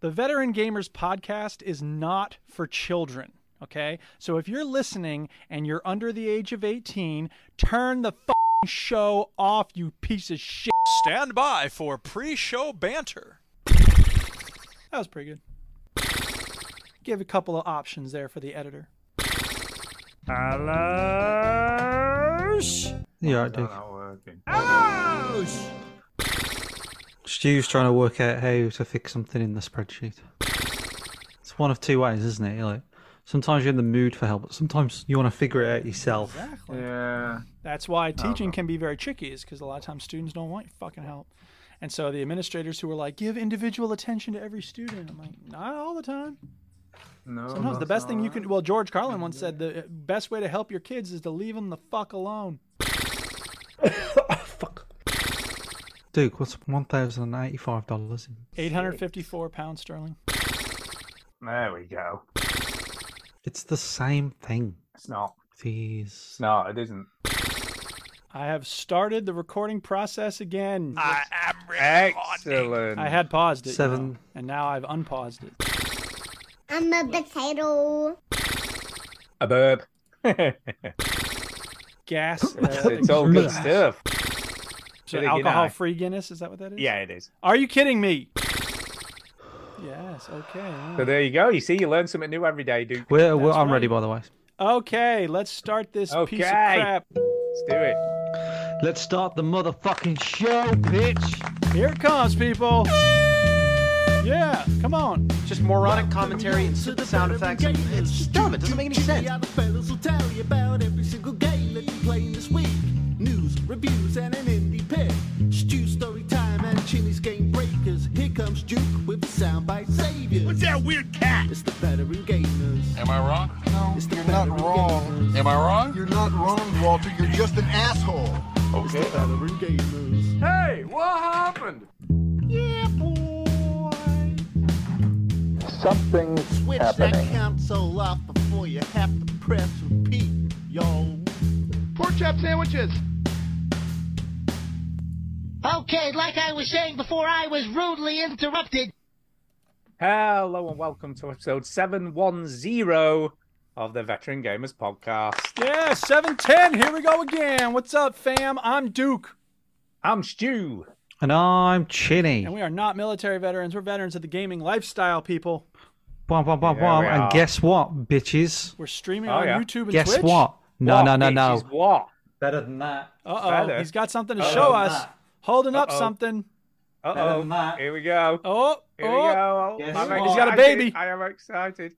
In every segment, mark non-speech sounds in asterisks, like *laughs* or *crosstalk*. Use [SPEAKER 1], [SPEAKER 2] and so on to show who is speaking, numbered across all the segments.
[SPEAKER 1] The Veteran Gamers podcast is not for children. Okay. So if you're listening and you're under the age of 18, turn the fing show off, you piece of shit.
[SPEAKER 2] Stand by for pre-show banter.
[SPEAKER 1] That was pretty good. Give a couple of options there for the editor.
[SPEAKER 3] Hello.
[SPEAKER 4] Yeah, I
[SPEAKER 5] It's
[SPEAKER 4] do.
[SPEAKER 5] not working.
[SPEAKER 4] Stu's trying to work out how to fix something in the spreadsheet. It's one of two ways, isn't it? You're Like sometimes you're in the mood for help, but sometimes you want to figure it out yourself.
[SPEAKER 5] Yeah.
[SPEAKER 1] That's why teaching can be very tricky, is because a lot of times students don't want your fucking help. And so the administrators who are like, give individual attention to every student, I'm like, not all the time.
[SPEAKER 5] No.
[SPEAKER 1] Sometimes the
[SPEAKER 5] that's
[SPEAKER 1] best thing
[SPEAKER 5] not
[SPEAKER 1] you can, well, George Carlin once said the best way to help your kids is to leave them the fuck alone.
[SPEAKER 4] Duke, what's one thousand and eighty-five dollars?
[SPEAKER 1] 854 pounds sterling.
[SPEAKER 5] There we go.
[SPEAKER 4] It's the same thing.
[SPEAKER 5] It's not.
[SPEAKER 4] These.
[SPEAKER 5] It's not. It isn't.
[SPEAKER 1] I have started the recording process again.
[SPEAKER 2] I am
[SPEAKER 5] Excellent.
[SPEAKER 1] I had paused it. you
[SPEAKER 4] Seven.
[SPEAKER 1] know, and now I've unpaused it.
[SPEAKER 6] I'm a potato.
[SPEAKER 5] a burp. *laughs*
[SPEAKER 1] Gas. uh,
[SPEAKER 5] it's all good stuff.
[SPEAKER 1] so
[SPEAKER 5] Kidding, you know.
[SPEAKER 1] alcohol free Guinness, is that what that is?
[SPEAKER 5] Yeah, it is.
[SPEAKER 1] Are you kidding me? Yes, okay. yeah.
[SPEAKER 5] So there you go. You see, you learn something new every day, Duke.
[SPEAKER 4] We're, we're,
[SPEAKER 1] That's
[SPEAKER 4] I'm ready,
[SPEAKER 1] right.
[SPEAKER 4] by the way.
[SPEAKER 1] Okay, let's start this piece of
[SPEAKER 5] Okay.
[SPEAKER 1] crap.
[SPEAKER 5] Let's do it.
[SPEAKER 4] Let's start the motherfucking show, bitch.
[SPEAKER 1] Here it comes, people. Yeah, come on.
[SPEAKER 7] Just moronic commentary and stupid sound effects. It's dumb. It doesn't make any sense.
[SPEAKER 8] The other fellas will tell you about every single game that you're playing this week. News, reviews, and an indie pick. Stew story time and Chinny's game breakers. Here comes Duke with the soundbite savior. What's that weird cat? It's the veteran gamers.
[SPEAKER 9] Am I wrong?
[SPEAKER 8] No,
[SPEAKER 7] You're not wrong.
[SPEAKER 9] Am I wrong?
[SPEAKER 8] You're not wrong, Walter. You're just an asshole. It's the
[SPEAKER 9] Okay.
[SPEAKER 8] veteran gamers.
[SPEAKER 9] Hey, what happened?
[SPEAKER 8] Switch that console off before you have to press repeat, yo.
[SPEAKER 9] Pork chop sandwiches.
[SPEAKER 10] Okay, like I was saying before I was rudely interrupted.
[SPEAKER 5] Hello and welcome to episode 710 of the Veteran Gamers Podcast.
[SPEAKER 1] Yeah, 710. Here we go again. What's up, fam? I'm Duke.
[SPEAKER 5] I'm Stu.
[SPEAKER 4] And I'm Chinny.
[SPEAKER 1] And we are not military veterans. We're veterans of the gaming lifestyle, people.
[SPEAKER 4] Bwah, bwah, bwah,
[SPEAKER 5] Yeah,
[SPEAKER 4] bwah.
[SPEAKER 5] we
[SPEAKER 4] And
[SPEAKER 5] are.
[SPEAKER 4] guess what, bitches?
[SPEAKER 1] We're streaming
[SPEAKER 5] Oh,
[SPEAKER 1] on
[SPEAKER 5] yeah.
[SPEAKER 1] YouTube and
[SPEAKER 4] Guess
[SPEAKER 1] Twitch.
[SPEAKER 4] what? No,
[SPEAKER 5] What,
[SPEAKER 4] no, no,
[SPEAKER 5] bitch,
[SPEAKER 4] no.
[SPEAKER 5] is What?
[SPEAKER 4] Better than that.
[SPEAKER 1] Uh oh.
[SPEAKER 5] Better.
[SPEAKER 1] He's got something to
[SPEAKER 5] Uh-oh.
[SPEAKER 1] show us.
[SPEAKER 4] Nah.
[SPEAKER 1] Holding up
[SPEAKER 5] Uh-oh.
[SPEAKER 1] something.
[SPEAKER 4] Better
[SPEAKER 5] Uh
[SPEAKER 4] than
[SPEAKER 5] oh.
[SPEAKER 4] that.
[SPEAKER 5] Here we go.
[SPEAKER 1] Oh,
[SPEAKER 5] Here we
[SPEAKER 1] oh.
[SPEAKER 5] go.
[SPEAKER 4] Guess
[SPEAKER 5] I'm
[SPEAKER 4] what?
[SPEAKER 1] He's got a
[SPEAKER 5] excited.
[SPEAKER 1] baby.
[SPEAKER 5] I am excited.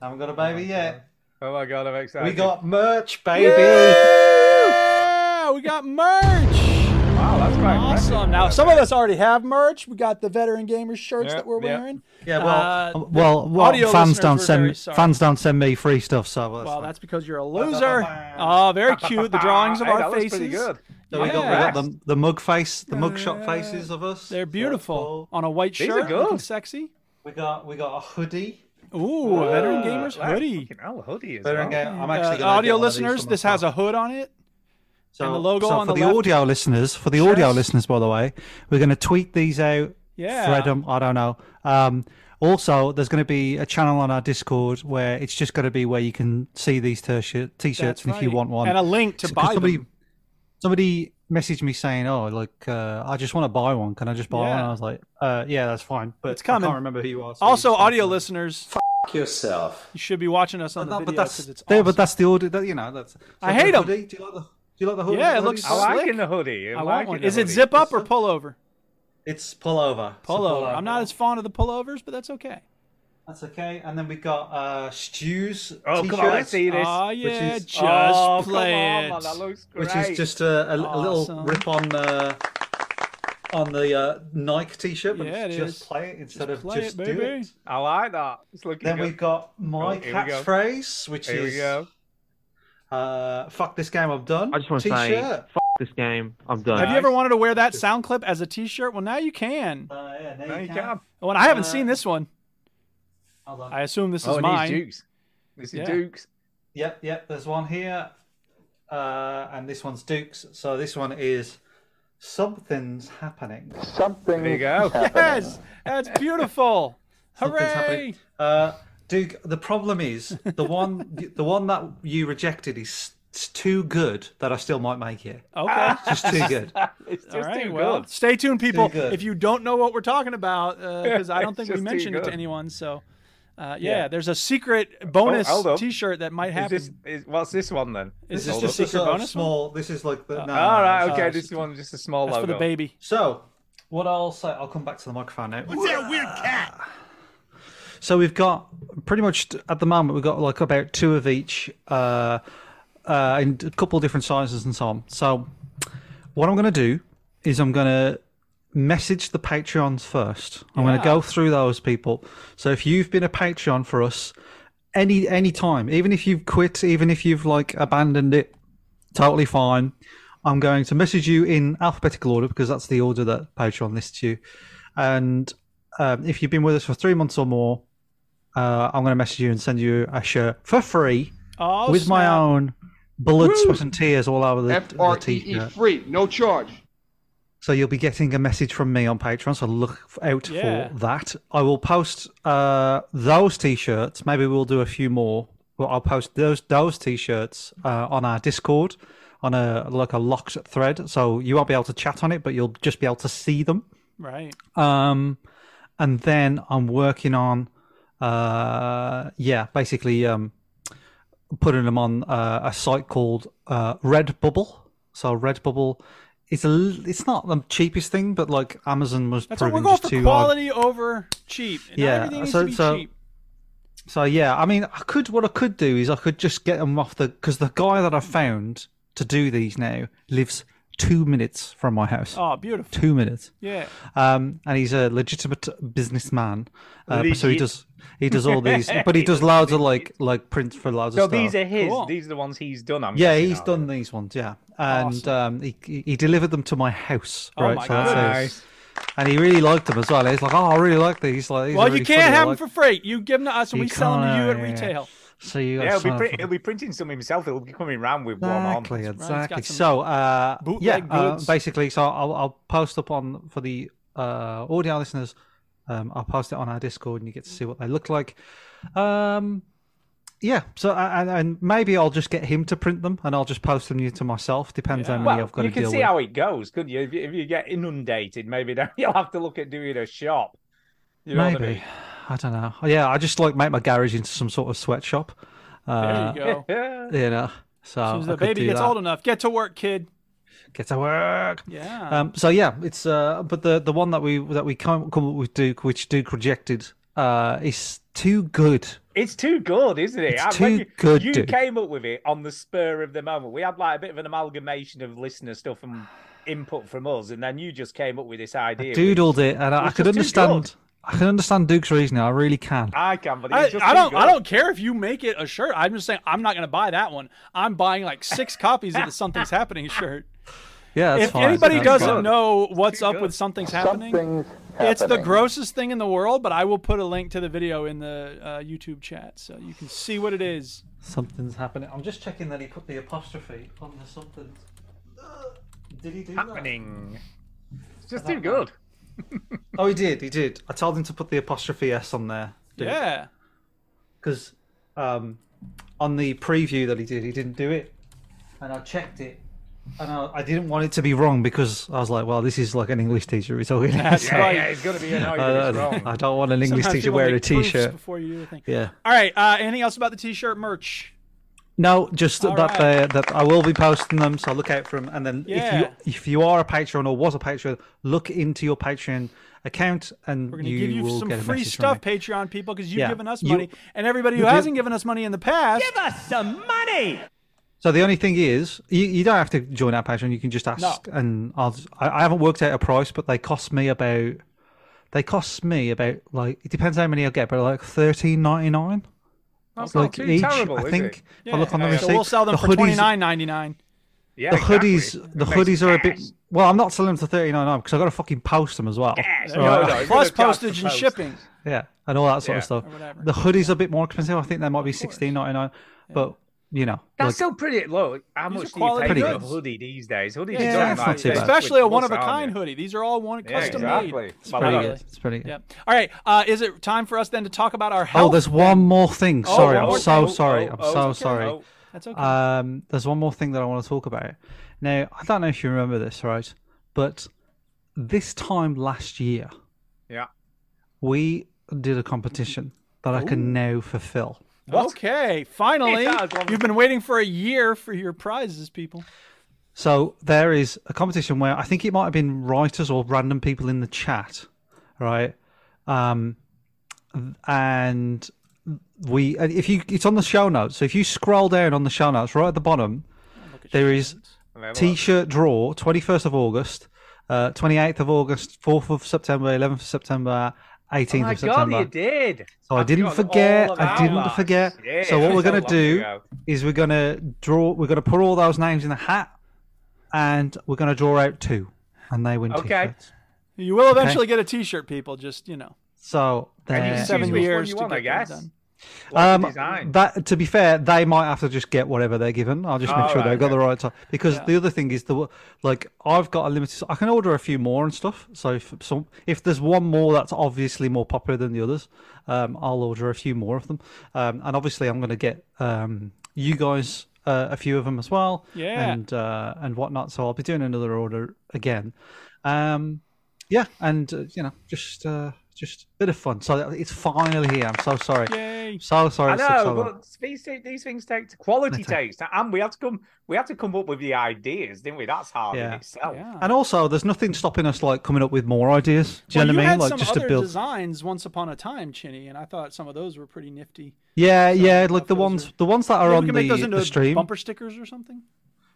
[SPEAKER 4] Haven't got a baby yet.
[SPEAKER 5] Oh my god, I'm excited.
[SPEAKER 4] We got merch, baby.
[SPEAKER 1] Yeah, we got merch.
[SPEAKER 5] Wow, that's quite impressive.
[SPEAKER 1] Awesome. Now, some of us already have merch. We got the Veteran Gamers shirts
[SPEAKER 5] Yeah,
[SPEAKER 1] that we're
[SPEAKER 5] yeah.
[SPEAKER 1] wearing.
[SPEAKER 4] Yeah,
[SPEAKER 1] well,
[SPEAKER 4] well, um,
[SPEAKER 1] Uh,
[SPEAKER 4] well,
[SPEAKER 1] audio
[SPEAKER 4] fans
[SPEAKER 1] listeners
[SPEAKER 4] don't
[SPEAKER 1] were
[SPEAKER 4] send
[SPEAKER 1] very sorry.
[SPEAKER 4] fans don't send me free stuff, so well, that's,
[SPEAKER 1] Well,
[SPEAKER 4] fine.
[SPEAKER 1] that's because you're a loser. Oh, very cute. The drawings of
[SPEAKER 5] Ah, *laughs* Hey,
[SPEAKER 1] our
[SPEAKER 5] that looks
[SPEAKER 1] faces.
[SPEAKER 5] pretty good.
[SPEAKER 4] So we got, we got the, the mug face, the mug shot faces of us.
[SPEAKER 1] They're beautiful
[SPEAKER 4] cool.
[SPEAKER 1] on a white
[SPEAKER 5] These are
[SPEAKER 1] shirt,
[SPEAKER 5] good.
[SPEAKER 1] looking sexy.
[SPEAKER 4] We got we got a hoodie.
[SPEAKER 1] Ooh, a veteran
[SPEAKER 5] Uh,
[SPEAKER 1] gamers
[SPEAKER 5] like,
[SPEAKER 1] hoodie.
[SPEAKER 5] fucking hell, hoodie as
[SPEAKER 4] Better
[SPEAKER 5] well.
[SPEAKER 4] get- I'm
[SPEAKER 1] Uh,
[SPEAKER 4] actually gonna
[SPEAKER 1] audio
[SPEAKER 4] get one of these for
[SPEAKER 1] listeners, this has a
[SPEAKER 4] myself.
[SPEAKER 1] hood on it.
[SPEAKER 4] so,
[SPEAKER 1] and the logo
[SPEAKER 4] so
[SPEAKER 1] on
[SPEAKER 4] for
[SPEAKER 1] the
[SPEAKER 4] the,
[SPEAKER 1] left.
[SPEAKER 4] audio listeners. For the audio
[SPEAKER 1] Yes.
[SPEAKER 4] listeners, by the way, we're going to tweet these out.
[SPEAKER 1] Yeah.
[SPEAKER 4] thread 'em, I don't know. Um, also, there's going to be a channel on our Discord where it's just going to be where you can see these t-shirts, t-shirts, and if you
[SPEAKER 1] right.
[SPEAKER 4] want one,
[SPEAKER 1] And a link to
[SPEAKER 4] So- 'cause
[SPEAKER 1] buy
[SPEAKER 4] somebody,
[SPEAKER 1] them.
[SPEAKER 4] Somebody messaged me saying, "Oh, like uh, I just want to buy one. Can I just buy one?"
[SPEAKER 1] Yeah.
[SPEAKER 4] And I was like, uh, "Yeah, that's fine." But
[SPEAKER 1] It's coming.
[SPEAKER 4] I can't remember who you are. so
[SPEAKER 1] Also,
[SPEAKER 4] you just-
[SPEAKER 1] audio listeners,
[SPEAKER 7] Yourself.
[SPEAKER 1] you should be watching us on the
[SPEAKER 4] No, but
[SPEAKER 1] video
[SPEAKER 4] that's
[SPEAKER 1] because it's
[SPEAKER 4] yeah,
[SPEAKER 1] awesome.
[SPEAKER 4] but that's the audio. That, you know, that's.
[SPEAKER 1] I hate
[SPEAKER 4] the
[SPEAKER 1] 'em.
[SPEAKER 4] hoodie. Do you like the? Do you like the hoodie?
[SPEAKER 1] Yeah, it
[SPEAKER 4] The
[SPEAKER 1] looks
[SPEAKER 4] hoodie?
[SPEAKER 1] so-
[SPEAKER 5] I
[SPEAKER 1] slick.
[SPEAKER 5] like in the hoodie. I,
[SPEAKER 1] I
[SPEAKER 5] like
[SPEAKER 1] want one.
[SPEAKER 5] in the
[SPEAKER 1] Is it
[SPEAKER 5] hoodie.
[SPEAKER 1] zip up or pull over?
[SPEAKER 4] It's pullover. It's a
[SPEAKER 1] Pull over. I'm not as fond of the pullovers, but that's okay.
[SPEAKER 4] That's okay. And then we got uh, Stew's
[SPEAKER 5] Oh, come on, let's
[SPEAKER 4] t-shirt,
[SPEAKER 5] see this.
[SPEAKER 1] Oh yeah,
[SPEAKER 4] is-
[SPEAKER 1] just
[SPEAKER 5] oh,
[SPEAKER 1] play
[SPEAKER 5] come on, man,
[SPEAKER 1] it.
[SPEAKER 5] that looks great.
[SPEAKER 4] which is just a, a, a
[SPEAKER 1] Awesome.
[SPEAKER 4] little rip on uh, on the uh, Nike T-shirt, but
[SPEAKER 1] Yeah,
[SPEAKER 4] it's
[SPEAKER 1] it
[SPEAKER 4] just
[SPEAKER 1] is.
[SPEAKER 4] play it instead of
[SPEAKER 1] play
[SPEAKER 4] just
[SPEAKER 1] it,
[SPEAKER 4] do
[SPEAKER 1] baby.
[SPEAKER 4] it.
[SPEAKER 5] I like that. It's looking
[SPEAKER 4] Then
[SPEAKER 5] good.
[SPEAKER 4] we've got my
[SPEAKER 5] Oh, here we go.
[SPEAKER 4] catchphrase, which
[SPEAKER 5] Here we
[SPEAKER 4] is
[SPEAKER 5] go.
[SPEAKER 4] uh, "Fuck this game, I'm done."
[SPEAKER 11] I just want to
[SPEAKER 4] T-shirt.
[SPEAKER 11] say, f- this game. I'm done.
[SPEAKER 1] Have you ever wanted to wear that sound clip as a T-shirt? Well, now you can.
[SPEAKER 4] Uh, yeah, there
[SPEAKER 5] There
[SPEAKER 4] you
[SPEAKER 5] you
[SPEAKER 4] can.
[SPEAKER 5] go.
[SPEAKER 1] Oh, and I haven't
[SPEAKER 4] Uh,
[SPEAKER 1] seen this one.
[SPEAKER 4] Hold on.
[SPEAKER 1] I assume this is
[SPEAKER 5] Oh, and he's
[SPEAKER 1] mine.
[SPEAKER 5] Dukes. This
[SPEAKER 1] Yeah.
[SPEAKER 5] is Dukes.
[SPEAKER 4] Yep, yep. There's one here, uh, and this one's Duke's. So this one is something's happening. *laughs*
[SPEAKER 5] There you go.
[SPEAKER 1] *laughs* Yes, that's beautiful.
[SPEAKER 8] Something's
[SPEAKER 1] Hooray!
[SPEAKER 8] happening.
[SPEAKER 4] Uh, Duke, the problem is the one *laughs* the one that you rejected is s- too good that I still might make it.
[SPEAKER 5] Oh.
[SPEAKER 1] Okay.
[SPEAKER 4] It's just too
[SPEAKER 5] *laughs*
[SPEAKER 4] good.
[SPEAKER 5] It's just
[SPEAKER 1] All right,
[SPEAKER 5] too
[SPEAKER 1] well,
[SPEAKER 5] Ah, good.
[SPEAKER 1] stay tuned, people.
[SPEAKER 4] Too good.
[SPEAKER 1] If you don't know what we're talking about,
[SPEAKER 5] *laughs*
[SPEAKER 1] because I don't
[SPEAKER 5] It's
[SPEAKER 1] think we
[SPEAKER 5] just too
[SPEAKER 1] mentioned it to
[SPEAKER 5] good.
[SPEAKER 1] anyone, so uh, yeah,
[SPEAKER 5] Yeah. Oh,
[SPEAKER 1] there's a secret bonus
[SPEAKER 5] hold up.
[SPEAKER 1] T-shirt that might
[SPEAKER 5] Is
[SPEAKER 1] happen.
[SPEAKER 5] this, is, what's this one then?
[SPEAKER 1] Is this
[SPEAKER 5] Hold up. Uh,
[SPEAKER 1] just a secret
[SPEAKER 4] sort of
[SPEAKER 1] bonus one?
[SPEAKER 4] small. This is like the. no,
[SPEAKER 5] All
[SPEAKER 4] no,
[SPEAKER 5] right,
[SPEAKER 4] no,
[SPEAKER 5] okay.
[SPEAKER 4] it's-
[SPEAKER 5] This one just a small
[SPEAKER 1] Oh, That's for
[SPEAKER 5] logo.
[SPEAKER 1] the baby.
[SPEAKER 4] So, what I'll say, I'll come back to the microphone now.
[SPEAKER 7] What's that weird cat?
[SPEAKER 4] So we've got pretty much t- at the moment we've got like about two of each, uh, uh, in a couple of different sizes and so on. So what I'm going to do is I'm going to message the Patreons first. I'm going to go through those people. So if you've been a Patreon for us any any time, even if you've quit, even if you've like abandoned it, totally fine. I'm going to message you in alphabetical order because that's the order that Patreon lists you. And um, if you've been with us for three months or more, uh, I'm going to message you and send you a shirt for free
[SPEAKER 1] Oh,
[SPEAKER 4] with my
[SPEAKER 1] snap.
[SPEAKER 4] own blood, sweat, and tears all over the,
[SPEAKER 9] F
[SPEAKER 4] the
[SPEAKER 9] R E E
[SPEAKER 4] t-shirt.
[SPEAKER 9] free, no charge.
[SPEAKER 4] So you'll be getting a message from me on Patreon. So look f- out
[SPEAKER 1] Yeah.
[SPEAKER 4] for that. I will post uh, those t-shirts. Maybe we'll do a few more, but I'll post those those t-shirts uh, on our Discord on a like a locked thread. So you won't be able to chat on it, but you'll just be able to see them.
[SPEAKER 1] right?
[SPEAKER 4] Um, and then I'm working on, uh, yeah, basically um, putting them on uh, a site called uh, Redbubble. So Redbubble, it's a, l- it's not the cheapest thing, but like Amazon was
[SPEAKER 1] That's what we're
[SPEAKER 4] proving
[SPEAKER 1] going
[SPEAKER 4] just
[SPEAKER 1] for.
[SPEAKER 4] too hard.
[SPEAKER 1] Quality over cheap. Not
[SPEAKER 4] uh, Yeah,
[SPEAKER 1] everything needs
[SPEAKER 4] so-
[SPEAKER 1] to be
[SPEAKER 4] so-
[SPEAKER 1] cheap.
[SPEAKER 4] So yeah, I mean, I could what I could do is I could just get them off the because the guy that I found to do these now lives two minutes from my house.
[SPEAKER 1] Oh, beautiful.
[SPEAKER 4] Two minutes.
[SPEAKER 1] Yeah.
[SPEAKER 4] um, and he's a legitimate businessman. Uh, so he
[SPEAKER 5] Legit.
[SPEAKER 4] does he does all these, but he does loads of like like prints for loads
[SPEAKER 5] So
[SPEAKER 4] of stuff.
[SPEAKER 5] these are his.
[SPEAKER 1] Cool.
[SPEAKER 5] These are the ones he's done. I'm
[SPEAKER 4] yeah,
[SPEAKER 5] guessing,
[SPEAKER 4] he's
[SPEAKER 5] aren't
[SPEAKER 4] done these ones. Yeah, and um, he he he delivered them to my house. Right,
[SPEAKER 1] my
[SPEAKER 4] so that's
[SPEAKER 5] they?
[SPEAKER 1] goodness.
[SPEAKER 4] his.
[SPEAKER 5] Nice.
[SPEAKER 4] And he really liked them as well. He's like, oh, I really like these. Like, these are
[SPEAKER 1] Well, you
[SPEAKER 4] really funny.
[SPEAKER 1] can't
[SPEAKER 4] I
[SPEAKER 1] have them
[SPEAKER 4] like-
[SPEAKER 1] for free. You give them to us, and
[SPEAKER 4] You
[SPEAKER 1] we sell them to you
[SPEAKER 4] can't,
[SPEAKER 1] at
[SPEAKER 4] yeah, yeah.
[SPEAKER 1] retail.
[SPEAKER 4] So you
[SPEAKER 5] Yeah, he'll be,
[SPEAKER 4] sign up
[SPEAKER 5] print,
[SPEAKER 4] for-
[SPEAKER 5] he'll be printing some himself. He'll be coming round with
[SPEAKER 4] Exactly,
[SPEAKER 5] one on.
[SPEAKER 4] exactly.
[SPEAKER 1] some
[SPEAKER 4] so, uh,
[SPEAKER 1] bootleg
[SPEAKER 4] yeah, uh,
[SPEAKER 1] goods.
[SPEAKER 4] basically, so I'll, I'll post up on for the uh, audio listeners. Um, I'll post it on our Discord, and you get to see what they look like. Um, yeah. So, a- and, and maybe I'll just get him to print them, and I'll just post them to myself. Depends how many
[SPEAKER 5] Well,
[SPEAKER 4] I've got
[SPEAKER 5] you
[SPEAKER 4] to
[SPEAKER 5] can
[SPEAKER 4] deal
[SPEAKER 5] see
[SPEAKER 4] with.
[SPEAKER 5] how it goes, couldn't you? If you, if you get inundated, maybe *laughs* then you'll have to look at doing
[SPEAKER 1] *laughs*
[SPEAKER 5] a shop. You know
[SPEAKER 4] maybe I don't know. Yeah, I just like make my garage into some sort of sweatshop. Uh,
[SPEAKER 1] There you go.
[SPEAKER 5] What I mean?
[SPEAKER 4] you, know. So
[SPEAKER 1] As soon as
[SPEAKER 4] I
[SPEAKER 1] the
[SPEAKER 4] could
[SPEAKER 1] baby
[SPEAKER 4] do
[SPEAKER 1] gets
[SPEAKER 4] that.
[SPEAKER 1] old enough, get to work, kid.
[SPEAKER 4] get to work.
[SPEAKER 1] Yeah.
[SPEAKER 4] Um, so yeah, it's uh, but the the one that we that we come come up with Duke, which Duke rejected, uh, is too good.
[SPEAKER 5] *laughs* It's too good, isn't it?
[SPEAKER 4] It's
[SPEAKER 5] I- when
[SPEAKER 4] too
[SPEAKER 5] you,
[SPEAKER 4] good,
[SPEAKER 5] You
[SPEAKER 4] dude.
[SPEAKER 5] came up with it on the spur of the moment. We had like a bit of an amalgamation of listener stuff and input from us, and then you just came up with this idea. which
[SPEAKER 4] Doodled it, and I, I
[SPEAKER 5] It's
[SPEAKER 4] could
[SPEAKER 5] just too
[SPEAKER 4] understand.
[SPEAKER 5] good. Uh,
[SPEAKER 4] I can understand Duke's reasoning. I really can.
[SPEAKER 5] I can, but
[SPEAKER 1] I,
[SPEAKER 5] it's just
[SPEAKER 1] I
[SPEAKER 5] too
[SPEAKER 1] don't.
[SPEAKER 5] Good.
[SPEAKER 1] I don't care if you make it a shirt. I'm just saying I'm not going to buy that one. I'm buying like
[SPEAKER 4] *laughs*
[SPEAKER 1] six copies of the Something's Happening shirt.
[SPEAKER 4] yeah, *laughs* that's
[SPEAKER 1] if
[SPEAKER 4] fine.
[SPEAKER 1] anybody
[SPEAKER 4] That's
[SPEAKER 1] doesn't
[SPEAKER 4] fine.
[SPEAKER 1] know what's
[SPEAKER 5] Too
[SPEAKER 1] up
[SPEAKER 5] good.
[SPEAKER 1] with Something's Happening, it's the grossest thing in the world. But I will put a link to the video in the uh, YouTube chat so you can see what it is.
[SPEAKER 4] something's happening. I'm just checking that he put the apostrophe on the something. Did he do
[SPEAKER 5] happening. It's just too good.
[SPEAKER 4] that? Oh, he did. He did. I told him to put the apostrophe s on there.
[SPEAKER 1] Yeah.
[SPEAKER 4] because um, on the preview that he did, he didn't do it, and I checked it, and I, I didn't want it to be wrong because I was like, well, this is like an English teacher who's talking.
[SPEAKER 1] That's
[SPEAKER 5] Yeah,
[SPEAKER 1] right.
[SPEAKER 5] yeah, it's gonna be annoyed that
[SPEAKER 4] I
[SPEAKER 5] it's
[SPEAKER 4] don't, I
[SPEAKER 5] wrong.
[SPEAKER 4] don't want an English
[SPEAKER 1] Sometimes
[SPEAKER 4] teacher
[SPEAKER 1] people
[SPEAKER 4] wearing a
[SPEAKER 1] make proofs
[SPEAKER 4] t-shirt.
[SPEAKER 1] before you do the thing.
[SPEAKER 4] Yeah.
[SPEAKER 1] All right. Uh, anything else about the T-shirt merch?
[SPEAKER 4] No, just
[SPEAKER 1] All
[SPEAKER 4] that
[SPEAKER 1] right.
[SPEAKER 4] they, that I will be posting them, so look out for them. And then
[SPEAKER 1] Yeah.
[SPEAKER 4] if you if you are a patron or was a patron, look into your Patreon account, and
[SPEAKER 1] We're going
[SPEAKER 4] you
[SPEAKER 1] to give you
[SPEAKER 4] will
[SPEAKER 1] some
[SPEAKER 4] get a
[SPEAKER 1] free
[SPEAKER 4] message from me.
[SPEAKER 1] stuff, Patreon people, because you've
[SPEAKER 4] Yeah.
[SPEAKER 1] given us
[SPEAKER 4] You-
[SPEAKER 1] money, and everybody who
[SPEAKER 4] you give-
[SPEAKER 1] hasn't given us money in the past.
[SPEAKER 4] So the only thing is, you, you don't have to join our Patreon. You can just ask, and I'll. I, I haven't worked out a price, but they cost me about. They cost me about like it depends how many I get, but like thirteen ninety nine.
[SPEAKER 5] That's
[SPEAKER 4] Like
[SPEAKER 5] not too
[SPEAKER 4] each,
[SPEAKER 5] terrible,
[SPEAKER 4] I
[SPEAKER 5] is
[SPEAKER 4] think.
[SPEAKER 5] it?
[SPEAKER 4] If I look on the
[SPEAKER 5] Yeah.
[SPEAKER 1] So
[SPEAKER 4] receipt,
[SPEAKER 1] we'll sell them
[SPEAKER 4] the
[SPEAKER 1] for
[SPEAKER 4] hoodies-
[SPEAKER 1] twenty nine ninety nine.
[SPEAKER 5] Yeah,
[SPEAKER 4] The
[SPEAKER 5] exactly.
[SPEAKER 4] hoodies, the
[SPEAKER 5] It makes
[SPEAKER 4] hoodies are a bit.
[SPEAKER 5] cash.
[SPEAKER 4] Well, I'm not selling them for thirty nine nine because I got to fucking post them as well.
[SPEAKER 5] Cash.
[SPEAKER 4] So,
[SPEAKER 5] No, no,
[SPEAKER 4] uh,
[SPEAKER 5] you're
[SPEAKER 1] Plus
[SPEAKER 5] gonna charge
[SPEAKER 1] postage
[SPEAKER 5] for
[SPEAKER 1] and
[SPEAKER 5] post.
[SPEAKER 1] shipping.
[SPEAKER 4] yeah, and all that sort of
[SPEAKER 5] Yeah.
[SPEAKER 4] stuff.
[SPEAKER 1] whatever.
[SPEAKER 4] The hoodies are a bit more expensive. I think they might be sixteen ninety nine, but you know,
[SPEAKER 5] That's
[SPEAKER 4] like,
[SPEAKER 5] still pretty low. How
[SPEAKER 1] These are
[SPEAKER 5] much do you
[SPEAKER 1] quality
[SPEAKER 5] pay for a
[SPEAKER 1] goods.
[SPEAKER 5] hoodie these days? Hoodies
[SPEAKER 1] Yeah,
[SPEAKER 5] are
[SPEAKER 1] that's
[SPEAKER 4] not too bad.
[SPEAKER 1] especially a one of a kind hoodie. These are all one
[SPEAKER 5] Yeah,
[SPEAKER 1] custom
[SPEAKER 5] exactly.
[SPEAKER 1] made.
[SPEAKER 4] it's
[SPEAKER 5] Well,
[SPEAKER 4] pretty
[SPEAKER 5] that-
[SPEAKER 4] good. It's pretty good.
[SPEAKER 1] Yep. All right. Uh, is it time for us then to talk about our health?
[SPEAKER 4] Oh, there's one more thing. Sorry,
[SPEAKER 5] one
[SPEAKER 4] I'm
[SPEAKER 5] more
[SPEAKER 4] so
[SPEAKER 5] thing. Oh,
[SPEAKER 4] sorry.
[SPEAKER 5] oh,
[SPEAKER 4] I'm
[SPEAKER 5] oh,
[SPEAKER 4] so
[SPEAKER 5] okay.
[SPEAKER 4] sorry.
[SPEAKER 5] Oh.
[SPEAKER 1] That's okay.
[SPEAKER 4] Um, there's one more thing that I want to talk about. Now, I don't know if you remember this, right? But this time last year,
[SPEAKER 5] Yeah.
[SPEAKER 4] we did a competition that I can now fulfill.
[SPEAKER 1] Okay, finally,
[SPEAKER 5] Yeah, I was wondering-
[SPEAKER 1] you've been waiting for a year for your prizes, people.
[SPEAKER 4] So there is a competition where I think it might have been writers or random people in the chat, right? Um, and we, and if you, it's on the show notes. So if you scroll down on the show notes, right at the bottom, there is t-shirt draw, twenty first of August, twenty eighth of August, fourth of September, eleventh of September, eigteenth
[SPEAKER 5] Oh My
[SPEAKER 4] of
[SPEAKER 5] God,
[SPEAKER 4] September.
[SPEAKER 5] you did.
[SPEAKER 4] So I
[SPEAKER 5] forgot
[SPEAKER 4] didn't
[SPEAKER 5] all
[SPEAKER 4] forget. I
[SPEAKER 5] about
[SPEAKER 4] didn't
[SPEAKER 5] that.
[SPEAKER 4] forget.
[SPEAKER 5] Yeah,
[SPEAKER 4] so what
[SPEAKER 5] so
[SPEAKER 4] we're gonna
[SPEAKER 5] long
[SPEAKER 4] do
[SPEAKER 5] ago.
[SPEAKER 4] is we're gonna draw. We're gonna put all those names in a hat, and we're gonna draw out two, and they win
[SPEAKER 5] Okay.
[SPEAKER 4] t-shirts.
[SPEAKER 1] You will eventually get a T-shirt, people. Just you know,
[SPEAKER 4] So
[SPEAKER 5] And you
[SPEAKER 4] there-
[SPEAKER 5] can
[SPEAKER 1] seven
[SPEAKER 5] choose which one
[SPEAKER 1] years
[SPEAKER 5] you
[SPEAKER 1] to
[SPEAKER 5] want,
[SPEAKER 1] get
[SPEAKER 5] I
[SPEAKER 1] that
[SPEAKER 5] guess.
[SPEAKER 1] done.
[SPEAKER 5] Like
[SPEAKER 4] um,
[SPEAKER 5] the design.
[SPEAKER 4] that to be fair, they might have to just get whatever they're given. I'll just make
[SPEAKER 5] Oh,
[SPEAKER 4] sure they've got
[SPEAKER 5] okay.
[SPEAKER 4] the right type. Because the other thing is the like I've got a limited. I can order a few more and stuff. So if some if there's one more that's obviously more popular than the others, um, I'll order a few more of them. Um, and obviously I'm going to get um you guys. Uh, a few of them as well,
[SPEAKER 1] Yeah.
[SPEAKER 4] and uh, and whatnot. So I'll be doing another order again. Um, yeah, and uh, you know, just uh, just a bit of fun. So it's finally here. I'm so sorry.
[SPEAKER 1] Yay.
[SPEAKER 4] So sorry.
[SPEAKER 5] I
[SPEAKER 4] it took so
[SPEAKER 5] know,
[SPEAKER 4] long.
[SPEAKER 5] but uh, these, thi- these things take quality takes, time. and we had to come. We had to come up with the ideas, didn't we? That's hard in
[SPEAKER 4] Yeah.
[SPEAKER 5] itself.
[SPEAKER 1] Yeah.
[SPEAKER 4] And also, there's nothing stopping us like coming up with more ideas. Do you
[SPEAKER 1] well,
[SPEAKER 4] know
[SPEAKER 1] you
[SPEAKER 4] what I mean?
[SPEAKER 1] had
[SPEAKER 4] Like
[SPEAKER 1] some
[SPEAKER 4] just
[SPEAKER 1] other
[SPEAKER 4] to build.
[SPEAKER 1] designs once upon a time, Chinny, and I thought some of those were pretty nifty.
[SPEAKER 4] Yeah, yeah,
[SPEAKER 1] enough
[SPEAKER 4] like the
[SPEAKER 1] those
[SPEAKER 4] ones,
[SPEAKER 1] are-
[SPEAKER 4] the ones that are
[SPEAKER 1] Maybe
[SPEAKER 4] on
[SPEAKER 1] we
[SPEAKER 4] the,
[SPEAKER 1] can make those into
[SPEAKER 4] the stream.
[SPEAKER 1] bumper stickers or something.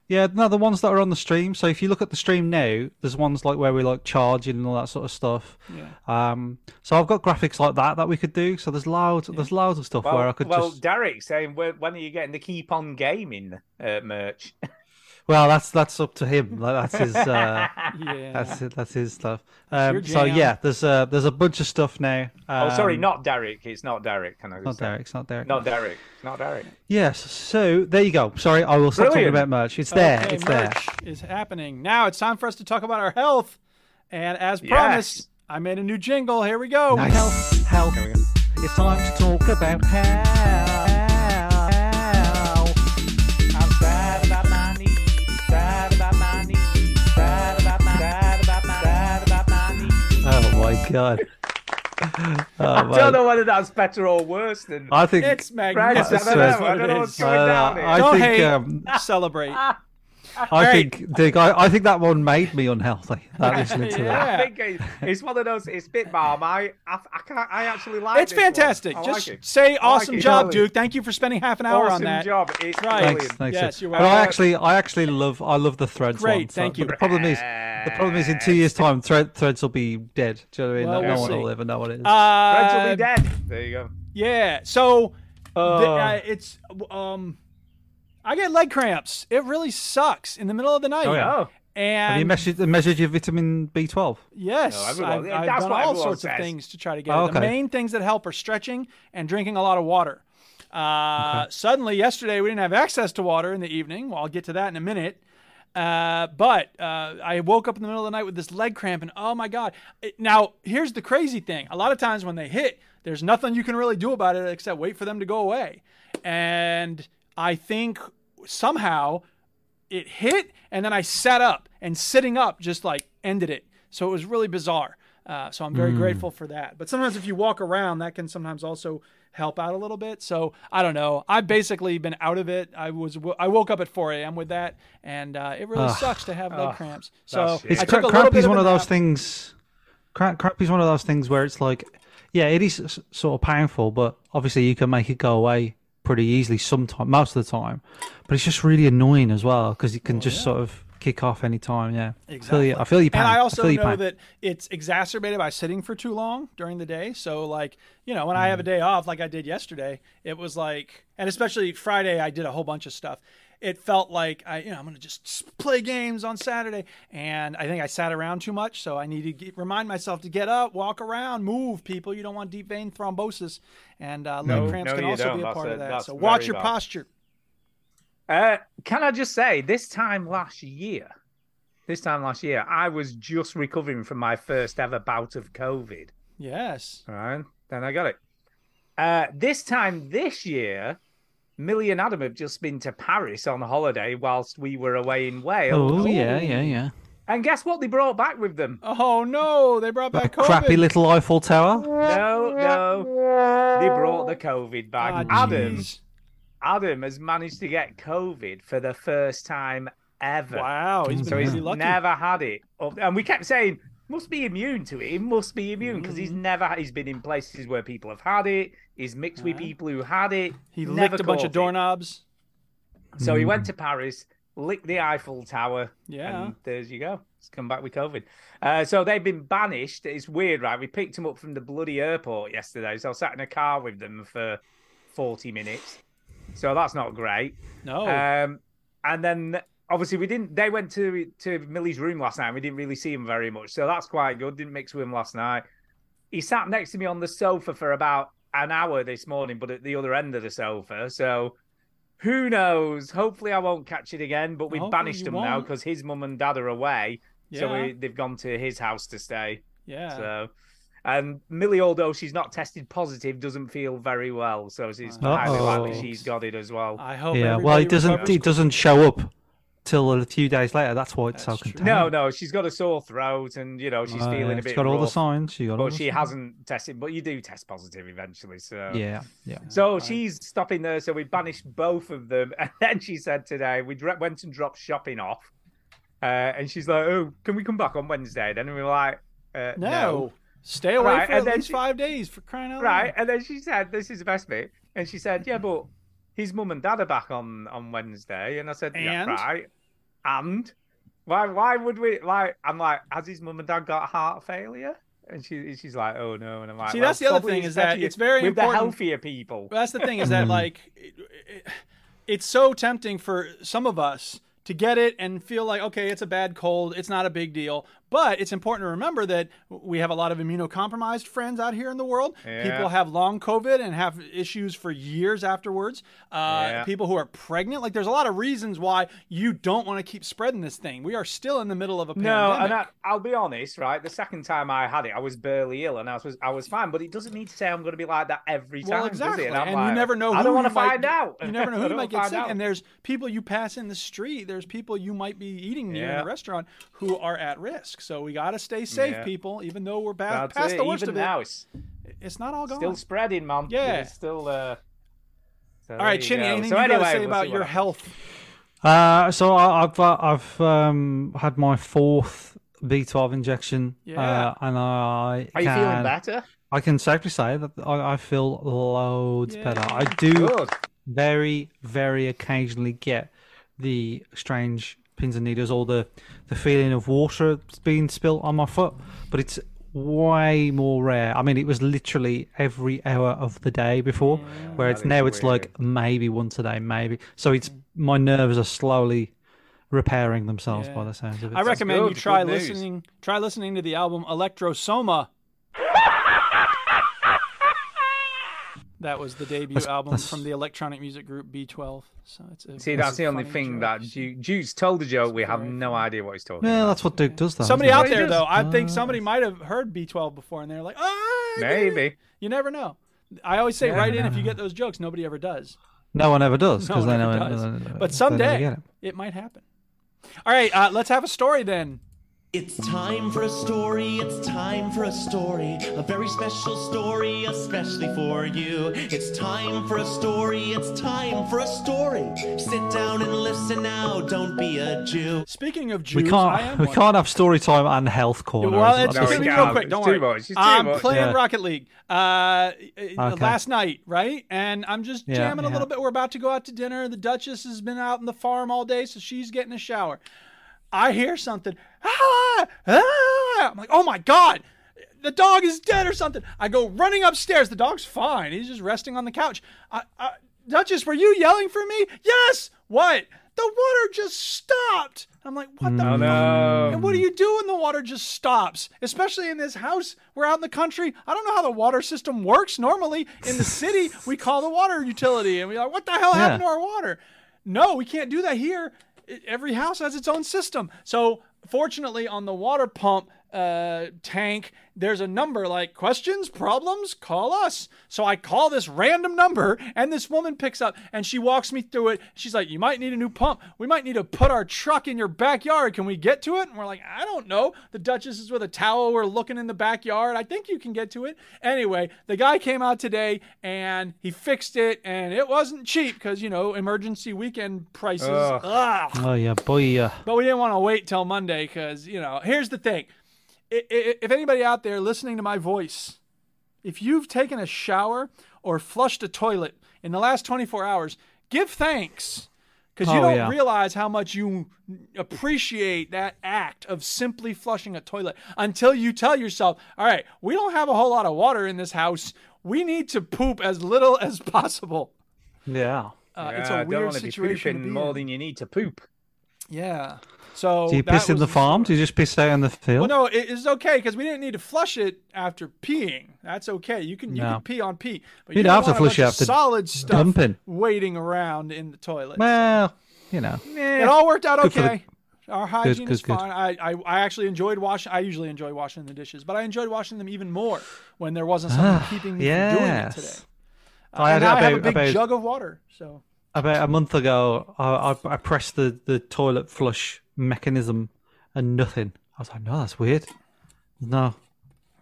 [SPEAKER 4] Yeah, no, the ones that are on the stream. So if you look at the stream now, there's ones like where we like charging and all that sort of stuff.
[SPEAKER 1] Yeah.
[SPEAKER 4] Um, so I've got graphics like that that we could do. So there's loads, there's loads of stuff
[SPEAKER 5] Well,
[SPEAKER 4] where I could
[SPEAKER 5] well
[SPEAKER 4] just.
[SPEAKER 5] Derek saying, "When when are you getting the keep on gaming uh, merch?"
[SPEAKER 4] Well, that's that's up to him. Like, that's
[SPEAKER 5] *laughs*
[SPEAKER 4] his. Uh,
[SPEAKER 1] Yeah.
[SPEAKER 4] *laughs* that's it. That's his stuff.
[SPEAKER 1] your
[SPEAKER 4] Um, so
[SPEAKER 1] jam.
[SPEAKER 4] yeah, there's a there's a bunch of stuff now.
[SPEAKER 5] oh, sorry,
[SPEAKER 4] Um,
[SPEAKER 5] not Derek. It's not Derek. Can I just
[SPEAKER 4] Not
[SPEAKER 5] say?
[SPEAKER 4] Derek. It's not Derek.
[SPEAKER 5] Not Derek. It's not Derek.
[SPEAKER 4] Yes. So there you go. Sorry, I will stop
[SPEAKER 5] Brilliant.
[SPEAKER 4] talking about merch. It's there.
[SPEAKER 1] okay,
[SPEAKER 4] it's there.
[SPEAKER 1] merch is happening now. It's time for us to talk about our health, and as
[SPEAKER 5] Yes.
[SPEAKER 1] promised, I made a new jingle. Here we go.
[SPEAKER 4] Health. Health.
[SPEAKER 5] There we go.
[SPEAKER 4] It's time to talk about health.
[SPEAKER 5] I'm sad about my knees. Sad about my knees. Sad about my. Sad about my. Sad about my knees.
[SPEAKER 4] Oh my god.
[SPEAKER 5] *laughs*
[SPEAKER 4] Oh,
[SPEAKER 5] I don't
[SPEAKER 4] man.
[SPEAKER 5] know whether that's better or worse than.
[SPEAKER 4] I think. *laughs*
[SPEAKER 1] It's
[SPEAKER 5] Right,
[SPEAKER 1] magnificent.
[SPEAKER 5] I don't
[SPEAKER 4] That's
[SPEAKER 5] know. I don't know what's
[SPEAKER 1] That's
[SPEAKER 4] uh,
[SPEAKER 5] going down here. Oh,
[SPEAKER 4] I
[SPEAKER 1] Don't
[SPEAKER 4] think.
[SPEAKER 1] hate.
[SPEAKER 4] Um,
[SPEAKER 5] *laughs*
[SPEAKER 1] Celebrate.
[SPEAKER 4] I think. Dick, I, I think that one made me unhealthy.
[SPEAKER 5] *laughs*
[SPEAKER 4] That listening to that.
[SPEAKER 1] Yeah.
[SPEAKER 5] I think it- it's one of those. It's a bit Marmite. I, I can't. I actually like.
[SPEAKER 1] It's
[SPEAKER 5] this one.
[SPEAKER 1] fantastic.
[SPEAKER 5] I
[SPEAKER 1] Just
[SPEAKER 5] like it.
[SPEAKER 1] say
[SPEAKER 5] I like
[SPEAKER 1] awesome
[SPEAKER 5] it.
[SPEAKER 1] job,
[SPEAKER 5] Totally.
[SPEAKER 1] Duke. Thank you for spending half an hour
[SPEAKER 5] Awesome
[SPEAKER 1] on that.
[SPEAKER 5] job. It's
[SPEAKER 1] Right.
[SPEAKER 4] Thanks,
[SPEAKER 5] brilliant.
[SPEAKER 4] thanks.
[SPEAKER 1] Yes, you're
[SPEAKER 4] But I
[SPEAKER 1] welcome.
[SPEAKER 4] actually, I actually love, I love the threads one.
[SPEAKER 1] Great, thank
[SPEAKER 4] but
[SPEAKER 1] you.
[SPEAKER 4] The problem is, the problem is, in two years' time, thread, threads will be dead. Do you know what I mean?
[SPEAKER 1] Well,
[SPEAKER 4] no
[SPEAKER 1] we'll
[SPEAKER 4] one
[SPEAKER 1] see.
[SPEAKER 4] will ever know what it is.
[SPEAKER 5] Reds will
[SPEAKER 1] Uh,
[SPEAKER 5] be dead. There you go.
[SPEAKER 1] yeah. So the,
[SPEAKER 4] Oh.
[SPEAKER 1] uh, it's um, I get leg cramps. It really sucks in the middle of the night.
[SPEAKER 4] Oh, yeah.
[SPEAKER 5] Oh.
[SPEAKER 1] And
[SPEAKER 4] Have you measured, measured your vitamin B12?
[SPEAKER 1] yes,
[SPEAKER 5] No, everyone-
[SPEAKER 1] I've,
[SPEAKER 5] yeah,
[SPEAKER 1] I've
[SPEAKER 5] that's
[SPEAKER 1] done
[SPEAKER 5] what
[SPEAKER 1] all
[SPEAKER 5] everyone
[SPEAKER 1] sorts of
[SPEAKER 5] says.
[SPEAKER 1] things to try to get
[SPEAKER 4] Oh,
[SPEAKER 1] it. The
[SPEAKER 4] okay.
[SPEAKER 1] main things that help are stretching and drinking a lot of water. Uh, Suddenly, yesterday we didn't have access to water in the evening. Well, I'll get to that in a minute. Uh, but uh, I woke up in the middle of the night with this leg cramp, and oh my god! It- now here's the crazy thing: a lot of times when they hit, there's nothing you can really do about it except wait for them to go away. And I think somehow it hit, and then I sat up, and sitting up just like ended it. So it was really bizarre. Uh, so I'm very grateful for that. But sometimes if you walk around, that can sometimes also help out a little bit. So I don't know. I've basically been out of it. I was I woke up at 4 a.m. with that, and uh, it really sucks to have leg cramps. So
[SPEAKER 5] shit.
[SPEAKER 1] I
[SPEAKER 4] It's
[SPEAKER 1] took a
[SPEAKER 4] cra-
[SPEAKER 1] little
[SPEAKER 4] crappy's
[SPEAKER 1] bit of
[SPEAKER 4] one
[SPEAKER 1] a
[SPEAKER 4] of those
[SPEAKER 1] nap.
[SPEAKER 4] things. Crap, crappy's one of those things where it's like, yeah, it is s- sort of painful, but obviously you can make it go away pretty easily. Sometimes, most of the time, but it's just really annoying as well because it can just sort of kick off any time. Yeah,
[SPEAKER 1] Oh, Exactly.
[SPEAKER 4] I feel you. I feel you.
[SPEAKER 1] And I also
[SPEAKER 4] feel your
[SPEAKER 1] know
[SPEAKER 4] pain.
[SPEAKER 1] that it's exacerbated by sitting for too long during the day. So, like, you know, when I
[SPEAKER 4] Mm.
[SPEAKER 1] have a day off, like I did yesterday, it was like, and especially Friday, I did a whole bunch of stuff. It felt like I, you know, I'm going to just s- play games on Saturday. And I think I sat around too much. So I need to get, remind myself to get up, walk around, move people. You don't want deep vein thrombosis. And uh, leg cramps
[SPEAKER 5] no,
[SPEAKER 1] can
[SPEAKER 5] you
[SPEAKER 1] also
[SPEAKER 5] don't.
[SPEAKER 1] be a
[SPEAKER 5] That's
[SPEAKER 1] part
[SPEAKER 5] a-
[SPEAKER 1] of that.
[SPEAKER 5] that's
[SPEAKER 1] So watch
[SPEAKER 5] very
[SPEAKER 1] your
[SPEAKER 5] bad.
[SPEAKER 1] posture.
[SPEAKER 5] Uh, can I just say, this time last year, this time last year, I was just recovering from my first ever bout of COVID.
[SPEAKER 1] Yes.
[SPEAKER 5] Right. Then I got it. Uh, this time this year, Millie and Adam have just been to Paris on holiday whilst we were away in Wales.
[SPEAKER 4] Oh, yeah, yeah, yeah.
[SPEAKER 5] And guess what they brought back with them?
[SPEAKER 1] Oh no, they brought back COVID.
[SPEAKER 4] Crappy little Eiffel Tower.
[SPEAKER 5] No, no. They brought the COVID
[SPEAKER 1] Ah,
[SPEAKER 5] back. Adam,
[SPEAKER 1] jeez.
[SPEAKER 5] Adam has managed to get COVID for the first time ever.
[SPEAKER 1] Wow, he's been
[SPEAKER 5] So he's
[SPEAKER 1] really lucky.
[SPEAKER 5] never had it. Up- And we kept saying, must be immune to it. He must be immune because
[SPEAKER 1] Mm.
[SPEAKER 5] he's never he's been in places where people have had it. He's mixed with people who had it.
[SPEAKER 1] he
[SPEAKER 5] never
[SPEAKER 1] licked a bunch
[SPEAKER 5] caught
[SPEAKER 1] of
[SPEAKER 5] it.
[SPEAKER 1] doorknobs.
[SPEAKER 5] So he went to Paris, licked the Eiffel Tower.
[SPEAKER 1] Yeah.
[SPEAKER 5] And there you go. He's come back with COVID. Uh, so they've been banished. It's weird, right? We picked him up from the bloody airport yesterday. So I sat in a car with them for 40 minutes. So that's not great.
[SPEAKER 1] No.
[SPEAKER 5] Um, and then obviously we didn't. They went to to Millie's room last night. and We didn't really see him very much, so that's quite good. Didn't mix with him last night. He sat next to me on the sofa for about an hour this morning, but at the other end of the sofa. So who knows? Hopefully, I won't catch it again. But we've
[SPEAKER 1] Hopefully
[SPEAKER 5] banished
[SPEAKER 1] you
[SPEAKER 5] him now
[SPEAKER 1] won't.
[SPEAKER 5] because his mum and dad are away, so
[SPEAKER 1] Yeah.
[SPEAKER 5] we, they've gone to his house to stay.
[SPEAKER 1] yeah.
[SPEAKER 5] So. And Millie, although she's not tested positive, doesn't feel very well, so it's highly likely
[SPEAKER 4] Uh-oh.
[SPEAKER 5] she's got it as well.
[SPEAKER 1] I hope.
[SPEAKER 4] Yeah, well, it
[SPEAKER 1] everybody
[SPEAKER 4] doesn't.
[SPEAKER 1] recovers
[SPEAKER 4] It doesn't show up till a few days later. That's why it's so
[SPEAKER 1] That's true.
[SPEAKER 4] contagious.
[SPEAKER 5] No, Oh, no, she's got a sore throat, and you know she's
[SPEAKER 4] Uh,
[SPEAKER 5] feeling a
[SPEAKER 4] it's
[SPEAKER 5] bit.
[SPEAKER 4] got all the
[SPEAKER 5] rough,
[SPEAKER 4] signs. You got all
[SPEAKER 5] but
[SPEAKER 4] the
[SPEAKER 5] she
[SPEAKER 4] signs.
[SPEAKER 5] hasn't tested. But you do test positive eventually, so
[SPEAKER 4] Yeah, yeah.
[SPEAKER 5] So she's stopping there. So we banished both of them, *laughs* and then she said today we dr- went and dropped shopping off, uh, and she's like, "Oh, can we come back on Wednesday?" Then we were like, uh,
[SPEAKER 1] No. Stay away
[SPEAKER 5] Right,
[SPEAKER 1] for
[SPEAKER 5] and
[SPEAKER 1] at
[SPEAKER 5] then
[SPEAKER 1] least
[SPEAKER 5] she-
[SPEAKER 1] five days for crying out
[SPEAKER 5] Right,
[SPEAKER 1] loud.
[SPEAKER 5] and then she said, "This is the best bit," and she said, "Yeah, but his mum and dad are back on on Wednesday," and I said, "Yeah,
[SPEAKER 1] And?
[SPEAKER 5] right." And why? Why would we? Like, I'm like, has his mum and dad got heart failure? And she she's like, "Oh no," and I'm like,
[SPEAKER 1] See,
[SPEAKER 5] "Well,
[SPEAKER 1] that's the other
[SPEAKER 5] probably
[SPEAKER 1] thing is that
[SPEAKER 5] better
[SPEAKER 1] it's very
[SPEAKER 5] with the
[SPEAKER 1] important-
[SPEAKER 5] healthier people.
[SPEAKER 1] Well, that's the thing is
[SPEAKER 5] *clears throat*
[SPEAKER 1] that like it, it, it's so tempting for some of us to get it and feel like okay it's a bad cold it's not a big deal but it's important to remember that we have a lot of immunocompromised friends out here in the world people have long covid and have issues for years afterwards uh,
[SPEAKER 5] Yeah.
[SPEAKER 1] people who are pregnant like there's a lot of reasons why you don't want to keep spreading this thing we are still in the middle of a
[SPEAKER 5] No,
[SPEAKER 1] pandemic
[SPEAKER 5] and I, I'll be honest, right? The second time I had it, I was barely ill, and I was I was fine. But it doesn't need to say I'm going to be like that every time.
[SPEAKER 1] Well,
[SPEAKER 5] does it?
[SPEAKER 1] exactly,
[SPEAKER 5] And, I'm
[SPEAKER 1] and
[SPEAKER 5] like,
[SPEAKER 1] you never know. Who
[SPEAKER 5] I don't
[SPEAKER 1] want
[SPEAKER 5] wanna
[SPEAKER 1] to
[SPEAKER 5] find out.
[SPEAKER 1] You
[SPEAKER 5] *laughs*
[SPEAKER 1] never know
[SPEAKER 5] I
[SPEAKER 1] who you
[SPEAKER 5] don't
[SPEAKER 1] might get
[SPEAKER 5] wanna find
[SPEAKER 1] sick,
[SPEAKER 5] out.
[SPEAKER 1] and there's people you pass in the street. There's people you might be eating near in
[SPEAKER 5] Yeah.
[SPEAKER 1] a restaurant who are at risk. So we gotta stay safe,
[SPEAKER 5] Yeah.
[SPEAKER 1] people. Even though we're back,
[SPEAKER 5] That's
[SPEAKER 1] past
[SPEAKER 5] it.
[SPEAKER 1] the worst
[SPEAKER 5] Even
[SPEAKER 1] of
[SPEAKER 5] now, it's
[SPEAKER 1] it, it's not all gone.
[SPEAKER 5] still spreading, man.
[SPEAKER 1] Yeah.
[SPEAKER 5] it's still. Uh... so
[SPEAKER 1] all right,
[SPEAKER 5] there you
[SPEAKER 1] Chinny,
[SPEAKER 5] go.
[SPEAKER 1] anything
[SPEAKER 5] so
[SPEAKER 1] you
[SPEAKER 5] anyway,
[SPEAKER 1] gotta say
[SPEAKER 5] we'll
[SPEAKER 1] about
[SPEAKER 5] see
[SPEAKER 1] your
[SPEAKER 5] what happens.
[SPEAKER 1] health?
[SPEAKER 4] Uh, so I, I've uh, I've um, had my fourth B12 injection.
[SPEAKER 1] Yeah.
[SPEAKER 4] Uh, and I
[SPEAKER 5] Are you
[SPEAKER 4] can,
[SPEAKER 5] feeling better?
[SPEAKER 4] I can safely say that I, I feel loads better. I do
[SPEAKER 5] Good.
[SPEAKER 4] very very occasionally get the strange pins and needles or the the feeling of water being spilled on my foot, but it's way more rare. I mean, it was literally every hour of the day before, where it's now it's like maybe once a day, maybe. So it's my nerves are slowly repairing themselves by the sounds of it.
[SPEAKER 1] I recommend you
[SPEAKER 5] good,
[SPEAKER 1] try
[SPEAKER 5] good news.
[SPEAKER 1] listening. Try listening to the album Electrosoma. That was the debut album
[SPEAKER 4] that's-
[SPEAKER 1] from the electronic music group B12. So it's a,
[SPEAKER 5] See,
[SPEAKER 1] it's
[SPEAKER 5] that's
[SPEAKER 1] a
[SPEAKER 5] the only
[SPEAKER 1] funny
[SPEAKER 5] thing
[SPEAKER 1] joke.
[SPEAKER 5] that Ju- Jude's told a joke. We have no idea what he's talking
[SPEAKER 4] Yeah,
[SPEAKER 5] about.
[SPEAKER 4] that's what Duke does though.
[SPEAKER 1] Somebody
[SPEAKER 4] isn't
[SPEAKER 1] out
[SPEAKER 4] it?
[SPEAKER 1] there, though, I think
[SPEAKER 4] Ah.
[SPEAKER 1] somebody might have heard B12 before, and they're like, "Ah, I get it."
[SPEAKER 5] Maybe.
[SPEAKER 1] You never know. I always say, write in if you get those jokes. Nobody ever
[SPEAKER 4] *laughs*
[SPEAKER 1] does.
[SPEAKER 4] No one ever does
[SPEAKER 1] No
[SPEAKER 4] because
[SPEAKER 1] one
[SPEAKER 4] they
[SPEAKER 1] ever
[SPEAKER 4] know. uh,
[SPEAKER 1] does.
[SPEAKER 4] they know- they know
[SPEAKER 1] but someday
[SPEAKER 4] get it.
[SPEAKER 1] it. might happen. All right, uh, let's have a story then.
[SPEAKER 7] It's time for a story, it's time for a story, a very special story, especially for you. It's time for a story, it's time for a story. Sit down and listen now, don't be a Jew.
[SPEAKER 1] Speaking of Jews,
[SPEAKER 4] We
[SPEAKER 1] I am
[SPEAKER 4] can't. *laughs* We
[SPEAKER 1] one.
[SPEAKER 4] can't have story time and health corner.
[SPEAKER 1] Well,
[SPEAKER 4] is it?
[SPEAKER 1] it's
[SPEAKER 4] That's
[SPEAKER 1] just gonna
[SPEAKER 4] just-
[SPEAKER 1] be
[SPEAKER 5] we
[SPEAKER 1] real
[SPEAKER 5] can't.
[SPEAKER 1] quick.
[SPEAKER 5] It's
[SPEAKER 1] Don't
[SPEAKER 5] too
[SPEAKER 1] worry.
[SPEAKER 5] much. It's too
[SPEAKER 1] I'm
[SPEAKER 5] much.
[SPEAKER 1] playing
[SPEAKER 4] Yeah.
[SPEAKER 1] Rocket League uh, uh,
[SPEAKER 4] Okay.
[SPEAKER 1] last night, right? And I'm just
[SPEAKER 4] Yeah,
[SPEAKER 1] jamming a
[SPEAKER 4] yeah.
[SPEAKER 1] little bit. We're about to go out to dinner. The Duchess has been out in the farm all day, so she's getting a shower. I hear something. Ah! Ah! I'm like, oh my god, the dog is dead or something. I go running upstairs. The dog's fine. He's just resting on the couch. I, I, Duchess, were you yelling for me? Yes. What? The water just stopped. I'm like, what
[SPEAKER 4] Mm.
[SPEAKER 1] the? fuck? And what do you do when the water just stops? Especially in this house, we're out in the country. I don't know how the water system works normally. In the city, we call the water utility and we're like, what the hell happened to
[SPEAKER 4] Yeah.
[SPEAKER 1] our water? no, we can't do that here. I- Every house has its own system. So, fortunately, on the water pump uh, tank, there's a number like questions, problems, call us. So I call this random number, and this woman picks up and she walks me through it. She's like, You might need a new pump. We might need to put our truck in your backyard. Can we get to it? And we're like, I don't know. The Duchess is with a towel. We're looking in the backyard. I think you can get to it. Anyway, the guy came out today and he fixed it, and it wasn't cheap because, you know, emergency weekend prices.
[SPEAKER 4] Ugh.
[SPEAKER 1] Ugh.
[SPEAKER 4] Oh yeah, boy. Yeah.
[SPEAKER 1] But we didn't want to wait till Monday because, you know, here's the thing. I- i- If anybody out there listening to my voice, if you've taken a shower or flushed a toilet in the last 24 hours, give thanks because you
[SPEAKER 4] Oh,
[SPEAKER 1] don't
[SPEAKER 4] yeah.
[SPEAKER 1] realize how much you appreciate that act of simply flushing a toilet until you tell yourself, all right, we don't have a whole lot of water in this house. We need to poop as little *laughs* as possible.
[SPEAKER 4] Yeah.
[SPEAKER 1] Uh, it's
[SPEAKER 5] Yeah,
[SPEAKER 1] a
[SPEAKER 5] don't
[SPEAKER 1] weird
[SPEAKER 5] want to be
[SPEAKER 1] situation. to
[SPEAKER 5] pooping
[SPEAKER 1] be
[SPEAKER 5] more
[SPEAKER 1] in.
[SPEAKER 5] than you need to poop.
[SPEAKER 1] Yeah. So
[SPEAKER 4] Do you
[SPEAKER 1] that
[SPEAKER 4] piss in
[SPEAKER 1] was
[SPEAKER 4] the farm? Do you just piss out in the
[SPEAKER 1] Well,
[SPEAKER 4] field?
[SPEAKER 1] no, it is okay because we didn't need to flush it after peeing. That's okay. You can you
[SPEAKER 4] No.
[SPEAKER 1] can pee on pee, but
[SPEAKER 4] You
[SPEAKER 1] you
[SPEAKER 4] don't have
[SPEAKER 1] don't
[SPEAKER 4] to
[SPEAKER 1] want a
[SPEAKER 4] flush it
[SPEAKER 1] bunch of
[SPEAKER 4] after
[SPEAKER 1] solid stuff
[SPEAKER 4] dumping.
[SPEAKER 1] waiting around in the toilet.
[SPEAKER 4] Well, you know.
[SPEAKER 1] It all worked out
[SPEAKER 4] Good for the-
[SPEAKER 1] okay. Our hygiene
[SPEAKER 4] good,
[SPEAKER 1] is
[SPEAKER 4] good.
[SPEAKER 1] fine. I, I I actually enjoyed washing. I usually enjoy washing the dishes, but I enjoyed washing them even more when there wasn't something
[SPEAKER 4] Ah,
[SPEAKER 1] keeping me from doing it today.
[SPEAKER 4] yes. I had
[SPEAKER 1] and now I have a
[SPEAKER 4] about-
[SPEAKER 1] big
[SPEAKER 4] about-
[SPEAKER 1] jug of water, so
[SPEAKER 4] About a month ago, I, I, I pressed the, the toilet flush mechanism and nothing. I was like, no, that's weird. No,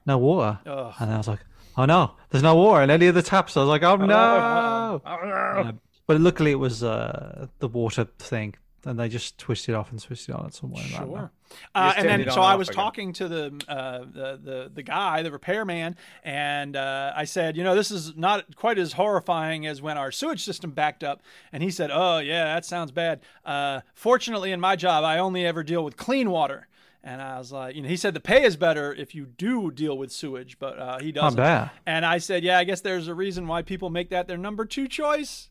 [SPEAKER 4] no water.
[SPEAKER 1] Ugh.
[SPEAKER 4] And I was like, oh no, there's no water in any of the taps. I was like, oh no.
[SPEAKER 5] Uh,
[SPEAKER 4] But luckily, it was uh, the water thing, and they just twisted it off and switched it on at some point. I don't know.
[SPEAKER 1] Sure. Uh, and
[SPEAKER 5] just turned
[SPEAKER 1] then, so
[SPEAKER 5] it on and
[SPEAKER 1] I
[SPEAKER 5] off
[SPEAKER 1] was
[SPEAKER 5] again.
[SPEAKER 1] talking to the, uh, the the the guy, the repairman, and uh, I said, you know, this is not quite as horrifying as when our sewage system backed up. And he said, oh yeah, that sounds bad. Uh, fortunately, in my job, I only ever deal with clean water. And I was like, you know, he said the pay is better if you do deal with sewage, but uh, he doesn't.
[SPEAKER 4] bad.
[SPEAKER 1] And I said, yeah, I guess there's a reason why people make that their number two choice.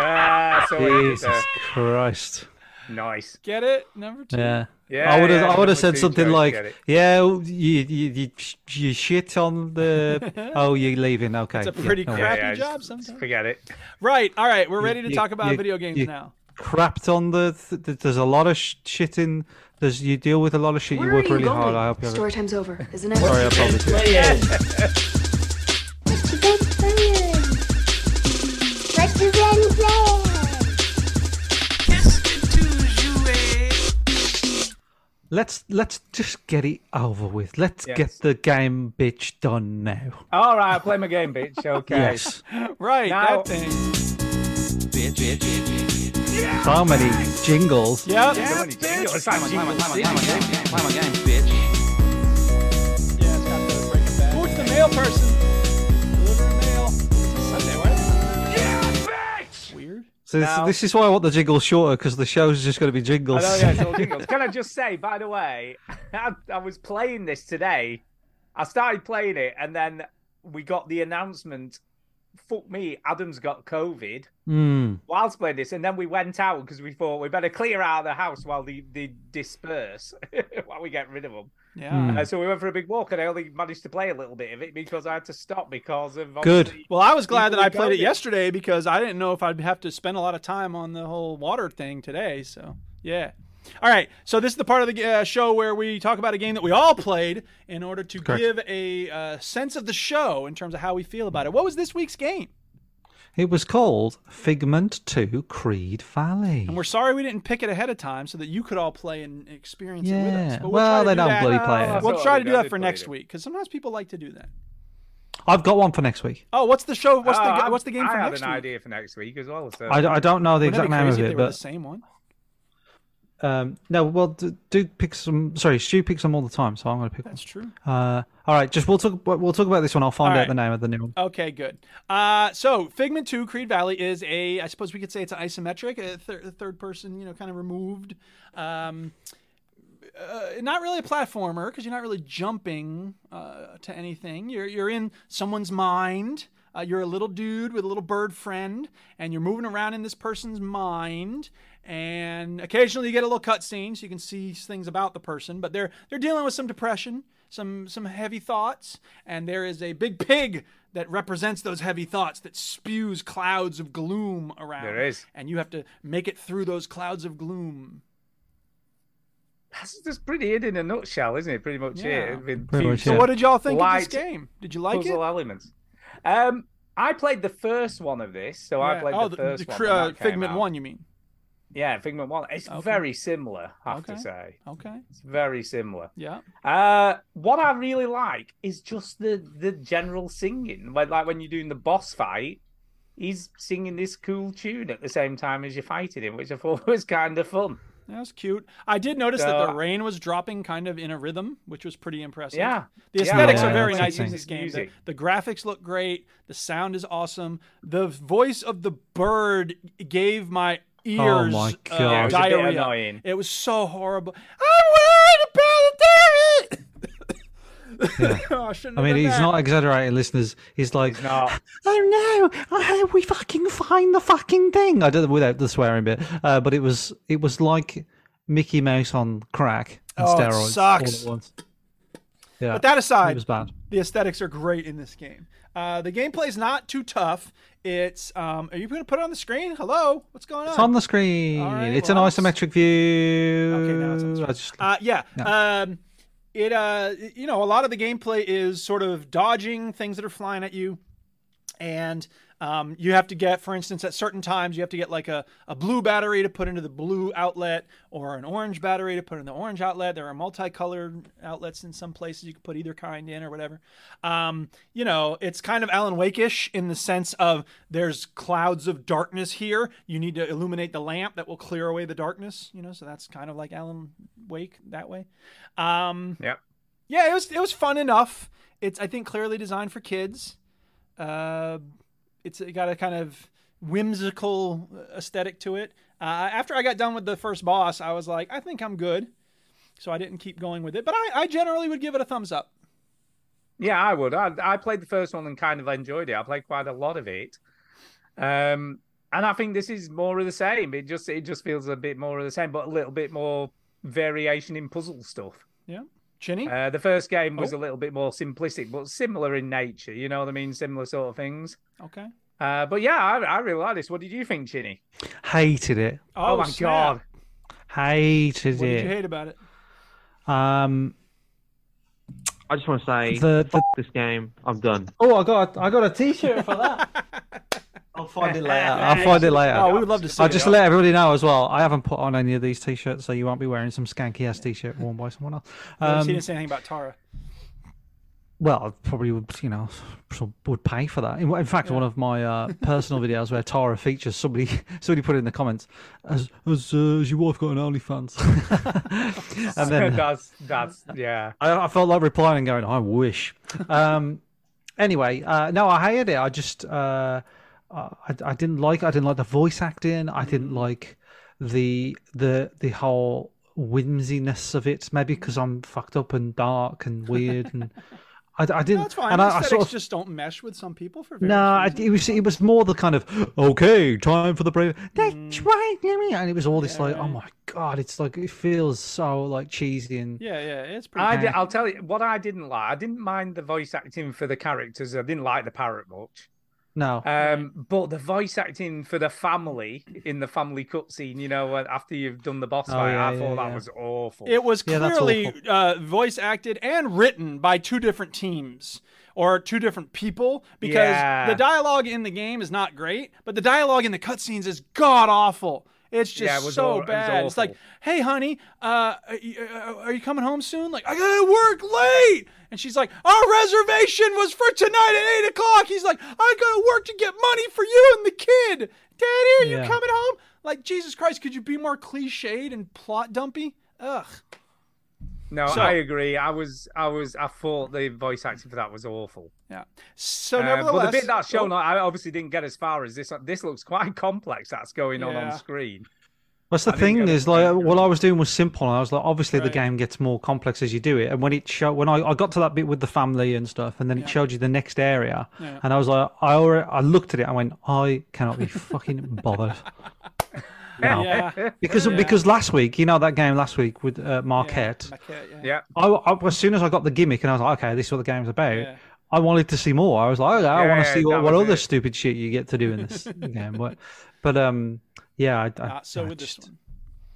[SPEAKER 5] Ah, so it is,
[SPEAKER 4] Jesus
[SPEAKER 5] uh,
[SPEAKER 4] Christ.
[SPEAKER 5] nice.
[SPEAKER 1] Get it? Number two.
[SPEAKER 4] Yeah.
[SPEAKER 5] Yeah,
[SPEAKER 4] I would have.
[SPEAKER 5] yeah,
[SPEAKER 4] I would
[SPEAKER 5] number
[SPEAKER 4] have said
[SPEAKER 5] two,
[SPEAKER 4] something
[SPEAKER 5] Joe, get
[SPEAKER 4] like,
[SPEAKER 5] it.
[SPEAKER 4] "Yeah, you, you you you shit
[SPEAKER 5] *laughs*
[SPEAKER 4] on the. oh, you're leaving. Okay.
[SPEAKER 1] It's a pretty
[SPEAKER 4] no worries.
[SPEAKER 1] crappy
[SPEAKER 5] Yeah,
[SPEAKER 1] job
[SPEAKER 5] just-
[SPEAKER 1] sometimes.
[SPEAKER 5] Forget it.
[SPEAKER 1] Right. All right. We're ready to
[SPEAKER 4] you-
[SPEAKER 1] talk about
[SPEAKER 4] you-
[SPEAKER 1] video games
[SPEAKER 4] you-
[SPEAKER 1] now.
[SPEAKER 4] Crapped on the. Th- th- there's a lot of sh- shit in. There's you deal with a lot of shit. you work really hard. I hope you.
[SPEAKER 3] Story time's
[SPEAKER 12] *laughs*
[SPEAKER 3] over, isn't it?
[SPEAKER 4] Sorry, I probably did.
[SPEAKER 6] What's the best plan? What's the best plan?
[SPEAKER 4] Let's let's just get it over with. Let's get
[SPEAKER 5] Yes.
[SPEAKER 4] the game bitch done now.
[SPEAKER 5] All right, I'll play my game, bitch. Okay.
[SPEAKER 4] Yes.
[SPEAKER 1] Right.
[SPEAKER 5] Now-
[SPEAKER 1] that thing.
[SPEAKER 4] So many jingles.
[SPEAKER 1] Yep.
[SPEAKER 5] Yeah, it's like
[SPEAKER 1] Yeah, it's got the breaking back. Who's the mail person? Delivering mail. Sunday, right? Weird.
[SPEAKER 4] So this,
[SPEAKER 5] Now-
[SPEAKER 4] this is why I want the jingles shorter because the show's just going to be
[SPEAKER 5] I
[SPEAKER 4] jingles.
[SPEAKER 5] know, yeah,
[SPEAKER 1] *laughs*
[SPEAKER 5] it's all jingles. Can I just say, by the way, I, I was playing this today. I started playing it, and then we got the announcement. Fuck me, Adam's got COVID.
[SPEAKER 4] Mm.
[SPEAKER 5] Whilst playing this, and then we went out because we thought we better clear out the house while they, they disperse, *laughs* while we get rid of them.
[SPEAKER 1] Yeah.
[SPEAKER 4] Hmm.
[SPEAKER 5] Uh, so we went for a big walk, and I only managed to play a little bit of it because I had to stop because of
[SPEAKER 4] Good.
[SPEAKER 5] obviously-
[SPEAKER 1] Well, I was glad that
[SPEAKER 5] People
[SPEAKER 1] I
[SPEAKER 5] would go
[SPEAKER 1] played it
[SPEAKER 5] there.
[SPEAKER 1] yesterday because I didn't know if I'd have to spend a lot of time on the whole water thing today. So, yeah. All right. So, this is the part of the uh, show where we talk about a game that we all played in order to
[SPEAKER 4] Correct.
[SPEAKER 1] give a uh, sense of the show in terms of how we feel about it. What was this week's game?
[SPEAKER 4] It was called Figment 2 Creed Valley.
[SPEAKER 1] And we're sorry we didn't pick it ahead of time so that you could all play and experience it with us.
[SPEAKER 4] Yeah.
[SPEAKER 1] But we'll try to
[SPEAKER 4] Well, they
[SPEAKER 1] do
[SPEAKER 4] don't
[SPEAKER 1] that.
[SPEAKER 4] bloody play
[SPEAKER 5] it.
[SPEAKER 1] We'll
[SPEAKER 5] That's
[SPEAKER 1] try
[SPEAKER 5] all
[SPEAKER 1] to
[SPEAKER 5] we
[SPEAKER 1] do
[SPEAKER 5] got.
[SPEAKER 1] that
[SPEAKER 5] They
[SPEAKER 1] for
[SPEAKER 5] played
[SPEAKER 1] next
[SPEAKER 5] it.
[SPEAKER 1] week because sometimes people like to do that.
[SPEAKER 4] I've got one for next week.
[SPEAKER 1] Oh, what's the show? What's
[SPEAKER 5] Oh,
[SPEAKER 1] the
[SPEAKER 5] I-
[SPEAKER 1] what's the game
[SPEAKER 5] I
[SPEAKER 1] for
[SPEAKER 5] had
[SPEAKER 1] next
[SPEAKER 5] an
[SPEAKER 1] week?
[SPEAKER 5] idea for next week as well. So
[SPEAKER 4] I, I don't know the
[SPEAKER 1] Wouldn't
[SPEAKER 4] exact
[SPEAKER 1] it be
[SPEAKER 4] name of
[SPEAKER 1] crazy if
[SPEAKER 4] it,
[SPEAKER 1] they were the
[SPEAKER 4] but
[SPEAKER 1] same one.
[SPEAKER 4] um, no. Well, d- do pick some. Sorry, Stu picks them all the time, so I'm going to pick.
[SPEAKER 1] That's true.
[SPEAKER 4] One. Uh, all right, just we'll talk. We'll talk about this one. I'll find
[SPEAKER 1] All
[SPEAKER 4] out the name of the new one.
[SPEAKER 1] Okay, good. Uh, so Figment Two, Creed Valley is a, I suppose we could say it's an isometric, a thir- third person, you know, kind of removed. Um, uh, not really a platformer because you're not really jumping uh, to anything. You're you're in someone's mind. Uh, you're a little dude with a little bird friend, and you're moving around in this person's mind. And occasionally you get a little cutscene, so you can see things about the person. But they're they're dealing with some depression, some some heavy thoughts, and there is a big pig that represents those heavy thoughts that spews clouds of gloom around.
[SPEAKER 5] There is.
[SPEAKER 1] and you have to make it through those clouds of gloom.
[SPEAKER 5] That's, that's pretty it in a nutshell, isn't it? Pretty much
[SPEAKER 1] Yeah.
[SPEAKER 5] it. With
[SPEAKER 4] Pretty
[SPEAKER 5] few
[SPEAKER 4] much
[SPEAKER 1] So,
[SPEAKER 4] Yeah.
[SPEAKER 1] what did y'all think of
[SPEAKER 5] Light
[SPEAKER 1] this game? Did you like it?
[SPEAKER 5] puzzle elements. Um, I played the first one of this, so I
[SPEAKER 1] Yeah.
[SPEAKER 5] played
[SPEAKER 1] oh,
[SPEAKER 5] the first one.
[SPEAKER 1] cr-
[SPEAKER 5] when
[SPEAKER 1] uh,
[SPEAKER 5] that came
[SPEAKER 1] Figment
[SPEAKER 5] out.
[SPEAKER 1] One, you mean?
[SPEAKER 5] Yeah, Figment One. It's
[SPEAKER 1] Okay.
[SPEAKER 5] very similar, I have
[SPEAKER 1] Okay.
[SPEAKER 5] to say.
[SPEAKER 1] Okay.
[SPEAKER 5] It's very similar.
[SPEAKER 1] Yeah.
[SPEAKER 5] Uh, what I really like is just the the general singing. Like, like when you're doing the boss fight, he's singing this cool tune at the same time as you're fighting him, which I thought *laughs* was kind of fun.
[SPEAKER 1] That was cute. I did notice that the
[SPEAKER 5] Uh,
[SPEAKER 1] rain was dropping kind of in a rhythm, which was pretty impressive.
[SPEAKER 5] Yeah.
[SPEAKER 1] The
[SPEAKER 5] Yeah,
[SPEAKER 1] aesthetics
[SPEAKER 4] yeah,
[SPEAKER 1] are very
[SPEAKER 4] that's
[SPEAKER 1] nice in
[SPEAKER 4] insane.
[SPEAKER 1] this game. The,
[SPEAKER 5] Music.
[SPEAKER 1] the graphics look great. The sound is awesome. The voice of the bird gave my ears
[SPEAKER 4] my
[SPEAKER 1] uh,
[SPEAKER 4] God. Yeah, it
[SPEAKER 5] was a bit
[SPEAKER 1] diarrhea.
[SPEAKER 5] annoying.
[SPEAKER 1] It was so horrible. I'm worried about the dairy. *laughs* oh, I, shouldn't
[SPEAKER 4] I
[SPEAKER 1] have
[SPEAKER 4] mean,
[SPEAKER 1] done
[SPEAKER 4] he's
[SPEAKER 1] that.
[SPEAKER 4] not exaggerating, listeners. He's like,
[SPEAKER 5] No,
[SPEAKER 4] oh no, I hope we fucking find the fucking thing. I did without the swearing bit, uh, but it was it was like Mickey Mouse on crack and
[SPEAKER 1] Oh, it
[SPEAKER 4] steroids. all
[SPEAKER 1] sucks.
[SPEAKER 4] at once. Yeah,
[SPEAKER 1] But that
[SPEAKER 4] it
[SPEAKER 1] aside,
[SPEAKER 4] was bad.
[SPEAKER 1] the aesthetics are great in this game. Uh, the gameplay's not too tough. It's um, are you going to put it on the screen? Hello, what's going
[SPEAKER 4] It's on the screen.
[SPEAKER 1] All right,
[SPEAKER 4] it's
[SPEAKER 1] well,
[SPEAKER 4] an
[SPEAKER 1] that's-
[SPEAKER 4] isometric view.
[SPEAKER 1] Okay, now it's on the
[SPEAKER 4] Mm, I
[SPEAKER 1] screen.
[SPEAKER 4] just-
[SPEAKER 1] Uh, yeah. Um, it uh, you know, a lot of the gameplay is sort of dodging things that are flying at you, and um, you have to get, for instance, at certain times you have to get like a, a blue battery to put into the blue outlet, or an orange battery to put in the orange outlet. There are multicolored outlets in some places you can put either kind in or whatever. Um, you know, it's kind of Alan Wake-ish in the sense of there's clouds of darkness here. You need to illuminate the lamp that will clear away the darkness. You know, so that's kind of like Alan Wake that way. Um,
[SPEAKER 5] Yep.
[SPEAKER 1] Yeah, it was it was fun enough. It's I think clearly designed for kids. Uh, it's it got a kind of whimsical aesthetic to it. Uh, after I got done with the first boss, I was like, I think I'm good. So I didn't keep going with it, but I, I generally would give it a thumbs up.
[SPEAKER 5] Yeah, I would. I, I played the first one and kind of enjoyed it. I played quite a lot of it, um, and I think this is more of the same. It just it just feels a bit more of the same, but a little bit more variation in puzzle stuff.
[SPEAKER 1] Yeah, Chinny.
[SPEAKER 5] Uh, the first game was
[SPEAKER 1] Oh.
[SPEAKER 5] a little bit more simplistic, but similar in nature. You know what I mean? Similar sort of things.
[SPEAKER 1] okay.
[SPEAKER 5] Uh, but yeah, I, I really like this. What did you think, Chinny?
[SPEAKER 4] Hated it.
[SPEAKER 5] Oh, my
[SPEAKER 1] snap. *laughs*
[SPEAKER 5] god!
[SPEAKER 4] Hated
[SPEAKER 1] What did you
[SPEAKER 4] it.
[SPEAKER 1] hate about it?
[SPEAKER 4] Um,
[SPEAKER 11] I just want to say,
[SPEAKER 4] the, the
[SPEAKER 11] this game, I'm done.
[SPEAKER 4] oh, I got I got a T-shirt for that. I'll find it later. I'll find it later.
[SPEAKER 1] Oh, we would love to see.
[SPEAKER 4] I'll
[SPEAKER 1] it.
[SPEAKER 4] just let everybody know as well. I haven't put on any of these T-shirts, so you won't be wearing some skanky ass T-shirt worn by someone else.
[SPEAKER 1] Notice he
[SPEAKER 4] Um,
[SPEAKER 1] didn't say anything about Tara.
[SPEAKER 4] Well, I probably would, you know, so- would pay for that. In, in fact, one of my uh, personal videos where Tara features, somebody *laughs* somebody put it in the comments, "Has, has, uh, has your wife got an *laughs* OnlyFans?" and
[SPEAKER 5] *laughs*
[SPEAKER 4] then
[SPEAKER 5] that's that's yeah.
[SPEAKER 4] I, I felt like replying and going, "I wish." Um, anyway, uh, no, I hated it. I just uh, I, I didn't like. I didn't like the voice acting. I
[SPEAKER 5] Mm.
[SPEAKER 4] didn't like the the the whole whimsiness of it. Maybe because I'm fucked up and dark and
[SPEAKER 1] *laughs*
[SPEAKER 4] weird and. I, I didn't.
[SPEAKER 1] That's fine.
[SPEAKER 4] And I, I
[SPEAKER 1] Aesthetics
[SPEAKER 4] sort of,
[SPEAKER 1] just don't mesh with some people for various
[SPEAKER 4] no, I-
[SPEAKER 1] reasons.
[SPEAKER 4] it was it was more the kind of okay, time for the break.
[SPEAKER 1] Mm.
[SPEAKER 4] That's right, Jimmy," and it was all this like, oh my god, it's like it feels so like cheesy and
[SPEAKER 1] Yeah, yeah, it's pretty.
[SPEAKER 5] I
[SPEAKER 1] bad.
[SPEAKER 5] did, I'll tell you what I didn't like. I didn't mind the voice acting for the characters. I didn't like the parrot much.
[SPEAKER 4] no,
[SPEAKER 1] Uh,
[SPEAKER 5] Um, but the voice acting for the family in the family cutscene, you know, when- after you've done the boss
[SPEAKER 4] Oh,
[SPEAKER 5] fight,
[SPEAKER 4] yeah,
[SPEAKER 5] I
[SPEAKER 4] yeah,
[SPEAKER 5] thought that
[SPEAKER 4] yeah.
[SPEAKER 5] was awful.
[SPEAKER 1] It was
[SPEAKER 4] Yeah, that's
[SPEAKER 1] clearly
[SPEAKER 4] awful.
[SPEAKER 1] uh, voice acted and written by two different teams or two different people because
[SPEAKER 5] Yeah.
[SPEAKER 1] the dialogue in the game is not great, but the dialogue in the cutscenes is god awful. It's just
[SPEAKER 5] Yeah, it was
[SPEAKER 1] so
[SPEAKER 5] aw- it was
[SPEAKER 1] bad. it's like,
[SPEAKER 5] awful.
[SPEAKER 1] hey, honey, uh, are, you, uh, are you coming home soon? Like, I gotta work late. And she's like, our reservation was for tonight at eight o'clock. He's like, I gotta work to get money for you and the kid. Daddy, are you
[SPEAKER 4] Yeah.
[SPEAKER 1] coming home? Like, Jesus Christ, could you be more cliched and plot dumpy? Ugh.
[SPEAKER 5] no,
[SPEAKER 1] so-
[SPEAKER 5] I agree. I was, I was, I thought the voice acting for that was awful.
[SPEAKER 1] Yeah. So
[SPEAKER 5] Uh,
[SPEAKER 1] nevertheless,
[SPEAKER 5] but the bit that's shown,
[SPEAKER 1] Oh,
[SPEAKER 5] I obviously didn't get as far as this. uh, This looks quite *laughs* complex. That's going on
[SPEAKER 1] Yeah.
[SPEAKER 5] on screen.
[SPEAKER 4] That's the
[SPEAKER 5] I didn't
[SPEAKER 4] thing
[SPEAKER 5] get it.
[SPEAKER 4] is like what I was doing was simple. And I was like, obviously the
[SPEAKER 1] Right.
[SPEAKER 4] game gets more complex as you do it. And when it show when I, I got to that bit with the family and stuff, and then it showed you the next area,
[SPEAKER 1] Yeah.
[SPEAKER 4] and I was like, I already I looked at it. and went, I cannot be fucking
[SPEAKER 5] *laughs*
[SPEAKER 4] bothered. No.
[SPEAKER 1] *laughs* yeah.
[SPEAKER 4] Because
[SPEAKER 1] Yeah.
[SPEAKER 4] because last week, you know that game last week with uh, Marquette.
[SPEAKER 1] Maquette, yeah.
[SPEAKER 5] Yeah,
[SPEAKER 4] I, I- as soon as I got the gimmick and I was like, okay, this is what the game's about.
[SPEAKER 1] Yeah.
[SPEAKER 4] I wanted to see more. I was like, okay, I want to
[SPEAKER 5] Yeah,
[SPEAKER 4] see what,
[SPEAKER 5] that
[SPEAKER 4] what
[SPEAKER 5] was
[SPEAKER 4] other
[SPEAKER 5] it.
[SPEAKER 4] stupid shit you get to do
[SPEAKER 1] *laughs*
[SPEAKER 4] in this game. But, but um, yeah, I, I
[SPEAKER 1] Not Uh, so
[SPEAKER 4] I
[SPEAKER 1] with this
[SPEAKER 4] just-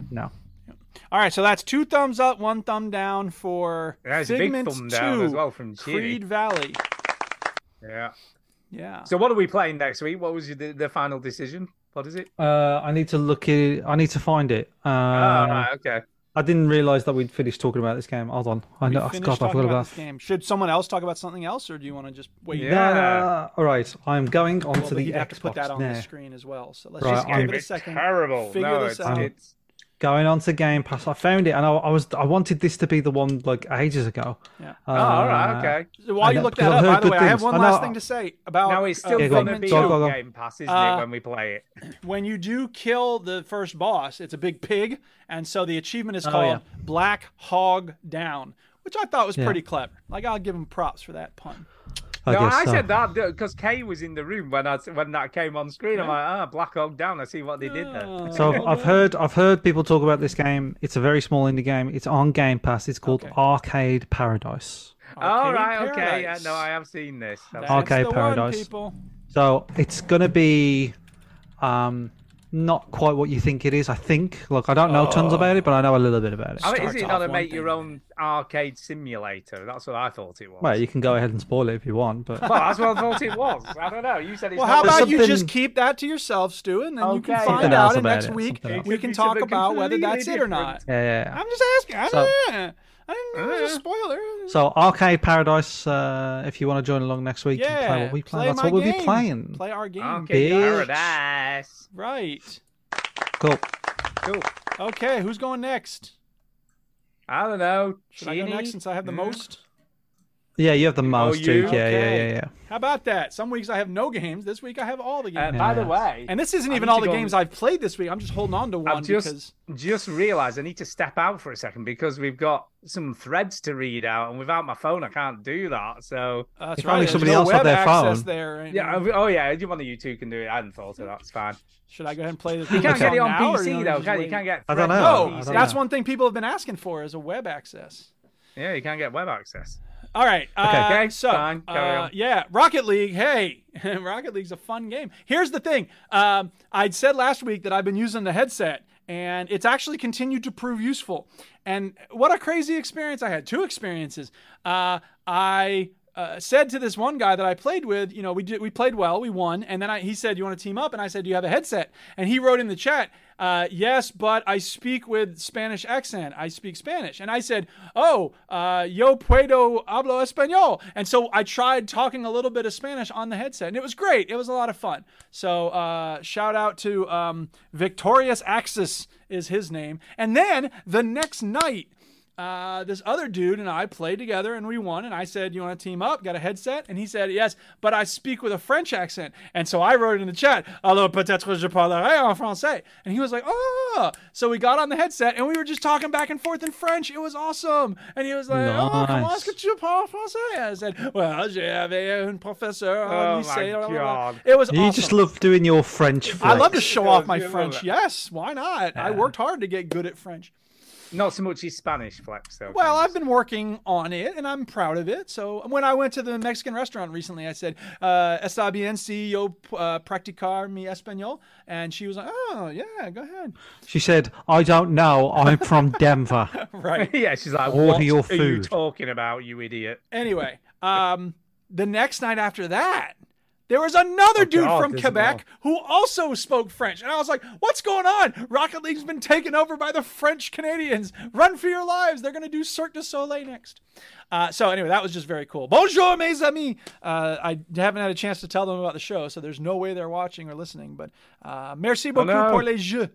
[SPEAKER 1] one.
[SPEAKER 4] No,
[SPEAKER 1] All right, so that's two thumbs up, one thumb down for
[SPEAKER 5] That's a big
[SPEAKER 1] Figment
[SPEAKER 5] thumb
[SPEAKER 1] 2,
[SPEAKER 5] down as well from Chidi.
[SPEAKER 1] Creed Valley.
[SPEAKER 5] Yeah.
[SPEAKER 1] Yeah.
[SPEAKER 5] So what are we playing next week? What was your, the, the final decision? What is it?
[SPEAKER 4] uh, I need to look it. I need to find it. Uh,
[SPEAKER 5] oh, right, okay.
[SPEAKER 4] I didn't realize that we'd finished talking about this game. Hold on, I
[SPEAKER 1] We
[SPEAKER 4] know. oh,
[SPEAKER 1] finished
[SPEAKER 4] God, I
[SPEAKER 1] talking
[SPEAKER 4] forgot about.
[SPEAKER 1] this game. Should someone else talk about something else, or do you want to just wait?
[SPEAKER 5] Yeah.
[SPEAKER 4] No, no, no. All right, Uh, I'm going onto
[SPEAKER 1] Well, but
[SPEAKER 4] the
[SPEAKER 1] you'd
[SPEAKER 4] Xbox
[SPEAKER 1] have to put that on
[SPEAKER 4] now.
[SPEAKER 1] the screen as well. So let's
[SPEAKER 4] Right,
[SPEAKER 1] just give
[SPEAKER 4] I'm-
[SPEAKER 1] it a second.
[SPEAKER 5] Terrible.
[SPEAKER 1] Figure
[SPEAKER 5] no,
[SPEAKER 1] this
[SPEAKER 5] it's,
[SPEAKER 1] out.
[SPEAKER 5] it's
[SPEAKER 4] Going on to Game Pass, I found it, and I, I was I wanted this to be the one like ages ago.
[SPEAKER 1] Yeah.
[SPEAKER 4] Uh,
[SPEAKER 5] oh, all right, okay.
[SPEAKER 1] So while
[SPEAKER 4] I
[SPEAKER 1] you
[SPEAKER 4] know,
[SPEAKER 1] look
[SPEAKER 4] because
[SPEAKER 1] that up,
[SPEAKER 4] I've heard
[SPEAKER 1] by the
[SPEAKER 4] good
[SPEAKER 1] way, I have
[SPEAKER 4] things.
[SPEAKER 1] one
[SPEAKER 4] I know-
[SPEAKER 1] last thing to say about
[SPEAKER 5] Now it's still
[SPEAKER 1] uh,
[SPEAKER 4] Yeah, go on.
[SPEAKER 1] Figment
[SPEAKER 5] going to be
[SPEAKER 4] Go,
[SPEAKER 5] on
[SPEAKER 1] two.
[SPEAKER 4] go, go.
[SPEAKER 5] Game Pass, isn't
[SPEAKER 1] Uh,
[SPEAKER 5] it, when we play it?
[SPEAKER 1] when you do kill the first boss, it's a big pig, and so the achievement is
[SPEAKER 4] Oh,
[SPEAKER 1] called
[SPEAKER 4] yeah.
[SPEAKER 1] Black Hog Down, which I thought was
[SPEAKER 4] Yeah.
[SPEAKER 1] pretty clever. Like I'll give him props for that pun.
[SPEAKER 4] I
[SPEAKER 5] no,
[SPEAKER 4] guess
[SPEAKER 5] I
[SPEAKER 4] so.
[SPEAKER 5] said that because Kay was in the room when I when that came on screen. I'm like, ah, Black Hawk Down. I see what they did there.
[SPEAKER 4] So I've, I've heard I've heard people talk about this game. It's a very small indie game. It's on Game Pass. It's called
[SPEAKER 1] Okay.
[SPEAKER 4] Arcade Paradise.
[SPEAKER 5] All
[SPEAKER 1] Arcade
[SPEAKER 5] right, okay. Yeah,
[SPEAKER 1] Paradise.
[SPEAKER 5] no, I have seen this. I've
[SPEAKER 1] That's
[SPEAKER 5] seen-
[SPEAKER 4] Okay,
[SPEAKER 1] the
[SPEAKER 4] Paradise.
[SPEAKER 1] One, people.
[SPEAKER 4] So it's gonna be um, not quite what you think it is. I think. Look, I don't know tons about it, but I know a little bit about it.
[SPEAKER 5] I mean, Oh, is
[SPEAKER 1] starts
[SPEAKER 5] it
[SPEAKER 1] off
[SPEAKER 5] not a
[SPEAKER 1] one
[SPEAKER 5] make your
[SPEAKER 1] thing.
[SPEAKER 5] own arcade simulator? That's what I thought it was.
[SPEAKER 4] Well, you can go ahead and spoil it if you want, but
[SPEAKER 5] Well, that's what I thought it was. I don't know. You said it's
[SPEAKER 1] Well,
[SPEAKER 5] not
[SPEAKER 1] how
[SPEAKER 4] There's
[SPEAKER 1] about you just
[SPEAKER 4] something-
[SPEAKER 1] keep that to yourself, Stu, and then you can
[SPEAKER 5] Okay.
[SPEAKER 1] find
[SPEAKER 4] Something
[SPEAKER 1] out.
[SPEAKER 4] else
[SPEAKER 1] And
[SPEAKER 4] about
[SPEAKER 1] next
[SPEAKER 4] it,
[SPEAKER 1] week
[SPEAKER 4] something else.
[SPEAKER 1] we
[SPEAKER 5] It could
[SPEAKER 1] can
[SPEAKER 5] be
[SPEAKER 1] talk
[SPEAKER 5] something
[SPEAKER 1] about whether that's it
[SPEAKER 5] completely
[SPEAKER 1] or not.
[SPEAKER 4] yeah, yeah, yeah.
[SPEAKER 1] I'm just asking. I
[SPEAKER 4] So-
[SPEAKER 1] don't know. I didn't know it
[SPEAKER 5] Uh.
[SPEAKER 1] was a
[SPEAKER 4] Yeah.
[SPEAKER 1] spoiler.
[SPEAKER 4] So Arcade Paradise, uh, if you want to join along next week and play
[SPEAKER 1] yeah,
[SPEAKER 4] what we play,
[SPEAKER 1] play
[SPEAKER 4] that's
[SPEAKER 1] my
[SPEAKER 4] what we'll
[SPEAKER 1] game.
[SPEAKER 4] be playing.
[SPEAKER 1] Play our game.
[SPEAKER 5] Arcade
[SPEAKER 4] Bitch.
[SPEAKER 5] Paradise.
[SPEAKER 1] Right.
[SPEAKER 4] Cool.
[SPEAKER 5] Cool.
[SPEAKER 1] Okay, who's going next?
[SPEAKER 5] I don't know.
[SPEAKER 1] Should I go
[SPEAKER 5] Genie?
[SPEAKER 1] next since I have the
[SPEAKER 5] Mm.
[SPEAKER 1] most?
[SPEAKER 4] Yeah, you have the mouse,
[SPEAKER 5] you?
[SPEAKER 4] dude. Yeah, yeah,
[SPEAKER 1] Oh, Okay.
[SPEAKER 4] yeah, yeah.
[SPEAKER 1] How about that? Some weeks I have no games. This week I have all the
[SPEAKER 5] Uh,
[SPEAKER 1] games.
[SPEAKER 5] By the
[SPEAKER 4] Yeah.
[SPEAKER 5] way,
[SPEAKER 1] and this isn't
[SPEAKER 5] I
[SPEAKER 1] even
[SPEAKER 5] need
[SPEAKER 1] all the
[SPEAKER 5] to go
[SPEAKER 1] games
[SPEAKER 5] and-
[SPEAKER 1] I've played this week. I'm just holding on to one
[SPEAKER 5] I've just
[SPEAKER 1] because
[SPEAKER 5] just realised I need to step out for a second because we've got some threads to read out, and without my phone, I can't do that. So
[SPEAKER 1] uh, that's
[SPEAKER 4] If
[SPEAKER 1] right,
[SPEAKER 4] only
[SPEAKER 1] there's
[SPEAKER 4] somebody
[SPEAKER 1] no
[SPEAKER 4] else had
[SPEAKER 1] web
[SPEAKER 4] their
[SPEAKER 1] access
[SPEAKER 4] phone.
[SPEAKER 1] There. right
[SPEAKER 5] yeah.
[SPEAKER 1] now.
[SPEAKER 5] I- Oh yeah. You one of you two can do it. I hadn't thought of that. It's fine.
[SPEAKER 1] Should I go ahead and play this?
[SPEAKER 5] You can't
[SPEAKER 4] Okay.
[SPEAKER 5] get it on
[SPEAKER 1] now, or
[SPEAKER 5] PC
[SPEAKER 1] you
[SPEAKER 5] though.
[SPEAKER 1] just
[SPEAKER 5] Can you?
[SPEAKER 1] wait?
[SPEAKER 5] You can't get.
[SPEAKER 4] I don't
[SPEAKER 5] threads
[SPEAKER 4] know.
[SPEAKER 5] on
[SPEAKER 4] I
[SPEAKER 1] No,
[SPEAKER 4] don't
[SPEAKER 5] PC.
[SPEAKER 1] that's
[SPEAKER 4] know.
[SPEAKER 1] one thing people have been asking for is a web access.
[SPEAKER 5] Yeah, you can't get web access.
[SPEAKER 1] All right. Uh,
[SPEAKER 5] Okay,
[SPEAKER 1] So,
[SPEAKER 5] fine, carry
[SPEAKER 1] uh,
[SPEAKER 5] on.
[SPEAKER 1] yeah, Rocket League. Hey, *laughs* Rocket League's a fun game. Here's the thing. Um, I'd said last week that I've been using the headset, and it's actually continued to prove useful. And what a crazy experience I had. Two experiences. Uh, I. Uh, said to this one guy that I played with, you know, we did, we played well, we won, and then I, he said, "You want to team up?" And I said, "Do you have a headset?" And he wrote in the chat, uh, yes, but I speak with Spanish accent. I speak Spanish. And I said, oh, uh, yo puedo hablo español. And so I tried talking a little bit of Spanish on the headset, and it was great. It was a lot of fun. So uh, shout out to um, Victorious Axis is his name. And then the next night, uh, this other dude and I played together and we won. And I said, You want to team up? Got a headset? And he said, Yes, but I speak with a French accent. And so I wrote in the chat, Alors peut-être je parlerai en français. And he was like, Oh. So we got on the headset and we were just talking back and forth in French. It was awesome. And he was like, Oh, comment
[SPEAKER 4] Nice.
[SPEAKER 1] est-ce que tu parles français? I said, Well, j'avais un professeur
[SPEAKER 5] Oh,
[SPEAKER 1] au
[SPEAKER 5] my
[SPEAKER 1] lycée. blah, blah, blah."
[SPEAKER 5] God.
[SPEAKER 1] It was
[SPEAKER 4] You
[SPEAKER 1] awesome.
[SPEAKER 4] just love doing your French.
[SPEAKER 1] I love
[SPEAKER 4] flex.
[SPEAKER 1] to show off my French. Yes, why not? I worked hard to get good at French.
[SPEAKER 5] Not so much as Spanish flex though.
[SPEAKER 1] Well,
[SPEAKER 5] James.
[SPEAKER 1] I've been working on it, and I'm proud of it. So when I went to the Mexican restaurant recently, I said, uh, "Está bien si yo uh, practicar mi español," and she was like, "Oh, yeah, go ahead."
[SPEAKER 4] She said, "I don't know. I'm *laughs* from Denver."
[SPEAKER 1] Right.
[SPEAKER 5] *laughs* yeah, she's like,
[SPEAKER 4] Order
[SPEAKER 5] what
[SPEAKER 4] your
[SPEAKER 5] are you
[SPEAKER 4] food."
[SPEAKER 5] talking about, you idiot?
[SPEAKER 1] anyway, um, the next night after that, there was another dude
[SPEAKER 5] God,
[SPEAKER 1] from
[SPEAKER 5] there's
[SPEAKER 1] Quebec who also spoke French, and I was like, "What's going on? Rocket League's been taken over by the French Canadians. Run for your lives! They're gonna do Cirque du Soleil next." Uh, so anyway, that was just very cool. Bonjour, mes amis. Uh, I haven't had a chance to tell them about the show, so there's no way they're watching or listening. But uh, merci beaucoup
[SPEAKER 5] no.
[SPEAKER 1] pour les jeux.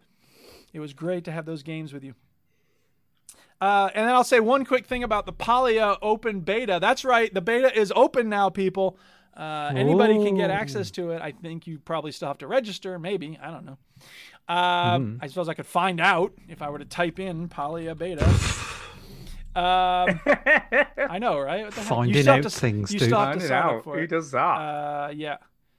[SPEAKER 1] It was great to have those games with you. Uh, and then I'll say one quick thing about the Polya open beta. That's right, the beta is open now, people. Uh, anybody can get
[SPEAKER 4] Ooh.
[SPEAKER 1] access to it. I think you probably still have to register, maybe. I don't know. Uh,
[SPEAKER 4] Hmm.
[SPEAKER 1] I suppose I could find out if I were to type in Polya
[SPEAKER 4] *laughs*
[SPEAKER 1] beta. Um, I know, right? What the heck? You
[SPEAKER 4] Finding
[SPEAKER 1] still have
[SPEAKER 4] out
[SPEAKER 1] to-
[SPEAKER 4] things,
[SPEAKER 1] You
[SPEAKER 4] dude.
[SPEAKER 1] still have
[SPEAKER 5] Find
[SPEAKER 1] to
[SPEAKER 5] it
[SPEAKER 1] sign
[SPEAKER 5] out.
[SPEAKER 1] up for
[SPEAKER 5] Who
[SPEAKER 1] it.
[SPEAKER 5] does that?
[SPEAKER 1] Uh, yeah.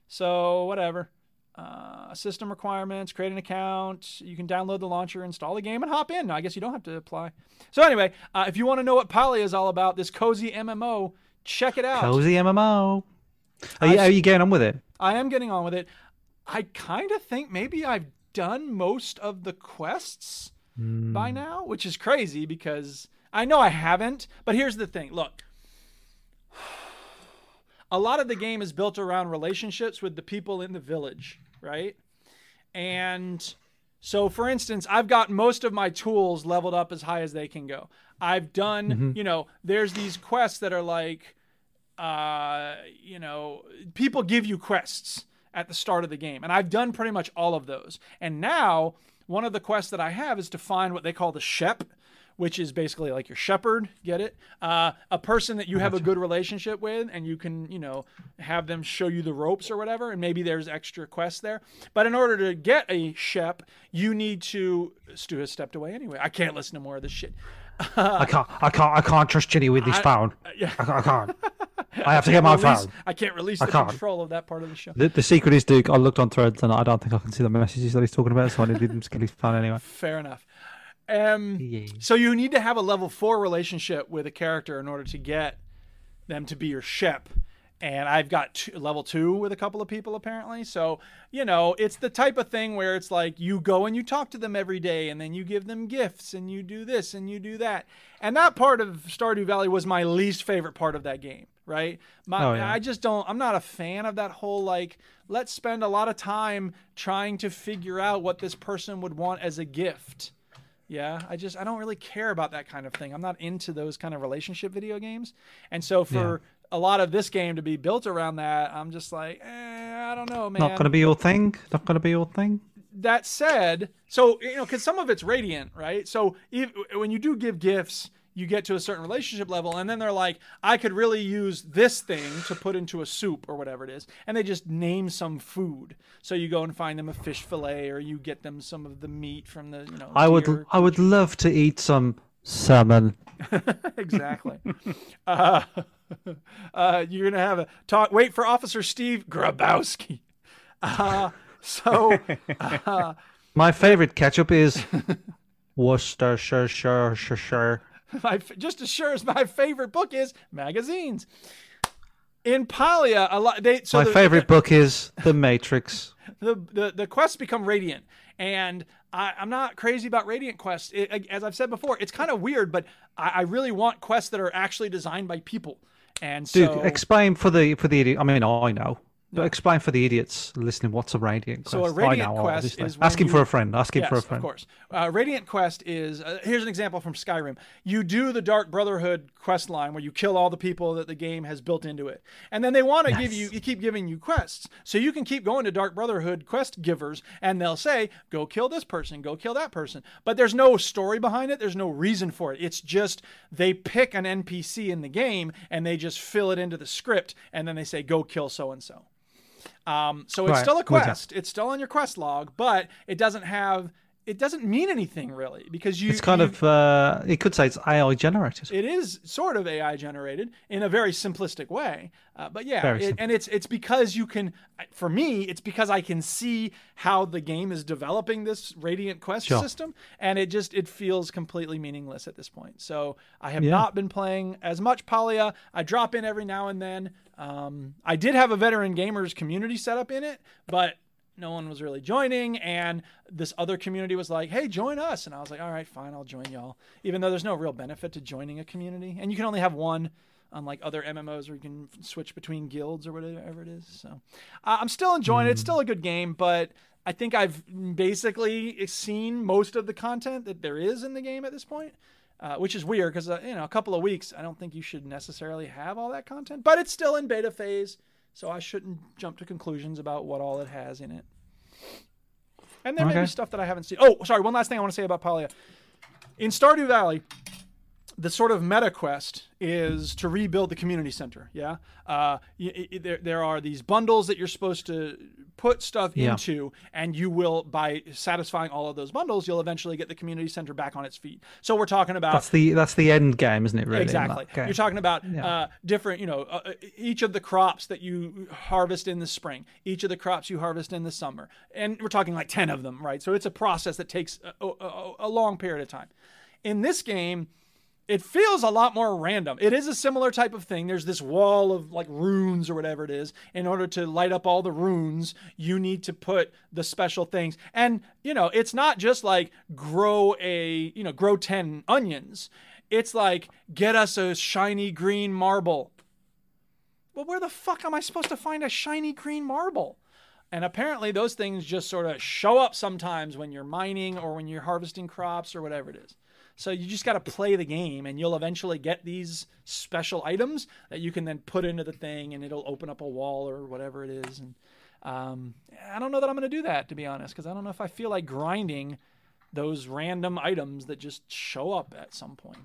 [SPEAKER 1] So whatever. Uh, system requirements, create an account. You can download the launcher, install the game, and hop in. I guess you don't have to apply. So anyway, uh, if you want to know what Poly is all about, this cozy MMO Check it out.
[SPEAKER 4] Cozy MMO. Are you,
[SPEAKER 1] I've-
[SPEAKER 4] are you getting on with it?
[SPEAKER 1] I am getting on with it. I kind of think maybe I've done most of the quests by now, which is crazy because I know I haven't. But here's the thing look, *sighs* a lot of the game is built around relationships with the people in the village, right? And so, for instance, I've got most of my tools leveled up as high as they can go. I've done, you know, there's these quests that are like, uh, you know, people give you quests at the start of the game, and I've done pretty much all of those. And now, one of the quests that I have is to find what they call the Shep, which is basically like your shepherd. Get it? Uh, a person that you have a good relationship with, and you can, you know, have them show you the ropes or whatever. And maybe there's extra quests there. But in order to get a Shep, you need to. Stu has stepped away anyway. I can't listen to more of this shit.
[SPEAKER 4] I can't. I can't. I can't trust Ginny with this
[SPEAKER 1] Uh, I- uh,
[SPEAKER 4] phone.
[SPEAKER 1] yeah.
[SPEAKER 4] I, ca-
[SPEAKER 1] *laughs*
[SPEAKER 4] I can't. I have to get my
[SPEAKER 1] Release-
[SPEAKER 4] phone.
[SPEAKER 1] I can't release
[SPEAKER 4] I
[SPEAKER 1] the
[SPEAKER 4] can't.
[SPEAKER 1] control of that part of the show.
[SPEAKER 4] The, the secret is, Duke. I looked on Threads and I don't think I can see the messages that he's talking about, so I need him to get his phone anyway.
[SPEAKER 1] Fair enough. Um, So you need to have a level four relationship with a character in order to get them to be your ship. And I've got two, level two with a couple of people apparently. So, you know, it's the type of thing where it's like you go and you talk to them every day and then you give them gifts and you do this and you do that. And that part of Stardew Valley was my least favorite part of that game, right? My,
[SPEAKER 4] Oh, yeah.
[SPEAKER 1] I just don't, I'm not a fan of that whole like, let's spend a lot of time trying to figure out what this person would want as a gift. Yeah, I just I don't really care about that kind of thing. I'm not into those kind of relationship video games, and so for a lot of this game to be built around that, I'm just like, eh, I don't know, man.
[SPEAKER 4] Not going to be your thing. Not going to be your thing.
[SPEAKER 1] That said, so you know, because some of it's radiant, right? So if, when you do give gifts, you get to a certain relationship level, and then they're like, I could really use this thing to put into a soup or whatever it is, and they just name some food. So you go and find them a fish fillet, or you get them some of the meat from the you know.
[SPEAKER 4] I would.
[SPEAKER 1] deer.
[SPEAKER 4] I would love to eat some salmon.
[SPEAKER 1] exactly. uh, *laughs* uh, you're gonna have a talk. Wait for Officer Steve Grabowski. Uh,
[SPEAKER 4] *laughs*
[SPEAKER 1] so uh,
[SPEAKER 4] My favorite
[SPEAKER 1] *laughs*
[SPEAKER 4] ketchup is Worcestershire.
[SPEAKER 1] my, f- just as sure as my favorite book is magazines. In Palia, a lot they so
[SPEAKER 4] My
[SPEAKER 1] the-
[SPEAKER 4] favorite book is The Matrix.
[SPEAKER 1] the the, the quests become radiant and I, I'm not crazy about radiant quests. It- I- as I've said before, it's kind of weird, but I, I really want quests that are actually designed by people. And
[SPEAKER 4] Duke,
[SPEAKER 1] so,
[SPEAKER 4] explain for the for the idiot. I mean, I know, but explain for the idiots listening. What's a radiant quest?
[SPEAKER 1] So a
[SPEAKER 4] I
[SPEAKER 1] radiant
[SPEAKER 4] know,
[SPEAKER 1] quest
[SPEAKER 4] obviously.
[SPEAKER 1] is when
[SPEAKER 4] ask him
[SPEAKER 1] you-
[SPEAKER 4] for a friend. Ask him
[SPEAKER 1] yes,
[SPEAKER 4] for a friend.
[SPEAKER 1] Of course. Uh, Radiant Quest is uh, here's an example from Skyrim. You do the Dark Brotherhood quest line where you kill all the people that the game has built into it, and then they want to give you, you keep giving you quests, so you can keep going to Dark Brotherhood quest givers, and they'll say, "Go kill this person, go kill that person," but there's no story behind it. There's no reason for it. It's just they pick an NPC in the game and they just fill it into the script, and then they say, "Go kill so and so." Um, so it's
[SPEAKER 4] Right,
[SPEAKER 1] still a
[SPEAKER 4] with that.
[SPEAKER 1] quest. It's still on your quest log, but it doesn't have. It doesn't mean anything really because you.
[SPEAKER 4] It's kind
[SPEAKER 1] you-
[SPEAKER 4] of uh, you could say it's AI generated.
[SPEAKER 1] It is sort of AI generated in a very simplistic way, uh, but yeah,
[SPEAKER 4] Very
[SPEAKER 1] it,
[SPEAKER 4] simple.
[SPEAKER 1] and it's it's because you can. For me, it's because I can see how the game is developing this Radiant Quest
[SPEAKER 4] Sure.
[SPEAKER 1] system, and it just it feels completely meaningless at this point. So I have
[SPEAKER 4] Yeah.
[SPEAKER 1] not been playing as much Palia. I drop in every now and then. Um, I did have a veteran gamers community set up in it, but no one was really joining and this other community was like hey join us and i was like all right fine i'll join y'all even though there's no real benefit to joining a community and you can only have one unlike other mmos where you can f- switch between guilds or whatever it is so uh, i'm still enjoying it it's still a good game but i think i've basically seen most of the content that there is in the game at this point uh, which is weird because uh, you know a couple of weeks i don't think you should necessarily have all that content but it's still in beta phase so i shouldn't jump to conclusions about what all it has in it and there may
[SPEAKER 4] Okay.
[SPEAKER 1] be stuff that i haven't seen oh sorry one last thing i want to say about Palia. in stardew valley the sort of meta quest is to rebuild the community center. Yeah, uh, y- y- y- there there are these bundles that you're supposed to put stuff
[SPEAKER 4] Yeah.
[SPEAKER 1] into, and you will by satisfying all of those bundles, you'll eventually get the community center back on its feet. So we're talking about
[SPEAKER 4] That's the that's the end game, isn't it? Really? in that
[SPEAKER 1] exactly you're
[SPEAKER 4] game?
[SPEAKER 1] talking about uh, different you know uh, uh, each of the crops that you harvest in the spring each of the crops you harvest in the summer and we're talking like 10 of them right so it's a process that takes a, a- a- a long period of time in this game It feels a lot more random. It is a similar type of thing. There's this wall of like runes or whatever it is. In order to light up all the runes, you need to put the special things. And, you know, it's not just like grow a, you know, grow 10 onions. It's like get us a shiny green marble. Well, where the fuck am I supposed to find a shiny green marble? And apparently, those things just sort of show up sometimes when you're mining or when you're harvesting crops or whatever it is. So you just got to play the game, and you'll eventually get these special items that you can then put into the thing, and it'll open up a wall or whatever it is. And um, I don't know that I'm going to do that, to be honest, because I don't know if I feel like grinding those random items that just show up at some point.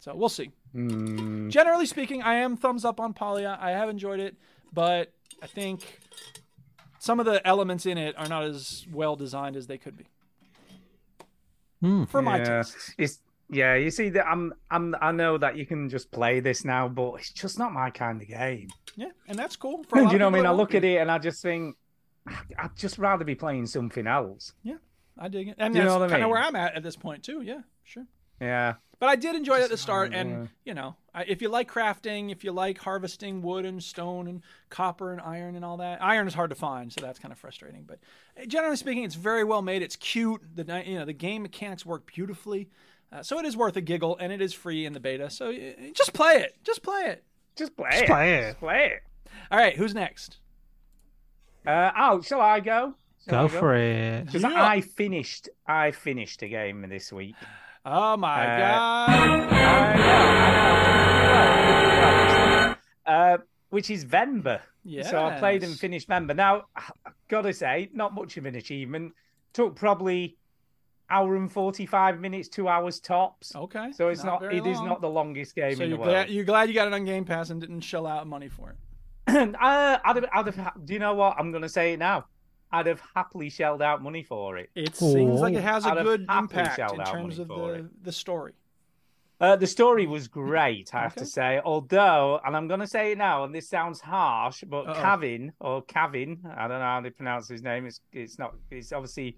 [SPEAKER 1] So we'll see. Generally speaking, I am thumbs up on Polya. I have enjoyed it, but I think some of the elements in it are not as well designed as they could be. For my
[SPEAKER 5] yeah.
[SPEAKER 1] taste.
[SPEAKER 5] It's yeah, you see that I'm I'm I know that you can just play this now, but it's just not my kind of game.
[SPEAKER 1] Yeah, and that's cool. For a
[SPEAKER 5] Do
[SPEAKER 1] lot
[SPEAKER 5] *laughs* you
[SPEAKER 1] of
[SPEAKER 5] know what I
[SPEAKER 1] people,
[SPEAKER 5] mean? I
[SPEAKER 1] won't
[SPEAKER 5] look
[SPEAKER 1] be.
[SPEAKER 5] at it and I just think "I- I'd just rather be playing something else.
[SPEAKER 1] Yeah, I dig it. And
[SPEAKER 5] Do you know
[SPEAKER 1] that's
[SPEAKER 5] what
[SPEAKER 1] kind
[SPEAKER 5] I
[SPEAKER 1] of
[SPEAKER 5] mean?
[SPEAKER 1] where I'm at at this point, too. Yeah, sure.
[SPEAKER 5] Yeah.
[SPEAKER 1] But I did enjoy it at the start, and you know, I, if you like crafting, if you like harvesting wood and stone and copper and iron and all that, iron is hard to find, so that's kind of frustrating. But eh, generally speaking, it's very well made. It's cute. The ni- you know the game mechanics work beautifully, uh, so it is worth a giggle, and it is free in the beta. So eh, eh, just play it. Just play it.
[SPEAKER 5] Just play
[SPEAKER 4] Just
[SPEAKER 5] it.
[SPEAKER 4] play it.
[SPEAKER 5] Just play it.
[SPEAKER 1] All right, who's next?
[SPEAKER 5] Uh, oh, shall I go?
[SPEAKER 4] Go for it.
[SPEAKER 5] Because
[SPEAKER 1] Yeah.
[SPEAKER 5] I finished I finished a game this week.
[SPEAKER 1] Oh my
[SPEAKER 5] Uh,
[SPEAKER 1] god!
[SPEAKER 5] uh, which is Vember. So I played and
[SPEAKER 1] Yes.
[SPEAKER 5] finished Vember. Now, I- I've gotta say, not much of an achievement. Took probably hour and forty-five minutes, two hours tops.
[SPEAKER 1] Okay,
[SPEAKER 5] So it's not.
[SPEAKER 1] Oh, not
[SPEAKER 5] It
[SPEAKER 1] very
[SPEAKER 5] is
[SPEAKER 1] long.
[SPEAKER 5] not the longest game
[SPEAKER 1] So
[SPEAKER 5] in the
[SPEAKER 1] you're
[SPEAKER 5] world.
[SPEAKER 1] glad, you're glad you got it on Game Pass and didn't shell out money for it.
[SPEAKER 5] *clears throat* uh, I'd have, I'd have, ha- do you know what? I'm gonna say it now. I'd have happily shelled out money for it.
[SPEAKER 1] It seems like it has a
[SPEAKER 5] I'd have
[SPEAKER 1] good
[SPEAKER 5] happily
[SPEAKER 1] impact
[SPEAKER 5] shelled
[SPEAKER 1] in
[SPEAKER 5] out
[SPEAKER 1] terms
[SPEAKER 5] money
[SPEAKER 1] of
[SPEAKER 5] for
[SPEAKER 1] the, the story.
[SPEAKER 5] Uh, the story was great, I have
[SPEAKER 1] Okay.
[SPEAKER 5] to say. Although, and I'm going to say it now, and this sounds harsh, but Kevin or Kevin, I don't know how they pronounce his name. It's it's not. It's obviously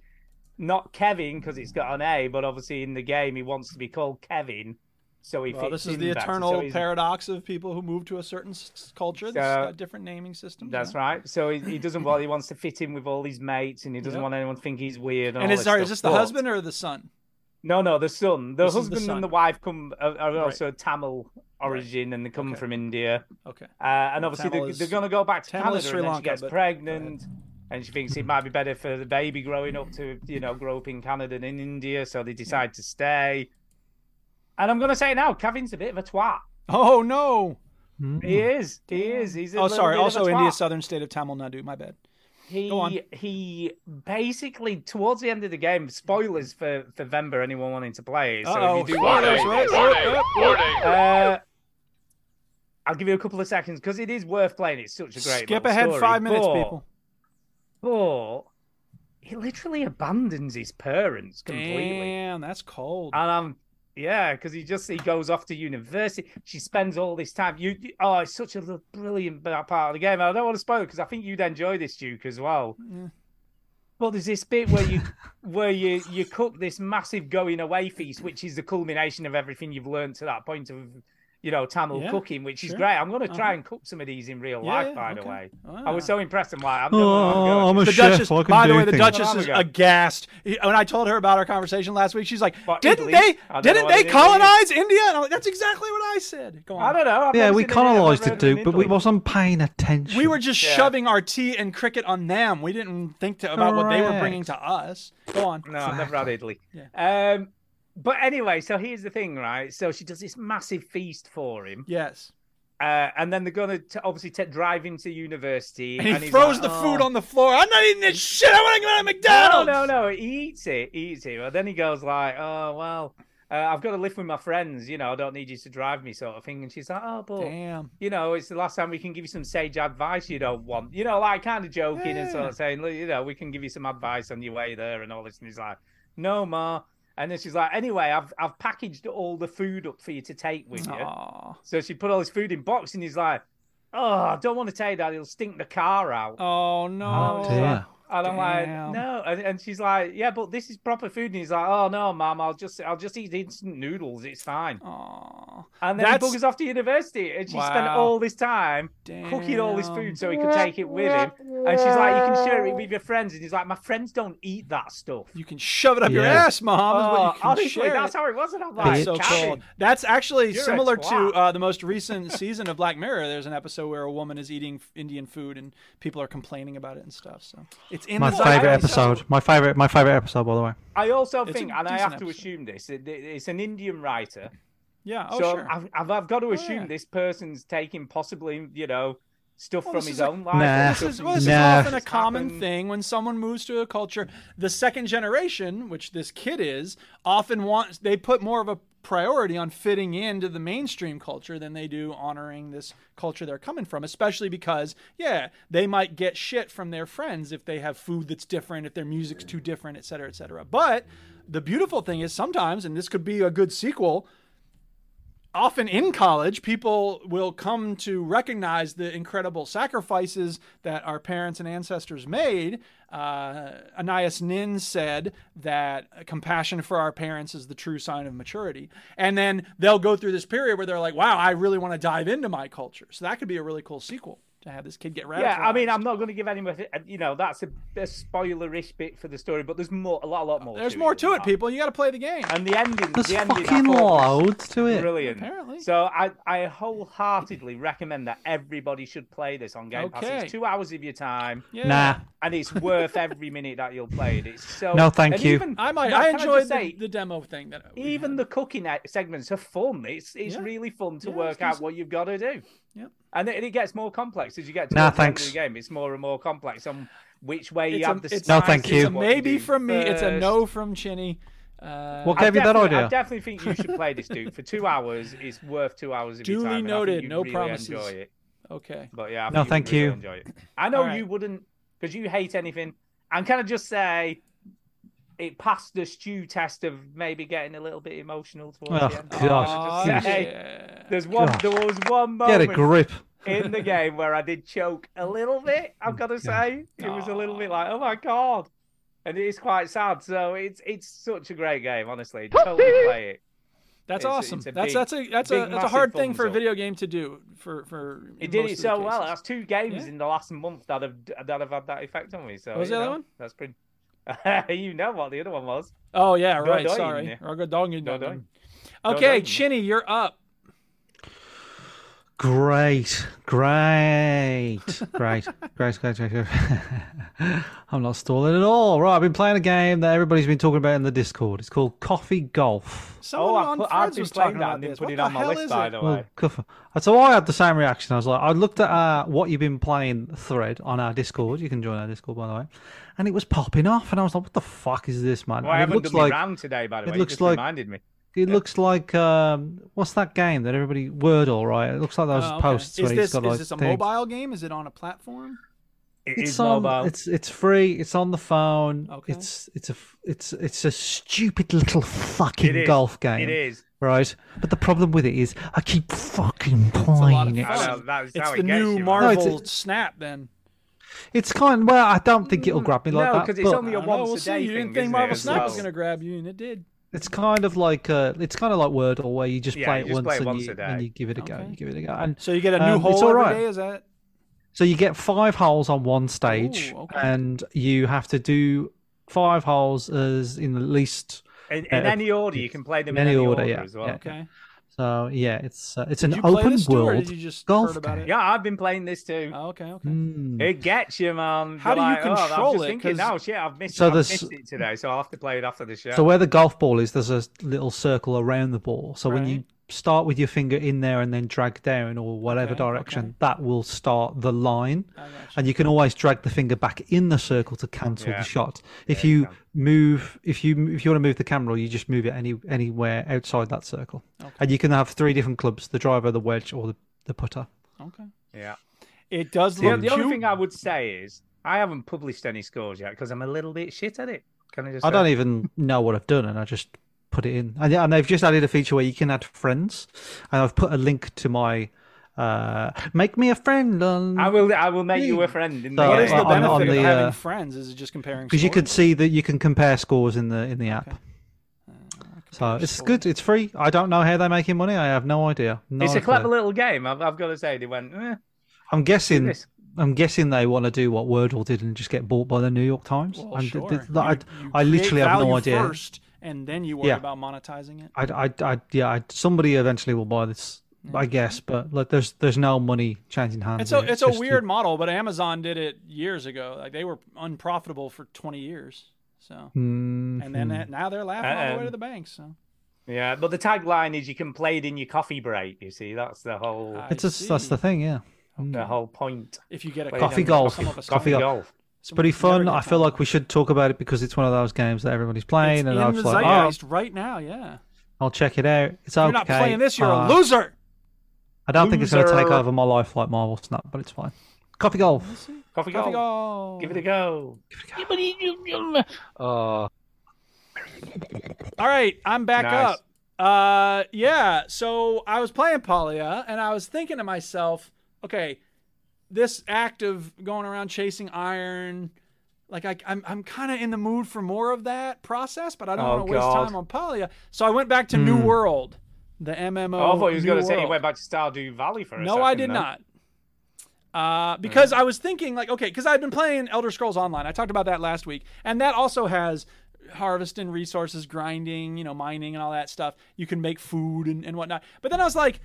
[SPEAKER 5] not Kevin because it's got an A, but obviously in the game he wants to be called Kevin, so he
[SPEAKER 1] Well,
[SPEAKER 5] fits
[SPEAKER 1] this is
[SPEAKER 5] in
[SPEAKER 1] the
[SPEAKER 5] better.
[SPEAKER 1] eternal
[SPEAKER 5] So he's-
[SPEAKER 1] paradox of people who move to a certain s- s- culture that's
[SPEAKER 5] So-
[SPEAKER 1] got different naming systems.
[SPEAKER 5] That's
[SPEAKER 1] yeah.
[SPEAKER 5] right. So he, he doesn't want. He wants to fit in with all his mates, and he doesn't
[SPEAKER 1] Yep.
[SPEAKER 5] want anyone to think he's weird. And,
[SPEAKER 1] And
[SPEAKER 5] all
[SPEAKER 1] is,
[SPEAKER 5] this
[SPEAKER 1] sorry, is
[SPEAKER 5] stuff.
[SPEAKER 1] this the
[SPEAKER 5] But-
[SPEAKER 1] husband or the son?
[SPEAKER 5] No, no, the son, the
[SPEAKER 1] This is the
[SPEAKER 5] husband
[SPEAKER 1] son.
[SPEAKER 5] and the wife come are, are
[SPEAKER 1] Right.
[SPEAKER 5] also Tamil origin, and they come
[SPEAKER 1] Okay.
[SPEAKER 5] from India.
[SPEAKER 1] Okay.
[SPEAKER 5] Uh, and obviously,
[SPEAKER 1] Tamil
[SPEAKER 5] they're,
[SPEAKER 1] is-
[SPEAKER 5] they're going to go back to
[SPEAKER 1] Tamil is
[SPEAKER 5] Canada,
[SPEAKER 1] Sri
[SPEAKER 5] and then
[SPEAKER 1] Lanka,
[SPEAKER 5] she gets
[SPEAKER 1] but-
[SPEAKER 5] pregnant, and she thinks it might be better for the baby growing up to, you know, grow up in Canada and in India, so they decide to stay. And I'm going to say now, Kevin's a bit of a twat.
[SPEAKER 1] Oh, no.
[SPEAKER 5] He is. He is. He's a
[SPEAKER 1] Mm. Oh,
[SPEAKER 5] little
[SPEAKER 1] sorry.
[SPEAKER 5] bit of a
[SPEAKER 1] Also, India's
[SPEAKER 5] twat.
[SPEAKER 1] southern state of Tamil Nadu. My bad.
[SPEAKER 5] He
[SPEAKER 1] Go on.
[SPEAKER 5] he basically towards the end of the game, spoilers for for Vember, anyone wanting to play. it, So
[SPEAKER 1] Uh-oh.
[SPEAKER 5] if you do want to
[SPEAKER 1] Spoilers,
[SPEAKER 5] play
[SPEAKER 1] right?
[SPEAKER 5] this-
[SPEAKER 1] Yep, yep, yep.
[SPEAKER 5] Uh, I'll give you a couple of seconds because it is worth playing. It's such a great
[SPEAKER 1] Skip
[SPEAKER 5] little
[SPEAKER 1] ahead
[SPEAKER 5] story,
[SPEAKER 1] five minutes,
[SPEAKER 5] but-
[SPEAKER 1] people.
[SPEAKER 5] But he literally abandons his parents completely,
[SPEAKER 1] Damn, that's cold.
[SPEAKER 5] and um, yeah, because he just he goes off to university. She spends all this time. You you- oh, it's such a l- brilliant b- part of the game. I don't want to spoil it because I think you'd enjoy this, Duke, as well. Well, there's this bit where you where you you cook this massive going away feast, which is the culmination of everything you've learned to that point of you know Tamil
[SPEAKER 1] Yeah,
[SPEAKER 5] cooking, which is
[SPEAKER 1] sure. Uh-huh.
[SPEAKER 5] great. I'm going to try and cook some of these in real
[SPEAKER 1] Yeah,
[SPEAKER 5] life,
[SPEAKER 1] yeah,
[SPEAKER 5] by
[SPEAKER 1] okay.
[SPEAKER 5] the way. I
[SPEAKER 1] Ah.
[SPEAKER 5] was so impressed. I'm like, I'm,
[SPEAKER 4] Oh,
[SPEAKER 5] oh,
[SPEAKER 4] I'm a
[SPEAKER 1] the
[SPEAKER 4] chef.
[SPEAKER 1] Duchess,
[SPEAKER 4] I can
[SPEAKER 1] by the
[SPEAKER 4] do
[SPEAKER 1] way, the
[SPEAKER 4] things.
[SPEAKER 1] Duchess is
[SPEAKER 5] Phenomenal.
[SPEAKER 1] aghast. He- When I told her about our conversation last week, she's like,
[SPEAKER 5] But
[SPEAKER 1] "Didn't
[SPEAKER 5] Italy?
[SPEAKER 1] they?
[SPEAKER 5] I don't
[SPEAKER 1] Didn't
[SPEAKER 5] know what
[SPEAKER 1] they
[SPEAKER 5] it is.
[SPEAKER 1] colonize India?" And I'm like, "That's exactly what I said." Go on.
[SPEAKER 5] I don't know. I've
[SPEAKER 4] Yeah,
[SPEAKER 5] never
[SPEAKER 4] we
[SPEAKER 5] seen any of
[SPEAKER 4] colonised
[SPEAKER 5] them
[SPEAKER 4] it,
[SPEAKER 5] over in
[SPEAKER 4] dude, but we
[SPEAKER 5] Italy.
[SPEAKER 4] wasn't paying attention.
[SPEAKER 1] We were just
[SPEAKER 5] Yeah.
[SPEAKER 1] shoving our tea and cricket on them. We didn't think to, about what they were bringing to us. Go on.
[SPEAKER 5] No, I've never had Italy. Um, but anyway, so here's the thing, right? So she does this massive feast for him,
[SPEAKER 1] Yes.
[SPEAKER 5] uh, and then they're gonna t- obviously t- drive him to university.
[SPEAKER 1] And he
[SPEAKER 5] he's
[SPEAKER 1] throws
[SPEAKER 5] like,
[SPEAKER 1] the
[SPEAKER 5] "Oh,
[SPEAKER 1] food on the floor. I'm not eating this shit. I want to go to
[SPEAKER 5] No,
[SPEAKER 1] McDonald's.
[SPEAKER 5] no, no. He eats it. He eats it. But then he goes like, "Oh well, uh, I've got to live with my friends. You know, I don't need you to drive me, sort of thing." And she's like, "Oh, but
[SPEAKER 1] Damn.
[SPEAKER 5] you know, it's the last time we can give you some sage advice you don't want." You know, like kind of joking and sort
[SPEAKER 1] Yeah.
[SPEAKER 5] of saying, "Look, "You know, we can give you some advice on your way there and all this." And he's like, "No ma." And then she's like, "Anyway, I've I've packaged all the food up for you to take with you."
[SPEAKER 1] Aw.
[SPEAKER 5] So she put all his food in box, and he's like, "Oh, I don't want to take that. It'll stink the car out."
[SPEAKER 1] Oh,
[SPEAKER 5] And I'm
[SPEAKER 1] no.
[SPEAKER 5] just like-
[SPEAKER 4] Dear.
[SPEAKER 5] and I'm
[SPEAKER 1] Damn.
[SPEAKER 5] like, no. And, and she's like, yeah, but this is proper food. And he's like, oh no, mom, I'll just I'll just eat instant noodles. It's fine. And then
[SPEAKER 1] That's-
[SPEAKER 5] he buggers off to university, and she spent
[SPEAKER 1] Wow.
[SPEAKER 5] all this time cooking all this
[SPEAKER 1] Damn.
[SPEAKER 5] food so he could take it with him. And she's like, you can share it with your friends. And he's like, my friends don't eat that stuff.
[SPEAKER 1] You can shove it up your
[SPEAKER 4] Yeah.
[SPEAKER 1] ass, mom. Is
[SPEAKER 5] Oh,
[SPEAKER 1] what you can
[SPEAKER 5] honestly,
[SPEAKER 1] share
[SPEAKER 5] that's
[SPEAKER 1] it.
[SPEAKER 5] how it was. And I'm
[SPEAKER 1] That's
[SPEAKER 5] like,
[SPEAKER 1] so
[SPEAKER 5] Karen,
[SPEAKER 1] cool. That's actually
[SPEAKER 5] You're a
[SPEAKER 1] similar to
[SPEAKER 5] twat.
[SPEAKER 1] uh, the most recent *laughs* season of Black Mirror. There's an episode where a woman is eating f- Indian food and people are complaining about it and stuff. So it's in
[SPEAKER 4] My
[SPEAKER 1] the
[SPEAKER 4] favorite
[SPEAKER 1] zeitgeist.
[SPEAKER 4] episode. My favorite. My favorite episode, by the way.
[SPEAKER 5] I also
[SPEAKER 1] It's a
[SPEAKER 5] think, and I
[SPEAKER 1] decent
[SPEAKER 5] have to
[SPEAKER 1] episode.
[SPEAKER 5] assume this, it- it- it's an Indian writer.
[SPEAKER 1] Yeah. Oh
[SPEAKER 5] so
[SPEAKER 1] sure.
[SPEAKER 5] I've, I've, I've got to assume
[SPEAKER 1] yeah.
[SPEAKER 5] this person's taking possibly, you know, stuff
[SPEAKER 1] Well,
[SPEAKER 5] from
[SPEAKER 1] Oh, this
[SPEAKER 5] his
[SPEAKER 1] is a-
[SPEAKER 5] own life.
[SPEAKER 4] Nah.
[SPEAKER 5] or
[SPEAKER 1] This is,
[SPEAKER 5] stuff
[SPEAKER 1] well,
[SPEAKER 5] from-
[SPEAKER 1] this
[SPEAKER 4] Nah.
[SPEAKER 1] is often a common
[SPEAKER 5] Happened.
[SPEAKER 1] thing when someone moves to a culture. The second generation, which this kid is, often wants they put more of a priority on fitting into the mainstream culture than they do honoring this culture they're coming from. Especially because, yeah, they might get shit from their friends if they have food that's different, if their music's too different, et cetera, et cetera. But the beautiful thing is sometimes, and this could be a good sequel often in college, people will come to recognize the incredible sacrifices that our parents and ancestors made. Uh, Anais Nin said that compassion for our parents is the true sign of maturity. And then they'll go through this period where they're like, wow, I really want to dive into my culture. So that could be a really cool sequel to have this kid get radicalized.
[SPEAKER 5] Yeah, I mean, I'm not going to give any more. You know, that's a, a spoilerish bit for the story, but there's more, a lot, a lot more.
[SPEAKER 1] There's more to
[SPEAKER 5] than
[SPEAKER 1] it,
[SPEAKER 5] that.
[SPEAKER 1] people. You got to play the game.
[SPEAKER 5] And the ending,
[SPEAKER 4] There's
[SPEAKER 5] the ending, I
[SPEAKER 4] fucking
[SPEAKER 5] thought was
[SPEAKER 4] loads to it.
[SPEAKER 5] Brilliant.
[SPEAKER 1] Apparently.
[SPEAKER 5] So I, I wholeheartedly recommend that everybody should play this on Game Pass.
[SPEAKER 1] Okay.
[SPEAKER 5] It's two hours of your time.
[SPEAKER 1] Yeah.
[SPEAKER 4] Nah.
[SPEAKER 5] and it's worth every minute that you'll play it. It's so
[SPEAKER 4] No, thank
[SPEAKER 5] and
[SPEAKER 4] you.
[SPEAKER 5] Even,
[SPEAKER 1] I might.
[SPEAKER 5] now,
[SPEAKER 1] I
[SPEAKER 5] can just
[SPEAKER 1] enjoyed
[SPEAKER 5] say,
[SPEAKER 1] the, the demo thing. That we
[SPEAKER 5] even
[SPEAKER 1] had.
[SPEAKER 5] the cooking e- segments are fun. It's it's
[SPEAKER 1] Yeah.
[SPEAKER 5] really fun to
[SPEAKER 1] Yeah,
[SPEAKER 5] work
[SPEAKER 1] it's
[SPEAKER 5] out
[SPEAKER 1] decent.
[SPEAKER 5] what you've got to do.
[SPEAKER 1] Yep.
[SPEAKER 5] And it, and it gets more complex as you get to
[SPEAKER 4] Nah,
[SPEAKER 5] the end of the
[SPEAKER 4] thanks.
[SPEAKER 5] game. It's more and more complex on which way you
[SPEAKER 1] It's a-
[SPEAKER 5] have the
[SPEAKER 1] it's-
[SPEAKER 4] No, thank
[SPEAKER 5] slices,
[SPEAKER 4] you.
[SPEAKER 1] It's a
[SPEAKER 5] what
[SPEAKER 1] maybe
[SPEAKER 5] do
[SPEAKER 1] from me. It's a
[SPEAKER 5] first.
[SPEAKER 1] no from Chinny. Uh,
[SPEAKER 4] What
[SPEAKER 5] I
[SPEAKER 4] gave you that
[SPEAKER 5] definitely- I
[SPEAKER 4] idea?
[SPEAKER 5] definitely think you should play this, Duke. For two hours, it's worth two hours of your
[SPEAKER 1] Duly
[SPEAKER 5] time. and I think
[SPEAKER 1] noted.
[SPEAKER 5] you'd
[SPEAKER 1] No
[SPEAKER 5] really
[SPEAKER 1] promises.
[SPEAKER 5] Enjoy it.
[SPEAKER 1] Okay.
[SPEAKER 5] But yeah, I
[SPEAKER 4] No,
[SPEAKER 5] think
[SPEAKER 4] thank
[SPEAKER 5] would really
[SPEAKER 4] you.
[SPEAKER 5] Enjoy it. I know
[SPEAKER 1] All right.
[SPEAKER 5] you wouldn't because you hate anything. And can I just say, it passed the stew test of maybe getting a little bit emotional towards
[SPEAKER 4] Oh,
[SPEAKER 5] the end.
[SPEAKER 4] God.
[SPEAKER 5] Can I just say,
[SPEAKER 1] yeah.
[SPEAKER 5] There's one.
[SPEAKER 4] God.
[SPEAKER 5] There was one
[SPEAKER 4] Get a
[SPEAKER 5] moment
[SPEAKER 4] grip.
[SPEAKER 5] in the game where I did choke a little bit. I've got to say, it was a little bit like, oh my god, and it is quite sad. So it's it's such a great game, honestly. Totally play it.
[SPEAKER 1] That's
[SPEAKER 5] It's a-
[SPEAKER 1] awesome.
[SPEAKER 5] it's a
[SPEAKER 1] that's
[SPEAKER 5] big-
[SPEAKER 1] that's a that's
[SPEAKER 5] big,
[SPEAKER 1] a that's a
[SPEAKER 5] massive
[SPEAKER 1] hard thing
[SPEAKER 5] thumbs
[SPEAKER 1] for a
[SPEAKER 5] up.
[SPEAKER 1] video game to do. For for
[SPEAKER 5] It did
[SPEAKER 1] most
[SPEAKER 5] it
[SPEAKER 1] of the
[SPEAKER 5] so well.
[SPEAKER 1] cases.
[SPEAKER 5] That's two games
[SPEAKER 1] Yeah.
[SPEAKER 5] in the last month that have that have had that effect on me. So
[SPEAKER 1] What was
[SPEAKER 5] you
[SPEAKER 1] the other
[SPEAKER 5] know,
[SPEAKER 1] one?
[SPEAKER 5] That's pretty. *laughs* you know what the other one was.
[SPEAKER 1] Oh yeah, right.
[SPEAKER 5] Dodon,
[SPEAKER 1] sorry.
[SPEAKER 5] yeah.
[SPEAKER 1] Rago Dongan
[SPEAKER 5] Dodon.
[SPEAKER 1] Dongan. Okay,
[SPEAKER 5] Dodon.
[SPEAKER 1] Chinny, you're up.
[SPEAKER 4] Great, great, great, great, great, great. *laughs* great. I'm not stalling at all. Right, I've been playing a game that everybody's been talking about in the Discord. It's called Coffee Golf.
[SPEAKER 1] Someone
[SPEAKER 5] I
[SPEAKER 1] on
[SPEAKER 5] put- Oh, I've
[SPEAKER 1] Threads
[SPEAKER 5] been
[SPEAKER 1] was
[SPEAKER 5] playing
[SPEAKER 1] talking
[SPEAKER 5] that
[SPEAKER 1] about
[SPEAKER 5] and didn't
[SPEAKER 1] this.
[SPEAKER 5] put
[SPEAKER 1] What
[SPEAKER 5] it
[SPEAKER 1] the
[SPEAKER 5] on my
[SPEAKER 1] hell
[SPEAKER 5] list,
[SPEAKER 1] is
[SPEAKER 5] by
[SPEAKER 1] it?
[SPEAKER 5] the way.
[SPEAKER 4] Well, cover. So I had the same reaction. I was like, I looked at uh, what you've been playing thread on our Discord. You can join our Discord, by the way. And it was popping off, and I was like, "What the fuck is this, man?"
[SPEAKER 5] Well, I
[SPEAKER 4] and it
[SPEAKER 5] haven't
[SPEAKER 4] looks
[SPEAKER 5] done
[SPEAKER 4] like
[SPEAKER 5] my round today, by the
[SPEAKER 4] it
[SPEAKER 5] way. you
[SPEAKER 4] looks
[SPEAKER 5] just
[SPEAKER 4] like-
[SPEAKER 5] reminded me.
[SPEAKER 4] it looks like um, what's that game that everybody Wordle, right? It looks like those
[SPEAKER 1] Oh, okay.
[SPEAKER 4] posts
[SPEAKER 1] Is
[SPEAKER 4] where he's
[SPEAKER 1] this
[SPEAKER 4] got
[SPEAKER 1] is
[SPEAKER 4] like
[SPEAKER 1] this a
[SPEAKER 4] things.
[SPEAKER 1] mobile game? Is it on a platform?
[SPEAKER 5] It
[SPEAKER 4] it's
[SPEAKER 5] is
[SPEAKER 4] on,
[SPEAKER 5] mobile.
[SPEAKER 4] It's it's free. It's on the phone.
[SPEAKER 1] Okay.
[SPEAKER 4] It's it's a f- it's it's a stupid little fucking
[SPEAKER 5] It is.
[SPEAKER 4] golf
[SPEAKER 5] It
[SPEAKER 4] game.
[SPEAKER 5] is.
[SPEAKER 4] right. But the problem with it is, I keep fucking
[SPEAKER 1] a lot of
[SPEAKER 4] playing it.
[SPEAKER 1] fun.
[SPEAKER 5] I know, that is
[SPEAKER 1] It's
[SPEAKER 5] how
[SPEAKER 1] the
[SPEAKER 5] it gets
[SPEAKER 1] new
[SPEAKER 5] you, man.
[SPEAKER 4] No, it's a-
[SPEAKER 1] Marvel Snap. Then
[SPEAKER 4] It's kind. well, I don't think it'll grab me like
[SPEAKER 5] Mm, no,
[SPEAKER 4] that.
[SPEAKER 5] because it's
[SPEAKER 4] but
[SPEAKER 1] I
[SPEAKER 5] only a
[SPEAKER 1] don't know,
[SPEAKER 5] once
[SPEAKER 1] we'll
[SPEAKER 5] a
[SPEAKER 1] see.
[SPEAKER 5] day
[SPEAKER 1] You
[SPEAKER 5] thing.
[SPEAKER 1] didn't think
[SPEAKER 5] isn't it,
[SPEAKER 1] Marvel
[SPEAKER 5] as
[SPEAKER 1] Snap was
[SPEAKER 5] well?
[SPEAKER 1] going to grab you, and it did.
[SPEAKER 4] It's kind of like uh, it's kind of like Wordle, where you just
[SPEAKER 5] Yeah,
[SPEAKER 4] play
[SPEAKER 5] you
[SPEAKER 4] it
[SPEAKER 5] just
[SPEAKER 4] once,
[SPEAKER 5] play it
[SPEAKER 4] and,
[SPEAKER 5] once
[SPEAKER 4] you,
[SPEAKER 5] a day.
[SPEAKER 4] and you give it a go.
[SPEAKER 1] Okay.
[SPEAKER 4] You give it a go, and
[SPEAKER 1] So you get a new
[SPEAKER 4] um,
[SPEAKER 1] hole
[SPEAKER 4] it's
[SPEAKER 1] every day.
[SPEAKER 4] alright.
[SPEAKER 1] Is that
[SPEAKER 4] So you get five holes on one stage,
[SPEAKER 1] Ooh, okay.
[SPEAKER 4] and you have to do five holes as in the least.
[SPEAKER 5] In, in
[SPEAKER 4] Uh,
[SPEAKER 5] any order, you can play them
[SPEAKER 4] any
[SPEAKER 5] in any
[SPEAKER 4] order,
[SPEAKER 5] order,
[SPEAKER 4] yeah,
[SPEAKER 5] as well.
[SPEAKER 4] yeah.
[SPEAKER 1] okay?
[SPEAKER 4] So yeah, it's uh, it's
[SPEAKER 1] Did
[SPEAKER 4] an
[SPEAKER 1] you play
[SPEAKER 4] open
[SPEAKER 1] this too, or
[SPEAKER 4] world
[SPEAKER 1] did you just
[SPEAKER 4] golf
[SPEAKER 1] heard about
[SPEAKER 4] game.
[SPEAKER 1] it?
[SPEAKER 5] Yeah, I've been playing this too.
[SPEAKER 4] Um,
[SPEAKER 1] Oh, okay. Okay.
[SPEAKER 4] Mm.
[SPEAKER 5] It gets you, man.
[SPEAKER 1] How
[SPEAKER 5] You're
[SPEAKER 1] do you
[SPEAKER 5] like, oh, I'm
[SPEAKER 1] control
[SPEAKER 5] just
[SPEAKER 1] it?
[SPEAKER 5] Thinking,
[SPEAKER 1] 'Cause-
[SPEAKER 5] no, shit, I've missed,
[SPEAKER 4] So
[SPEAKER 5] I've
[SPEAKER 4] this-
[SPEAKER 5] missed it today, so I'll have to play it after the show.
[SPEAKER 4] So where the golf ball is, there's a little circle around the ball. So when you
[SPEAKER 1] Right.
[SPEAKER 4] start with your finger in there and then drag down or whatever
[SPEAKER 1] Okay,
[SPEAKER 4] direction,
[SPEAKER 1] okay.
[SPEAKER 4] that will start the line.
[SPEAKER 1] I gotcha.
[SPEAKER 4] And you can always drag the finger back in the circle to cancel
[SPEAKER 5] Yeah.
[SPEAKER 4] the shot. If
[SPEAKER 5] you
[SPEAKER 4] you,
[SPEAKER 5] can.
[SPEAKER 4] move, if you if you want to move the camera, you just move it any anywhere outside that circle. And you can have three different clubs: the driver, the wedge, or the, the putter.
[SPEAKER 1] Okay.
[SPEAKER 5] yeah.
[SPEAKER 1] It does
[SPEAKER 5] The,
[SPEAKER 1] look
[SPEAKER 5] the only
[SPEAKER 1] cute.
[SPEAKER 5] thing I would say is I haven't published any scores yet because I'm a little bit shit at it. Can I just?
[SPEAKER 4] I
[SPEAKER 5] say-
[SPEAKER 4] don't even know what I've done, and I just put it in. And, and they've just added a feature where you can add friends, and I've put a link to my Uh, make me a friend on.
[SPEAKER 5] I will. I will make you a friend. In the
[SPEAKER 4] So,
[SPEAKER 1] What is the
[SPEAKER 4] on-
[SPEAKER 1] benefit
[SPEAKER 4] on
[SPEAKER 1] of
[SPEAKER 4] the,
[SPEAKER 1] having
[SPEAKER 4] uh,
[SPEAKER 1] friends? Is it just comparing?
[SPEAKER 4] because you could
[SPEAKER 1] scores?
[SPEAKER 4] see that you can compare scores in the in the app.
[SPEAKER 1] Uh,
[SPEAKER 4] So it's good. It's free. I don't know how they're making money. I have no idea. No
[SPEAKER 5] it's a
[SPEAKER 4] clue.
[SPEAKER 5] clever little game. I've, I've got to say, they went. Eh,
[SPEAKER 4] I'm guessing.
[SPEAKER 5] this.
[SPEAKER 4] I'm guessing they want to do what Wordle did and just get bought by the New York Times.
[SPEAKER 1] Well,
[SPEAKER 4] I'm- th-
[SPEAKER 1] sure.
[SPEAKER 4] th-
[SPEAKER 1] You-
[SPEAKER 4] I,
[SPEAKER 1] you
[SPEAKER 4] I literally
[SPEAKER 1] create
[SPEAKER 4] have no
[SPEAKER 1] value
[SPEAKER 4] idea.
[SPEAKER 1] First, and then you worry
[SPEAKER 4] Yeah.
[SPEAKER 1] about monetizing it.
[SPEAKER 4] I, I, I, yeah, I, somebody eventually will buy this, I guess. But like, there's there's no money changing hands.
[SPEAKER 1] It's a
[SPEAKER 4] here.
[SPEAKER 1] it's a
[SPEAKER 4] just you-
[SPEAKER 1] weird model, but Amazon did it years ago. Like they were unprofitable for 20 years. So
[SPEAKER 4] Mm-hmm.
[SPEAKER 1] and then that- now they're laughing all the way
[SPEAKER 5] Um,
[SPEAKER 1] to the bank. So
[SPEAKER 5] Yeah, but the tagline is you can play it in your coffee break. You see, that's the whole
[SPEAKER 1] I
[SPEAKER 4] It's just that's the
[SPEAKER 1] see.
[SPEAKER 4] thing. Yeah,
[SPEAKER 5] the whole point.
[SPEAKER 1] If you get a
[SPEAKER 5] Play it
[SPEAKER 4] Coffee
[SPEAKER 5] on
[SPEAKER 1] couple-
[SPEAKER 5] your
[SPEAKER 4] golf.
[SPEAKER 1] some of us
[SPEAKER 4] Coffee
[SPEAKER 1] don't.
[SPEAKER 4] golf.
[SPEAKER 1] Some
[SPEAKER 4] it's pretty
[SPEAKER 1] of us never
[SPEAKER 4] fun.
[SPEAKER 1] get
[SPEAKER 4] I feel
[SPEAKER 1] time.
[SPEAKER 4] like we should talk about it because it's one of those games that everybody's
[SPEAKER 1] it's
[SPEAKER 4] playing,
[SPEAKER 1] in
[SPEAKER 4] and
[SPEAKER 1] the
[SPEAKER 4] I was like, oh,
[SPEAKER 1] zeitgeist right now. Yeah,
[SPEAKER 4] I'll check it out. It's
[SPEAKER 1] you're
[SPEAKER 4] okay.
[SPEAKER 1] not playing this. You're
[SPEAKER 4] Uh,
[SPEAKER 1] a loser.
[SPEAKER 4] I don't think it's going to take
[SPEAKER 5] Loser.
[SPEAKER 4] over my life like Marvel Snap, but it's fine. Coffee golf.
[SPEAKER 5] Coffee,
[SPEAKER 1] Coffee
[SPEAKER 5] golf.
[SPEAKER 1] golf.
[SPEAKER 5] Give it a go.
[SPEAKER 1] All right, I'm back
[SPEAKER 5] Nice.
[SPEAKER 1] up. Uh, yeah. So I was playing Polya, and I was thinking to myself, okay, this act of going around chasing iron, like I, I'm, I'm kind of in the mood for more of that process, but I don't
[SPEAKER 5] Oh,
[SPEAKER 1] want to waste
[SPEAKER 5] God. Hmm.
[SPEAKER 1] time on Polya. So I went back to New World, the MMO.
[SPEAKER 5] Oh, I thought he was
[SPEAKER 1] New
[SPEAKER 5] going to say he
[SPEAKER 1] World.
[SPEAKER 5] went back to Stardew Valley for a
[SPEAKER 1] No,
[SPEAKER 5] second. Mm.
[SPEAKER 1] I did
[SPEAKER 5] then.
[SPEAKER 1] not. Uh, because I was thinking, like, okay, because I've been playing Elder Scrolls Online. I talked about that last week, and that also has harvesting resources, grinding, you know, mining, and all that stuff. You can make food and, and whatnot. But then I was like,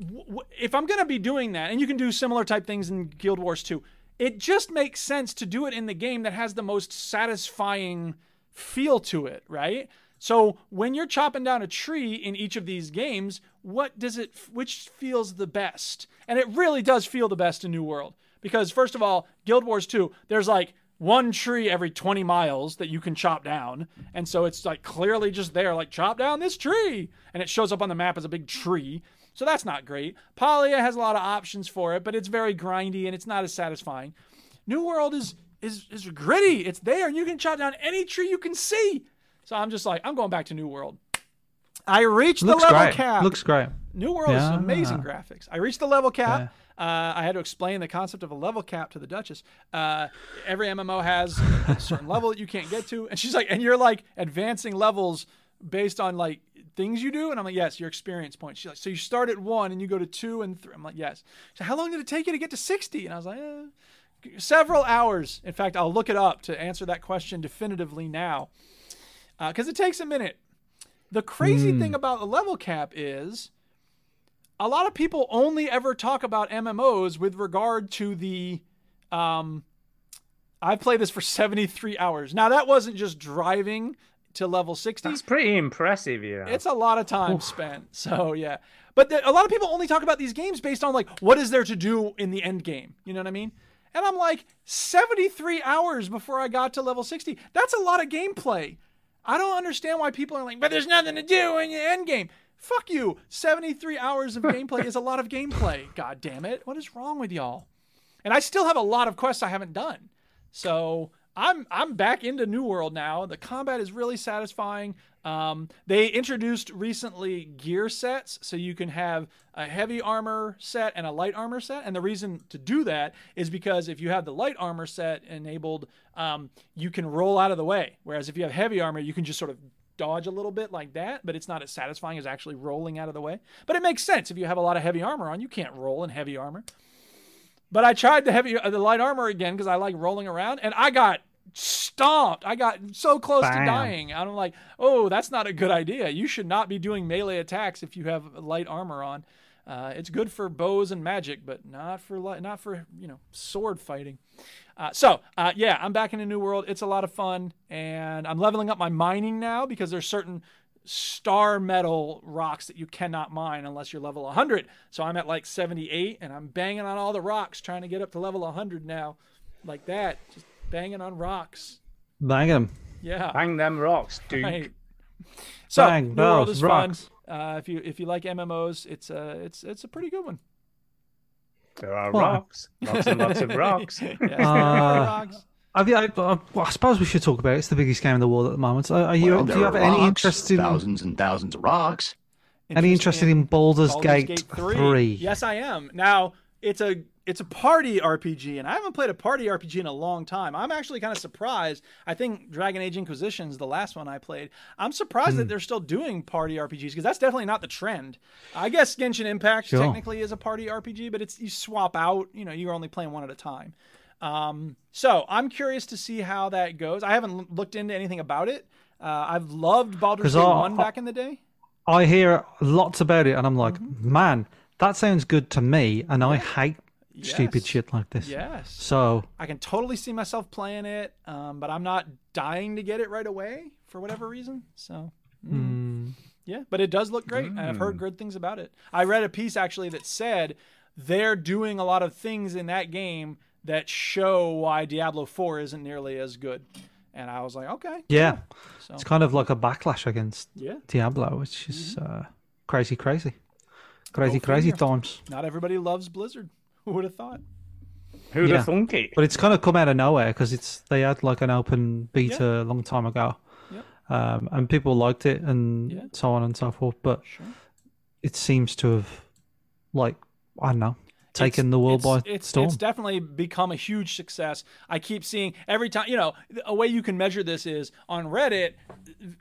[SPEAKER 1] w- w- if I'm gonna be doing that, and you can do similar type things in Guild Wars 2, it just makes sense to do it in the game that has the most satisfying feel to it, right? So when you're chopping down a tree in each of these games, what does it which feels the best? And it really does feel the best in New World because first of all, Guild Wars 2, there's like one tree every 20 miles that you can chop down. And so it's like clearly just there like chop down this tree and it shows up on the map as a big tree. So that's not great. Polya has a lot of options for it, but it's very grindy and it's not as satisfying. New World is is is gritty. It's there, and you can chop down any tree you can see. So I'm just like, I'm going back to New World. I reached
[SPEAKER 4] Looks
[SPEAKER 1] the level
[SPEAKER 4] great.
[SPEAKER 1] cap.
[SPEAKER 4] Looks great.
[SPEAKER 1] New World is amazing
[SPEAKER 4] Yeah.
[SPEAKER 1] graphics. I reached the level cap. Uh, I had to explain the concept of a level cap to the Duchess. Uh, every MMO has a certain level that you can't get to, and she's like, and you're like advancing levels based on like things you do, and I'm like, yes, your experience points. She's like, so you start at one and you go to two and three. I'm like, yes. So how long did it take you to get to sixty? And I was like, eh, several hours. In fact, I'll look it up to answer that question definitively now, because it takes a minute. The crazy thing about the level cap is a lot of people only ever talk about MMOs with regard to the um I played this for *laughs* 73 hours. Now that wasn't just driving to level 60.
[SPEAKER 5] It's pretty impressive, yeah.
[SPEAKER 1] It's a lot of time spent. *laughs* So yeah, but the, a lot of people only talk about these games based on like what is there to do in the end game. You know what I mean? And I'm like 73 hours before I got to level 60. That's a lot of gameplay. I don't understand why people are like, but there's nothing to do in the end game. Fuck you. 73 hours of gameplay is a lot of gameplay. *laughs* God damn it. What is wrong with y'all? And I still have a lot of quests I haven't done. So I'm I'm back into New World now. The combat is really satisfying. Um, they introduced recently gear sets, so you can have a heavy armor set and a light armor set. And the reason to do that is because if you have the light armor set enabled, um, you can roll out of the way. Whereas if you have heavy armor, you can just sort of dodge a little bit like that, but it's not as satisfying as actually rolling out of the way. But it makes sense if you have a lot of heavy armor on, you can't roll in heavy armor. But I tried the heavy, uh, the light armor again because I like rolling around, and I got stomped. I got so close to
[SPEAKER 4] Bam.
[SPEAKER 1] dying. I'm like, oh, that's not a good idea. You should not be doing melee attacks if you have light armor on. Uh, it's good for bows and magic, but not for li- not for you know sword fighting. Uh, so uh, yeah, I'm back in a new world. It's a lot of fun, and I'm leveling up my mining now because there's certain star metal rocks that you cannot mine unless you're level 100. So I'm at like 78, and I'm banging on all the rocks trying to get up to level 100 now, like that, just banging on rocks.
[SPEAKER 4] Bang 'em.
[SPEAKER 1] Yeah.
[SPEAKER 5] Bang them rocks, dude.
[SPEAKER 1] Right. So
[SPEAKER 4] Bang,
[SPEAKER 1] New World
[SPEAKER 4] those
[SPEAKER 1] is
[SPEAKER 4] rocks.
[SPEAKER 1] fun. Uh, if you if you like MMOs, it's a it's it's a pretty good one.
[SPEAKER 5] There are
[SPEAKER 4] What?
[SPEAKER 5] rocks. Lots and lots of
[SPEAKER 1] *laughs*
[SPEAKER 5] rocks.
[SPEAKER 1] Yeah. Rocks.
[SPEAKER 4] Have you, I, I, well, I suppose we should talk about it. It's the biggest game in the world at the moment. So are you?
[SPEAKER 3] Well,
[SPEAKER 4] do
[SPEAKER 3] there
[SPEAKER 4] you have
[SPEAKER 3] are
[SPEAKER 4] any
[SPEAKER 3] rocks,
[SPEAKER 4] interest in?
[SPEAKER 3] thousands and thousands of rocks?
[SPEAKER 13] Any interested in Baldur's, Gate, 3?
[SPEAKER 1] Yes, I am. Now it's a it's a party RPG, and I haven't played a party RPG in a long time. I'm actually kind of surprised. I think Dragon Age Inquisition's the last one I played. I'm surprised
[SPEAKER 13] Hmm.
[SPEAKER 1] that they're still doing party RPGs because that's definitely not the trend. I guess Genshin Impact
[SPEAKER 13] Sure.
[SPEAKER 1] technically is a party RPG, but it's you swap out. You know, you're only playing one at a time. Um, so I'm curious to see how that goes. I haven't l- looked into anything about it. Uh, I've loved Baldur's
[SPEAKER 13] 'Cause
[SPEAKER 1] Gate
[SPEAKER 13] I-
[SPEAKER 1] One back in the day.
[SPEAKER 13] I hear lots about it, and I'm like,
[SPEAKER 1] Mm-hmm.
[SPEAKER 13] man, that sounds good to me, and I hate stupid
[SPEAKER 1] Yes.
[SPEAKER 13] shit like this.
[SPEAKER 1] Yes.
[SPEAKER 13] So
[SPEAKER 1] I can totally see myself playing it, um, but I'm not dying to get it right away for whatever reason. So, mm. yeah, but it does look great, and I've heard good things about it. I read a piece actually that said they're doing a lot of things in that game that show why Diablo 4 isn't nearly as good. And I was like, okay.
[SPEAKER 13] yeah,
[SPEAKER 1] So-
[SPEAKER 13] it's kind of like a backlash against
[SPEAKER 1] Oh. Yeah. Mm-hmm.
[SPEAKER 13] Diablo, which is uh, crazy, crazy, crazy, crazy times.
[SPEAKER 1] Not everybody loves Blizzard. *laughs* Who would have thought?
[SPEAKER 5] Who'd
[SPEAKER 13] Yeah.
[SPEAKER 5] have thunk it?
[SPEAKER 13] But it's kind of come out of nowhere because it's they had like an open beta a long time ago,
[SPEAKER 1] Yeah.
[SPEAKER 13] um, and people liked it and
[SPEAKER 1] Yeah.
[SPEAKER 13] so on and so forth. But it seems to have, like, I don't know, taken
[SPEAKER 1] It's-
[SPEAKER 13] the world
[SPEAKER 1] it's-
[SPEAKER 13] by
[SPEAKER 1] it's,
[SPEAKER 13] storm.
[SPEAKER 1] It's definitely become a huge success. I keep seeing every time, you know, a way you can measure this is on Reddit.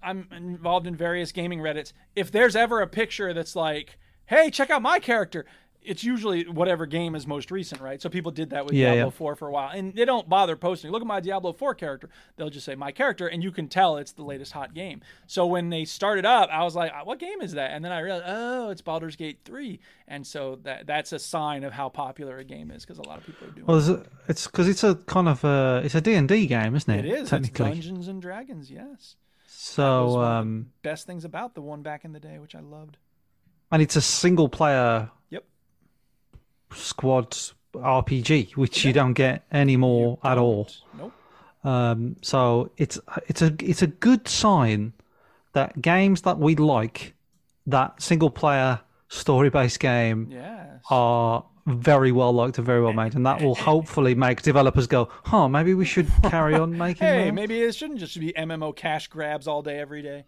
[SPEAKER 1] I'm involved in various gaming Reddits. If there's ever a picture that's like, "Hey, check out my character," it's usually whatever game is most recent, right? So people did that with
[SPEAKER 13] Yeah,
[SPEAKER 1] Diablo
[SPEAKER 13] yeah.
[SPEAKER 1] 4 for a while, and they don't bother posting. Look at my Diablo 4 character. They'll just say my character, and you can tell it's the latest hot game. So when they started up, I was like, "Uh, "What game is that?" And then I realized, "Oh, it's Baldur's Gate 3." And so that that's a sign of how popular a game is because a lot of people are doing.
[SPEAKER 13] Well, there's a- it's because it's a kind of a it's a D and D game, isn't
[SPEAKER 1] it
[SPEAKER 13] it?
[SPEAKER 1] It is it's
[SPEAKER 13] technically.
[SPEAKER 1] Dungeons and Dragons, yes.
[SPEAKER 13] so,
[SPEAKER 1] one of the
[SPEAKER 13] um,
[SPEAKER 1] Best things about the one back in the day, which I loved.
[SPEAKER 13] and it's a single player
[SPEAKER 1] Yep.
[SPEAKER 13] squad RPG, which you don't get anymore at all.
[SPEAKER 1] Nope.
[SPEAKER 13] Um, so it's it's a it's a good sign that games that we like, that single player story based game,
[SPEAKER 1] Yes.
[SPEAKER 13] are very well liked and very well made, and that
[SPEAKER 1] *laughs*
[SPEAKER 13] will hopefully make developers go, "Huh, maybe we should carry on making."
[SPEAKER 1] hey,
[SPEAKER 13] more."
[SPEAKER 1] maybe it shouldn't just be MMO cash grabs all day, every day.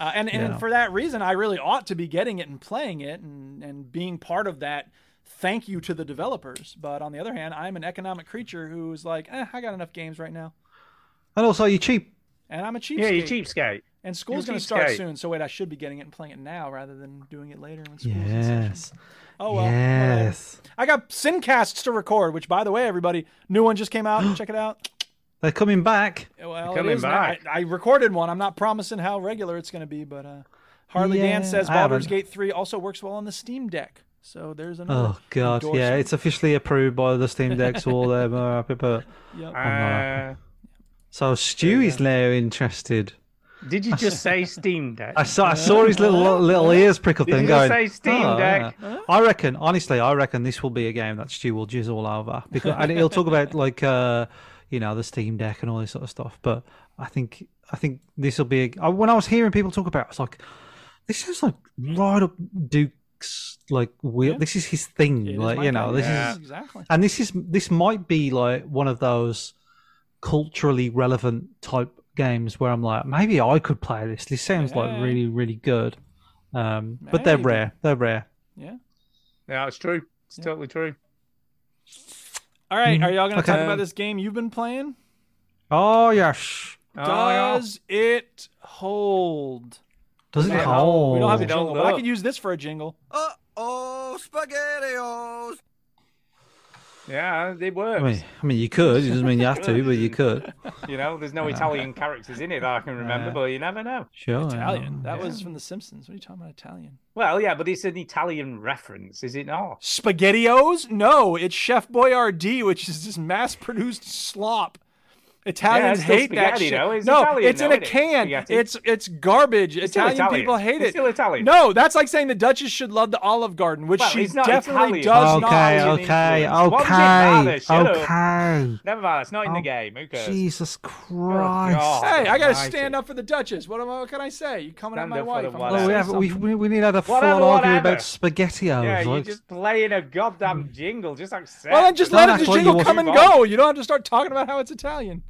[SPEAKER 1] Uh, and and
[SPEAKER 13] Yeah.
[SPEAKER 1] for that reason, I really ought to be getting it and playing it and, and being part of that. Thank you to the developers. But on the other hand, I'm an economic creature who's like, eh, I got enough games right now.
[SPEAKER 13] And also, you cheap.
[SPEAKER 1] And I'm a cheapskate.
[SPEAKER 5] Yeah, you cheapskate.
[SPEAKER 1] And school's
[SPEAKER 5] you're
[SPEAKER 1] going
[SPEAKER 5] a
[SPEAKER 1] to start
[SPEAKER 5] cheapskate.
[SPEAKER 1] soon. So wait, I should be getting it and playing it now rather than doing it later when school's in session.
[SPEAKER 13] Yes.
[SPEAKER 1] Oh, well. whatever.
[SPEAKER 13] yes.
[SPEAKER 1] I got Sincasts to record, which, by the way, everybody, new one just came
[SPEAKER 5] *gasps*
[SPEAKER 1] out. Check it out.
[SPEAKER 13] They're coming back.
[SPEAKER 1] Well, it
[SPEAKER 5] Coming
[SPEAKER 1] is now.
[SPEAKER 5] back.
[SPEAKER 1] I, I recorded one. I'm not promising how regular it's going to be, but uh, Harley Dan
[SPEAKER 13] Yeah,
[SPEAKER 1] says
[SPEAKER 13] I
[SPEAKER 1] Baldur's
[SPEAKER 13] haven't-
[SPEAKER 1] Gate 3 also works well on the Steam Deck. So there's another.
[SPEAKER 13] Oh god, yeah,
[SPEAKER 1] endorsement.
[SPEAKER 13] it's officially approved by the Steam Deck, so all
[SPEAKER 4] *laughs*
[SPEAKER 13] them are happy. But
[SPEAKER 1] Yep.
[SPEAKER 5] Uh,
[SPEAKER 13] so Stu is now interested.
[SPEAKER 5] did
[SPEAKER 13] *laughs*
[SPEAKER 5] you just say Steam Deck?
[SPEAKER 13] I saw, I saw his little little ears prick up
[SPEAKER 5] Did
[SPEAKER 13] then
[SPEAKER 5] you just
[SPEAKER 13] going.
[SPEAKER 5] say Steam
[SPEAKER 13] "Oh,
[SPEAKER 5] Deck?"
[SPEAKER 13] yeah." I reckon, honestly, I reckon this will be a game that Stu will jizz all over because and he'll talk about like uh, you know the Steam Deck and all this sort of stuff. But I think I think this will be a, I- when I was hearing people talk about, it, I was like, this sounds like right up Duke's like wheel. This is his thing,
[SPEAKER 1] It is
[SPEAKER 13] like
[SPEAKER 1] my
[SPEAKER 13] you know,
[SPEAKER 1] thing.
[SPEAKER 13] this
[SPEAKER 5] Yeah.
[SPEAKER 13] is
[SPEAKER 1] Exactly.
[SPEAKER 13] and this is this might be like one of those culturally relevant type games where I'm like, maybe I could play this. This sounds like
[SPEAKER 1] Yeah.
[SPEAKER 13] really, really good. Um, but they're
[SPEAKER 1] Maybe.
[SPEAKER 13] rare. They're rare.
[SPEAKER 5] Yeah, it's true. It's totally true.
[SPEAKER 1] All right. Are y'all going to
[SPEAKER 13] Mm-hmm. Okay.
[SPEAKER 1] talk about this game you've been playing?
[SPEAKER 13] Oh yes.
[SPEAKER 5] Oh, yeah.
[SPEAKER 1] Does it hold?
[SPEAKER 13] Does it
[SPEAKER 5] Yeah,
[SPEAKER 13] hold?
[SPEAKER 1] We don't have a
[SPEAKER 5] It don't
[SPEAKER 1] jingle, but I
[SPEAKER 5] look.
[SPEAKER 1] could use this for a jingle.
[SPEAKER 14] Uh oh, SpaghettiOs!
[SPEAKER 5] yeah, it
[SPEAKER 13] I
[SPEAKER 5] works.
[SPEAKER 13] mean, I mean, you could. It doesn't mean you have to, but you
[SPEAKER 4] *laughs*
[SPEAKER 13] could.
[SPEAKER 5] You know, there's no Italian characters in it that I can remember, but you never know.
[SPEAKER 13] Sure. Oh, yeah.
[SPEAKER 1] Italian. That was from The Simpsons. What are you talking about, Italian?
[SPEAKER 5] Well, yeah, but it's an Italian reference, is it not?
[SPEAKER 1] SpaghettiOs? No, it's Chef Boyardee, which is just mass-produced slop. Italians
[SPEAKER 5] Yeah, it's still
[SPEAKER 1] hate that
[SPEAKER 5] spaghetti,
[SPEAKER 1] shit.
[SPEAKER 5] though. It's
[SPEAKER 1] no,
[SPEAKER 5] Italian,
[SPEAKER 1] it's in
[SPEAKER 5] though,
[SPEAKER 1] a
[SPEAKER 5] isn't it?
[SPEAKER 1] can.
[SPEAKER 5] Spaghetti.
[SPEAKER 1] It's it's garbage.
[SPEAKER 5] still
[SPEAKER 1] Italian
[SPEAKER 5] Italian.
[SPEAKER 1] people hate
[SPEAKER 5] It's
[SPEAKER 1] it.
[SPEAKER 5] still Italian.
[SPEAKER 1] No, that's like saying the Duchess should love the Olive Garden, which
[SPEAKER 5] Well,
[SPEAKER 1] she
[SPEAKER 5] it's not
[SPEAKER 1] definitely
[SPEAKER 5] Italian.
[SPEAKER 1] does
[SPEAKER 13] Okay.
[SPEAKER 1] not.
[SPEAKER 13] Okay.
[SPEAKER 5] Why would it matter?
[SPEAKER 13] Okay.
[SPEAKER 5] Shut up.
[SPEAKER 13] Okay.
[SPEAKER 5] Never mind, it's not in
[SPEAKER 13] Oh,
[SPEAKER 5] the game. Who cares?
[SPEAKER 13] Jesus Christ.
[SPEAKER 1] Hey, I gotta
[SPEAKER 5] Almighty.
[SPEAKER 1] stand up for the Duchess. What am I? What can I say? You coming
[SPEAKER 5] Stand
[SPEAKER 1] at my
[SPEAKER 5] up for
[SPEAKER 1] wife?
[SPEAKER 5] the
[SPEAKER 1] I'm
[SPEAKER 5] one
[SPEAKER 1] gonna
[SPEAKER 13] Oh, we,
[SPEAKER 1] say
[SPEAKER 13] have, we,
[SPEAKER 5] *laughs*
[SPEAKER 1] something.
[SPEAKER 13] we we need to have a full on
[SPEAKER 5] Whatever,
[SPEAKER 13] argument
[SPEAKER 5] whatever.
[SPEAKER 13] about SpaghettiOs.
[SPEAKER 5] Yeah, you're
[SPEAKER 13] like-
[SPEAKER 5] just playing a goddamn jingle. Just accept.
[SPEAKER 1] Well, then just
[SPEAKER 13] Don't
[SPEAKER 1] let
[SPEAKER 13] act
[SPEAKER 1] it the
[SPEAKER 13] like
[SPEAKER 1] jingle
[SPEAKER 13] you
[SPEAKER 1] come and
[SPEAKER 5] wasn't-
[SPEAKER 1] go. You don't have to start talking about how it's Italian.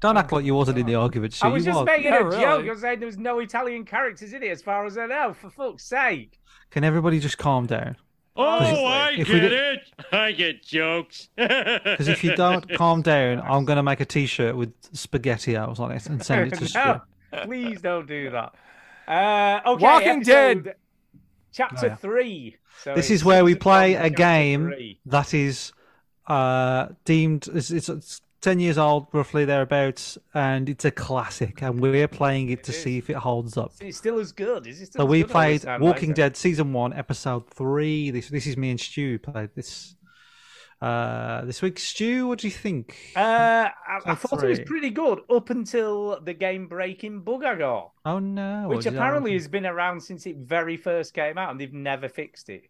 [SPEAKER 4] Don't act like you wasn't in the argument. Sue.
[SPEAKER 5] I was
[SPEAKER 4] you
[SPEAKER 5] just
[SPEAKER 4] was.
[SPEAKER 5] making
[SPEAKER 1] Yeah,
[SPEAKER 5] a
[SPEAKER 1] really.
[SPEAKER 5] joke. You're saying there was no Italian characters in it, as far as I know. For fuck's sake!
[SPEAKER 4] Can everybody just calm down?
[SPEAKER 3] Oh, I
[SPEAKER 4] If
[SPEAKER 3] get
[SPEAKER 4] we did-
[SPEAKER 3] it. I get jokes.
[SPEAKER 4] Because if you don't calm
[SPEAKER 5] *laughs*
[SPEAKER 4] down, I'm going to make a T-shirt with spaghettios on it and
[SPEAKER 5] *laughs*
[SPEAKER 4] send it to Stu.
[SPEAKER 5] no, please don't do that. Uh, okay,
[SPEAKER 1] Walking Dead.
[SPEAKER 5] episode- chapter
[SPEAKER 4] Oh, yeah.
[SPEAKER 5] three. So
[SPEAKER 4] This
[SPEAKER 5] it's
[SPEAKER 4] is where we
[SPEAKER 5] season
[SPEAKER 4] play
[SPEAKER 5] one,
[SPEAKER 4] a
[SPEAKER 5] chapter
[SPEAKER 4] game
[SPEAKER 5] three.
[SPEAKER 4] that is uh, deemed it's, it's, it's ten years old, roughly thereabouts, and it's a classic. And we're playing it to see if it holds up.
[SPEAKER 5] It's still as good. Is it still
[SPEAKER 4] So
[SPEAKER 5] as
[SPEAKER 4] we
[SPEAKER 5] good all this
[SPEAKER 4] played
[SPEAKER 5] time
[SPEAKER 4] Walking
[SPEAKER 5] later?
[SPEAKER 4] Dead season one, episode three. This this is me and Stu played this uh, this week. Stu, what do you think?
[SPEAKER 5] Uh, I, I thought it was
[SPEAKER 4] three.
[SPEAKER 5] pretty good up until the game breaking bug I got,
[SPEAKER 4] oh no!
[SPEAKER 5] which
[SPEAKER 4] what did I-
[SPEAKER 5] apparently has been around since it very first came out, and they've never fixed it.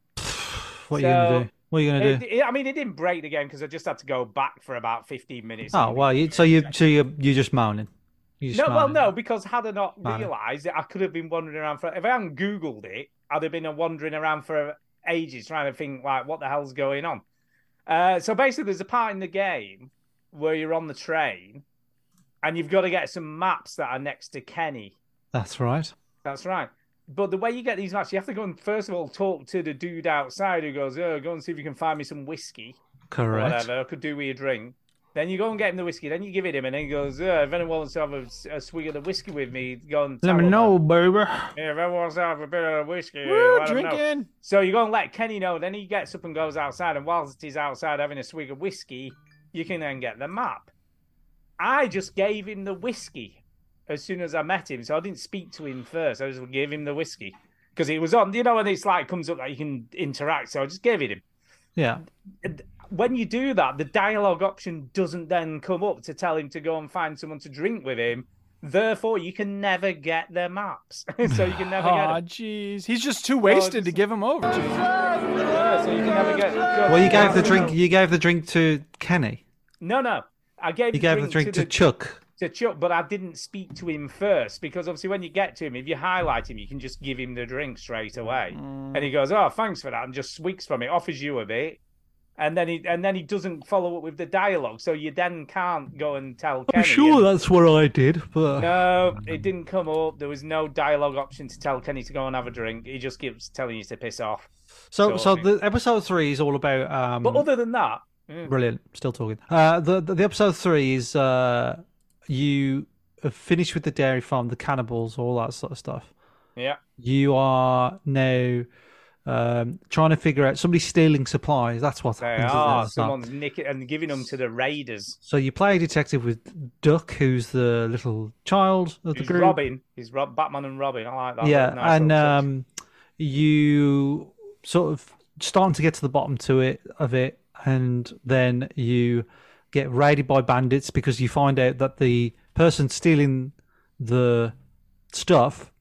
[SPEAKER 4] what are you gonna
[SPEAKER 5] so-
[SPEAKER 4] do? What are you gonna
[SPEAKER 5] uh, It-
[SPEAKER 4] do?
[SPEAKER 5] it- I mean, it didn't break the game because I just had to go back for about 15 minutes.
[SPEAKER 4] Oh well, you, so you so you you're just moaning. You're just
[SPEAKER 5] No, well,
[SPEAKER 4] moaning.
[SPEAKER 5] no, because had I not
[SPEAKER 4] Moaning.
[SPEAKER 5] realised it, I could have been wandering around for. If I hadn't Googled it, I'd have been wandering around for ages trying to think, like, what the hell's going on? Uh, so basically, there's a part in the game where you're on the train and you've got to get some maps that are next to Kenny.
[SPEAKER 4] That's right.
[SPEAKER 5] That's right. But the way you get these maps, you have to go and first of all talk to the dude outside who goes, "Oh, go and see if you can find me some whiskey." or
[SPEAKER 4] Correct.
[SPEAKER 5] whatever. I could do with a drink. Then you go and get him the whiskey. Then you give it him, and then he goes, uh, "If anyone wants to have a, a swig of the whiskey with me, go and
[SPEAKER 4] Let me
[SPEAKER 5] tell
[SPEAKER 4] know,
[SPEAKER 5] them.
[SPEAKER 4] baby.
[SPEAKER 5] Yeah, if anyone wants to have a bit of whiskey,
[SPEAKER 1] Woo,
[SPEAKER 5] let 'em know."
[SPEAKER 1] drinking.
[SPEAKER 5] So you go and let Kenny know. Then he gets up and goes outside, and whilst he's outside having a swig of whiskey, you can then get the map. I just gave him the whiskey as soon as I met him, so I didn't speak to him first. I just gave him the whiskey because it was on. You know, when it's like comes up that you can interact, so I just gave it him
[SPEAKER 4] Yeah.
[SPEAKER 5] when you do that, the dialogue option doesn't then come up to tell him to go and find someone to drink with him. Therefore, you can never get their maps, *laughs* so you
[SPEAKER 1] *sighs*
[SPEAKER 5] can never get
[SPEAKER 1] Aw,
[SPEAKER 5] them.
[SPEAKER 1] Oh, jeez. He's just too wasted to give him over to.
[SPEAKER 5] Yeah, so you can never get.
[SPEAKER 4] Well, you gave the drink. You gave the drink to Kenny.
[SPEAKER 5] No, no, I gave.
[SPEAKER 4] You gave the drink to
[SPEAKER 5] the-
[SPEAKER 4] Chuck.
[SPEAKER 5] To Chuck, but I didn't speak to him first because obviously, when you get to him, if you highlight him, you can just give him the drink straight away, and he goes, "Oh, thanks for that," and just swigs from it, offers you a bit. And then he and then he doesn't follow up with the dialogue, so you then can't go and tell. Kenny and-
[SPEAKER 4] that's what I did, but
[SPEAKER 5] No, it didn't come up. There was no dialogue option to tell Kenny to go and have a drink. He just keeps telling you to piss off.
[SPEAKER 4] so
[SPEAKER 5] Sure
[SPEAKER 4] so
[SPEAKER 5] thing.
[SPEAKER 4] the episode three is all about. Um,
[SPEAKER 5] But other than that, mm,
[SPEAKER 4] Brilliant. Still talking. Uh, the, the the episode three is uh, you have finished with the dairy farm, the cannibals, all that sort of stuff.
[SPEAKER 5] yeah,
[SPEAKER 4] You are now um, trying to figure out somebody stealing supplies. That's what
[SPEAKER 5] they
[SPEAKER 4] happens. isn't it,
[SPEAKER 5] are.
[SPEAKER 4] at the start?
[SPEAKER 5] Someone's nicking and giving them to the raiders.
[SPEAKER 4] So you play a detective with Duck, who's the little child of the
[SPEAKER 5] He's
[SPEAKER 4] group.
[SPEAKER 5] Robin. He's Rob, Batman and Robin. I like that.
[SPEAKER 4] yeah,
[SPEAKER 5] Nice little
[SPEAKER 4] and
[SPEAKER 5] touch.
[SPEAKER 4] um, you sort of starting to get to the bottom to it of it, and then you get raided by bandits because you find out that the person stealing the stuff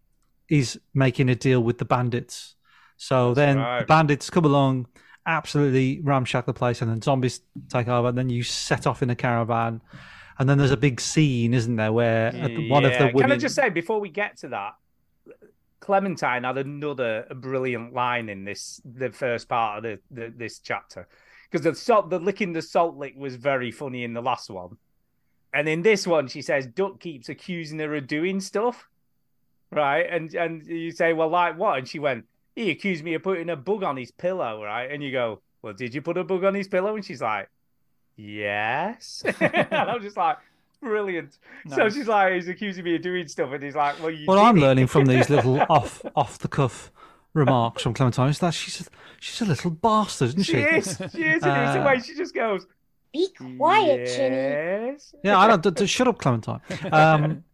[SPEAKER 4] is making a deal with the bandits. So then the
[SPEAKER 5] right.
[SPEAKER 4] bandits come along, absolutely ramshack the place, and then zombies take over. And then you set off in a caravan, and then there's a big scene, isn't there, where uh, one of
[SPEAKER 5] Yeah.
[SPEAKER 4] the women.
[SPEAKER 5] Can I just say before we get to that, Clementine had another brilliant line in this the first part of the, the this chapter because the salt the licking the salt lick was very funny in the last one, and in this one she says Duck keeps accusing her of doing stuff, right? And and you say well like what? And she went he accused me of putting a bug on his pillow, right? And you go well did you put a bug on his pillow? And she's like yes, *laughs* and I was just like. Brilliant. So
[SPEAKER 1] Nice.
[SPEAKER 5] she's like, he's accusing me of doing stuff, and he's like, well, you.
[SPEAKER 4] What
[SPEAKER 5] did
[SPEAKER 4] I'm
[SPEAKER 5] it.
[SPEAKER 4] learning from
[SPEAKER 5] *laughs*
[SPEAKER 4] these little off off the cuff remarks from Clementine is that she's a, she's a little bastard, isn't she?
[SPEAKER 5] She is. She is. And it's the
[SPEAKER 4] Uh,
[SPEAKER 5] way she just goes.
[SPEAKER 6] Be quiet, Jimmy.
[SPEAKER 5] Oh, Yes.
[SPEAKER 4] Yeah, I don't. d- d- shut
[SPEAKER 5] *laughs*
[SPEAKER 4] up, Clementine. Um,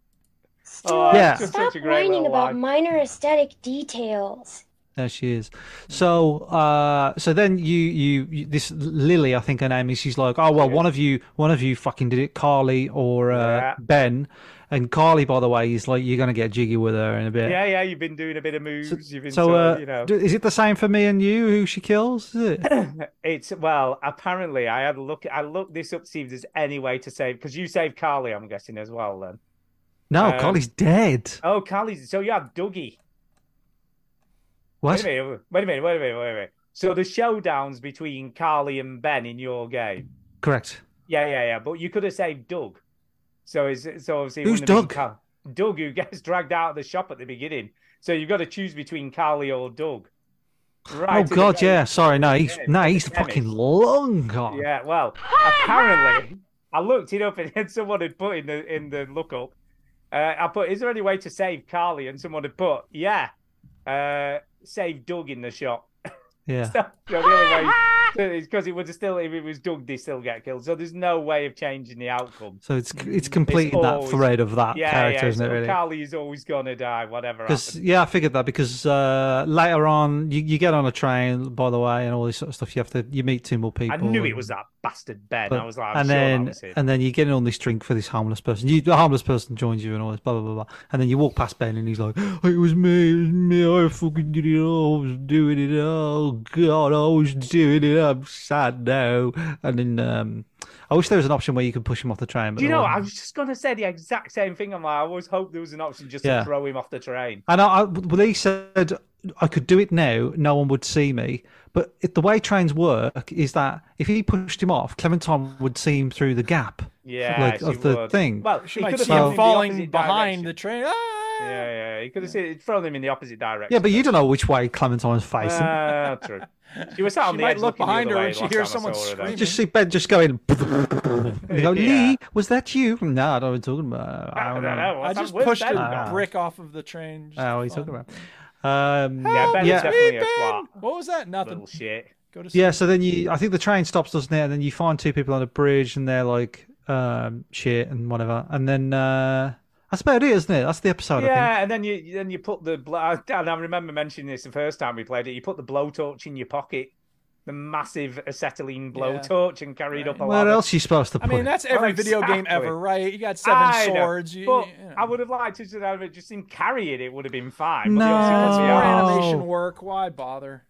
[SPEAKER 5] Oh,
[SPEAKER 4] Yeah.
[SPEAKER 5] it's just
[SPEAKER 6] Stop
[SPEAKER 5] such a great
[SPEAKER 6] whining
[SPEAKER 5] little
[SPEAKER 6] about
[SPEAKER 5] line.
[SPEAKER 6] minor aesthetic details.
[SPEAKER 4] there she is. So uh, so then you, you you this Lily, I think her name is. She's like, oh well, one of you one of you fucking did it, Carly or uh,
[SPEAKER 5] Yeah.
[SPEAKER 4] Ben. And Carly, by the way, is like, you're gonna get jiggy with her in a bit.
[SPEAKER 5] Yeah, yeah. You've been doing a bit of moves. You've been
[SPEAKER 4] So
[SPEAKER 5] sort
[SPEAKER 4] uh,
[SPEAKER 5] of, you know.
[SPEAKER 4] d- is it the same for me and you? Who she kills? Is it?
[SPEAKER 5] *clears throat* It's well. Apparently, I had a look. I looked this up to see if there's any way to save because you saved Carly. I'm guessing as well. Then.
[SPEAKER 4] No,
[SPEAKER 5] Um,
[SPEAKER 4] Carly's dead.
[SPEAKER 5] Oh, Carly's. So you have Dougie.
[SPEAKER 4] What?
[SPEAKER 5] Wait a minute. Wait a minute. Wait a minute. Wait a minute. So the showdowns between Carly and Ben in your game.
[SPEAKER 4] Correct.
[SPEAKER 5] Yeah, yeah, yeah. But you could have saved Doug. So is so obviously
[SPEAKER 4] Who's
[SPEAKER 5] wouldn't have been
[SPEAKER 4] Doug?
[SPEAKER 5] Cal- Doug, who *laughs* gets dragged out of the shop at the beginning. So you've got to choose between Carly or Doug.
[SPEAKER 4] oh
[SPEAKER 5] Right. at the
[SPEAKER 4] god,
[SPEAKER 5] very-
[SPEAKER 4] yeah. Sorry, no, he's
[SPEAKER 5] Yeah,
[SPEAKER 4] no, he's
[SPEAKER 5] damn it.
[SPEAKER 4] fucking long gone.
[SPEAKER 5] Yeah, well, apparently, I looked it up and *laughs* then someone had put in the in the lookup. Uh, I put, is there any way to save Carly? And someone had put, yeah, uh, save Doug in the shop.
[SPEAKER 4] Yeah.
[SPEAKER 5] *laughs*
[SPEAKER 4] Ah!
[SPEAKER 5] so the
[SPEAKER 4] *laughs*
[SPEAKER 5] only way it's because it was still if it was Doug, they still get killed. So there's no way of changing the outcome.
[SPEAKER 4] So it's it's completing
[SPEAKER 5] always-
[SPEAKER 4] that thread of that
[SPEAKER 5] yeah,
[SPEAKER 4] character,
[SPEAKER 5] yeah,
[SPEAKER 4] isn't it?
[SPEAKER 5] so
[SPEAKER 4] Really?
[SPEAKER 5] Carly is always gonna die, whatever.
[SPEAKER 4] Because
[SPEAKER 5] happens.
[SPEAKER 4] yeah, I figured that because uh, later on you, you get on a train, by the way, and all this sort of stuff. You have to you meet two more people.
[SPEAKER 5] I knew it
[SPEAKER 4] and-
[SPEAKER 5] was that bastard Ben. I
[SPEAKER 4] but-
[SPEAKER 5] was like, I'm
[SPEAKER 4] and
[SPEAKER 5] sure
[SPEAKER 4] then
[SPEAKER 5] that was him.
[SPEAKER 4] and then you get in on this drink for this harmless person. You the harmless person joins you and all this blah blah blah blah. And then you walk past Ben and he's like, "Oh, "It was me, it was me. I fucking did it all. I was doing it. all. God, I was doing it. I'm sad now." And then um, I wish there was an option where you could push him off the train. But
[SPEAKER 5] Do you
[SPEAKER 4] there
[SPEAKER 5] know?
[SPEAKER 4] wasn't.
[SPEAKER 5] I was just gonna say the exact same thing. I'm like, I always hoped there was an option just
[SPEAKER 4] Yeah.
[SPEAKER 5] to throw him off the train.
[SPEAKER 4] And I, I, well, he said I could do it now; no one would see me. But it, the way trains work is that if he pushed him off, Clementine would see him through the gap,
[SPEAKER 5] Yeah,
[SPEAKER 4] like,
[SPEAKER 5] she
[SPEAKER 4] of the
[SPEAKER 5] would.
[SPEAKER 4] thing.
[SPEAKER 5] Well, she
[SPEAKER 1] You might
[SPEAKER 5] could have
[SPEAKER 1] see him
[SPEAKER 5] thrown him in the
[SPEAKER 1] falling
[SPEAKER 5] opposite
[SPEAKER 1] behind
[SPEAKER 5] direction.
[SPEAKER 1] the train. Ah!
[SPEAKER 5] Yeah, yeah, you could have seen, thrown him in the opposite direction.
[SPEAKER 4] yeah, but you don't know which way Clementine's facing.
[SPEAKER 5] Ah, true. She was sat on
[SPEAKER 1] She
[SPEAKER 5] the
[SPEAKER 1] might
[SPEAKER 5] edge
[SPEAKER 1] look
[SPEAKER 5] looking the
[SPEAKER 1] behind
[SPEAKER 5] other
[SPEAKER 1] her
[SPEAKER 5] way
[SPEAKER 1] and she
[SPEAKER 5] last
[SPEAKER 1] hears
[SPEAKER 5] time I
[SPEAKER 1] someone
[SPEAKER 5] saw her, though.
[SPEAKER 1] screaming.
[SPEAKER 4] just see Ben just going. *laughs* you
[SPEAKER 5] Yeah.
[SPEAKER 4] go, Lee, was that you? No, I don't know what you're talking about. I don't
[SPEAKER 5] I don't know.
[SPEAKER 4] know.
[SPEAKER 5] Well,
[SPEAKER 1] I
[SPEAKER 5] that
[SPEAKER 1] just
[SPEAKER 5] was
[SPEAKER 1] pushed
[SPEAKER 5] Ben,
[SPEAKER 1] a
[SPEAKER 5] though.
[SPEAKER 1] brick off of the train. just
[SPEAKER 4] I don't know Ah. what you're
[SPEAKER 1] for
[SPEAKER 4] talking
[SPEAKER 1] fun.
[SPEAKER 4] about. Um,
[SPEAKER 5] Yeah, Ben
[SPEAKER 4] yeah.
[SPEAKER 5] is definitely a
[SPEAKER 1] Hey,
[SPEAKER 5] twat.
[SPEAKER 1] Ben! What was that? Nothing.
[SPEAKER 5] Little shit.
[SPEAKER 1] Go to sleep.
[SPEAKER 4] Yeah, so then you, I think the train stops, doesn't it? And then you find two people on a bridge, and they're like, um, shit and whatever. And then uh, that's about it, isn't it? That's the episode. I
[SPEAKER 5] Yeah, and then you then you put the bl- and I remember mentioning this the first time we played it. You put the blowtorch in your pocket, the massive acetylene blowtorch, and carried up a
[SPEAKER 4] think.
[SPEAKER 5] lot.
[SPEAKER 4] Where else are you supposed to
[SPEAKER 1] I
[SPEAKER 4] put
[SPEAKER 1] mean,
[SPEAKER 4] it?
[SPEAKER 1] that's every
[SPEAKER 5] Well,
[SPEAKER 1] video game
[SPEAKER 5] Oh, exactly.
[SPEAKER 1] ever, right? You got seven swords. You,
[SPEAKER 5] but
[SPEAKER 1] you know.
[SPEAKER 5] I would have liked to just have it- just him carry it. It would have been fine.
[SPEAKER 4] No.
[SPEAKER 1] That's more
[SPEAKER 5] But the option was, yeah.
[SPEAKER 1] animation work. Why bother?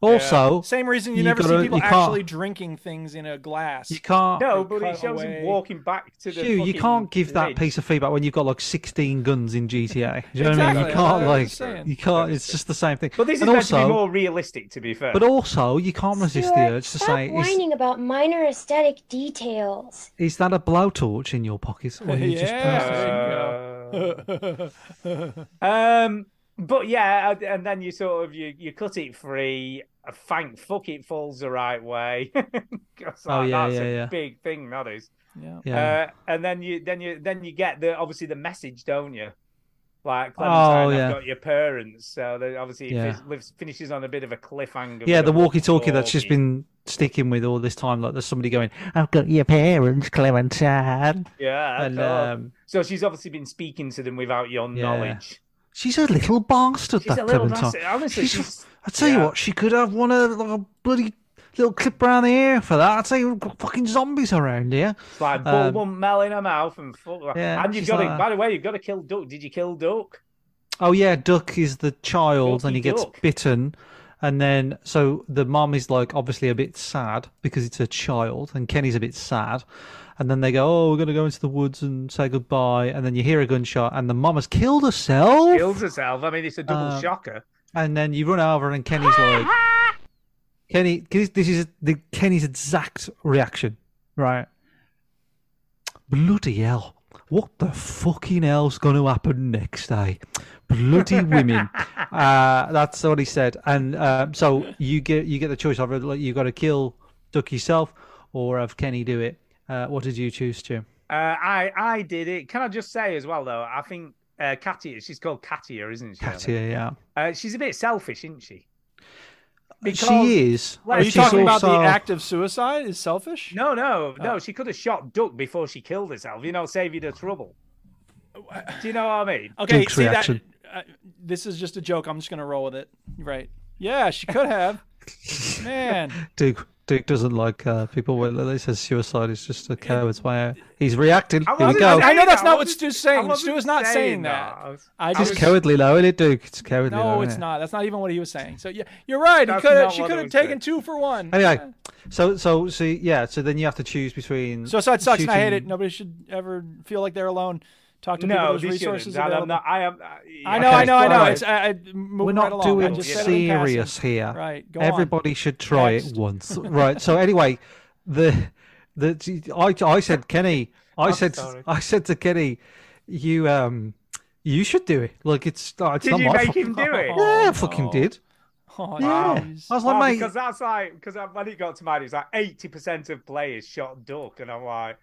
[SPEAKER 4] Also,
[SPEAKER 1] Same reason you,
[SPEAKER 4] You
[SPEAKER 1] never
[SPEAKER 4] gotta-
[SPEAKER 1] see people
[SPEAKER 4] you can't-
[SPEAKER 1] actually drinking things in a glass. *laughs*
[SPEAKER 4] you can't.
[SPEAKER 5] No, but it
[SPEAKER 1] cut
[SPEAKER 5] shows
[SPEAKER 1] away.
[SPEAKER 5] him walking back to the.
[SPEAKER 4] Hugh, you
[SPEAKER 5] fucking
[SPEAKER 4] can't give that
[SPEAKER 5] ridge.
[SPEAKER 4] piece of feedback when you've got like 16 guns in GTA. Do you know what I mean?
[SPEAKER 1] Exactly,
[SPEAKER 4] You
[SPEAKER 1] that's what I
[SPEAKER 4] can't
[SPEAKER 1] was
[SPEAKER 4] like,
[SPEAKER 1] just saying.
[SPEAKER 4] you can't. It's just the same thing.
[SPEAKER 5] But this is
[SPEAKER 4] and
[SPEAKER 5] meant to be
[SPEAKER 4] also-
[SPEAKER 5] more realistic, to be fair.
[SPEAKER 4] But also, you can't resist the
[SPEAKER 6] Stuart,
[SPEAKER 4] urge to
[SPEAKER 6] stop
[SPEAKER 4] say, is,
[SPEAKER 6] whining about minor aesthetic details.
[SPEAKER 4] is that a blowtorch in
[SPEAKER 5] *laughs*
[SPEAKER 4] your pocket? Or you just passed it?
[SPEAKER 1] Yeah,
[SPEAKER 5] Uh,
[SPEAKER 1] there you go.
[SPEAKER 5] Um, but yeah, and- and then you sort of you you cut it free. uh, Thank fuck it falls the right way. *laughs* 'Cause,
[SPEAKER 4] Oh,
[SPEAKER 5] like,
[SPEAKER 4] yeah,
[SPEAKER 5] that's
[SPEAKER 4] yeah,
[SPEAKER 5] a
[SPEAKER 4] yeah.
[SPEAKER 5] big thing that is.
[SPEAKER 1] yeah.
[SPEAKER 4] Yeah.
[SPEAKER 5] Uh, and then you then you then you get the obviously the message, don't you? Like Clementine,
[SPEAKER 4] Oh, yeah.
[SPEAKER 5] I've got your parents. So they, obviously
[SPEAKER 4] Yeah.
[SPEAKER 5] it fin- lives- finishes on a bit of a cliffhanger.
[SPEAKER 4] yeah,
[SPEAKER 5] with
[SPEAKER 4] the
[SPEAKER 5] a
[SPEAKER 4] walkie-talkie that she's
[SPEAKER 5] walkie.
[SPEAKER 4] been sticking with all this time. Like, there's somebody going, "I've got your parents, Clementine,"
[SPEAKER 5] Yeah,
[SPEAKER 4] and
[SPEAKER 5] so-
[SPEAKER 4] um,
[SPEAKER 5] so she's obviously been speaking to them without your
[SPEAKER 4] Yeah.
[SPEAKER 5] knowledge.
[SPEAKER 4] she's a little bastard.
[SPEAKER 5] She's
[SPEAKER 4] that
[SPEAKER 5] a little
[SPEAKER 4] Clementine.
[SPEAKER 5] bastard. Honestly,
[SPEAKER 4] She's-
[SPEAKER 5] she's-
[SPEAKER 4] I tell you
[SPEAKER 5] yeah.
[SPEAKER 4] what, she could have one of like a bloody little clip around the ear for that. I tell you, we've got fucking zombies around here.
[SPEAKER 5] It's like
[SPEAKER 4] Um,
[SPEAKER 5] bull one mel in her mouth and fuck.
[SPEAKER 4] yeah,
[SPEAKER 5] and you've
[SPEAKER 4] she's
[SPEAKER 5] got to.
[SPEAKER 4] like-
[SPEAKER 5] By the way, you've got to kill Duck. Did you kill Duck?
[SPEAKER 4] Oh yeah, Duck is the child, and he
[SPEAKER 5] Ducky
[SPEAKER 4] gets
[SPEAKER 5] Duck.
[SPEAKER 4] bitten, and then so the mum is like obviously a bit sad because it's a child, and Kenny's a bit sad, and then they go, "Oh, we're gonna go into the woods and say goodbye," and then you hear a gunshot, and the mum has killed herself,
[SPEAKER 5] Kills herself. I mean, it's a double
[SPEAKER 4] Uh,
[SPEAKER 5] shocker.
[SPEAKER 4] and then you run over, and Kenny's like, "Kenny, 'cause this is the Kenny's exact reaction, right? Bloody hell." What the fucking hell's going to happen next day? Bloody women! uh, that's what he said. And um, so you get you get the choice of like, you got to kill Duck yourself or have Kenny do it. Uh, what did you choose, Jim?
[SPEAKER 5] Uh, I I did it. Can I just say as well though? I think uh, Katia. She's called Katia, isn't she? I think?
[SPEAKER 4] Katia, yeah,
[SPEAKER 5] Uh, she's a bit selfish, isn't she?
[SPEAKER 4] she is. Oh,
[SPEAKER 5] Well,
[SPEAKER 1] Are you
[SPEAKER 4] she's
[SPEAKER 1] talking about
[SPEAKER 4] also-
[SPEAKER 1] the act of suicide is selfish?
[SPEAKER 5] No, no,
[SPEAKER 4] Oh.
[SPEAKER 5] no. She could have shot Duck before she killed herself. You know, save you the trouble. Do you know what I mean?
[SPEAKER 1] Okay,
[SPEAKER 4] Duke's
[SPEAKER 1] see
[SPEAKER 4] reaction.
[SPEAKER 1] that? Uh, this is just a joke. I'm just gonna roll with it. Right? Yeah, she could
[SPEAKER 4] *laughs*
[SPEAKER 1] have. Man,
[SPEAKER 4] Duke Duke doesn't like uh, people. where They says suicide is just a coward's way out. He's reacting. Here we
[SPEAKER 5] wasn't
[SPEAKER 4] go.
[SPEAKER 5] saying
[SPEAKER 1] I know that's
[SPEAKER 5] that.
[SPEAKER 1] not
[SPEAKER 5] I
[SPEAKER 1] what
[SPEAKER 5] wasn't-
[SPEAKER 1] Stu's
[SPEAKER 5] I
[SPEAKER 1] saying.
[SPEAKER 5] wasn't
[SPEAKER 1] Stu is not saying that.
[SPEAKER 5] I was-
[SPEAKER 1] I
[SPEAKER 5] I
[SPEAKER 1] just
[SPEAKER 4] It's cowardly, though, isn't it, Duke? It's cowardly.
[SPEAKER 1] no,
[SPEAKER 4] though,
[SPEAKER 1] Oh, it's
[SPEAKER 4] innit?
[SPEAKER 1] not. That's not even what he was saying. So yeah, you're right. He
[SPEAKER 5] That's
[SPEAKER 1] could have.
[SPEAKER 5] not
[SPEAKER 1] She
[SPEAKER 5] what I
[SPEAKER 1] could have
[SPEAKER 5] was
[SPEAKER 1] taken
[SPEAKER 5] saying.
[SPEAKER 1] two for one.
[SPEAKER 4] Anyway, so so so yeah. So then you have to choose between.
[SPEAKER 1] Suicide sucks, and I hate it.
[SPEAKER 4] shooting-
[SPEAKER 1] Nobody should ever feel like they're alone. Talk to people.
[SPEAKER 5] No,
[SPEAKER 1] There's
[SPEAKER 5] this
[SPEAKER 1] resources
[SPEAKER 5] resources.
[SPEAKER 1] available.
[SPEAKER 5] I'm not. I am. uh, I,
[SPEAKER 1] I know,
[SPEAKER 4] Okay,
[SPEAKER 1] I know, I know.
[SPEAKER 4] alright.
[SPEAKER 1] It's I, I, moving
[SPEAKER 4] We're not
[SPEAKER 1] right along. I
[SPEAKER 4] doing
[SPEAKER 1] just said it in passing.
[SPEAKER 4] serious here.
[SPEAKER 1] Right, go on.
[SPEAKER 4] Everybody should try
[SPEAKER 1] Next.
[SPEAKER 4] it once. right. So anyway, the the I I said Kenny. I
[SPEAKER 5] I'm
[SPEAKER 4] said,
[SPEAKER 5] sorry.
[SPEAKER 4] I said to Kenny, you, um, you should do it. Like it's, oh, it's
[SPEAKER 5] Did
[SPEAKER 4] not
[SPEAKER 5] you
[SPEAKER 4] my
[SPEAKER 5] make
[SPEAKER 4] fault.
[SPEAKER 5] him do it?
[SPEAKER 4] *laughs* Yeah, I fucking did.
[SPEAKER 1] Oh,
[SPEAKER 4] yeah, *laughs* I was like,
[SPEAKER 5] Oh,
[SPEAKER 4] mate,
[SPEAKER 5] because that's like because when it got to mine, it was like eighty percent of players shot duck, and I'm like,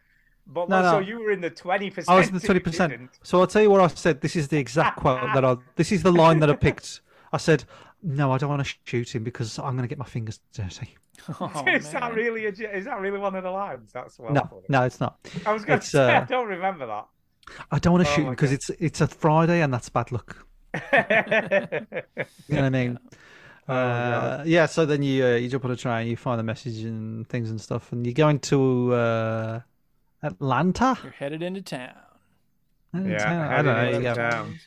[SPEAKER 5] but
[SPEAKER 4] No,
[SPEAKER 5] like, so
[SPEAKER 4] no.
[SPEAKER 5] you were in the twenty percent.
[SPEAKER 4] *laughs* I was in the twenty percent. So I'll tell you what I said. This is the exact quote that I. This is the line that I picked. I said, "No, I don't want to shoot him because I'm going to get my fingers dirty."
[SPEAKER 1] Oh,
[SPEAKER 5] *laughs* is that really a, ge- is that really one of the lines? That's well.
[SPEAKER 4] Oh, no, no, it's not.
[SPEAKER 5] I was going to *laughs*
[SPEAKER 4] It's,
[SPEAKER 5] say I
[SPEAKER 4] uh,
[SPEAKER 5] don't remember that.
[SPEAKER 4] I don't want to
[SPEAKER 5] Oh
[SPEAKER 4] shoot him
[SPEAKER 5] my
[SPEAKER 4] because it's it's a Friday and that's bad luck. You know what I mean? *laughs*
[SPEAKER 5] *laughs*
[SPEAKER 4] Uh, yeah. So then you uh, you jump on a train, you find the message and things and stuff, and you're going to uh, Atlanta.
[SPEAKER 1] You're headed into town.
[SPEAKER 4] Yeah,
[SPEAKER 1] Yeah,
[SPEAKER 4] I don't know.
[SPEAKER 1] headed
[SPEAKER 4] you
[SPEAKER 1] into
[SPEAKER 4] go.
[SPEAKER 1] town.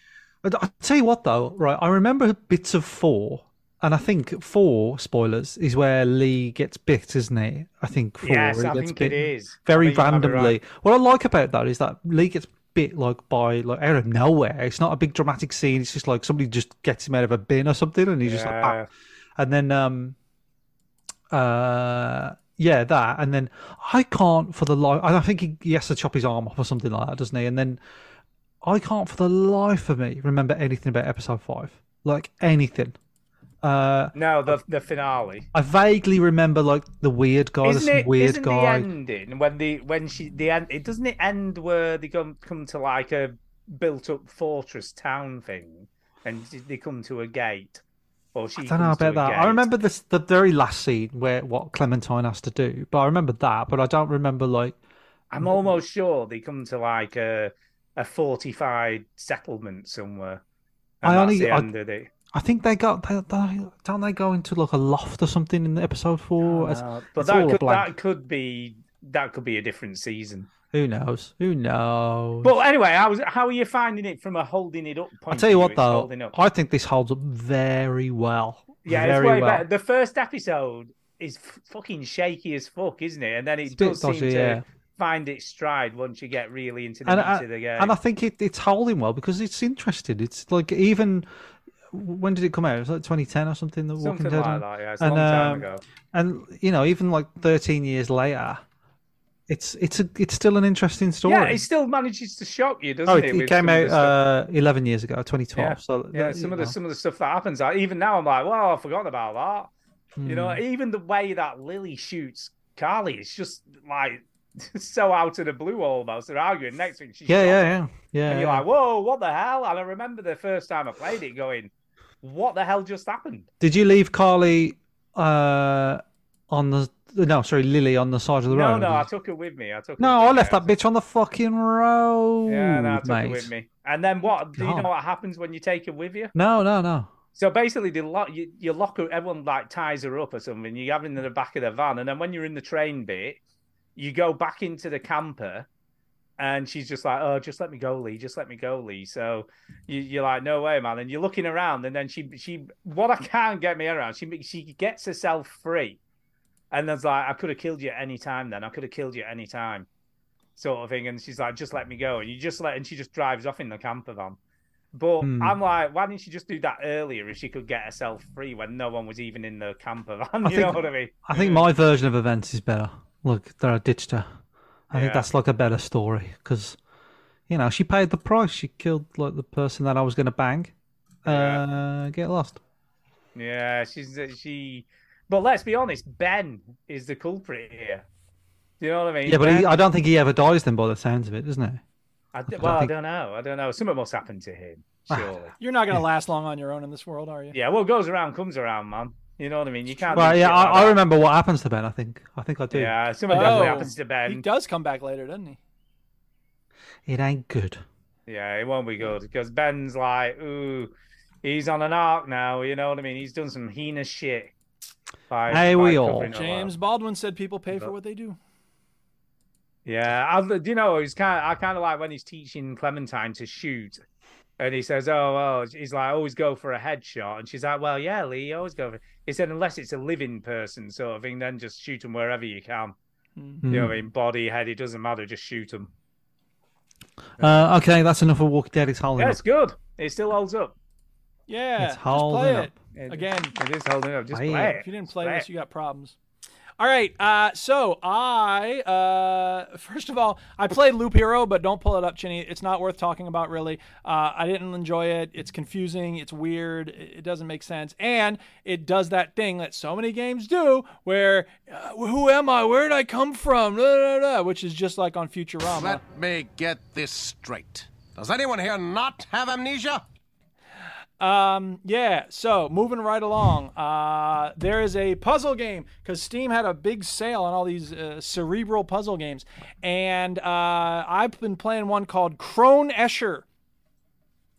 [SPEAKER 4] But I'll tell you what, though, right? I remember bits of four, and I think four spoilers is where Lee gets bit, isn't it? I think four.
[SPEAKER 5] Yes,
[SPEAKER 4] he
[SPEAKER 5] I
[SPEAKER 4] gets
[SPEAKER 5] think
[SPEAKER 4] bit
[SPEAKER 5] it is. I
[SPEAKER 4] very
[SPEAKER 5] think you might be
[SPEAKER 4] randomly.
[SPEAKER 5] right.
[SPEAKER 4] What I like about that is that Lee gets bit like by like out of nowhere. It's not a big dramatic scene. It's just like somebody just gets him out of a bin or something, and he's just like,
[SPEAKER 5] Yeah.
[SPEAKER 4] "Ah." and then um, uh, yeah, that, and then I can't for the life. and I think he, he has to chop his arm off or something like that, doesn't he? And then I can't for the life of me remember anything about episode five, like anything. Uh,
[SPEAKER 5] No, the the finale.
[SPEAKER 4] I vaguely remember like the weird guy, there's
[SPEAKER 5] isn't
[SPEAKER 4] some
[SPEAKER 5] it,
[SPEAKER 4] weird
[SPEAKER 5] isn't
[SPEAKER 4] guy.
[SPEAKER 5] the ending when the when she the end it doesn't it end where they come come to like a built up fortress town thing and they come to a gate or she
[SPEAKER 4] I don't know
[SPEAKER 5] comes to
[SPEAKER 4] about
[SPEAKER 5] a
[SPEAKER 4] that.
[SPEAKER 5] gate.
[SPEAKER 4] I remember this the very last scene where what Clementine has to do, but I remember that, but I don't remember like
[SPEAKER 5] I'm almost sure they come to like a a fortified settlement somewhere. And
[SPEAKER 4] I
[SPEAKER 5] that's
[SPEAKER 4] only-
[SPEAKER 5] the
[SPEAKER 4] I- Oh,
[SPEAKER 5] end of it.
[SPEAKER 4] I think they got they, they, don't they go into like a loft or something in episode four? It's-
[SPEAKER 5] Uh, but
[SPEAKER 4] it's all
[SPEAKER 5] that
[SPEAKER 4] a
[SPEAKER 5] could
[SPEAKER 4] blank.
[SPEAKER 5] that could be that could be a different season.
[SPEAKER 4] Who knows? Who knows?
[SPEAKER 5] But anyway, how was how are you finding it from a holding it up point?
[SPEAKER 4] I'll tell you
[SPEAKER 5] of
[SPEAKER 4] what
[SPEAKER 5] view? It's
[SPEAKER 4] though,
[SPEAKER 5] holding up.
[SPEAKER 4] I think this holds up very well.
[SPEAKER 5] Yeah,
[SPEAKER 4] very
[SPEAKER 5] it's way
[SPEAKER 4] well.
[SPEAKER 5] better. The first episode is f- fucking shaky as fuck, isn't it? And then it
[SPEAKER 4] It's a bit
[SPEAKER 5] does seem
[SPEAKER 4] dodgy,
[SPEAKER 5] to
[SPEAKER 4] yeah.
[SPEAKER 5] find its stride once you get really into the
[SPEAKER 4] And
[SPEAKER 5] meat
[SPEAKER 4] I,
[SPEAKER 5] of the game.
[SPEAKER 4] and I think it, it's holding well because it's interesting. It's like even when did it come out? It was like 2010 or something. The
[SPEAKER 5] Something
[SPEAKER 4] Walking
[SPEAKER 5] like
[SPEAKER 4] Dead. and- um,
[SPEAKER 5] that, yeah, it's a long time ago.
[SPEAKER 4] And you know, even like 13 years later, it's it's a, it's still an interesting story.
[SPEAKER 5] yeah, it still manages to shock you, doesn't
[SPEAKER 4] oh,
[SPEAKER 5] it?
[SPEAKER 4] it, it
[SPEAKER 5] with
[SPEAKER 4] came
[SPEAKER 5] some of
[SPEAKER 4] out
[SPEAKER 5] the stuff?
[SPEAKER 4] uh, 11 years ago, 2012.
[SPEAKER 5] yeah.
[SPEAKER 4] So
[SPEAKER 5] yeah,
[SPEAKER 4] that-
[SPEAKER 5] some
[SPEAKER 4] you
[SPEAKER 5] of the
[SPEAKER 4] know.
[SPEAKER 5] some of the stuff that happens. Like, even now, I'm like, well, I forgot about that. You know,
[SPEAKER 4] Hmm.
[SPEAKER 5] even the way that Lily shoots Carly, it's just like *laughs* so out of the blue almost. They're arguing next week. She
[SPEAKER 4] yeah,
[SPEAKER 5] shot
[SPEAKER 4] yeah,
[SPEAKER 5] her.
[SPEAKER 4] yeah, yeah.
[SPEAKER 5] and you're
[SPEAKER 4] yeah.
[SPEAKER 5] like, whoa, what the hell? And I remember the first time I played it going, what the hell just happened?
[SPEAKER 4] Did you leave Carly uh, on the no? Sorry, Lily on the side of the
[SPEAKER 5] no,
[SPEAKER 4] road.
[SPEAKER 5] no, I took it with me. I took
[SPEAKER 4] No,
[SPEAKER 5] it
[SPEAKER 4] I
[SPEAKER 5] with
[SPEAKER 4] left
[SPEAKER 5] me.
[SPEAKER 4] that bitch on the fucking road,
[SPEAKER 5] Yeah, no, I took
[SPEAKER 4] mate.
[SPEAKER 5] it with me. And then what? Do you
[SPEAKER 4] God.
[SPEAKER 5] know what happens when you take it with you?
[SPEAKER 4] No, no, no.
[SPEAKER 5] So basically, they lock you, you lock her, everyone like ties her up or something. You have her in the back of the van, and then when you're in the train bit, you go back into the camper, and she's just like, "Oh, just let me go, Lee. Just let me go, Lee." So you, you're like, "No way, man!" And you're looking around, and then she she what I can't get me around. She she gets herself free, and there's like, "I could have killed you at any time. Then I could have killed you at any time." Sort of thing, and she's like, "Just let me go," and you just let, and she just drives off in the camper van. But
[SPEAKER 4] Hmm.
[SPEAKER 5] I'm like, why didn't she just do that earlier if she could get herself free when no one was even in the camper van? *laughs*
[SPEAKER 4] I
[SPEAKER 5] You know
[SPEAKER 4] think-
[SPEAKER 5] what I mean?
[SPEAKER 4] I think my version of events is better. Look, that I ditched her. I
[SPEAKER 5] Yeah.
[SPEAKER 4] think that's like a better story because, you know, she paid the price. She killed like the person that I was going to bang. Uh, get lost.
[SPEAKER 5] Yeah, she's uh, she. But let's be honest, Ben is the culprit here. Do you know what I mean?
[SPEAKER 4] Yeah, but he,
[SPEAKER 5] Ben-
[SPEAKER 4] I don't think he ever dies then, by the sounds of it, doesn't he?
[SPEAKER 5] I d-
[SPEAKER 4] I don't
[SPEAKER 5] well,
[SPEAKER 4] think-
[SPEAKER 5] I don't know. I don't know. Something must happen to
[SPEAKER 4] *laughs*
[SPEAKER 5] him, surely.
[SPEAKER 1] You're not gonna last long on your own in this world, are you?
[SPEAKER 5] yeah, what goes around comes around, man. You know what I mean? You can't.
[SPEAKER 4] Well,
[SPEAKER 5] do
[SPEAKER 4] yeah,
[SPEAKER 5] shit like
[SPEAKER 4] I, I
[SPEAKER 5] that.
[SPEAKER 4] remember what happens to Ben. I think. I think I do.
[SPEAKER 5] Yeah, something definitely
[SPEAKER 1] Oh.
[SPEAKER 5] happens to Ben.
[SPEAKER 1] He does come back later, doesn't he?
[SPEAKER 4] It ain't good.
[SPEAKER 5] Yeah, it won't be good because Ben's like, ooh, he's on an arc now. You know what I mean? He's done some heinous shit. By,
[SPEAKER 4] Hey,
[SPEAKER 5] by
[SPEAKER 4] we all.
[SPEAKER 5] covering it up.
[SPEAKER 1] James Baldwin said people pay for what they do.
[SPEAKER 5] Yeah, I, do you know, he's kind. Of, I kind of like when he's teaching Clementine to shoot, and he says, "Oh, well," he's like, "Always go for a headshot," and she's like, "Well, yeah, Lee, you always go." For... He said, "Unless it's a living person, sort of thing, then just shoot them wherever you can." You know
[SPEAKER 4] Hmm.
[SPEAKER 5] what I mean? Body, head, it doesn't matter. Just shoot them.
[SPEAKER 4] Uh, okay, that's enough of Walking Dead. It's holding
[SPEAKER 5] Yeah,
[SPEAKER 4] up.
[SPEAKER 5] it's good. It still holds up.
[SPEAKER 1] Yeah,
[SPEAKER 4] It's
[SPEAKER 1] just
[SPEAKER 4] holding
[SPEAKER 1] play
[SPEAKER 4] up.
[SPEAKER 1] it again.
[SPEAKER 5] It is holding up. Just
[SPEAKER 4] Play
[SPEAKER 5] play,
[SPEAKER 4] it.
[SPEAKER 5] it.
[SPEAKER 1] If you didn't play
[SPEAKER 5] Play
[SPEAKER 1] this,
[SPEAKER 5] it.
[SPEAKER 1] you got problems. All right. Uh, so I uh, *laughs* first of all, I played Loop Hero, but don't pull it up, Chinny. It's not worth talking about, really. Uh, I didn't enjoy it. It's confusing. It's weird. It it doesn't make sense, and it does that thing that so many games do, where uh, who am I? Where did I come from? Blah, blah, blah, which is just like on Futurama.
[SPEAKER 15] Let me get this straight. Does anyone here not have amnesia?
[SPEAKER 1] Um, yeah, so moving right along, uh, there is a puzzle game because Steam had a big sale on all these uh, cerebral puzzle games, and uh, I've been playing one called Crone Escher,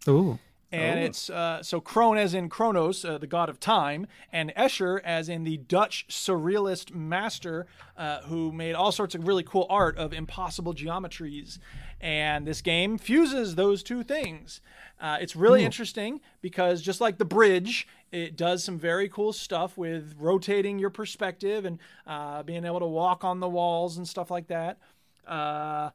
[SPEAKER 4] Ooh.
[SPEAKER 1] and
[SPEAKER 4] Ooh.
[SPEAKER 1] it's uh, so Crone as in Kronos, uh, the god of time, and Escher as in the Dutch surrealist master uh, who made all sorts of really cool art of impossible geometries, and this game fuses those two things. Uh, it's really
[SPEAKER 16] Cool.
[SPEAKER 1] interesting because just like the bridge, it does some very cool stuff with rotating your perspective and uh, being able to walk on the walls and stuff like that. Uh,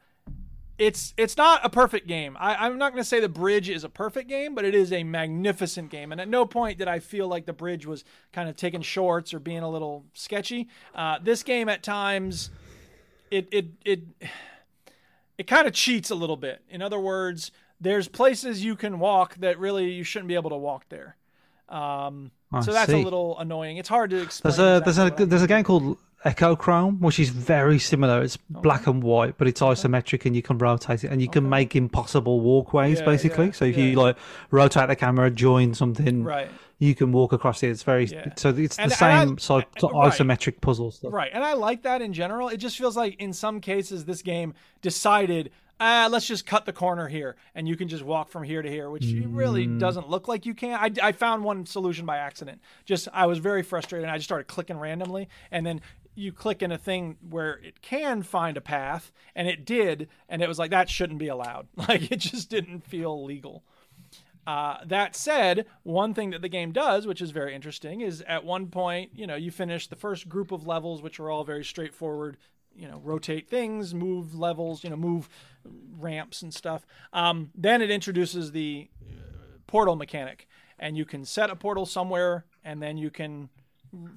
[SPEAKER 1] it's it's not a perfect game. I, I'm not going to say the bridge is a perfect game, but it is a magnificent game. And at no point did I feel like the bridge was kind of taking shorts or being a little sketchy. Uh, this game at times, it it it it kind of cheats a little bit. In other words, there's places you can walk that really you shouldn't be able to walk there. Um,
[SPEAKER 4] I
[SPEAKER 1] so that's a
[SPEAKER 4] see.
[SPEAKER 1] little annoying. It's hard to explain.
[SPEAKER 4] There's a
[SPEAKER 1] exactly
[SPEAKER 4] there's
[SPEAKER 1] what
[SPEAKER 4] a
[SPEAKER 1] I'm
[SPEAKER 4] there's a game called Echo Chrome, which is very similar. It's black and white, but it's isometric, and you can rotate it, and you can make impossible walkways
[SPEAKER 1] Yeah,
[SPEAKER 4] basically.
[SPEAKER 1] yeah,
[SPEAKER 4] so if
[SPEAKER 1] yeah.
[SPEAKER 4] you like rotate the camera, join something,
[SPEAKER 1] Right.
[SPEAKER 4] you can walk across it. It's very
[SPEAKER 1] Yeah.
[SPEAKER 4] so it's
[SPEAKER 1] And-
[SPEAKER 4] the
[SPEAKER 1] and I-
[SPEAKER 4] same sort of
[SPEAKER 1] right.
[SPEAKER 4] isometric puzzle stuff.
[SPEAKER 1] Right, and I like that in general. It just feels like in some cases this game decided, ah, let's just cut the corner here, and you can just walk from here to here, which it really
[SPEAKER 16] Mm.
[SPEAKER 1] doesn't look like you can. I, I found one solution by accident. Just I was very frustrated, and I just started clicking randomly, and then you click in a thing where it can find a path, and it did, and it was like that shouldn't be allowed. *laughs* Like it just didn't feel legal. Uh, that said, one thing that the game does, which is very interesting, is at one point, you know, you finish the first group of levels, which are all very straightforward, you know, rotate things, move levels, you know, move ramps and stuff. Um, then it introduces the uh, portal mechanic, and you can set a portal somewhere, and then you can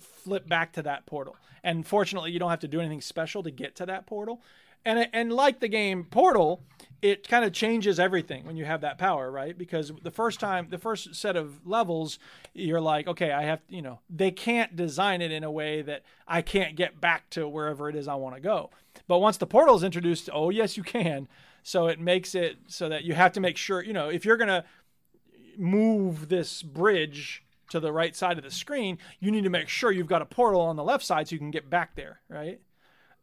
[SPEAKER 1] flip back to that portal. And fortunately, you don't have to do anything special to get to that portal. And and like the game Portal, it kind of changes everything when you have that power, right? Because the first time, the first set of levels, you're like, okay, I have, you know, they can't design it in a way that I can't get back to wherever it is I want to go. But once the portal is introduced, oh yes, you can. So it makes it so that you have to make sure, you know, if you're gonna move this bridge to the right side of the screen, you need to make sure you've got a portal on the left side so you can get back there, right?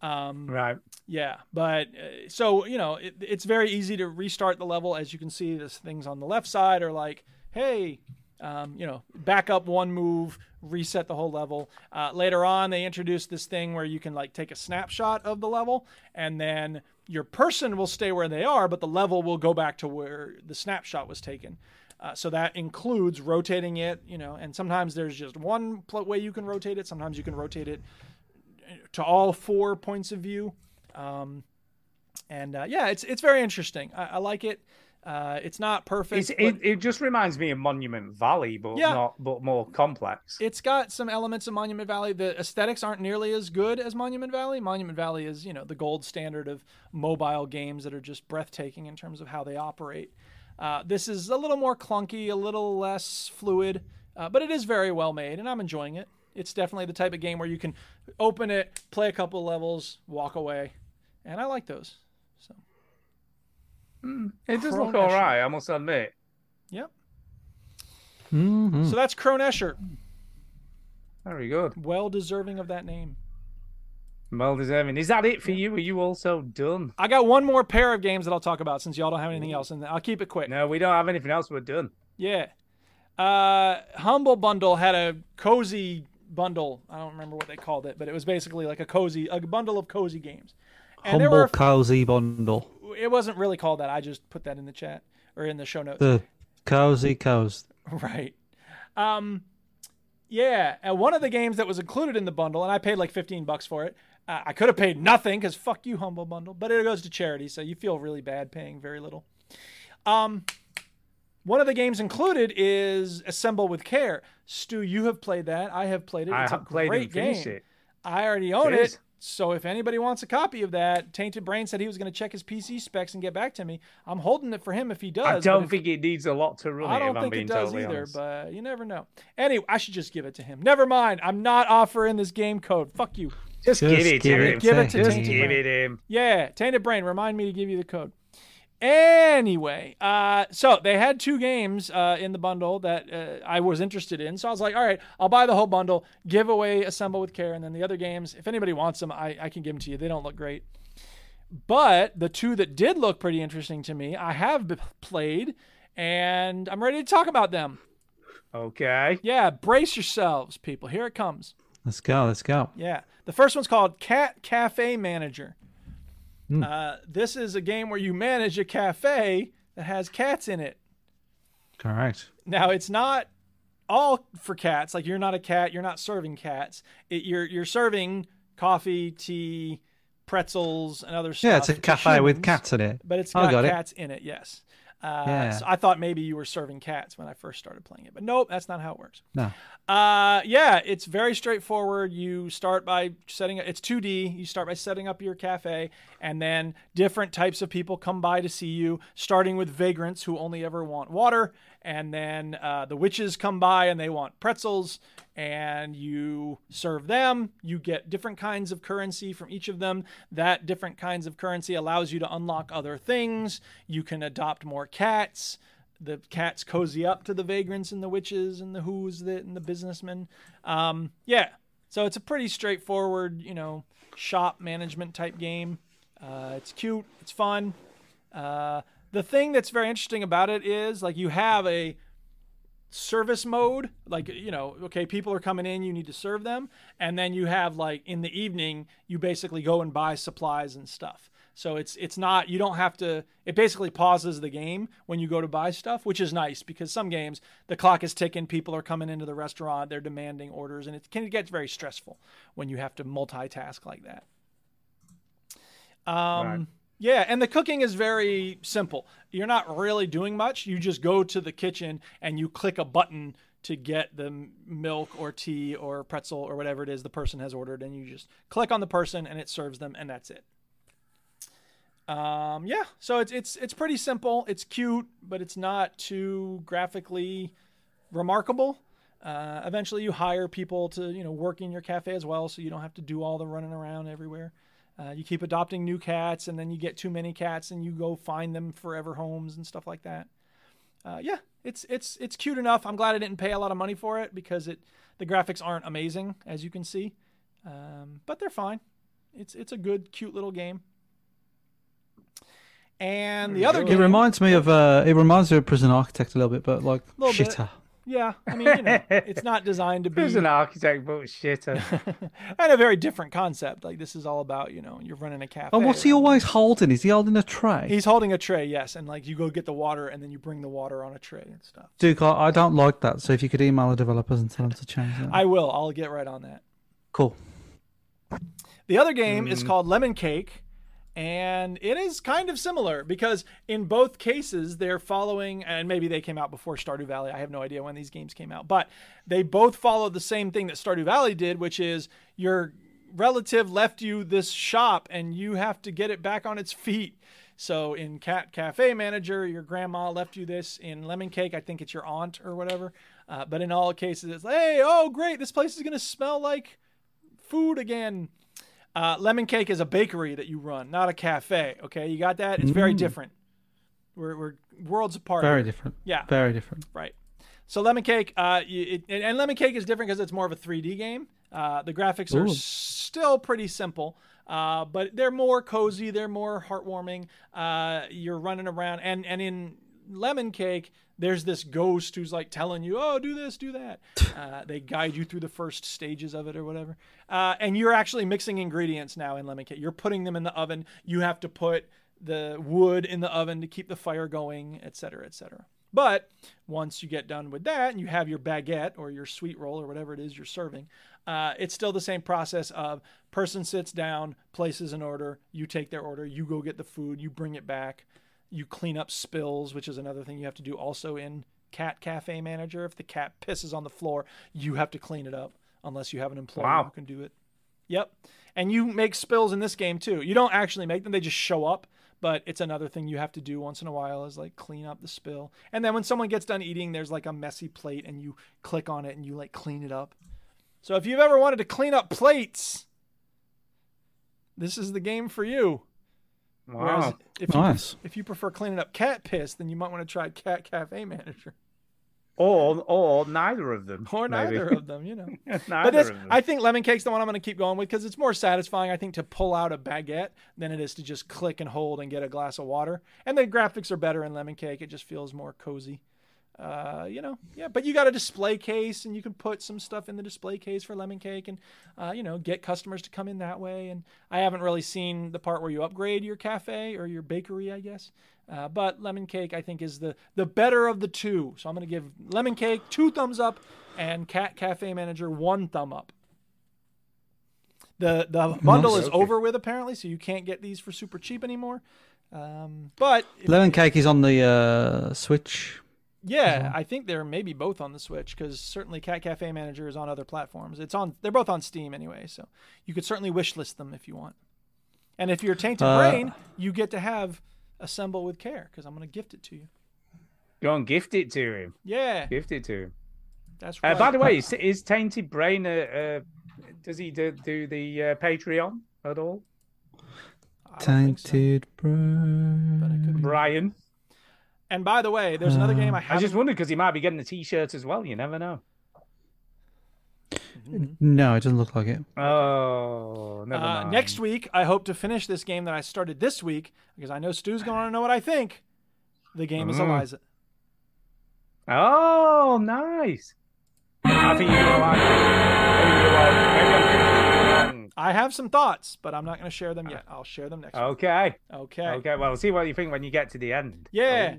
[SPEAKER 1] Um,
[SPEAKER 5] right.
[SPEAKER 1] Yeah, but uh, so you know, it, it's very easy to restart the level. As you can see, this things on the left side are like, hey, um, you know, back up one move, reset the whole level. Uh, later on, they introduced this thing where you can like take a snapshot of the level, and then your person will stay where they are, but the level will go back to where the snapshot was taken. Uh, so that includes rotating it, you know, and sometimes there's just one pl- way you can rotate it. Sometimes you can rotate it to all four points of view. Um, and uh, yeah, it's it's very interesting. I, I like it. Uh, it's not perfect.
[SPEAKER 5] It's,
[SPEAKER 1] but-
[SPEAKER 5] it, it just reminds me of Monument Valley, but
[SPEAKER 1] Yeah.
[SPEAKER 5] not but more complex.
[SPEAKER 1] It's got some elements of Monument Valley. The aesthetics aren't nearly as good as Monument Valley. Monument Valley is, you know, the gold standard of mobile games that are just breathtaking in terms of how they operate. Uh, this is a little more clunky, a little less fluid, uh, but it is very well made, and I'm enjoying it. It's definitely the type of game where you can open it, play a couple levels, walk away, and I like those.
[SPEAKER 5] It does look
[SPEAKER 1] Crone
[SPEAKER 5] all
[SPEAKER 1] Escher.
[SPEAKER 5] right, I must admit.
[SPEAKER 1] Yep.
[SPEAKER 4] Mhm.
[SPEAKER 1] So that's Crone Escher.
[SPEAKER 5] Very good.
[SPEAKER 1] Well deserving of that name.
[SPEAKER 5] Well deserving. Is that it for you? Are you also done?
[SPEAKER 1] I got one more pair of games that I'll talk about since y'all don't have anything else, and I'll keep it quick.
[SPEAKER 5] No, we don't have anything else. We're done.
[SPEAKER 1] Yeah. Uh, Humble Bundle had a cozy bundle. I don't remember what they called it, but it was basically like a cozy, a bundle of cozy games. And there were,
[SPEAKER 4] Humble cozy bundle.
[SPEAKER 1] it wasn't really called that. I just put that in the chat or in the show notes.
[SPEAKER 4] The cozy cozy.
[SPEAKER 1] Right. Um, yeah, and one of the games that was included in the bundle, and I paid like 15 bucks for it. Uh, I could have paid nothing because fuck you, Humble Bundle, but it goes to charity, so you feel really bad paying very little. Um, one of the games included is Assemble with Care. Stu, you have played that. I have played it.
[SPEAKER 5] I
[SPEAKER 1] It's a
[SPEAKER 5] have played and
[SPEAKER 1] great
[SPEAKER 5] finished
[SPEAKER 1] game.
[SPEAKER 5] it.
[SPEAKER 1] I already own it.
[SPEAKER 5] It is.
[SPEAKER 1] So if anybody wants a copy of that, Tainted Brain said he was going to check his PC specs and get back to me. I'm holding it for him if he does.
[SPEAKER 5] I
[SPEAKER 1] but
[SPEAKER 5] don't
[SPEAKER 1] if-
[SPEAKER 5] think it needs a lot to run
[SPEAKER 1] I
[SPEAKER 5] it,
[SPEAKER 1] don't
[SPEAKER 5] if I'm
[SPEAKER 1] think
[SPEAKER 5] being
[SPEAKER 1] it does
[SPEAKER 5] totally
[SPEAKER 1] either,
[SPEAKER 5] honest.
[SPEAKER 1] but you never know. Anyway, I should just give it to him. Never mind. I'm not offering this game code. Fuck you.
[SPEAKER 5] Just Just give it to give him. it
[SPEAKER 1] Give it
[SPEAKER 5] to
[SPEAKER 1] to
[SPEAKER 5] him.
[SPEAKER 1] Tainted
[SPEAKER 5] Give
[SPEAKER 1] Brain.
[SPEAKER 5] it him.
[SPEAKER 1] Yeah, Tainted Brain. Remind me to give you the code. Anyway, uh, so they had two games uh, in the bundle that uh, I was interested in. So I was like, all right, I'll buy the whole bundle, give away Assemble with Care, and then the other games, if anybody wants them, I, I can give them to you. They don't look great. But the two that did look pretty interesting to me, I have b- played, and I'm ready to talk about them.
[SPEAKER 5] Okay.
[SPEAKER 1] Yeah, brace yourselves, people. Here it comes.
[SPEAKER 4] Let's go. Let's go.
[SPEAKER 1] Yeah. The first one's called Cat Cafe Manager.
[SPEAKER 4] Hmm.
[SPEAKER 1] Uh, this is a game where you manage a cafe that has cats in it.
[SPEAKER 4] Correct.
[SPEAKER 1] Now, it's not all for cats. Like you're not a cat. You're not serving cats. It, you're you're serving coffee, tea, pretzels, and other stuff.
[SPEAKER 4] Yeah, it's a
[SPEAKER 1] to
[SPEAKER 4] cafe with
[SPEAKER 1] humans,
[SPEAKER 4] cats in it.
[SPEAKER 1] But it's
[SPEAKER 4] I
[SPEAKER 1] got,
[SPEAKER 4] got it.
[SPEAKER 1] cats in it. Yes. Uh,
[SPEAKER 4] Yeah.
[SPEAKER 1] so I thought maybe you were serving cats when I first started playing it, but nope, that's not how it works.
[SPEAKER 4] No.
[SPEAKER 1] Uh, yeah, it's very straightforward. You start by setting it's 2D. You start by setting up your cafe, and then different types of people come by to see you, starting with vagrants who only ever want water, and then uh, the witches come by and they want pretzels, and you serve them. You get different kinds of currency from each of them. That different kinds of currency allows you to unlock other things. You can adopt more cats the cats cozy up to the vagrants and the witches and the who's that and the businessmen. Um, yeah, so it's a pretty straightforward, you know, shop management type game. Uh, it's cute, it's fun. Uh, the thing that's very interesting about it is like you have a service mode like you know okay people are coming in you need to serve them and then you have like in the evening you basically go and buy supplies and stuff so it's it's not you don't have to it basically pauses the game when you go to buy stuff which is nice because some games the clock is ticking people are coming into the restaurant they're demanding orders and it can get very stressful when you have to multitask like that um yeah, and the cooking is very simple. You're not really doing much. You just go to the kitchen and you click a button to get the m- milk or tea or pretzel or whatever it is the person has ordered, and you just click on the person and it serves them, and that's it. Um, yeah, so it's it's it's pretty simple. It's cute, but it's not too graphically remarkable. Uh, eventually, you hire people to you know work in your cafe as well, so you don't have to do all the running around everywhere. Uh, you keep adopting new cats, and then you get too many cats, and you go find them forever homes and stuff like that. Uh, yeah, it's it's it's cute enough. I'm glad I didn't pay a lot of money for it because it the graphics aren't amazing as you can see, um, but they're fine. It's it's a good, cute little game. And the other
[SPEAKER 4] It
[SPEAKER 1] game,
[SPEAKER 4] reminds me of uh, it reminds me of Prison Architect a little bit, but like
[SPEAKER 1] Little bit.
[SPEAKER 4] shitter.
[SPEAKER 1] yeah, I mean, you know, it's not
[SPEAKER 4] *laughs*
[SPEAKER 1] designed to be
[SPEAKER 5] There's an architect, but shitter.
[SPEAKER 1] *laughs* and a very different concept. Like this is all about you know you're running a cafe.
[SPEAKER 4] And what's he always holding? Is he holding a tray?
[SPEAKER 1] He's holding a tray, yes, and like you go get the water, and then you bring the water on a tray and stuff.
[SPEAKER 4] Duke, I, I don't like that. So if you could email the developers and tell them to change that.
[SPEAKER 1] I will. I'll get right on that.
[SPEAKER 4] Cool.
[SPEAKER 1] The other game is
[SPEAKER 4] Mm.
[SPEAKER 1] called Lemon Cake, and it is kind of similar because in both cases they're following, and maybe they came out before Stardew Valley. I have no idea when these games came out, but they both follow the same thing that Stardew Valley did, which is your relative left you this shop and you have to get it back on its feet. So in Cat Cafe Manager, your grandma left you this. In Lemon Cake, I think it's your aunt or whatever. Uh, but in all cases, it's hey, oh great, this place is gonna smell like food again. Uh, Lemon Cake is a bakery that you run, not a cafe. Okay, you got that? It's very
[SPEAKER 4] Mm.
[SPEAKER 1] different. We're, we're worlds apart.
[SPEAKER 4] Very
[SPEAKER 1] here.
[SPEAKER 4] different.
[SPEAKER 1] Yeah.
[SPEAKER 4] Very different.
[SPEAKER 1] Right. So Lemon Cake, uh, you, it, and Lemon Cake is different because it's more of a 3D game. Uh, the graphics are
[SPEAKER 4] Ooh.
[SPEAKER 1] still pretty simple, uh, but they're more cozy. They're more heartwarming. Uh, you're running around, and and in Lemon Cake, there's this ghost who's like telling you, "Oh, do this, do that." Uh, they guide you through the first stages of it or whatever, uh, and you're actually mixing ingredients now in Lemon Cake. You're putting them in the oven. You have to put the wood in the oven to keep the fire going, et cetera, et cetera. But once you get done with that and you have your baguette or your sweet roll or whatever it is you're serving, uh, it's still the same process of person sits down, places an order, you take their order, you go get the food, you bring it back, you clean up spills, which is another thing you have to do also in Cat Cafe Manager. If the cat pisses on the floor, you have to clean it up unless you have an employee
[SPEAKER 5] Wow.
[SPEAKER 1] who can do it. Yep. And you make spills in this game too. You don't actually make them, they just show up, but it's another thing you have to do once in a while is like clean up the spill. And then when someone gets done eating, there's like a messy plate and you click on it and you like clean it up. So if you've ever wanted to clean up plates, this is the game for you. Whereas
[SPEAKER 4] Wow.
[SPEAKER 1] if you,
[SPEAKER 4] Nice.
[SPEAKER 1] if you prefer cleaning up cat piss, then you might want to try Cat Cafe Manager. *laughs*
[SPEAKER 5] Or or neither of them.
[SPEAKER 1] Or
[SPEAKER 5] maybe.
[SPEAKER 1] neither of them, you know.
[SPEAKER 5] *laughs* neither
[SPEAKER 1] but this,
[SPEAKER 5] of them.
[SPEAKER 1] I think lemon cake's the one I'm going to keep going with because it's more satisfying, I think, to pull out a baguette than it is to just click and hold and get a glass of water. And the graphics are better in lemon cake; it just feels more cozy. Uh, you know, yeah. But you got a display case, and you can put some stuff in the display case for lemon cake, and uh, you know, get customers to come in that way. And I haven't really seen the part where you upgrade your cafe or your bakery, I guess. Uh, but lemon cake, I think, is the the better of the two. So I'm gonna give lemon cake two thumbs up, and cat cafe manager one thumb up. The the bundle is
[SPEAKER 4] Okay.
[SPEAKER 1] over with apparently, so you can't get these for super cheap anymore. Um, but if-
[SPEAKER 4] Lemon cake is on the uh, Switch.
[SPEAKER 1] yeah,
[SPEAKER 5] Mm-hmm.
[SPEAKER 1] I think they're maybe both on the Switch because certainly Cat Cafe Manager is on other platforms. It's on they're both on Steam anyway, so you could certainly wish list them if you want. And if you're tainted
[SPEAKER 5] Uh,
[SPEAKER 1] brain, you get to have assemble with care because I'm gonna gift it to you.
[SPEAKER 5] Go and gift it to him.
[SPEAKER 1] Yeah,
[SPEAKER 5] Gift it to him.
[SPEAKER 1] that's
[SPEAKER 5] Uh,
[SPEAKER 1] right.
[SPEAKER 5] by the way, is, is Tainted Brain? Uh, uh, does he do, do the uh, Patreon at all?
[SPEAKER 4] Tainted brain.
[SPEAKER 5] Brian.
[SPEAKER 1] And by the way, there's another game I
[SPEAKER 5] Uh, I
[SPEAKER 1] haven't
[SPEAKER 5] just wondered because he might be getting the T-shirt as well. You never know.
[SPEAKER 4] No, it doesn't look like it.
[SPEAKER 5] Oh, never
[SPEAKER 1] Uh,
[SPEAKER 5] mind.
[SPEAKER 1] next week, I hope to finish this game that I started this week because I know Stu's going to know what I think. The game is
[SPEAKER 5] Mm.
[SPEAKER 1] Eliza.
[SPEAKER 5] Oh, nice. I think you're gonna like it. Maybe you're like, maybe I'm thinking
[SPEAKER 1] I have some thoughts, but I'm not going to share them yet. I'll share them next
[SPEAKER 5] wrong.
[SPEAKER 1] week.
[SPEAKER 5] Okay.
[SPEAKER 1] Okay.
[SPEAKER 5] Uh, oh, Okay. Well, see what you think when you get to the end.
[SPEAKER 1] Yeah.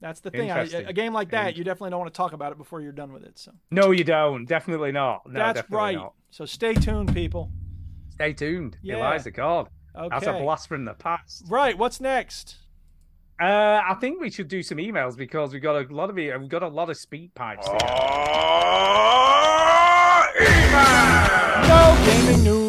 [SPEAKER 1] That's the thing. I,
[SPEAKER 5] Interesting.
[SPEAKER 1] a game like that, you definitely don't want to talk about it before you're done with it. So
[SPEAKER 5] No, you don't. Definitely not. No,
[SPEAKER 1] that's
[SPEAKER 5] definitely
[SPEAKER 1] right.
[SPEAKER 5] Not.
[SPEAKER 1] So stay tuned, people.
[SPEAKER 5] Stay tuned.
[SPEAKER 1] Yeah.
[SPEAKER 5] Eliza God. That's a
[SPEAKER 1] Okay.
[SPEAKER 5] blast from the past.
[SPEAKER 1] Right. What's next?
[SPEAKER 5] Uh, I think we should do some emails because we've got a lot of e- we've got a lot of speed pipes. to go.
[SPEAKER 1] No gaming news.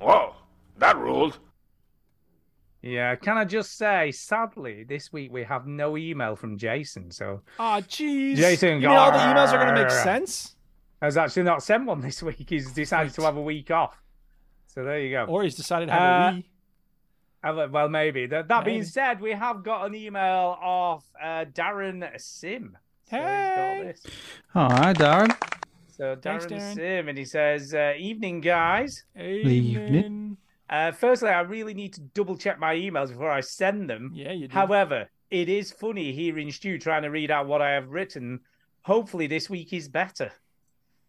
[SPEAKER 16] Whoa, that ruled.
[SPEAKER 5] Yeah. Can I just say, sadly, this week we have no email from Jason. So
[SPEAKER 1] Ah, jeez.
[SPEAKER 5] Jason,
[SPEAKER 1] you mean all the
[SPEAKER 5] gar-
[SPEAKER 1] emails are going to make sense?
[SPEAKER 5] has actually not sent one *laughs* this week. He's decided to have a week off. So there you go.
[SPEAKER 1] Or he's decided to have
[SPEAKER 5] Uh,
[SPEAKER 1] a Wii.
[SPEAKER 5] Uh, Well, maybe. That, that being
[SPEAKER 1] Maybe.
[SPEAKER 5] said, we have got an email of uh, Darren Sim. So hey. he's got this.
[SPEAKER 4] All right, Darren.
[SPEAKER 5] So
[SPEAKER 4] Thanks,
[SPEAKER 5] Darren,
[SPEAKER 4] Darren.
[SPEAKER 5] Sim, and he says, uh, "Evening, guys.
[SPEAKER 4] Evening.
[SPEAKER 5] Uh, firstly, I really need to double check my emails before I send them.
[SPEAKER 1] Yeah, you do.
[SPEAKER 5] However, it is funny hearing Stu trying to read out what I have written. Hopefully, this week is better.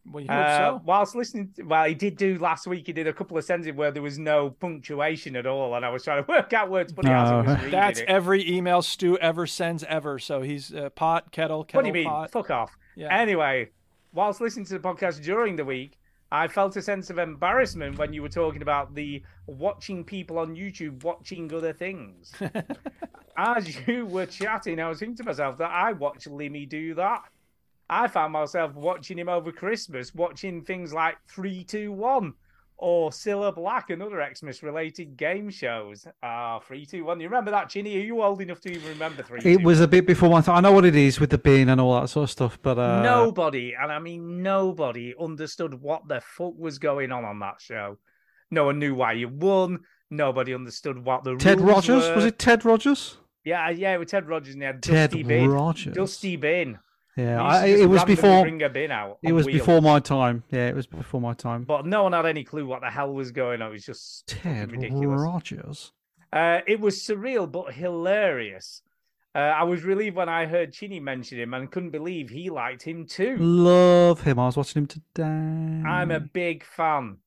[SPEAKER 1] Well, you hope
[SPEAKER 5] Uh,
[SPEAKER 1] so.
[SPEAKER 5] whilst listening, to, well, he did do last week. He did a couple of sentences where there was no punctuation at all, and I was trying to *laughs* work out words, but he hasn't. was reading
[SPEAKER 1] That's
[SPEAKER 5] it.
[SPEAKER 1] every email Stu ever sends ever. So he's uh, pot, kettle, kettle,
[SPEAKER 5] What do you mean?
[SPEAKER 1] pot.
[SPEAKER 5] Fuck off.
[SPEAKER 1] Yeah.
[SPEAKER 5] Anyway, whilst listening to the podcast during the week, I felt a sense of embarrassment when you were talking about the watching people on YouTube watching other things. As you were chatting, I was thinking to myself that I watch Limmy do that. I found myself watching him over Christmas, watching things like 321 or Cilla Black and other Xmas related game shows. Ah, 321. You remember that, Chinny? Are you old enough to even remember 321?
[SPEAKER 4] It was a bit before my time. I know what it is with the bin and all that sort of stuff, but uh,
[SPEAKER 5] nobody, and I mean nobody, understood what the fuck was going on on that show. No one knew why you won. Nobody understood what the
[SPEAKER 4] Ted
[SPEAKER 5] rules
[SPEAKER 4] Rogers
[SPEAKER 5] were.
[SPEAKER 4] was it? Ted Rogers?
[SPEAKER 5] Yeah, yeah, with Ted Rogers and he had
[SPEAKER 4] Ted
[SPEAKER 5] Dusty Bin.
[SPEAKER 4] Rogers.
[SPEAKER 5] Dusty Bin.
[SPEAKER 4] Yeah,
[SPEAKER 5] He used to
[SPEAKER 4] I,
[SPEAKER 5] just
[SPEAKER 4] it was
[SPEAKER 5] randomly
[SPEAKER 4] before.
[SPEAKER 5] Bring a bin out
[SPEAKER 4] It
[SPEAKER 5] on
[SPEAKER 4] was
[SPEAKER 5] wheels.
[SPEAKER 4] before my time. Yeah, it was before my time.
[SPEAKER 5] But no one had any clue what the hell was going on. It was just fucking
[SPEAKER 4] Ted
[SPEAKER 5] ridiculous.
[SPEAKER 4] Rogers.
[SPEAKER 5] Uh, it was surreal but hilarious. Uh, I was relieved when I heard Chinny mention him and couldn't believe he liked him too.
[SPEAKER 4] Love him. I was watching him today.
[SPEAKER 5] I'm
[SPEAKER 1] Mm.
[SPEAKER 5] a big fan.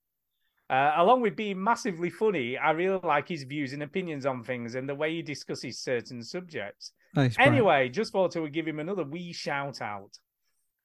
[SPEAKER 5] Uh, along with being massively funny, I really like his views and opinions on things and the way he discusses certain subjects.
[SPEAKER 4] Oh, he's brilliant.
[SPEAKER 5] anyway, just thought I would give him another wee shout out.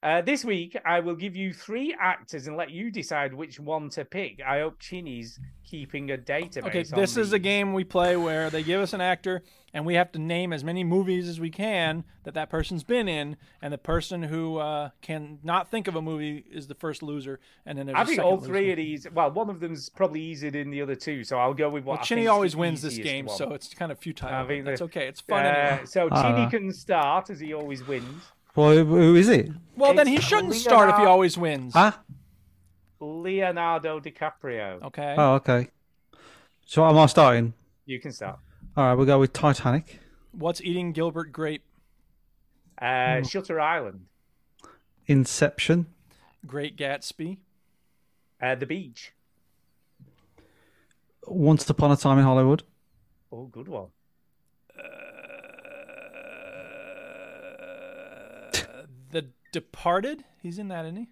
[SPEAKER 5] Uh, this week, I will give you three actors and let you decide which one to pick. I hope Chinny's keeping a database.
[SPEAKER 1] Okay,
[SPEAKER 5] on
[SPEAKER 1] this is a game we play where they give us an actor and we have to name as many movies as we can that that person's been in, and the person who uh, can not think of a movie is the first loser, and then there's
[SPEAKER 5] I
[SPEAKER 1] a
[SPEAKER 5] think
[SPEAKER 1] second
[SPEAKER 5] all
[SPEAKER 1] loser.
[SPEAKER 5] three of these. Well, one of them's probably easier than the other two, so I'll go with
[SPEAKER 1] Well,
[SPEAKER 5] what. I
[SPEAKER 1] Chinny
[SPEAKER 5] think's
[SPEAKER 1] always
[SPEAKER 5] the
[SPEAKER 1] wins this
[SPEAKER 5] easiest
[SPEAKER 1] game,
[SPEAKER 5] one.
[SPEAKER 1] so it's kind of futile.
[SPEAKER 5] I
[SPEAKER 1] but
[SPEAKER 5] think
[SPEAKER 1] that's
[SPEAKER 5] the-
[SPEAKER 1] okay. It's fun.
[SPEAKER 5] Uh,
[SPEAKER 1] anyway.
[SPEAKER 5] So
[SPEAKER 4] Uh,
[SPEAKER 5] Chinny can start as he always wins.
[SPEAKER 4] Well, who- who is it? Ah?
[SPEAKER 1] Well, then he
[SPEAKER 5] It's
[SPEAKER 1] shouldn't start if he
[SPEAKER 5] Leonardo-
[SPEAKER 1] always wins.
[SPEAKER 4] Huh?
[SPEAKER 5] Leonardo DiCaprio.
[SPEAKER 1] Okay.
[SPEAKER 4] Oh, okay. So am I starting?
[SPEAKER 5] You can start.
[SPEAKER 4] All right, we'll go with Titanic.
[SPEAKER 1] What's eating Gilbert Grape? Hmm.
[SPEAKER 5] Uh, Shutter Island.
[SPEAKER 4] Inception.
[SPEAKER 1] Great Gatsby.
[SPEAKER 5] Uh, the Beach.
[SPEAKER 4] Once Upon a Time in Hollywood.
[SPEAKER 5] Oh, good one.
[SPEAKER 1] The Departed. He's in that, isn't he?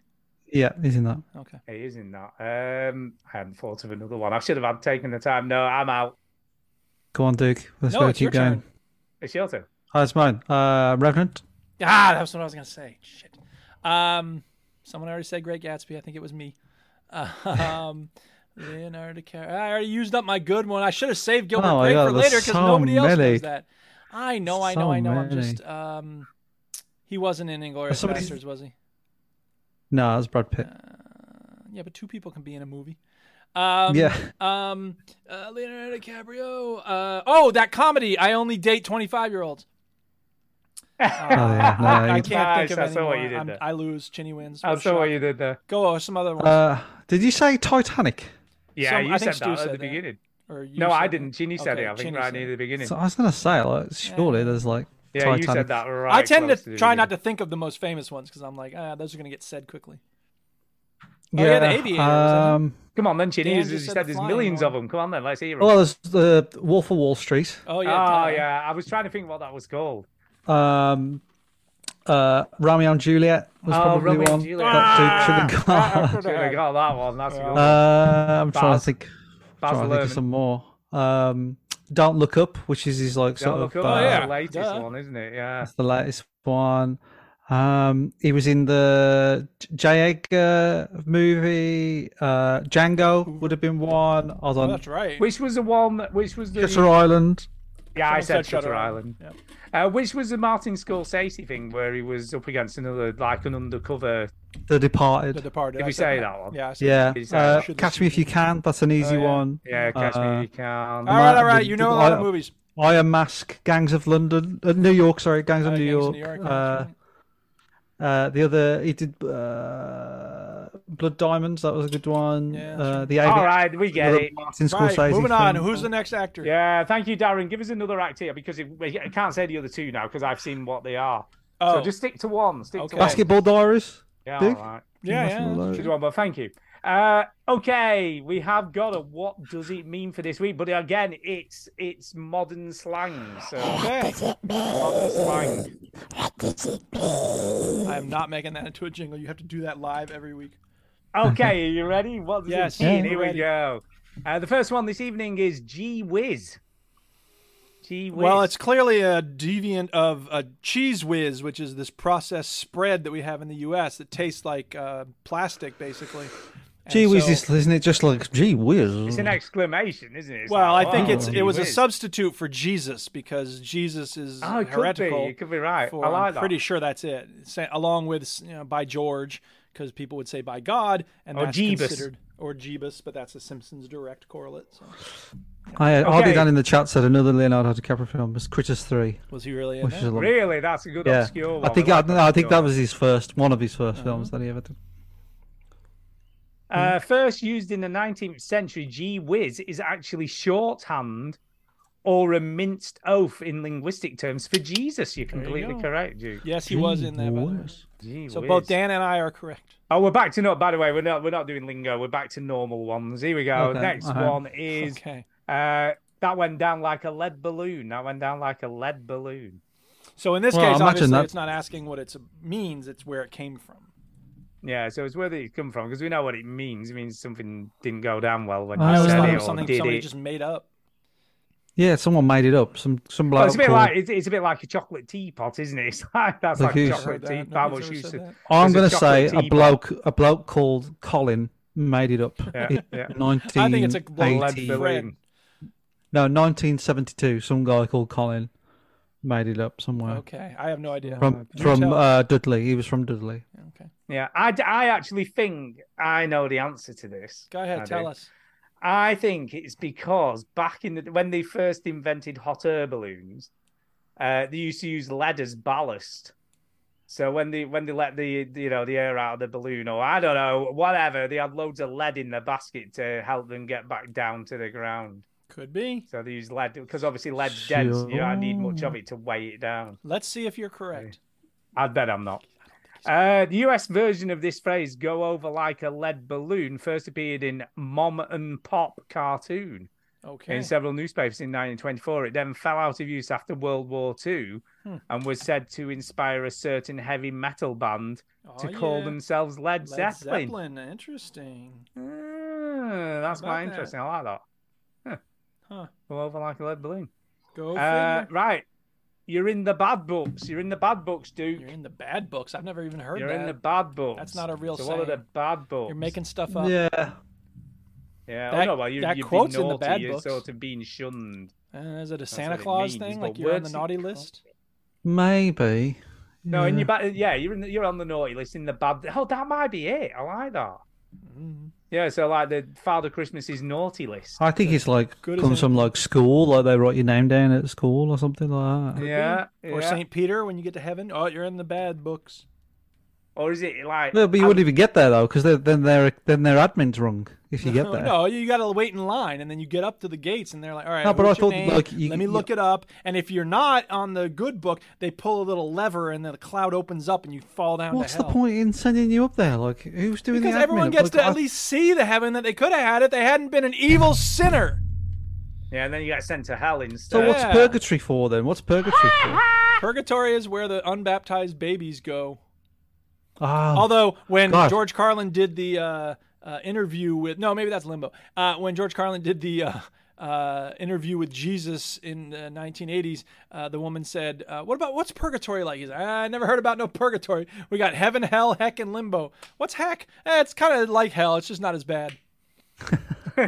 [SPEAKER 4] Yeah, he's in that.
[SPEAKER 1] Okay.
[SPEAKER 5] It is in that. Um, I hadn't thought of another one. I should have had taken the time. No, I'm out.
[SPEAKER 4] Go on, Duke. Let's
[SPEAKER 5] No,
[SPEAKER 4] go.
[SPEAKER 5] it's
[SPEAKER 4] Keep
[SPEAKER 5] your
[SPEAKER 4] going.
[SPEAKER 5] turn. It's your turn.
[SPEAKER 4] Oh, it's mine. Uh, Revenant.
[SPEAKER 1] Ah, that was what I was gonna say. Shit. Um, someone already said Great Gatsby. I think it was me. Um, Leonardo DiCaprio. I already used up my good one. I should have saved Gilbert
[SPEAKER 4] Oh my
[SPEAKER 1] Grape
[SPEAKER 4] God,
[SPEAKER 1] for
[SPEAKER 4] there's
[SPEAKER 1] later because
[SPEAKER 4] so
[SPEAKER 1] nobody else
[SPEAKER 4] many.
[SPEAKER 1] knows that. I know, I know,
[SPEAKER 4] So
[SPEAKER 1] I know. I'm
[SPEAKER 4] many.
[SPEAKER 1] just. Um, he wasn't in Inglorious
[SPEAKER 4] Somebody's-
[SPEAKER 1] Bastards, was he?
[SPEAKER 4] No, it's Brad Pitt.
[SPEAKER 1] Yeah, but two people can be in a movie. Um,
[SPEAKER 4] Yeah.
[SPEAKER 1] Um, uh, Leonardo DiCaprio. Uh, oh, that comedy. I only date twenty-five-year-olds. Oh,
[SPEAKER 5] *laughs*
[SPEAKER 4] Oh,
[SPEAKER 1] *laughs*
[SPEAKER 4] yeah, no,
[SPEAKER 1] I
[SPEAKER 4] you-
[SPEAKER 1] can't
[SPEAKER 5] Nice,
[SPEAKER 1] think of
[SPEAKER 5] I saw
[SPEAKER 1] any
[SPEAKER 5] what
[SPEAKER 1] more.
[SPEAKER 5] you did
[SPEAKER 1] I'm-
[SPEAKER 5] there.
[SPEAKER 1] I lose. Chinny wins.
[SPEAKER 5] I
[SPEAKER 1] What a
[SPEAKER 5] saw what
[SPEAKER 1] shock.
[SPEAKER 5] you did there.
[SPEAKER 1] Go oh, some other one.
[SPEAKER 4] Uh, did you say Titanic?
[SPEAKER 5] Yeah,
[SPEAKER 1] Some-
[SPEAKER 5] you
[SPEAKER 1] I
[SPEAKER 5] said
[SPEAKER 1] think
[SPEAKER 5] that
[SPEAKER 1] Stu
[SPEAKER 5] at
[SPEAKER 1] said
[SPEAKER 5] the
[SPEAKER 1] that.
[SPEAKER 5] beginning.
[SPEAKER 1] Or you
[SPEAKER 5] No, I
[SPEAKER 1] said
[SPEAKER 5] didn't. Ginny said
[SPEAKER 1] Okay,
[SPEAKER 5] it. I think
[SPEAKER 1] Ginny
[SPEAKER 5] right
[SPEAKER 1] said
[SPEAKER 5] near
[SPEAKER 1] it.
[SPEAKER 5] the beginning.
[SPEAKER 4] So I was gonna say, like, surely there's like
[SPEAKER 5] Yeah,
[SPEAKER 4] Titanic.
[SPEAKER 5] you said that right.
[SPEAKER 1] I tend
[SPEAKER 5] close
[SPEAKER 1] to
[SPEAKER 5] the
[SPEAKER 1] try
[SPEAKER 5] beginning.
[SPEAKER 1] not to think of the most famous ones because I'm like, ah, those are going to get said quickly.
[SPEAKER 5] Oh, yeah, the
[SPEAKER 4] Yeah,
[SPEAKER 5] aviator,
[SPEAKER 4] Um,
[SPEAKER 5] Come on then, Chinny.
[SPEAKER 1] Dan
[SPEAKER 5] As you
[SPEAKER 1] just said
[SPEAKER 5] said,
[SPEAKER 1] the
[SPEAKER 5] there's
[SPEAKER 1] flying
[SPEAKER 5] millions
[SPEAKER 1] one.
[SPEAKER 5] of them. Come on then, let's hear them.
[SPEAKER 4] Oh, well, there's the Wolf of Wall Street.
[SPEAKER 1] oh
[SPEAKER 5] yeah,
[SPEAKER 1] yeah,
[SPEAKER 5] oh
[SPEAKER 1] duh.
[SPEAKER 5] yeah. I was trying to think what that was
[SPEAKER 1] *laughs*
[SPEAKER 5] called.
[SPEAKER 4] Um, uh, Romeo and Juliet was
[SPEAKER 5] oh,
[SPEAKER 4] probably
[SPEAKER 5] Romeo
[SPEAKER 4] one
[SPEAKER 5] and Juliet.
[SPEAKER 4] that Duke should
[SPEAKER 5] *laughs*
[SPEAKER 4] have
[SPEAKER 5] Ah, I
[SPEAKER 4] got.
[SPEAKER 5] could have got that one. That's a good one.
[SPEAKER 4] Uh, I'm trying
[SPEAKER 5] Baz.
[SPEAKER 4] to think.
[SPEAKER 5] Baz
[SPEAKER 4] trying to think of
[SPEAKER 5] Luhrmann.
[SPEAKER 4] some more. Um, Don't look up, which is his like sort
[SPEAKER 5] Don't
[SPEAKER 4] of.
[SPEAKER 5] look up. Oh,
[SPEAKER 4] uh,
[SPEAKER 5] That's the latest
[SPEAKER 1] Duh.
[SPEAKER 5] one, isn't it? Yeah.
[SPEAKER 4] That's the latest one. Um, he was in the J- J. Edgar movie. Uh, Django would have been one. I was
[SPEAKER 1] Oh,
[SPEAKER 4] on
[SPEAKER 1] that's right.
[SPEAKER 5] Which was the one? Which was the?
[SPEAKER 4] Shutter Island.
[SPEAKER 5] Yeah, I
[SPEAKER 1] Someone
[SPEAKER 5] said
[SPEAKER 1] said Shutter
[SPEAKER 5] Shutter Island.
[SPEAKER 1] Island.
[SPEAKER 5] Uh, which was the Martin Scorsese thing where he was up against another like an undercover?
[SPEAKER 4] The
[SPEAKER 1] The
[SPEAKER 4] Departed.
[SPEAKER 1] Departed.
[SPEAKER 5] Did
[SPEAKER 1] I
[SPEAKER 5] we
[SPEAKER 1] said
[SPEAKER 5] say that one?
[SPEAKER 1] Yeah. I said
[SPEAKER 4] Yeah.
[SPEAKER 1] that.
[SPEAKER 5] Is that-
[SPEAKER 4] Uh,
[SPEAKER 1] Should
[SPEAKER 4] Catch
[SPEAKER 1] this
[SPEAKER 4] Me If You Can. That's an easy
[SPEAKER 1] yeah.
[SPEAKER 4] one.
[SPEAKER 5] Yeah, Catch Me
[SPEAKER 4] Uh,
[SPEAKER 5] If You Can.
[SPEAKER 1] All right,
[SPEAKER 4] Ma-
[SPEAKER 1] all right.
[SPEAKER 4] the-
[SPEAKER 1] You know a
[SPEAKER 4] the-
[SPEAKER 1] lot of
[SPEAKER 4] I-
[SPEAKER 1] movies.
[SPEAKER 4] Iron Mask. Gangs of London. Uh, New York. Sorry, Gangs of
[SPEAKER 1] Uh,
[SPEAKER 4] New
[SPEAKER 1] Gangs of New York,
[SPEAKER 4] York. Uh,
[SPEAKER 1] that's right.
[SPEAKER 4] uh, the other he did uh, Blood Diamonds. That was a good one.
[SPEAKER 1] Yeah, that's
[SPEAKER 4] uh,
[SPEAKER 1] right.
[SPEAKER 4] the Avi-
[SPEAKER 5] All right, we get
[SPEAKER 4] another
[SPEAKER 5] it.
[SPEAKER 4] Martin Scorsese.
[SPEAKER 1] Right, moving on.
[SPEAKER 4] film.
[SPEAKER 1] Who's the next actor?
[SPEAKER 5] Yeah, thank you, Darren. Give us another act here because it, I can't say the other two now because I've seen what they are.
[SPEAKER 1] Oh,
[SPEAKER 5] So just stick to one. Stick to
[SPEAKER 1] Okay.
[SPEAKER 5] one.
[SPEAKER 4] Basketball Diaries.
[SPEAKER 5] Yeah, all
[SPEAKER 4] Duke?
[SPEAKER 5] right.
[SPEAKER 1] yeah, yeah.
[SPEAKER 5] Good one, but thank you. Uh, okay, we have got a what does it mean for this week? But again, it's it's modern slang.
[SPEAKER 1] *gasps*
[SPEAKER 5] So modern slang.
[SPEAKER 1] I am not making that into a jingle. You have to do that live every week.
[SPEAKER 5] Okay, are you ready? What does
[SPEAKER 1] Yes,
[SPEAKER 5] it mean?
[SPEAKER 1] yeah,
[SPEAKER 5] Here
[SPEAKER 1] we're
[SPEAKER 5] we go. Uh, the first one this evening is Gee Whiz. Gee Whiz.
[SPEAKER 1] Well, it's clearly a deviant of a cheese whiz, which is this processed spread that we have in the U.S. that tastes like uh, plastic, basically. And
[SPEAKER 4] Gee whiz,
[SPEAKER 1] so-
[SPEAKER 4] is- isn't it just like gee whiz?
[SPEAKER 5] It's an exclamation, isn't it? It's
[SPEAKER 1] Well,
[SPEAKER 5] like,
[SPEAKER 1] I think
[SPEAKER 5] wow,
[SPEAKER 1] it's
[SPEAKER 5] gee
[SPEAKER 1] it was a
[SPEAKER 5] whiz.
[SPEAKER 1] substitute for Jesus because Jesus is
[SPEAKER 5] Oh, it could be.
[SPEAKER 1] heretical.
[SPEAKER 5] You could be right.
[SPEAKER 1] for-
[SPEAKER 5] I like
[SPEAKER 1] I'm
[SPEAKER 5] that.
[SPEAKER 1] pretty sure that's it. Sa- along with you know, by George, because people would say by God, and
[SPEAKER 5] Or
[SPEAKER 1] that's
[SPEAKER 5] Jeebus.
[SPEAKER 1] considered or Jeebus, but that's a Simpsons direct correlate. So.
[SPEAKER 4] I, I'll
[SPEAKER 5] Okay.
[SPEAKER 4] be down in the chat. Said another Leonardo DiCaprio film was Critters Three,
[SPEAKER 1] Was he really in
[SPEAKER 4] which is
[SPEAKER 1] that?
[SPEAKER 4] a lot.
[SPEAKER 5] Really, that's a good
[SPEAKER 4] Yeah,
[SPEAKER 5] obscure one.
[SPEAKER 4] I think
[SPEAKER 5] I
[SPEAKER 4] I,
[SPEAKER 5] like
[SPEAKER 4] no, I think
[SPEAKER 5] obscure
[SPEAKER 4] that was his first, one of his 1st
[SPEAKER 5] Uh-huh.
[SPEAKER 4] films that he ever did.
[SPEAKER 1] Hmm.
[SPEAKER 5] Uh, first used in the 19th century, gee whiz is actually shorthand or a minced oath in linguistic terms for Jesus. You're
[SPEAKER 1] you
[SPEAKER 5] completely
[SPEAKER 1] go.
[SPEAKER 5] correct, Duke.
[SPEAKER 1] Yes, he was in that. by the way.
[SPEAKER 5] Gee
[SPEAKER 1] So
[SPEAKER 5] whiz.
[SPEAKER 1] both Dan and I are correct.
[SPEAKER 5] Oh, we're back to no. By the way, we're not we're not doing lingo. We're back to normal ones. Here we go.
[SPEAKER 4] Okay,
[SPEAKER 5] Next
[SPEAKER 4] uh-huh.
[SPEAKER 5] one is
[SPEAKER 1] Okay.
[SPEAKER 5] uh, that went down like a lead balloon. That went down like a lead balloon.
[SPEAKER 1] So in this
[SPEAKER 4] Well,
[SPEAKER 1] case,
[SPEAKER 4] imagine
[SPEAKER 1] obviously,
[SPEAKER 4] that.
[SPEAKER 1] it's not asking what it means; it's where it came from.
[SPEAKER 5] Yeah, so it's where did it come from? Because we know what it means. It means something didn't go down well when
[SPEAKER 4] I
[SPEAKER 5] you
[SPEAKER 4] always
[SPEAKER 5] said
[SPEAKER 4] thought
[SPEAKER 5] it,
[SPEAKER 4] it
[SPEAKER 5] or
[SPEAKER 4] was
[SPEAKER 1] Something
[SPEAKER 5] did
[SPEAKER 1] somebody
[SPEAKER 5] it.
[SPEAKER 1] just made up.
[SPEAKER 4] Yeah, someone made it up. Some some bloke.
[SPEAKER 5] Well, it's a bit
[SPEAKER 4] called-
[SPEAKER 5] like it's, it's a bit like a chocolate teapot, isn't it? *laughs* It's like that's
[SPEAKER 4] Look
[SPEAKER 5] like a
[SPEAKER 4] who's-
[SPEAKER 5] chocolate
[SPEAKER 4] Said that,
[SPEAKER 5] teapot.
[SPEAKER 1] nobody's ever
[SPEAKER 5] Which used
[SPEAKER 1] said
[SPEAKER 5] to,
[SPEAKER 4] I'm
[SPEAKER 5] there's
[SPEAKER 4] going
[SPEAKER 5] a
[SPEAKER 4] to say
[SPEAKER 5] chocolate
[SPEAKER 4] a
[SPEAKER 5] teapot.
[SPEAKER 4] bloke a bloke called Colin made it up.
[SPEAKER 5] Yeah,
[SPEAKER 4] in *laughs*
[SPEAKER 5] yeah.
[SPEAKER 1] I think it's a bloke led
[SPEAKER 4] 1980
[SPEAKER 1] Fred.
[SPEAKER 4] No, 1972. Some guy called Colin made it up somewhere.
[SPEAKER 1] Okay, I have no idea.
[SPEAKER 4] From
[SPEAKER 1] You
[SPEAKER 4] from
[SPEAKER 1] tell-
[SPEAKER 4] uh, Dudley. He was from Dudley.
[SPEAKER 5] Yeah, I, d- I actually think I know the answer to this.
[SPEAKER 1] Go ahead,
[SPEAKER 5] I
[SPEAKER 1] tell
[SPEAKER 5] do.
[SPEAKER 1] us.
[SPEAKER 5] I think it's because back in the when they first invented hot air balloons, uh, they used to use lead as ballast. So when they when they let the you know the air out of the balloon or I don't know whatever, they had loads of lead in the basket to help them get back down to the ground.
[SPEAKER 1] Could be.
[SPEAKER 5] So they use lead because obviously lead's dense. You don't need much of it to weigh it down.
[SPEAKER 1] Let's see if you're correct.
[SPEAKER 5] I bet I'm not. Uh, the US version of this phrase, go over like a lead balloon, first appeared in Mom and Pop cartoon
[SPEAKER 1] Okay.
[SPEAKER 5] in several newspapers in 1924. It then fell out of use after World War II
[SPEAKER 1] Hmm.
[SPEAKER 5] and was said to inspire a certain heavy metal band to
[SPEAKER 1] Oh,
[SPEAKER 5] call
[SPEAKER 1] yeah.
[SPEAKER 5] themselves Led,
[SPEAKER 1] Led
[SPEAKER 5] Zeppelin.
[SPEAKER 1] Zeppelin, interesting.
[SPEAKER 5] Ah, that's
[SPEAKER 1] How about
[SPEAKER 5] quite
[SPEAKER 1] that?
[SPEAKER 5] interesting. I like that. Huh.
[SPEAKER 1] Huh.
[SPEAKER 5] Go over like a lead balloon.
[SPEAKER 1] Go
[SPEAKER 5] Uh,
[SPEAKER 1] figure.
[SPEAKER 5] right. You're in the bad books. You're in the bad books, Duke.
[SPEAKER 1] You're in the bad books. I've never even heard
[SPEAKER 5] You're
[SPEAKER 1] that.
[SPEAKER 5] in the bad books.
[SPEAKER 1] That's not a real
[SPEAKER 5] so What are the
[SPEAKER 1] saying.
[SPEAKER 5] bad books?
[SPEAKER 1] You're making stuff up.
[SPEAKER 5] Yeah. oh,
[SPEAKER 1] That-
[SPEAKER 5] no, well, you,
[SPEAKER 1] that
[SPEAKER 5] you've
[SPEAKER 1] quote's in
[SPEAKER 5] been
[SPEAKER 1] the
[SPEAKER 5] naughty.
[SPEAKER 1] bad
[SPEAKER 5] you're
[SPEAKER 1] books.
[SPEAKER 5] sort of being shunned.
[SPEAKER 1] Uh, is it a
[SPEAKER 5] That's
[SPEAKER 1] Santa
[SPEAKER 5] what it
[SPEAKER 1] Claus
[SPEAKER 5] means,
[SPEAKER 1] thing?
[SPEAKER 5] but
[SPEAKER 1] Like you're on the
[SPEAKER 5] words-
[SPEAKER 1] naughty list?
[SPEAKER 4] Maybe.
[SPEAKER 5] No,
[SPEAKER 4] Yeah.
[SPEAKER 5] and you're back, yeah, you're in the, you're on the naughty list in the bad. Oh, that might be it. I like that.
[SPEAKER 1] Mm-hmm.
[SPEAKER 5] Yeah, so like the Father Christmas is naughty list.
[SPEAKER 4] I think it's like
[SPEAKER 5] Good as
[SPEAKER 4] comes from like school, like they write your name down at school or something like that.
[SPEAKER 5] Yeah,
[SPEAKER 1] Or
[SPEAKER 5] yeah.
[SPEAKER 1] St. Peter when you get to heaven? Oh, you're in the bad books.
[SPEAKER 5] Or is it like.
[SPEAKER 4] No, but you wouldn't even get there though, because then their then their admin's wrong if
[SPEAKER 1] *laughs*
[SPEAKER 4] you get there.
[SPEAKER 1] Oh, No, you got to wait in line, and then you get up to the gates, and they're like, "All right,
[SPEAKER 4] No, but
[SPEAKER 1] what's
[SPEAKER 4] I
[SPEAKER 1] your
[SPEAKER 4] thought,
[SPEAKER 1] name?
[SPEAKER 4] like, you-
[SPEAKER 1] let me
[SPEAKER 4] you-
[SPEAKER 1] look it up." And if you're not on the good book, they pull a little lever, and the cloud opens up, and you fall down.
[SPEAKER 4] What's
[SPEAKER 1] to
[SPEAKER 4] the
[SPEAKER 1] hell.
[SPEAKER 4] point in sending you up there? Like, who's doing
[SPEAKER 1] Because
[SPEAKER 4] the admin?
[SPEAKER 1] everyone gets
[SPEAKER 4] Like,
[SPEAKER 1] to
[SPEAKER 4] I-
[SPEAKER 1] at least see the heaven that they could have had if they hadn't been an evil sinner.
[SPEAKER 4] *laughs*
[SPEAKER 5] Yeah, and then you get sent to hell
[SPEAKER 4] So
[SPEAKER 5] instead.
[SPEAKER 4] what's purgatory for then? What's purgatory for?
[SPEAKER 1] Purgatory is where the unbaptized babies go.
[SPEAKER 4] Ah,
[SPEAKER 1] Although when
[SPEAKER 4] God.
[SPEAKER 1] George Carlin did the uh, uh, interview with no, maybe that's Limbo. Uh, when George Carlin did the uh, uh, interview with Jesus in the 1980s, uh, the woman said, uh, "What about what's purgatory like?" He's, like, "Ah, "I never heard about no purgatory. We got heaven, hell, heck, and limbo. What's heck? Eh, it's kind of like hell. It's just not as bad."
[SPEAKER 4] *laughs*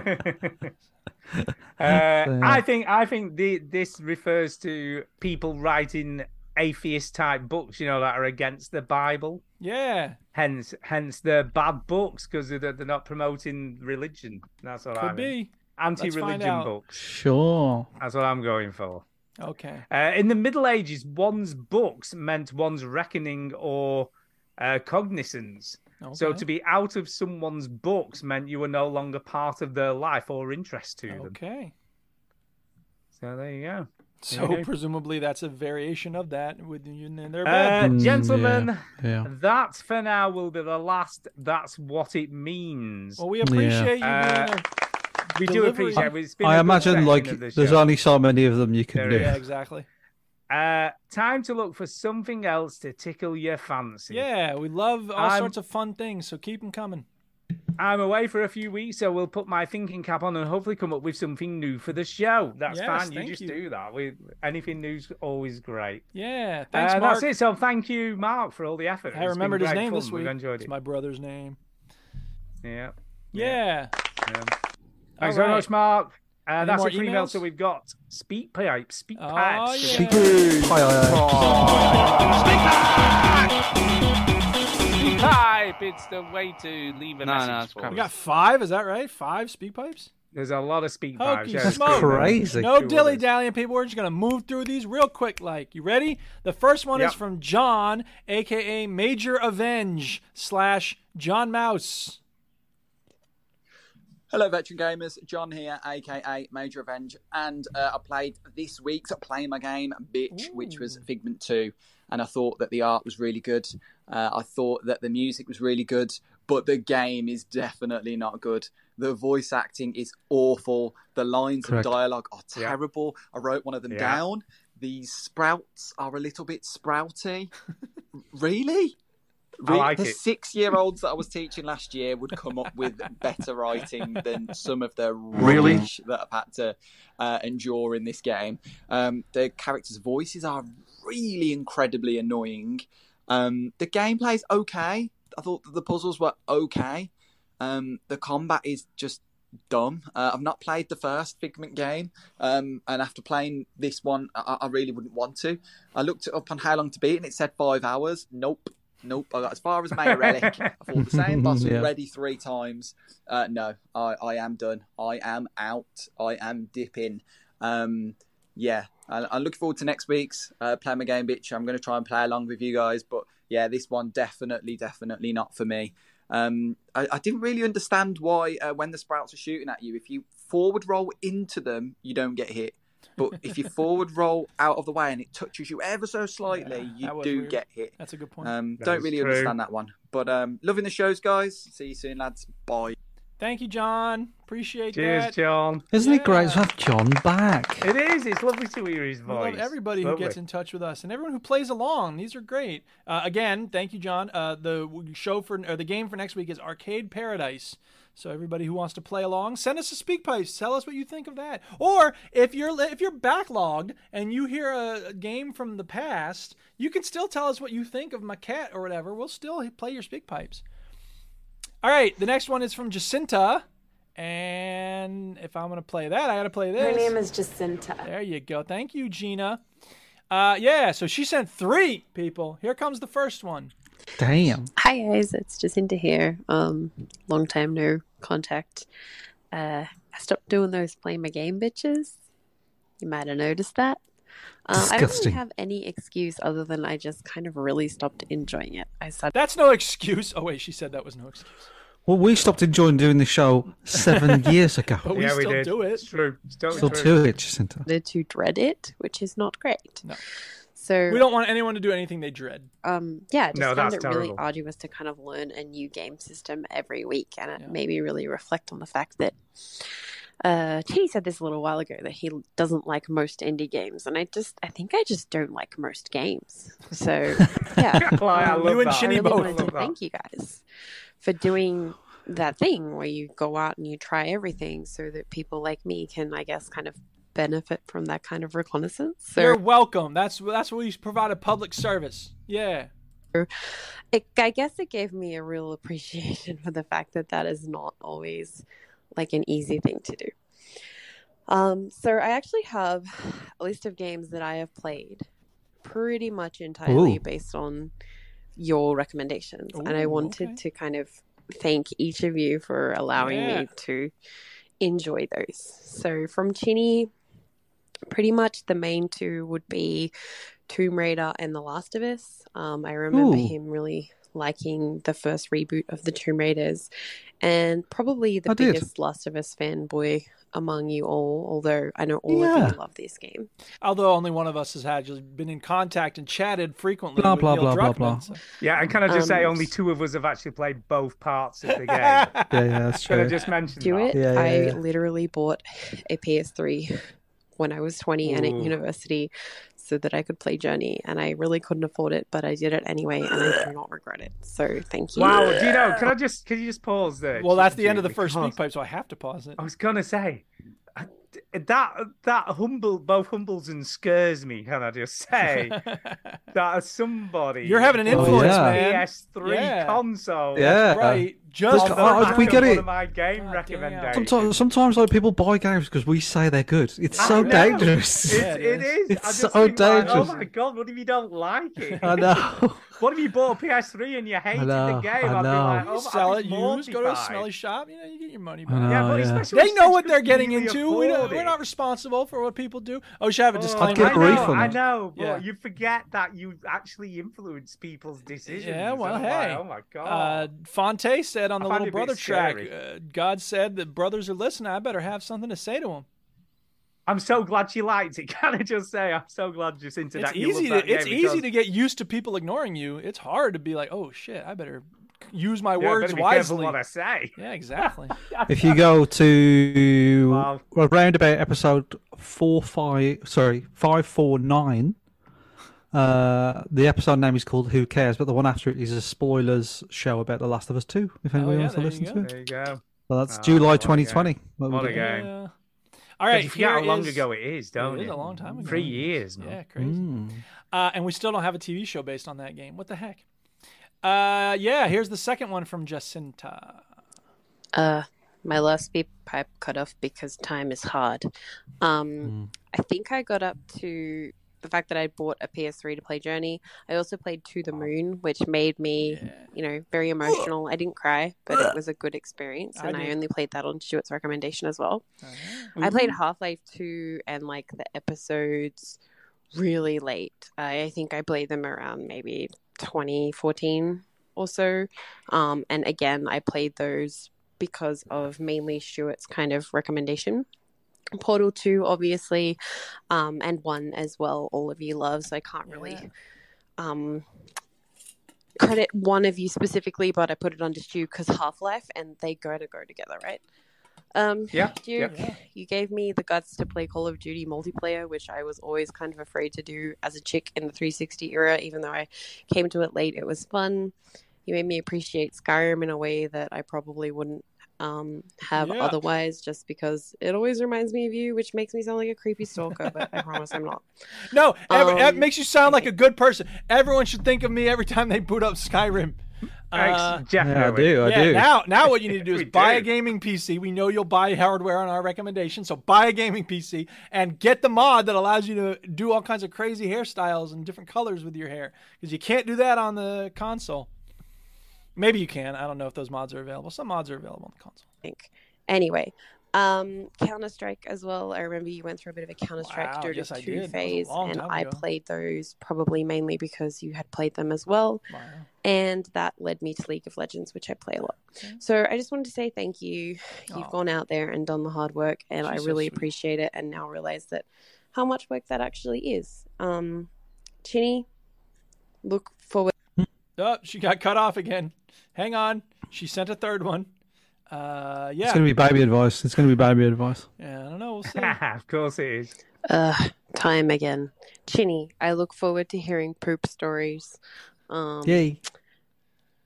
[SPEAKER 5] Uh, I think I think the, this refers to people writing atheist type books, you know, that are against the Bible.
[SPEAKER 1] Yeah,
[SPEAKER 5] Hence, hence they're bad books because they're, they're not promoting religion. That's what I
[SPEAKER 1] Could
[SPEAKER 5] mean.
[SPEAKER 1] be. Let's find
[SPEAKER 5] Anti-religion
[SPEAKER 1] out.
[SPEAKER 5] books.
[SPEAKER 4] Sure.
[SPEAKER 5] That's what I'm going for.
[SPEAKER 1] Okay.
[SPEAKER 5] Uh, in the Middle Ages, one's books meant one's reckoning or uh, cognizance. So
[SPEAKER 1] Okay.
[SPEAKER 5] to be out of someone's books meant you were no longer part of their life or interest to them.
[SPEAKER 1] Okay.
[SPEAKER 5] So there you go. There
[SPEAKER 1] So
[SPEAKER 5] you go.
[SPEAKER 1] presumably that's a variation of that with you in their
[SPEAKER 5] Uh,
[SPEAKER 1] bed.
[SPEAKER 5] gentlemen,
[SPEAKER 4] Hmm, yeah.
[SPEAKER 5] that for now will be the last. That's what it means.
[SPEAKER 1] Well, we appreciate you being
[SPEAKER 5] Uh,
[SPEAKER 1] there.
[SPEAKER 5] we do
[SPEAKER 1] delivery-
[SPEAKER 5] appreciate. it. It's been a
[SPEAKER 4] I
[SPEAKER 5] good
[SPEAKER 4] imagine
[SPEAKER 5] section
[SPEAKER 4] like
[SPEAKER 5] of the
[SPEAKER 4] there's
[SPEAKER 5] show.
[SPEAKER 4] only so many of them you can do.
[SPEAKER 1] Yeah, exactly.
[SPEAKER 5] Uh, time to look for something else to tickle your fancy.
[SPEAKER 1] Yeah, we love all
[SPEAKER 5] I'm-
[SPEAKER 1] sorts of fun things, so keep them coming.
[SPEAKER 5] I'm away for a few weeks, so we'll put my thinking cap on and hopefully come up with something new for the show. That's
[SPEAKER 1] Yes,
[SPEAKER 5] fine.
[SPEAKER 1] thank
[SPEAKER 5] You just
[SPEAKER 1] you.
[SPEAKER 5] do that. We, anything new's always great.
[SPEAKER 1] Yeah, thanks,
[SPEAKER 5] Uh,
[SPEAKER 1] Mark.
[SPEAKER 5] That's it. So thank you, Mark, for all the effort. It's
[SPEAKER 1] I
[SPEAKER 5] been
[SPEAKER 1] remembered his
[SPEAKER 5] great
[SPEAKER 1] name
[SPEAKER 5] fun.
[SPEAKER 1] this
[SPEAKER 5] We've
[SPEAKER 1] week.
[SPEAKER 5] enjoyed
[SPEAKER 1] It's
[SPEAKER 5] it.
[SPEAKER 1] my brother's name.
[SPEAKER 5] Yeah.
[SPEAKER 1] Yeah.
[SPEAKER 5] Thanks
[SPEAKER 1] All
[SPEAKER 5] very
[SPEAKER 1] right.
[SPEAKER 5] much, Mark. Uh,
[SPEAKER 1] Any
[SPEAKER 5] that's
[SPEAKER 1] more
[SPEAKER 5] it for emails.
[SPEAKER 1] emails?
[SPEAKER 5] So we've got Speak Pipe, Speak
[SPEAKER 1] Oh,
[SPEAKER 5] Pipe,
[SPEAKER 1] yeah.
[SPEAKER 5] Speak Speak Pipe. It's the way to leave a message. for us.
[SPEAKER 1] We got five, is that right? Five speak pipes?
[SPEAKER 5] There's a lot of Speak Pipes.
[SPEAKER 1] Hokey
[SPEAKER 5] yeah, it's
[SPEAKER 1] smoke.
[SPEAKER 5] cool, man.
[SPEAKER 1] No
[SPEAKER 5] Cool,
[SPEAKER 1] dilly
[SPEAKER 5] it is.
[SPEAKER 1] dallying, people. We're just going to move through these real quick. Like, you ready? The first one is
[SPEAKER 5] Yep.
[SPEAKER 1] from John, a.k.a. Major Avenge slash John Mouse.
[SPEAKER 12] Hello, veteran gamers. John here, aka Major Revenge, and uh, I played this week's Play My Game, Bitch, which was Figment 2. And I thought that the art was really good. Uh, I thought that the music was really good, but the game is definitely not good. The voice acting is awful. The lines
[SPEAKER 17] Correct.
[SPEAKER 12] of dialogue are terrible. I wrote one of them
[SPEAKER 17] Yeah.
[SPEAKER 12] down. The sprouts are a little bit sprouty. really?
[SPEAKER 5] I like
[SPEAKER 12] the
[SPEAKER 5] it.
[SPEAKER 12] six-year-olds that I was teaching last year would come up
[SPEAKER 5] *laughs*
[SPEAKER 12] with better writing than some of the
[SPEAKER 5] Really?
[SPEAKER 12] rubbish that I've had to uh, endure in this game. Um, the characters' voices are really incredibly annoying. Um, the gameplay's okay. I thought that the puzzles were okay. Um, the combat is just dumb. Uh, I've not played the first Figment game, um, and after playing this one, I, I really wouldn't want to. I looked it up on how long to beat, and it said five hours. Nope. Nope, I got as far as Mayor Relic. I fought the same boss
[SPEAKER 4] Yeah.
[SPEAKER 12] already three times. Uh, no, I, I am done. I am out. I am dipping. Um, yeah, I, I'm looking forward to next week's uh, Play My Game Bitch. I'm going to try and play along with you guys, but yeah, this one definitely, definitely not for me. Um, I, I didn't really understand why uh, when the sprouts are shooting at you, if you forward roll into them, you don't get hit. But if
[SPEAKER 1] *laughs*
[SPEAKER 12] you forward roll out of the way and it touches you ever so slightly,
[SPEAKER 1] that
[SPEAKER 12] you
[SPEAKER 1] was
[SPEAKER 12] do
[SPEAKER 1] weird.
[SPEAKER 12] get hit.
[SPEAKER 1] That's a good
[SPEAKER 5] Uh,
[SPEAKER 1] point.
[SPEAKER 12] Um,
[SPEAKER 1] That
[SPEAKER 12] don't
[SPEAKER 1] is
[SPEAKER 12] really
[SPEAKER 1] true.
[SPEAKER 12] understand that one, but um, loving the shows, guys. See you soon, lads. Bye.
[SPEAKER 1] Thank you, John. Appreciate that.
[SPEAKER 5] John.
[SPEAKER 4] Isn't it great to have John back?
[SPEAKER 17] Uh,
[SPEAKER 5] It is. It's lovely to hear his
[SPEAKER 1] We
[SPEAKER 5] voice.
[SPEAKER 1] love everybody who
[SPEAKER 5] Lovely.
[SPEAKER 1] gets in touch with us and everyone who plays along. These are great. Uh, again, thank you, John. Uh, the show for or the game for next week is Arcade Paradise. So everybody who wants to play along, send us a speak pipe. Tell us what you think of that. Or if you're if you're backlogged and you hear a, a game from the past, you can still tell us what you think of Maquette or whatever. We'll still play your speak pipes. All right, the next one is from Jacinta. And if I'm going to play that, I got to play this.
[SPEAKER 17] My name is Jacinta.
[SPEAKER 1] There you go. Thank you, Gina. Uh, yeah, so she sent three people. Here comes the first one.
[SPEAKER 4] Damn.
[SPEAKER 17] Hi guys, it's Jacinta here. Um, long time no contact. Uh, I stopped doing those play my game bitches. You might have noticed that. Uh, I don't really
[SPEAKER 4] Disgusting.
[SPEAKER 17] have any excuse other than I just kind of really stopped enjoying it. I said
[SPEAKER 1] that's no *laughs* excuse. Oh wait, she said that was no excuse.
[SPEAKER 4] Well, we stopped enjoying doing the show seven years ago.
[SPEAKER 1] But we still do it. It's
[SPEAKER 5] true.
[SPEAKER 4] Still do it, Jacinta.
[SPEAKER 17] to dread it, which is not great. No. So
[SPEAKER 1] We don't want anyone to do anything they dread.
[SPEAKER 17] um yeah I just
[SPEAKER 1] No,
[SPEAKER 17] found
[SPEAKER 1] that's
[SPEAKER 17] it really
[SPEAKER 1] terrible.
[SPEAKER 17] arduous to kind of learn a new game system every week and it made me really reflect on the fact that uh Chitty said this a little while ago that he doesn't like most indie games and I just I think I just don't like most games so yeah
[SPEAKER 5] *laughs* Well, I
[SPEAKER 17] um,
[SPEAKER 5] love You and that.
[SPEAKER 17] I
[SPEAKER 5] Shinny
[SPEAKER 17] really
[SPEAKER 5] both.
[SPEAKER 17] wanted
[SPEAKER 5] Love
[SPEAKER 17] to
[SPEAKER 5] that.
[SPEAKER 17] thank you guys for doing that thing where you go out and you try everything so that people like me can I guess kind of benefit from that kind of reconnaissance so
[SPEAKER 1] You're welcome. That's that's what we provide a public service. Yeah.
[SPEAKER 17] it, I guess it gave me a real appreciation *laughs* for the fact that that is not always like an easy thing to do. Um, so I actually have a list of games that I have played pretty much entirely
[SPEAKER 13] Ooh.
[SPEAKER 17] based on your recommendations, and I
[SPEAKER 13] Ooh,
[SPEAKER 17] wanted
[SPEAKER 13] okay.
[SPEAKER 17] to kind of thank each of you for allowing
[SPEAKER 13] Yeah.
[SPEAKER 17] me to enjoy those. So from Chini, pretty much the main two would be Tomb Raider and The Last of Us. Um, I remember
[SPEAKER 13] Ooh.
[SPEAKER 17] him really liking the first reboot of the Tomb Raiders, and probably the
[SPEAKER 13] I did.
[SPEAKER 17] biggest Last of Us fanboy among you all. Although I know all
[SPEAKER 1] Yeah.
[SPEAKER 17] of you love this game.
[SPEAKER 1] Although only one of us has had just been in contact and chatted frequently. with Neil Druckmann, so- *laughs*
[SPEAKER 5] Yeah, and can I just
[SPEAKER 1] Um,
[SPEAKER 5] say, only two of us have actually played both parts of the
[SPEAKER 1] *laughs*
[SPEAKER 5] game. yeah,
[SPEAKER 4] yeah, that's
[SPEAKER 5] Can I
[SPEAKER 4] true.
[SPEAKER 5] just mention
[SPEAKER 17] Do
[SPEAKER 5] that?
[SPEAKER 17] it. I literally bought a PS3 when I was 20 and at
[SPEAKER 13] Ooh.
[SPEAKER 17] university so that I could play Journey, and I really couldn't afford it, but I did it anyway, and I do not regret it. So thank you.
[SPEAKER 5] Wow, do you know? Can I just? Can you just pause there?
[SPEAKER 1] Well, that's the
[SPEAKER 5] Gigi,
[SPEAKER 1] end of the first
[SPEAKER 5] because
[SPEAKER 1] speak pipe, so I have to pause it.
[SPEAKER 5] I was gonna say I- that that humble both humbles and scares me. Can I just
[SPEAKER 1] *laughs*
[SPEAKER 5] say that as somebody
[SPEAKER 1] You're having an
[SPEAKER 5] who bought
[SPEAKER 1] influence,
[SPEAKER 5] a
[SPEAKER 1] man.
[SPEAKER 5] PS3
[SPEAKER 1] Yeah.
[SPEAKER 5] console,
[SPEAKER 4] Yeah. Right, just-
[SPEAKER 5] on the
[SPEAKER 4] oh,
[SPEAKER 5] back
[SPEAKER 4] we
[SPEAKER 5] of
[SPEAKER 4] get
[SPEAKER 5] one
[SPEAKER 4] it.
[SPEAKER 5] of my game recommendations.
[SPEAKER 4] Sometimes, sometimes like people buy games because we say they're good. It's
[SPEAKER 5] I
[SPEAKER 4] so
[SPEAKER 5] know. *laughs*
[SPEAKER 4] dangerous. *laughs*
[SPEAKER 5] It's, it is. I
[SPEAKER 4] It's
[SPEAKER 5] just
[SPEAKER 4] so
[SPEAKER 5] think like,
[SPEAKER 4] dangerous.
[SPEAKER 5] oh my god! What if you don't like it?
[SPEAKER 4] I know.
[SPEAKER 5] what if you bought a PS3 and you hated
[SPEAKER 4] know,
[SPEAKER 5] the game?
[SPEAKER 4] I
[SPEAKER 5] I'd be
[SPEAKER 4] know.
[SPEAKER 5] like, oh,
[SPEAKER 1] You
[SPEAKER 5] I'd
[SPEAKER 1] sell
[SPEAKER 5] be
[SPEAKER 1] it used, go to a
[SPEAKER 5] mortified.
[SPEAKER 1] smelly shop, you know, you get your money
[SPEAKER 4] I
[SPEAKER 1] back.
[SPEAKER 4] know, Yeah, but Oh, yeah. especially
[SPEAKER 1] they
[SPEAKER 5] since
[SPEAKER 1] know
[SPEAKER 5] you
[SPEAKER 1] what they're
[SPEAKER 5] couldn't
[SPEAKER 1] getting
[SPEAKER 5] really
[SPEAKER 1] into. We
[SPEAKER 5] afford
[SPEAKER 1] don't, we're
[SPEAKER 5] it.
[SPEAKER 1] not responsible for what people do. Oh, should I have a disclaimer?
[SPEAKER 4] get a
[SPEAKER 5] I know,
[SPEAKER 4] refund.
[SPEAKER 5] I know, but
[SPEAKER 1] Yeah.
[SPEAKER 5] you forget that you actually influence people's decisions.
[SPEAKER 1] Yeah, well,
[SPEAKER 5] I'm
[SPEAKER 1] hey.
[SPEAKER 5] like, oh my god.
[SPEAKER 1] Uh, Fonte said on the
[SPEAKER 5] I
[SPEAKER 1] Little
[SPEAKER 5] find it a bit
[SPEAKER 1] Brother track,
[SPEAKER 5] scary.
[SPEAKER 1] uh, God said that brothers are listening. I better have something to say to them.
[SPEAKER 5] I'm so glad she liked it. *laughs* Can I just say, I'm so glad just into
[SPEAKER 1] It's
[SPEAKER 5] that. you love
[SPEAKER 1] easy.
[SPEAKER 5] that
[SPEAKER 1] To, it's
[SPEAKER 5] game because-
[SPEAKER 1] easy to get used to people ignoring you. It's hard to be like, oh shit, I better use my
[SPEAKER 5] Yeah, I
[SPEAKER 1] words
[SPEAKER 5] better be careful
[SPEAKER 1] wisely.
[SPEAKER 5] What I say.
[SPEAKER 1] Yeah,
[SPEAKER 5] *laughs*
[SPEAKER 1] exactly.
[SPEAKER 4] if you go to well, round about episode four five sorry five four nine Uh, the episode name is called Who Cares, but the one after it is a spoilers show about The Last of Us 2, if anyone wants to listen to it.
[SPEAKER 5] Oh, There you go.
[SPEAKER 4] So that's
[SPEAKER 5] Ah,
[SPEAKER 4] July
[SPEAKER 5] what a game.
[SPEAKER 4] 2020. that we
[SPEAKER 5] What a
[SPEAKER 4] did.
[SPEAKER 5] game.
[SPEAKER 1] All right,
[SPEAKER 5] You forget how
[SPEAKER 1] here
[SPEAKER 5] long
[SPEAKER 1] is-
[SPEAKER 5] ago it is, don't
[SPEAKER 1] it
[SPEAKER 5] you?
[SPEAKER 1] is a long time ago.
[SPEAKER 5] Three years, man.
[SPEAKER 1] Yeah, crazy. Uh, and we still don't have a TV show based on that game. What the heck? Uh, yeah, here's the second one from Jacinta.
[SPEAKER 17] Uh, my last beep pipe cut off because time is hard.
[SPEAKER 13] Mm.
[SPEAKER 17] Um, I think I got up to the fact that I bought a PS3 to play Journey. I also played To the Moon, which made me, you know, very emotional. I didn't cry, but it was a good experience,
[SPEAKER 13] I
[SPEAKER 17] and I,
[SPEAKER 13] did. Oh,
[SPEAKER 17] only played that on Stuart's recommendation as well. I played
[SPEAKER 13] Mm-hmm.
[SPEAKER 17] Half Life 2 and like the episodes really late. I, I think I played them around maybe 2014 or so. Um, and again, I played those because of mainly Stuart's kind of recommendation. Portal 2, obviously, um, and 1 as well, all of you love. So I can't really um, credit one of you specifically, but I put it on just you because Half Life and they go to go together, right? Um,
[SPEAKER 13] Yeah,
[SPEAKER 17] Duke,
[SPEAKER 13] yeah.
[SPEAKER 17] you gave me the guts to play Call of Duty multiplayer, which I was always kind of afraid to do as a chick in the 360 era. Even though I came to it late, it was fun. You made me appreciate Skyrim in a way that I probably wouldn't um, have
[SPEAKER 13] Yeah.
[SPEAKER 17] otherwise, just because it always reminds me of you, which makes me sound like a creepy stalker. but I promise I'm not.
[SPEAKER 1] No, ev-
[SPEAKER 17] Um,
[SPEAKER 1] that makes you sound like a good person. Everyone should think of me every time they boot up Skyrim. Uh,
[SPEAKER 5] Thanks, Jeff.
[SPEAKER 4] Yeah, I do. I
[SPEAKER 1] yeah,
[SPEAKER 4] do.
[SPEAKER 1] Now, now what you need to
[SPEAKER 4] *laughs*
[SPEAKER 1] do
[SPEAKER 5] We
[SPEAKER 1] is buy a
[SPEAKER 5] do.
[SPEAKER 1] gaming PC. We know you'll buy hardware on our recommendation, so buy a gaming PC and get the mod that allows you to do all kinds of crazy hairstyles and different colors with your hair because you can't do that on the console. Maybe you can. I don't know if those mods are available. Some mods are available on the console.
[SPEAKER 17] think. Anyway, um, Counter Strike as well. I remember you went through a bit of a Counter Strike
[SPEAKER 13] Wow,
[SPEAKER 17] during
[SPEAKER 13] yes, I did. That
[SPEAKER 17] two
[SPEAKER 13] was a
[SPEAKER 17] phase,
[SPEAKER 13] long
[SPEAKER 17] and
[SPEAKER 13] time
[SPEAKER 17] I
[SPEAKER 13] ago.
[SPEAKER 17] played those probably mainly because you had played them as well. And that led me to League of Legends, which I play a lot. So I just wanted to say thank you. You've
[SPEAKER 13] Aw.
[SPEAKER 17] gone out there and done the hard work, and
[SPEAKER 13] She's
[SPEAKER 17] I
[SPEAKER 13] so
[SPEAKER 17] really
[SPEAKER 13] sweet.
[SPEAKER 17] appreciate it. And now realize that how much work that actually is. Um, Chinny, look forward.
[SPEAKER 1] Oh, she got cut off again. Hang on. She sent a third one. Uh, yeah.
[SPEAKER 4] It's going to be baby advice. It's going to be baby advice.
[SPEAKER 1] Yeah, I don't know. We'll
[SPEAKER 17] *laughs*
[SPEAKER 1] see.
[SPEAKER 5] *laughs* of course it is.
[SPEAKER 17] Ugh, time again. Chinny, I look forward to hearing poop stories. Um,
[SPEAKER 4] Yay.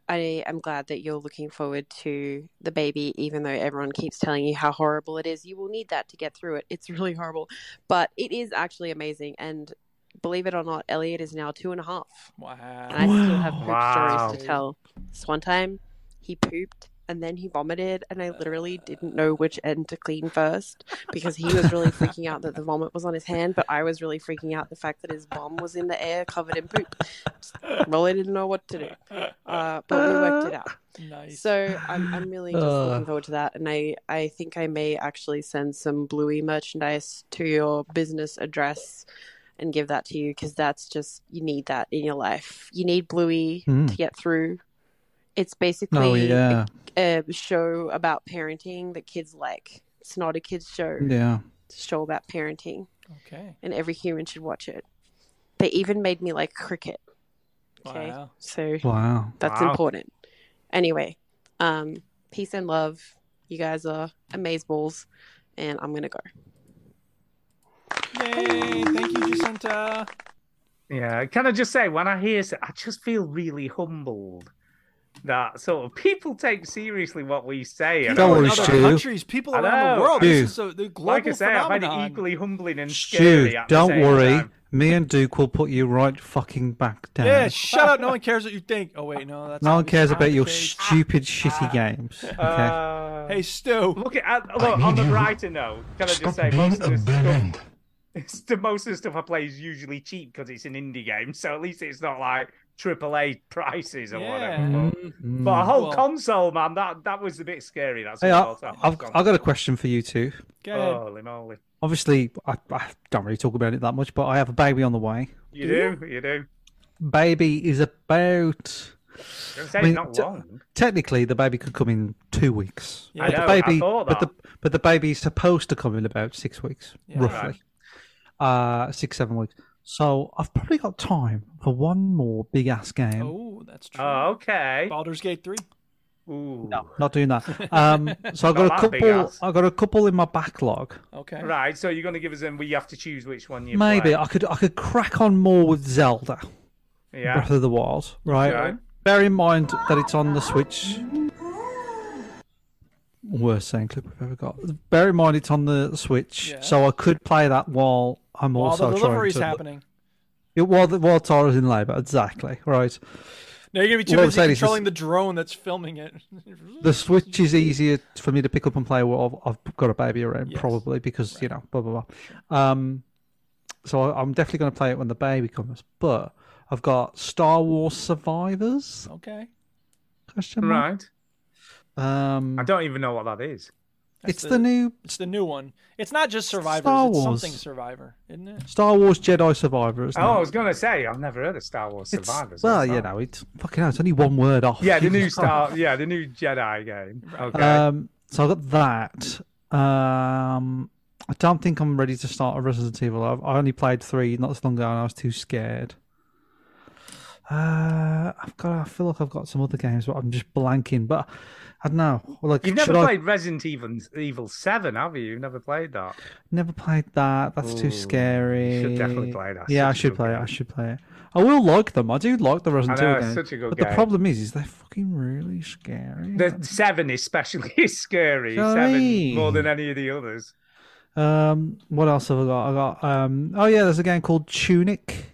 [SPEAKER 17] I am glad that you're looking forward to the baby, even though everyone keeps telling you how horrible it is. You will need that to get through it. It's really horrible, but it is actually amazing. And believe it or not, Elliot is now two and a half.
[SPEAKER 1] Wow.
[SPEAKER 17] And I still have poop
[SPEAKER 13] Wow.
[SPEAKER 17] stories to tell. This one time, he pooped and then he vomited, and I literally didn't know which end to clean first because he was really freaking out that the vomit was on his hand, but I was really freaking out the fact that his mom was in the air covered in poop. Just really didn't know what to do, uh, but we worked it out.
[SPEAKER 1] Nice.
[SPEAKER 17] So I'm, I'm really just
[SPEAKER 13] Uh.
[SPEAKER 17] looking forward to that, and I, I think I may actually send some Bluey merchandise to your business address and give that to you because that's just you need that in your life. You need Bluey
[SPEAKER 4] Mm.
[SPEAKER 17] to get through. It's
[SPEAKER 13] Oh,
[SPEAKER 17] basically
[SPEAKER 4] Oh, yeah.
[SPEAKER 17] a, a show about parenting that kids like. It's not a kids show.
[SPEAKER 4] Yeah.
[SPEAKER 17] It's a show about parenting,
[SPEAKER 1] Okay.
[SPEAKER 17] and every human should watch it. They even made me like cricket. Okay,
[SPEAKER 13] Wow.
[SPEAKER 17] so
[SPEAKER 4] Wow.
[SPEAKER 17] that's
[SPEAKER 13] Wow.
[SPEAKER 17] important. Anyway, um, peace and love. You guys are amazeballs, and I'm gonna go.
[SPEAKER 1] Yay. Thank you, Jacinta.
[SPEAKER 5] Yeah. Can I just say, when I hear s- I just feel really humbled that sort of people take seriously what we say. and
[SPEAKER 4] Don't
[SPEAKER 5] I-
[SPEAKER 4] worry,
[SPEAKER 5] I-
[SPEAKER 4] Stu.
[SPEAKER 1] Countries, people
[SPEAKER 5] I
[SPEAKER 1] around the
[SPEAKER 5] know.
[SPEAKER 1] world. This is
[SPEAKER 4] Stu.
[SPEAKER 1] a, the global
[SPEAKER 5] like I say, I
[SPEAKER 1] phenomenon.
[SPEAKER 5] find it equally humbling and scary.
[SPEAKER 4] Dude,
[SPEAKER 5] at the
[SPEAKER 4] don't
[SPEAKER 5] same
[SPEAKER 4] worry.
[SPEAKER 5] time.
[SPEAKER 4] Me and Duke will put you right fucking back
[SPEAKER 5] *laughs*
[SPEAKER 4] down.
[SPEAKER 1] Yeah, shut up. No one cares what you think. Oh wait, no, that's
[SPEAKER 4] no one
[SPEAKER 1] obviously
[SPEAKER 4] cares
[SPEAKER 1] not
[SPEAKER 4] about
[SPEAKER 1] the
[SPEAKER 4] your
[SPEAKER 1] case.
[SPEAKER 4] stupid,
[SPEAKER 5] Ah.
[SPEAKER 4] shitty
[SPEAKER 5] Uh,
[SPEAKER 4] games. Okay.
[SPEAKER 1] hey, Stu.
[SPEAKER 5] Look at uh, look on the brighter note. Can I just say most of the stuff, it's the *laughs* most of the stuff I play is usually cheap because it's an indie game, so at least it's not like AAA prices or whatever. But,
[SPEAKER 4] Mm.
[SPEAKER 5] but a whole
[SPEAKER 4] Well-
[SPEAKER 5] console, man, that that was a bit scary. That's
[SPEAKER 4] hey, I,
[SPEAKER 5] all. That
[SPEAKER 4] I've,
[SPEAKER 5] console.
[SPEAKER 4] I've got a question for you two.
[SPEAKER 5] Holy moly!
[SPEAKER 4] Obviously, I, I don't really talk about it that much, but I have a baby on the way.
[SPEAKER 5] You do, you do.
[SPEAKER 4] Baby is about.
[SPEAKER 5] Don't say not
[SPEAKER 4] te-
[SPEAKER 5] long.
[SPEAKER 4] technically, the baby could come in two weeks.
[SPEAKER 5] Yeah. I
[SPEAKER 4] but
[SPEAKER 5] know,
[SPEAKER 4] the
[SPEAKER 5] I
[SPEAKER 4] baby,
[SPEAKER 5] thought
[SPEAKER 4] but
[SPEAKER 5] that.
[SPEAKER 4] the but the baby is supposed to come in about six weeks,
[SPEAKER 5] Yeah.
[SPEAKER 4] roughly, uh, six seven weeks. So I've probably got time for one more big ass game.
[SPEAKER 1] Oh, that's true.
[SPEAKER 5] Oh, okay.
[SPEAKER 1] Baldur's Gate three.
[SPEAKER 5] Ooh.
[SPEAKER 4] Not doing that.
[SPEAKER 5] *laughs*
[SPEAKER 4] Um, so I've got a
[SPEAKER 5] Not that big
[SPEAKER 4] couple.
[SPEAKER 5] ass.
[SPEAKER 4] I've got a couple in my backlog.
[SPEAKER 1] Okay.
[SPEAKER 5] Right. So you're going to give us them. We have to choose which one you
[SPEAKER 4] Maybe
[SPEAKER 5] play.
[SPEAKER 4] I could I could crack on more with Zelda.
[SPEAKER 5] Yeah.
[SPEAKER 4] Breath of the Wild. Right.
[SPEAKER 5] Okay.
[SPEAKER 4] Bear in mind that it's on the Switch. Worst sound clip we've ever got. Bear in mind it's on the Switch, so I could play that while I'm
[SPEAKER 1] While
[SPEAKER 4] also
[SPEAKER 1] the
[SPEAKER 4] trying
[SPEAKER 1] delivery's
[SPEAKER 4] to.
[SPEAKER 1] happening.
[SPEAKER 4] Yeah, while the, while Tara's in labour, exactly. Right.
[SPEAKER 1] Now you're gonna be too
[SPEAKER 4] What I'm
[SPEAKER 1] busy
[SPEAKER 4] saying is
[SPEAKER 1] controlling the drone that's filming it.
[SPEAKER 4] *laughs* the Switch is easier for me to pick up and play while I've I've got a baby around, probably because you know, blah blah blah. Um, so I- I'm definitely going to play it when the baby comes. But I've got Star Wars Survivors.
[SPEAKER 1] okay.
[SPEAKER 4] Question mark. Um,
[SPEAKER 5] I don't even know what that is.
[SPEAKER 1] That's
[SPEAKER 4] It's the new-
[SPEAKER 1] It's the new one. It's not just Survivors.
[SPEAKER 4] Star
[SPEAKER 1] It's
[SPEAKER 4] Wars.
[SPEAKER 1] something Survivor, isn't it?
[SPEAKER 4] Star Wars Jedi Survivor. Isn't
[SPEAKER 5] Oh, I
[SPEAKER 4] it?
[SPEAKER 5] was going to say I've never heard of Star Wars
[SPEAKER 4] It's-
[SPEAKER 5] Survivors.
[SPEAKER 4] well,
[SPEAKER 5] What's
[SPEAKER 4] you
[SPEAKER 5] that?
[SPEAKER 4] know, it's fucking hell, it's only one word off.
[SPEAKER 5] Yeah,
[SPEAKER 4] *laughs*
[SPEAKER 5] the new
[SPEAKER 4] Jesus
[SPEAKER 5] Star. Yeah, the new Jedi game. Okay.
[SPEAKER 4] Um, so I got that. Um, I don't think I'm ready to start a Resident Evil. I've, I only played three not so long ago, and I was too scared. Uh, I've got. I feel like I've got some other games, but I'm just blanking. But I don't know. Like
[SPEAKER 5] You've never
[SPEAKER 4] should I-
[SPEAKER 5] played Resident Evil, Evil Seven, have you? You've never played that.
[SPEAKER 4] Never played that. That's
[SPEAKER 5] Ooh, you
[SPEAKER 4] too scary.
[SPEAKER 5] should definitely play that.
[SPEAKER 4] Yeah, I
[SPEAKER 5] Such a
[SPEAKER 4] should
[SPEAKER 5] good
[SPEAKER 4] play it. I should play it. I will like them. I do like the Resident
[SPEAKER 5] I know,
[SPEAKER 4] Evil
[SPEAKER 5] it's
[SPEAKER 4] games.
[SPEAKER 5] such a good
[SPEAKER 4] but the
[SPEAKER 5] game.
[SPEAKER 4] problem is, is they're fucking really scary.
[SPEAKER 5] The Seven especially *laughs* is scary.
[SPEAKER 4] Scary.
[SPEAKER 5] Seven more than any of the others.
[SPEAKER 4] Um, what else have I got? I got um. Oh yeah, there's a game called Tunic.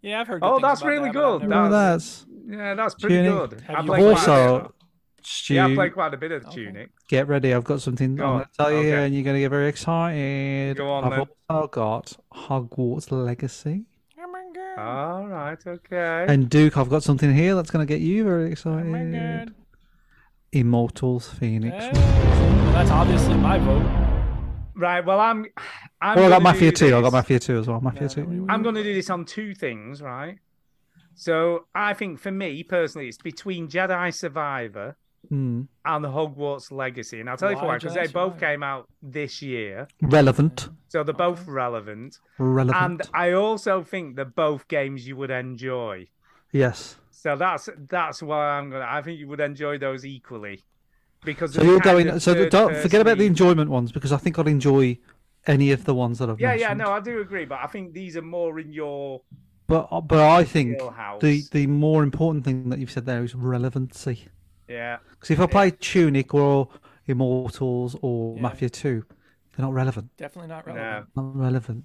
[SPEAKER 1] Yeah, I've heard.
[SPEAKER 5] Oh,
[SPEAKER 1] things
[SPEAKER 5] that's
[SPEAKER 1] about
[SPEAKER 5] really
[SPEAKER 1] that, but I've
[SPEAKER 5] good.
[SPEAKER 1] never-
[SPEAKER 4] Remember that's
[SPEAKER 5] Yeah, that's pretty
[SPEAKER 4] Tunic.
[SPEAKER 5] good. I
[SPEAKER 4] I've
[SPEAKER 5] played quite a bit of
[SPEAKER 4] also,
[SPEAKER 5] that. yeah, I
[SPEAKER 4] Stu,
[SPEAKER 5] played quite a bit of Tunic.
[SPEAKER 4] get ready. I've got something
[SPEAKER 5] Go
[SPEAKER 4] I'm
[SPEAKER 5] on,
[SPEAKER 4] going to tell you,
[SPEAKER 5] okay.
[SPEAKER 4] here and you're going to get very excited.
[SPEAKER 5] Go on,
[SPEAKER 4] I've
[SPEAKER 5] then.
[SPEAKER 4] also got Hogwarts Legacy.
[SPEAKER 5] All right, okay.
[SPEAKER 4] And Duke, I've got something here that's going to get you very excited. Immortals Phoenix.
[SPEAKER 1] Well, that's obviously my vote.
[SPEAKER 5] Right. Well, I'm. I'm
[SPEAKER 4] well, Oh, I got
[SPEAKER 5] gonna
[SPEAKER 4] Mafia
[SPEAKER 5] do
[SPEAKER 4] 2. I
[SPEAKER 5] this-
[SPEAKER 4] got Mafia 2 as well. Mafia 2.
[SPEAKER 5] I'm going to do this on two things, right? So I think for me personally, it's between Jedi Survivor
[SPEAKER 4] Hmm.
[SPEAKER 5] and Hogwarts Legacy, and I'll tell you for
[SPEAKER 4] Why
[SPEAKER 5] why because
[SPEAKER 4] Jedi
[SPEAKER 5] they both came out this year,
[SPEAKER 4] Relevant.
[SPEAKER 5] so they're both relevant.
[SPEAKER 4] Relevant.
[SPEAKER 5] And I also think they're both games you would enjoy.
[SPEAKER 4] Yes.
[SPEAKER 5] So that's that's why I'm gonna. I think you would enjoy those equally because
[SPEAKER 4] So
[SPEAKER 5] they're
[SPEAKER 4] you're
[SPEAKER 5] kind
[SPEAKER 4] going.
[SPEAKER 5] of
[SPEAKER 4] So the- don't forget about the
[SPEAKER 5] third-person-
[SPEAKER 4] enjoyment ones because I think I'll enjoy any of the ones that I've
[SPEAKER 5] Yeah, yeah,
[SPEAKER 4] mentioned.
[SPEAKER 5] no, I do agree, but I think these are more in your
[SPEAKER 4] But uh, but I think the
[SPEAKER 5] Wheelhouse.
[SPEAKER 4] the more important thing that you've said there is relevancy.
[SPEAKER 5] yeah.
[SPEAKER 4] Because if I play Tunic or Immortals or Mafia Two, they're not relevant.
[SPEAKER 1] Definitely not relevant.
[SPEAKER 4] Not relevant.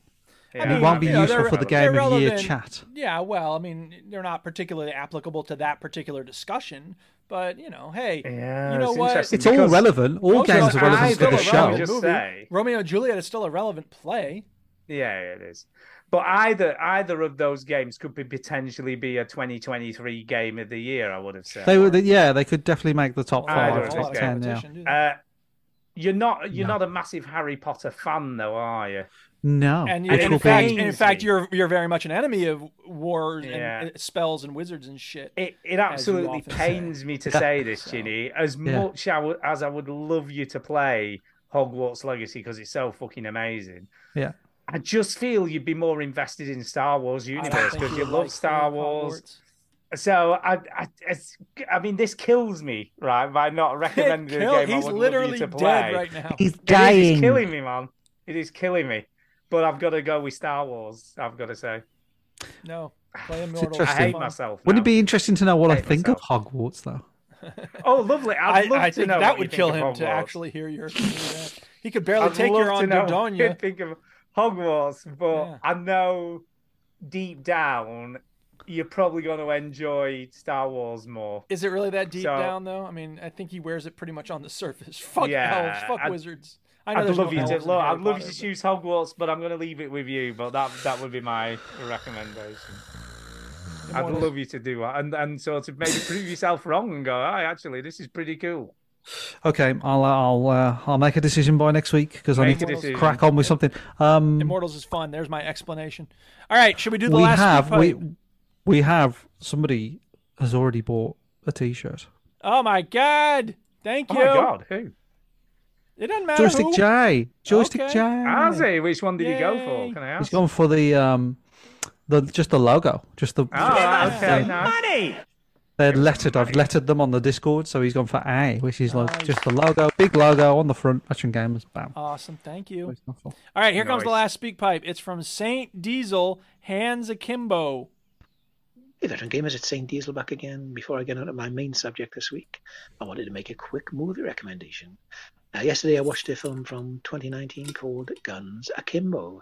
[SPEAKER 1] I
[SPEAKER 4] it
[SPEAKER 1] mean,
[SPEAKER 4] won't be
[SPEAKER 1] you know,
[SPEAKER 4] useful
[SPEAKER 1] they're-
[SPEAKER 4] for the
[SPEAKER 1] they're
[SPEAKER 4] game of the year
[SPEAKER 1] relevant-
[SPEAKER 4] chat.
[SPEAKER 1] Yeah, well, I mean, they're not particularly applicable to that particular discussion, but you know, hey,
[SPEAKER 5] Yeah,
[SPEAKER 1] you know
[SPEAKER 5] it's
[SPEAKER 1] what?
[SPEAKER 5] interesting
[SPEAKER 4] It's all because- relevant. All
[SPEAKER 1] Romeo
[SPEAKER 4] games are
[SPEAKER 1] and
[SPEAKER 4] relevant
[SPEAKER 1] Juliet
[SPEAKER 4] to the
[SPEAKER 1] is still a relevant
[SPEAKER 4] show.
[SPEAKER 1] movie.
[SPEAKER 5] Say.
[SPEAKER 1] Romeo and Juliet is still a relevant play.
[SPEAKER 5] Yeah, it is. But either either of those games could be potentially be a 2023 game of the year. I would have said
[SPEAKER 4] They were, yeah, they could definitely make the top
[SPEAKER 5] Either
[SPEAKER 4] five,
[SPEAKER 5] of
[SPEAKER 4] top
[SPEAKER 5] those
[SPEAKER 4] ten.
[SPEAKER 5] games.
[SPEAKER 4] Yeah.
[SPEAKER 5] Uh, you're not you're not a massive Harry Potter fan though, are you? Uh,
[SPEAKER 4] No,
[SPEAKER 1] and, you,
[SPEAKER 4] which
[SPEAKER 1] and
[SPEAKER 4] will
[SPEAKER 1] in fact,
[SPEAKER 4] be
[SPEAKER 1] and in fact, you're you're very much an enemy of wars
[SPEAKER 5] Yeah.
[SPEAKER 1] and uh, spells and wizards and shit.
[SPEAKER 5] It it absolutely pains me to
[SPEAKER 1] Yeah.
[SPEAKER 5] say this, Ginny. As
[SPEAKER 1] Yeah.
[SPEAKER 5] much I would, as I would love you to play Hogwarts Legacy because it's so fucking amazing.
[SPEAKER 4] yeah.
[SPEAKER 5] I just feel you'd be more invested in Star Wars universe
[SPEAKER 1] think
[SPEAKER 5] because
[SPEAKER 1] you
[SPEAKER 5] you love
[SPEAKER 1] like
[SPEAKER 5] Star Wars. *laughs* So I, I, it's, I mean, this kills me, right?
[SPEAKER 1] *laughs*
[SPEAKER 5] By not recommending
[SPEAKER 1] kill-
[SPEAKER 5] a game
[SPEAKER 1] he's
[SPEAKER 5] I would
[SPEAKER 1] literally
[SPEAKER 5] love you to
[SPEAKER 1] dead
[SPEAKER 5] play
[SPEAKER 1] right now.
[SPEAKER 4] He's
[SPEAKER 5] It is
[SPEAKER 4] dying.
[SPEAKER 5] killing me, man. It is killing me. But I've got to go with Star Wars. I've got to say,
[SPEAKER 1] No, play
[SPEAKER 4] It's
[SPEAKER 1] Immortals.
[SPEAKER 4] interesting.
[SPEAKER 5] I hate myself.
[SPEAKER 4] Wouldn't it be interesting to know what I think of Hogwarts though?
[SPEAKER 5] Oh, lovely! I'd
[SPEAKER 1] I-
[SPEAKER 5] love
[SPEAKER 1] I
[SPEAKER 5] to
[SPEAKER 1] think
[SPEAKER 5] know
[SPEAKER 1] that
[SPEAKER 5] what you
[SPEAKER 1] would
[SPEAKER 5] think
[SPEAKER 1] kill
[SPEAKER 5] of
[SPEAKER 1] him to
[SPEAKER 5] Hogwarts.
[SPEAKER 1] actually hear your. yeah. He could barely
[SPEAKER 5] I'd
[SPEAKER 1] take
[SPEAKER 5] love
[SPEAKER 1] your
[SPEAKER 5] to
[SPEAKER 1] on
[SPEAKER 5] know *laughs* what you
[SPEAKER 1] Dodonia.
[SPEAKER 5] think of Hogwarts, but I know deep down you're probably going to enjoy Star Wars more.
[SPEAKER 1] Is it really that deep
[SPEAKER 5] So-
[SPEAKER 1] down though? I mean, I think he wears it pretty much on the surface. *laughs* Fuck
[SPEAKER 5] Yeah,
[SPEAKER 1] elves, fuck
[SPEAKER 5] I'd-
[SPEAKER 1] wizards. I know
[SPEAKER 5] I'd
[SPEAKER 1] there's
[SPEAKER 5] love
[SPEAKER 1] no
[SPEAKER 5] you to
[SPEAKER 1] elves in
[SPEAKER 5] look,
[SPEAKER 1] Harry
[SPEAKER 5] I'd love you
[SPEAKER 1] Potter,
[SPEAKER 5] to choose Hogwarts, but I'm going to leave it with you. But that that would be my recommendation. I'd
[SPEAKER 1] Immortals.
[SPEAKER 5] love you to do that, and and sort of maybe prove yourself wrong and go, "Aye, actually, this is pretty cool."
[SPEAKER 4] Okay, I'll I'll uh, I'll make a decision by next week because I
[SPEAKER 5] Make
[SPEAKER 4] need
[SPEAKER 5] a
[SPEAKER 4] to
[SPEAKER 5] decision.
[SPEAKER 4] crack on with something. Um,
[SPEAKER 1] Immortals is fun. There's my explanation. All right, should we do the
[SPEAKER 4] we
[SPEAKER 1] last?
[SPEAKER 4] have
[SPEAKER 1] Street
[SPEAKER 4] we
[SPEAKER 1] Fight?
[SPEAKER 4] we have somebody has already bought a T-shirt.
[SPEAKER 1] Oh my god! Thank
[SPEAKER 5] Oh
[SPEAKER 1] you.
[SPEAKER 5] my god, who?
[SPEAKER 1] It doesn't
[SPEAKER 5] Oh.
[SPEAKER 1] matter.
[SPEAKER 4] Joystick
[SPEAKER 1] who.
[SPEAKER 4] J, Joystick
[SPEAKER 1] Okay.
[SPEAKER 4] J.
[SPEAKER 5] Has he? Which one did he go for? Can I
[SPEAKER 4] He's
[SPEAKER 5] ask?
[SPEAKER 4] gone for the um the just the logo, just the.
[SPEAKER 5] Ah,
[SPEAKER 4] the-
[SPEAKER 5] okay, nice.
[SPEAKER 4] the-
[SPEAKER 5] money.
[SPEAKER 4] They're lettered. I've lettered them on the Discord, so he's gone for A, which is like just the logo, big logo on the front. Action Gamers, bam.
[SPEAKER 1] Awesome. Thank you. All right, here comes the
[SPEAKER 4] Nice.
[SPEAKER 1] last speak pipe. It's from Saint Diesel, hands akimbo.
[SPEAKER 13] Hey, veteran gamers, it's St. Diesel back again. Before I get on to my main subject this week, I wanted to make a quick movie recommendation. Uh, yesterday, I watched a film from 2019 called Guns Akimbo.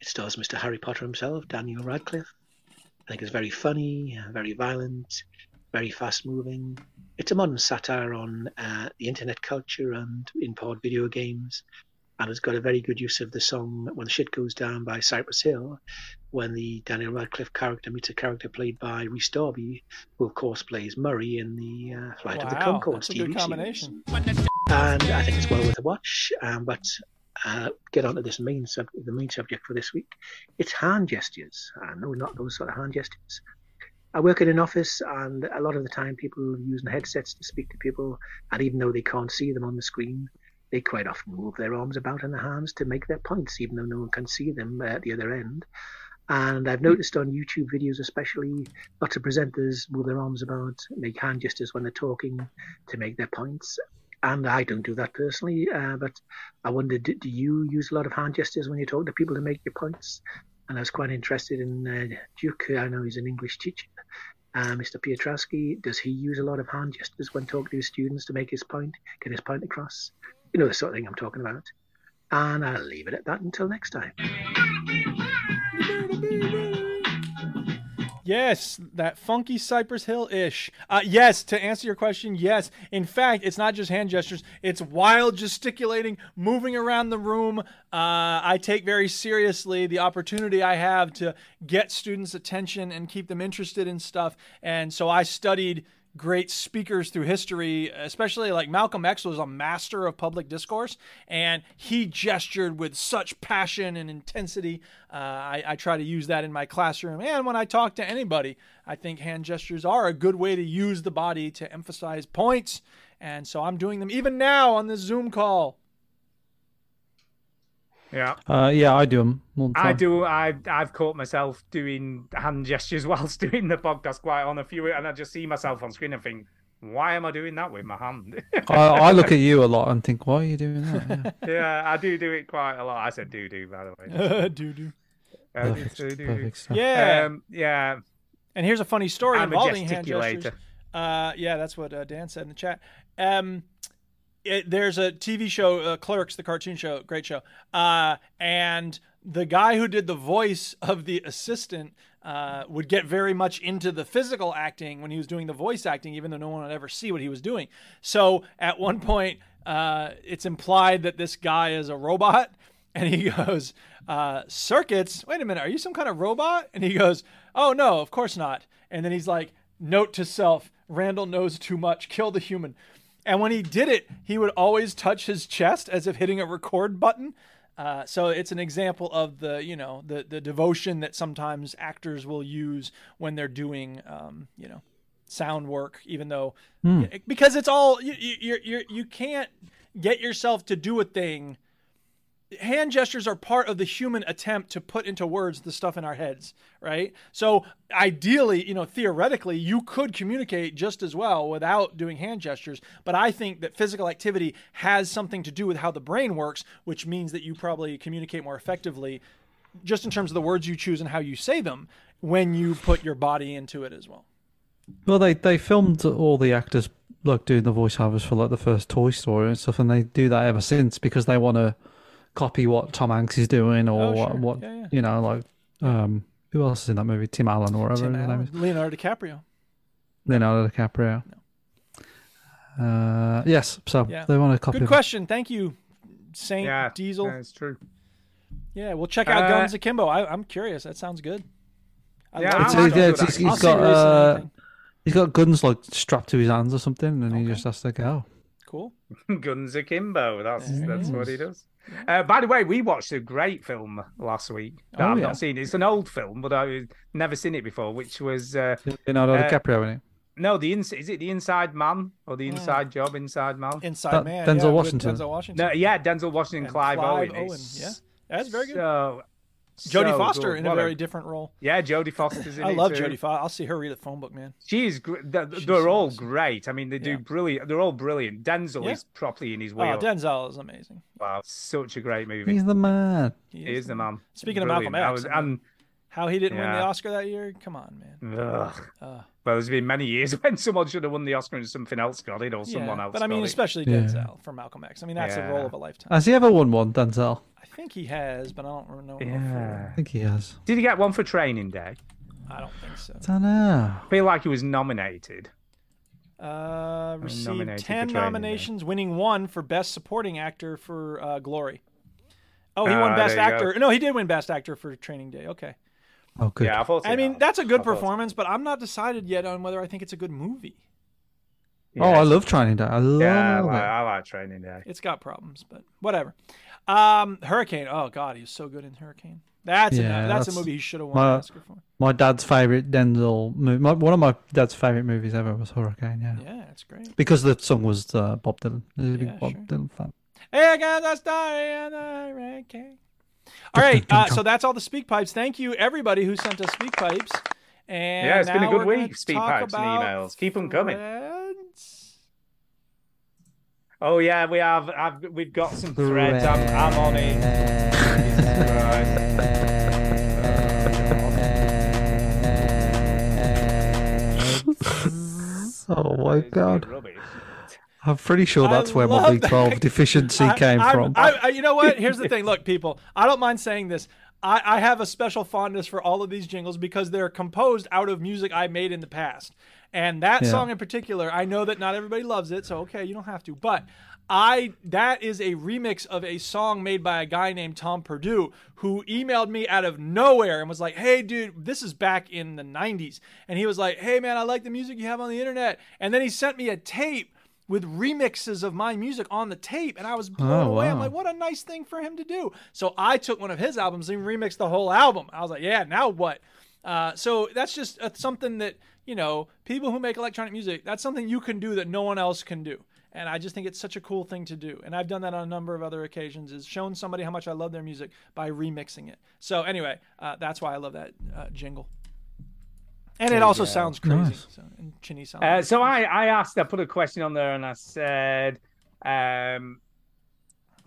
[SPEAKER 13] It stars Mr. Harry Potter himself, Daniel Radcliffe. I think it's very funny, uh, very violent, very fast moving. It's a modern satire on uh, the internet culture and in pod video games. And it's got a very good use of the song When Shit Goes Down by Cypress Hill, when the Daniel Radcliffe character meets a character played by Reese Darby, who of course plays Murray in the uh, Flight of the
[SPEAKER 1] Wow,
[SPEAKER 13] Concords
[SPEAKER 1] that's a
[SPEAKER 13] TV
[SPEAKER 1] good
[SPEAKER 13] series.
[SPEAKER 1] combination.
[SPEAKER 13] And I think it's well worth a watch. Um, but uh, get on to this main sub- the main subject for this week. It's hand gestures. Uh, no, not those sort of hand gestures. I work in an office, and a lot of the time, people are using headsets to speak to people, and even though they can't see them on the screen, they quite often move their arms about and their hands to make their points, even though no one can see them uh, at the other end. And I've
[SPEAKER 4] Hmm.
[SPEAKER 13] noticed on YouTube videos, especially, lots of presenters move their arms about, make hand gestures when they're talking to make their points. And I don't do that personally, uh, but I wondered, do do you use a lot of hand gestures when you talk to people to make your points? And I was quite interested in uh, Duke. I know he's an English teacher. Uh, Mr. Piotrowski, does he use a lot of hand gestures when talking to his students to make his point, get his point across? You know the sort of thing I'm talking about. And I'll leave it at that until next time.
[SPEAKER 1] Yes, that funky Cypress Hill ish. Uh, yes, to answer your question, yes. In fact, it's not just hand gestures, it's wild gesticulating, moving around the room. Uh, I take very seriously the opportunity I have to get students' attention and keep them interested in stuff. And so I studied great speakers through history, especially like Malcolm X was a master of public discourse, and he gestured with such passion and intensity. Uh, I, I try to use that in my classroom and when I talk to anybody. I think hand gestures are a good way to use the body to emphasize points, and so I'm doing them even now on this Zoom call.
[SPEAKER 5] Yeah.
[SPEAKER 4] Uh, yeah, I do them.
[SPEAKER 5] I do. I've I've caught myself doing hand gestures *laughs* whilst doing the podcast quite on a few, and I just see myself on screen and think, why am I doing that with my hand? *laughs*
[SPEAKER 4] I,
[SPEAKER 1] Uh, *laughs*
[SPEAKER 4] I look at you a lot and think, why are you doing that? Yeah.
[SPEAKER 5] yeah, I do do it quite a lot. I said do do by the
[SPEAKER 1] *laughs*
[SPEAKER 5] way.
[SPEAKER 1] do do.
[SPEAKER 5] I
[SPEAKER 1] *laughs*
[SPEAKER 5] did
[SPEAKER 1] Perfect,
[SPEAKER 5] say do-do.
[SPEAKER 1] perfect stuff. Yeah.
[SPEAKER 5] Um, yeah.
[SPEAKER 1] And here's a funny story
[SPEAKER 5] I'm a
[SPEAKER 1] involving hand
[SPEAKER 5] gesticulator.
[SPEAKER 1] gestures. Uh, yeah, that's what uh, Dan said in the chat. Um, it, there's a TV show, uh, Clerks, the cartoon show, great show. Uh, and the guy who did the voice of the assistant uh, would get very much into the physical acting when he was doing the voice acting, even though no one would ever see what he was doing. So at one point, uh, it's implied that this guy is a robot. *laughs* And he goes, uh, Circuits, wait a minute, are you some kind of robot? And he goes, Oh, no, of course not. And then he's like, Note to self, Randall knows too much, kill the human. And when he did it, he would always touch his chest as if hitting a record button. Uh, so it's an example of the you know the the devotion that sometimes actors will use when they're doing um, you know sound work, even though
[SPEAKER 4] Hmm.
[SPEAKER 1] because it's all you you you're, you're, you can't get yourself to do a thing. Hand gestures are part of the human attempt to put into words the stuff in our heads, right? So ideally, you know, theoretically, you could communicate just as well without doing hand gestures. But I think that physical activity has something to do with how the brain works, which means that you probably communicate more effectively just in terms of the words you choose and how you say them when you put your body into it as well.
[SPEAKER 4] Well, they they filmed all the actors like doing the voiceovers for like the first Toy Story and stuff, and they do that ever since because they want to copy what Tom Hanks is doing or
[SPEAKER 1] Oh,
[SPEAKER 4] what, what you know, like um, who else is in that movie? Tim Allen or whatever
[SPEAKER 1] Tim
[SPEAKER 4] his name
[SPEAKER 1] Allen,
[SPEAKER 4] is,
[SPEAKER 1] Leonardo DiCaprio.
[SPEAKER 4] Leonardo DiCaprio. Uh, yes, so
[SPEAKER 1] Yeah.
[SPEAKER 4] they want to copy.
[SPEAKER 1] Good
[SPEAKER 4] that.
[SPEAKER 1] question. Thank you, Saint Diesel.
[SPEAKER 5] yeah, it's true. *laughs*
[SPEAKER 1] Yeah, we'll check out
[SPEAKER 5] Uh,
[SPEAKER 1] Guns Akimbo. I, I'm curious. That sounds good. I
[SPEAKER 5] Yeah,
[SPEAKER 1] love
[SPEAKER 4] It's,
[SPEAKER 1] that
[SPEAKER 4] it's,
[SPEAKER 1] stuff.
[SPEAKER 4] it's- it's-
[SPEAKER 1] I'll
[SPEAKER 4] he's
[SPEAKER 1] see
[SPEAKER 4] got
[SPEAKER 1] Reese in
[SPEAKER 4] uh,
[SPEAKER 1] anything.
[SPEAKER 4] he's got guns like strapped to his hands or something, and he just has to go.
[SPEAKER 1] Cool.
[SPEAKER 5] Guns Akimbo. That's
[SPEAKER 1] There it
[SPEAKER 5] that's what he
[SPEAKER 1] is.
[SPEAKER 5] does. Uh, by the way, we watched a great film last week that
[SPEAKER 4] Oh,
[SPEAKER 5] I've
[SPEAKER 4] yeah.
[SPEAKER 5] not seen. It's an old film, but I've never seen it before, which was uh,
[SPEAKER 4] Leonardo
[SPEAKER 5] uh,
[SPEAKER 4] DiCaprio in it.
[SPEAKER 5] No, the ins- is it the Inside Man or
[SPEAKER 1] Oh,
[SPEAKER 5] the Inside Job? Inside Man.
[SPEAKER 1] Inside
[SPEAKER 4] That- Man, Denzel yeah, with Washington. Denzel
[SPEAKER 1] Washington.
[SPEAKER 5] No, yeah, Denzel Washington,
[SPEAKER 1] And
[SPEAKER 5] Clive,
[SPEAKER 1] Clive
[SPEAKER 5] Owen.
[SPEAKER 1] Owen,
[SPEAKER 5] It's
[SPEAKER 1] yeah. That's very good.
[SPEAKER 5] So,
[SPEAKER 1] Jodie
[SPEAKER 5] so
[SPEAKER 1] Foster
[SPEAKER 5] good.
[SPEAKER 1] in a
[SPEAKER 5] What
[SPEAKER 1] very different role.
[SPEAKER 5] Yeah, Jodie Foster's in
[SPEAKER 1] I
[SPEAKER 5] it
[SPEAKER 1] love
[SPEAKER 5] too.
[SPEAKER 1] Jodie Foster. I'll see her read the phone book, man.
[SPEAKER 5] She's gr- they're, they're all great. I mean, they do brilliant. They're all brilliant. Denzel
[SPEAKER 1] Yeah.
[SPEAKER 5] is properly in his
[SPEAKER 1] Oh,
[SPEAKER 5] wheel.
[SPEAKER 1] Denzel is amazing.
[SPEAKER 5] wow, such a great movie.
[SPEAKER 4] He's the man.
[SPEAKER 5] He is the man.
[SPEAKER 1] Speaking of
[SPEAKER 5] Brilliant. I
[SPEAKER 1] Malcolm X,
[SPEAKER 5] was-
[SPEAKER 1] I mean, how he didn't win the
[SPEAKER 5] Yeah.
[SPEAKER 1] Oscar that year? Come on, man.
[SPEAKER 5] Ugh.
[SPEAKER 1] Uh,
[SPEAKER 5] well, there's been many years *laughs* when someone should have won the Oscar and something else got it, or someone
[SPEAKER 1] yeah,
[SPEAKER 5] else.
[SPEAKER 1] But I mean,
[SPEAKER 5] got it.
[SPEAKER 1] especially
[SPEAKER 4] Yeah.
[SPEAKER 1] Denzel for Malcolm X. I mean, that's the
[SPEAKER 5] Yeah.
[SPEAKER 1] role of a lifetime.
[SPEAKER 4] Has he ever won one, Denzel?
[SPEAKER 1] I think he has, but I don't know. if-
[SPEAKER 4] I think he has.
[SPEAKER 5] Did he get one for Training Day?
[SPEAKER 1] I don't think so.
[SPEAKER 4] don't know.
[SPEAKER 5] I feel like he was nominated.
[SPEAKER 1] Uh, received
[SPEAKER 5] nominated for
[SPEAKER 1] 10
[SPEAKER 5] Training Day.
[SPEAKER 1] nominations, winning one for Best Supporting Actor for uh, Glory. Oh, he won
[SPEAKER 5] Ah,
[SPEAKER 1] Best
[SPEAKER 5] there you go.
[SPEAKER 1] Actor. No, he did win Best Actor for Training Day. Okay.
[SPEAKER 4] Oh, good.
[SPEAKER 5] Yeah, I thought. so.
[SPEAKER 1] I mean, that's a good
[SPEAKER 5] I thought so.
[SPEAKER 1] performance, but I'm not decided yet on whether I think it's a good movie.
[SPEAKER 4] Oh, I love Training Day. I love
[SPEAKER 5] yeah, I
[SPEAKER 4] it.
[SPEAKER 5] like, I like Training Day.
[SPEAKER 1] It's got problems, but whatever. Um, Hurricane. Oh God, he was so good in Hurricane. That's a,
[SPEAKER 4] Yeah,
[SPEAKER 1] that's,
[SPEAKER 4] that's
[SPEAKER 1] a movie he should have won an
[SPEAKER 4] My,
[SPEAKER 1] Oscar for.
[SPEAKER 4] my dad's favorite Denzel movie. My, one of my dad's favorite movies ever was Hurricane. Yeah.
[SPEAKER 1] Yeah, that's great.
[SPEAKER 4] Because the song was uh, Bob Dylan. He was a big Bob Dylan fan. *laughs*
[SPEAKER 1] Hey, I got a story on the hurricane. All right, uh, so that's all the speak pipes. Thank you everybody who sent us speak pipes. And
[SPEAKER 5] yeah, it's been a
[SPEAKER 1] now
[SPEAKER 5] good
[SPEAKER 1] we're gonna
[SPEAKER 5] week. Speed
[SPEAKER 1] talk
[SPEAKER 5] pipes and
[SPEAKER 1] about
[SPEAKER 5] emails. Keep them coming.
[SPEAKER 1] Threads.
[SPEAKER 5] Oh yeah, we have. I've, we've got some threads. I'm, I'm on it. Jesus
[SPEAKER 4] Oh my god.
[SPEAKER 5] rubbish.
[SPEAKER 4] I'm pretty sure that's where my
[SPEAKER 1] love
[SPEAKER 4] B12
[SPEAKER 1] that.
[SPEAKER 4] deficiency came
[SPEAKER 1] I'm-
[SPEAKER 4] from.
[SPEAKER 1] I, I, you know what?
[SPEAKER 4] *laughs*
[SPEAKER 1] Here's the thing. Look, people, I don't mind saying this. I, I have a special fondness for all of these jingles because they're composed out of music I made in the past. And that
[SPEAKER 4] Yeah.
[SPEAKER 1] song in particular, I know that not everybody loves it, so okay, you don't have to. But I that is a remix of a song made by a guy named Tom Perdue who emailed me out of nowhere and was like, "Hey dude, this is back in the 90s." And he was like, "Hey man, I like the music you have on the internet." And then he sent me a tape with remixes of my music on the tape, and I was blown
[SPEAKER 4] Oh,
[SPEAKER 1] away. I'm
[SPEAKER 4] wow.
[SPEAKER 1] like, what a nice thing for him to do. So I took one of his albums and remixed the whole album. I was like, yeah, now what? Uh, so that's just uh, something that, you know, people who make electronic music, that's something you can do that no one else can do. And I just think it's such a cool thing to do. And I've done that on a number of other occasions is shown somebody how much I love their music by remixing it. So anyway, uh, that's why I love that uh, jingle. And it
[SPEAKER 5] There you
[SPEAKER 1] also
[SPEAKER 5] go.
[SPEAKER 1] sounds crazy.
[SPEAKER 5] Nice.
[SPEAKER 1] So, and Chinny sounds
[SPEAKER 5] Uh, so I, I asked, I put a question on there, and I said, um,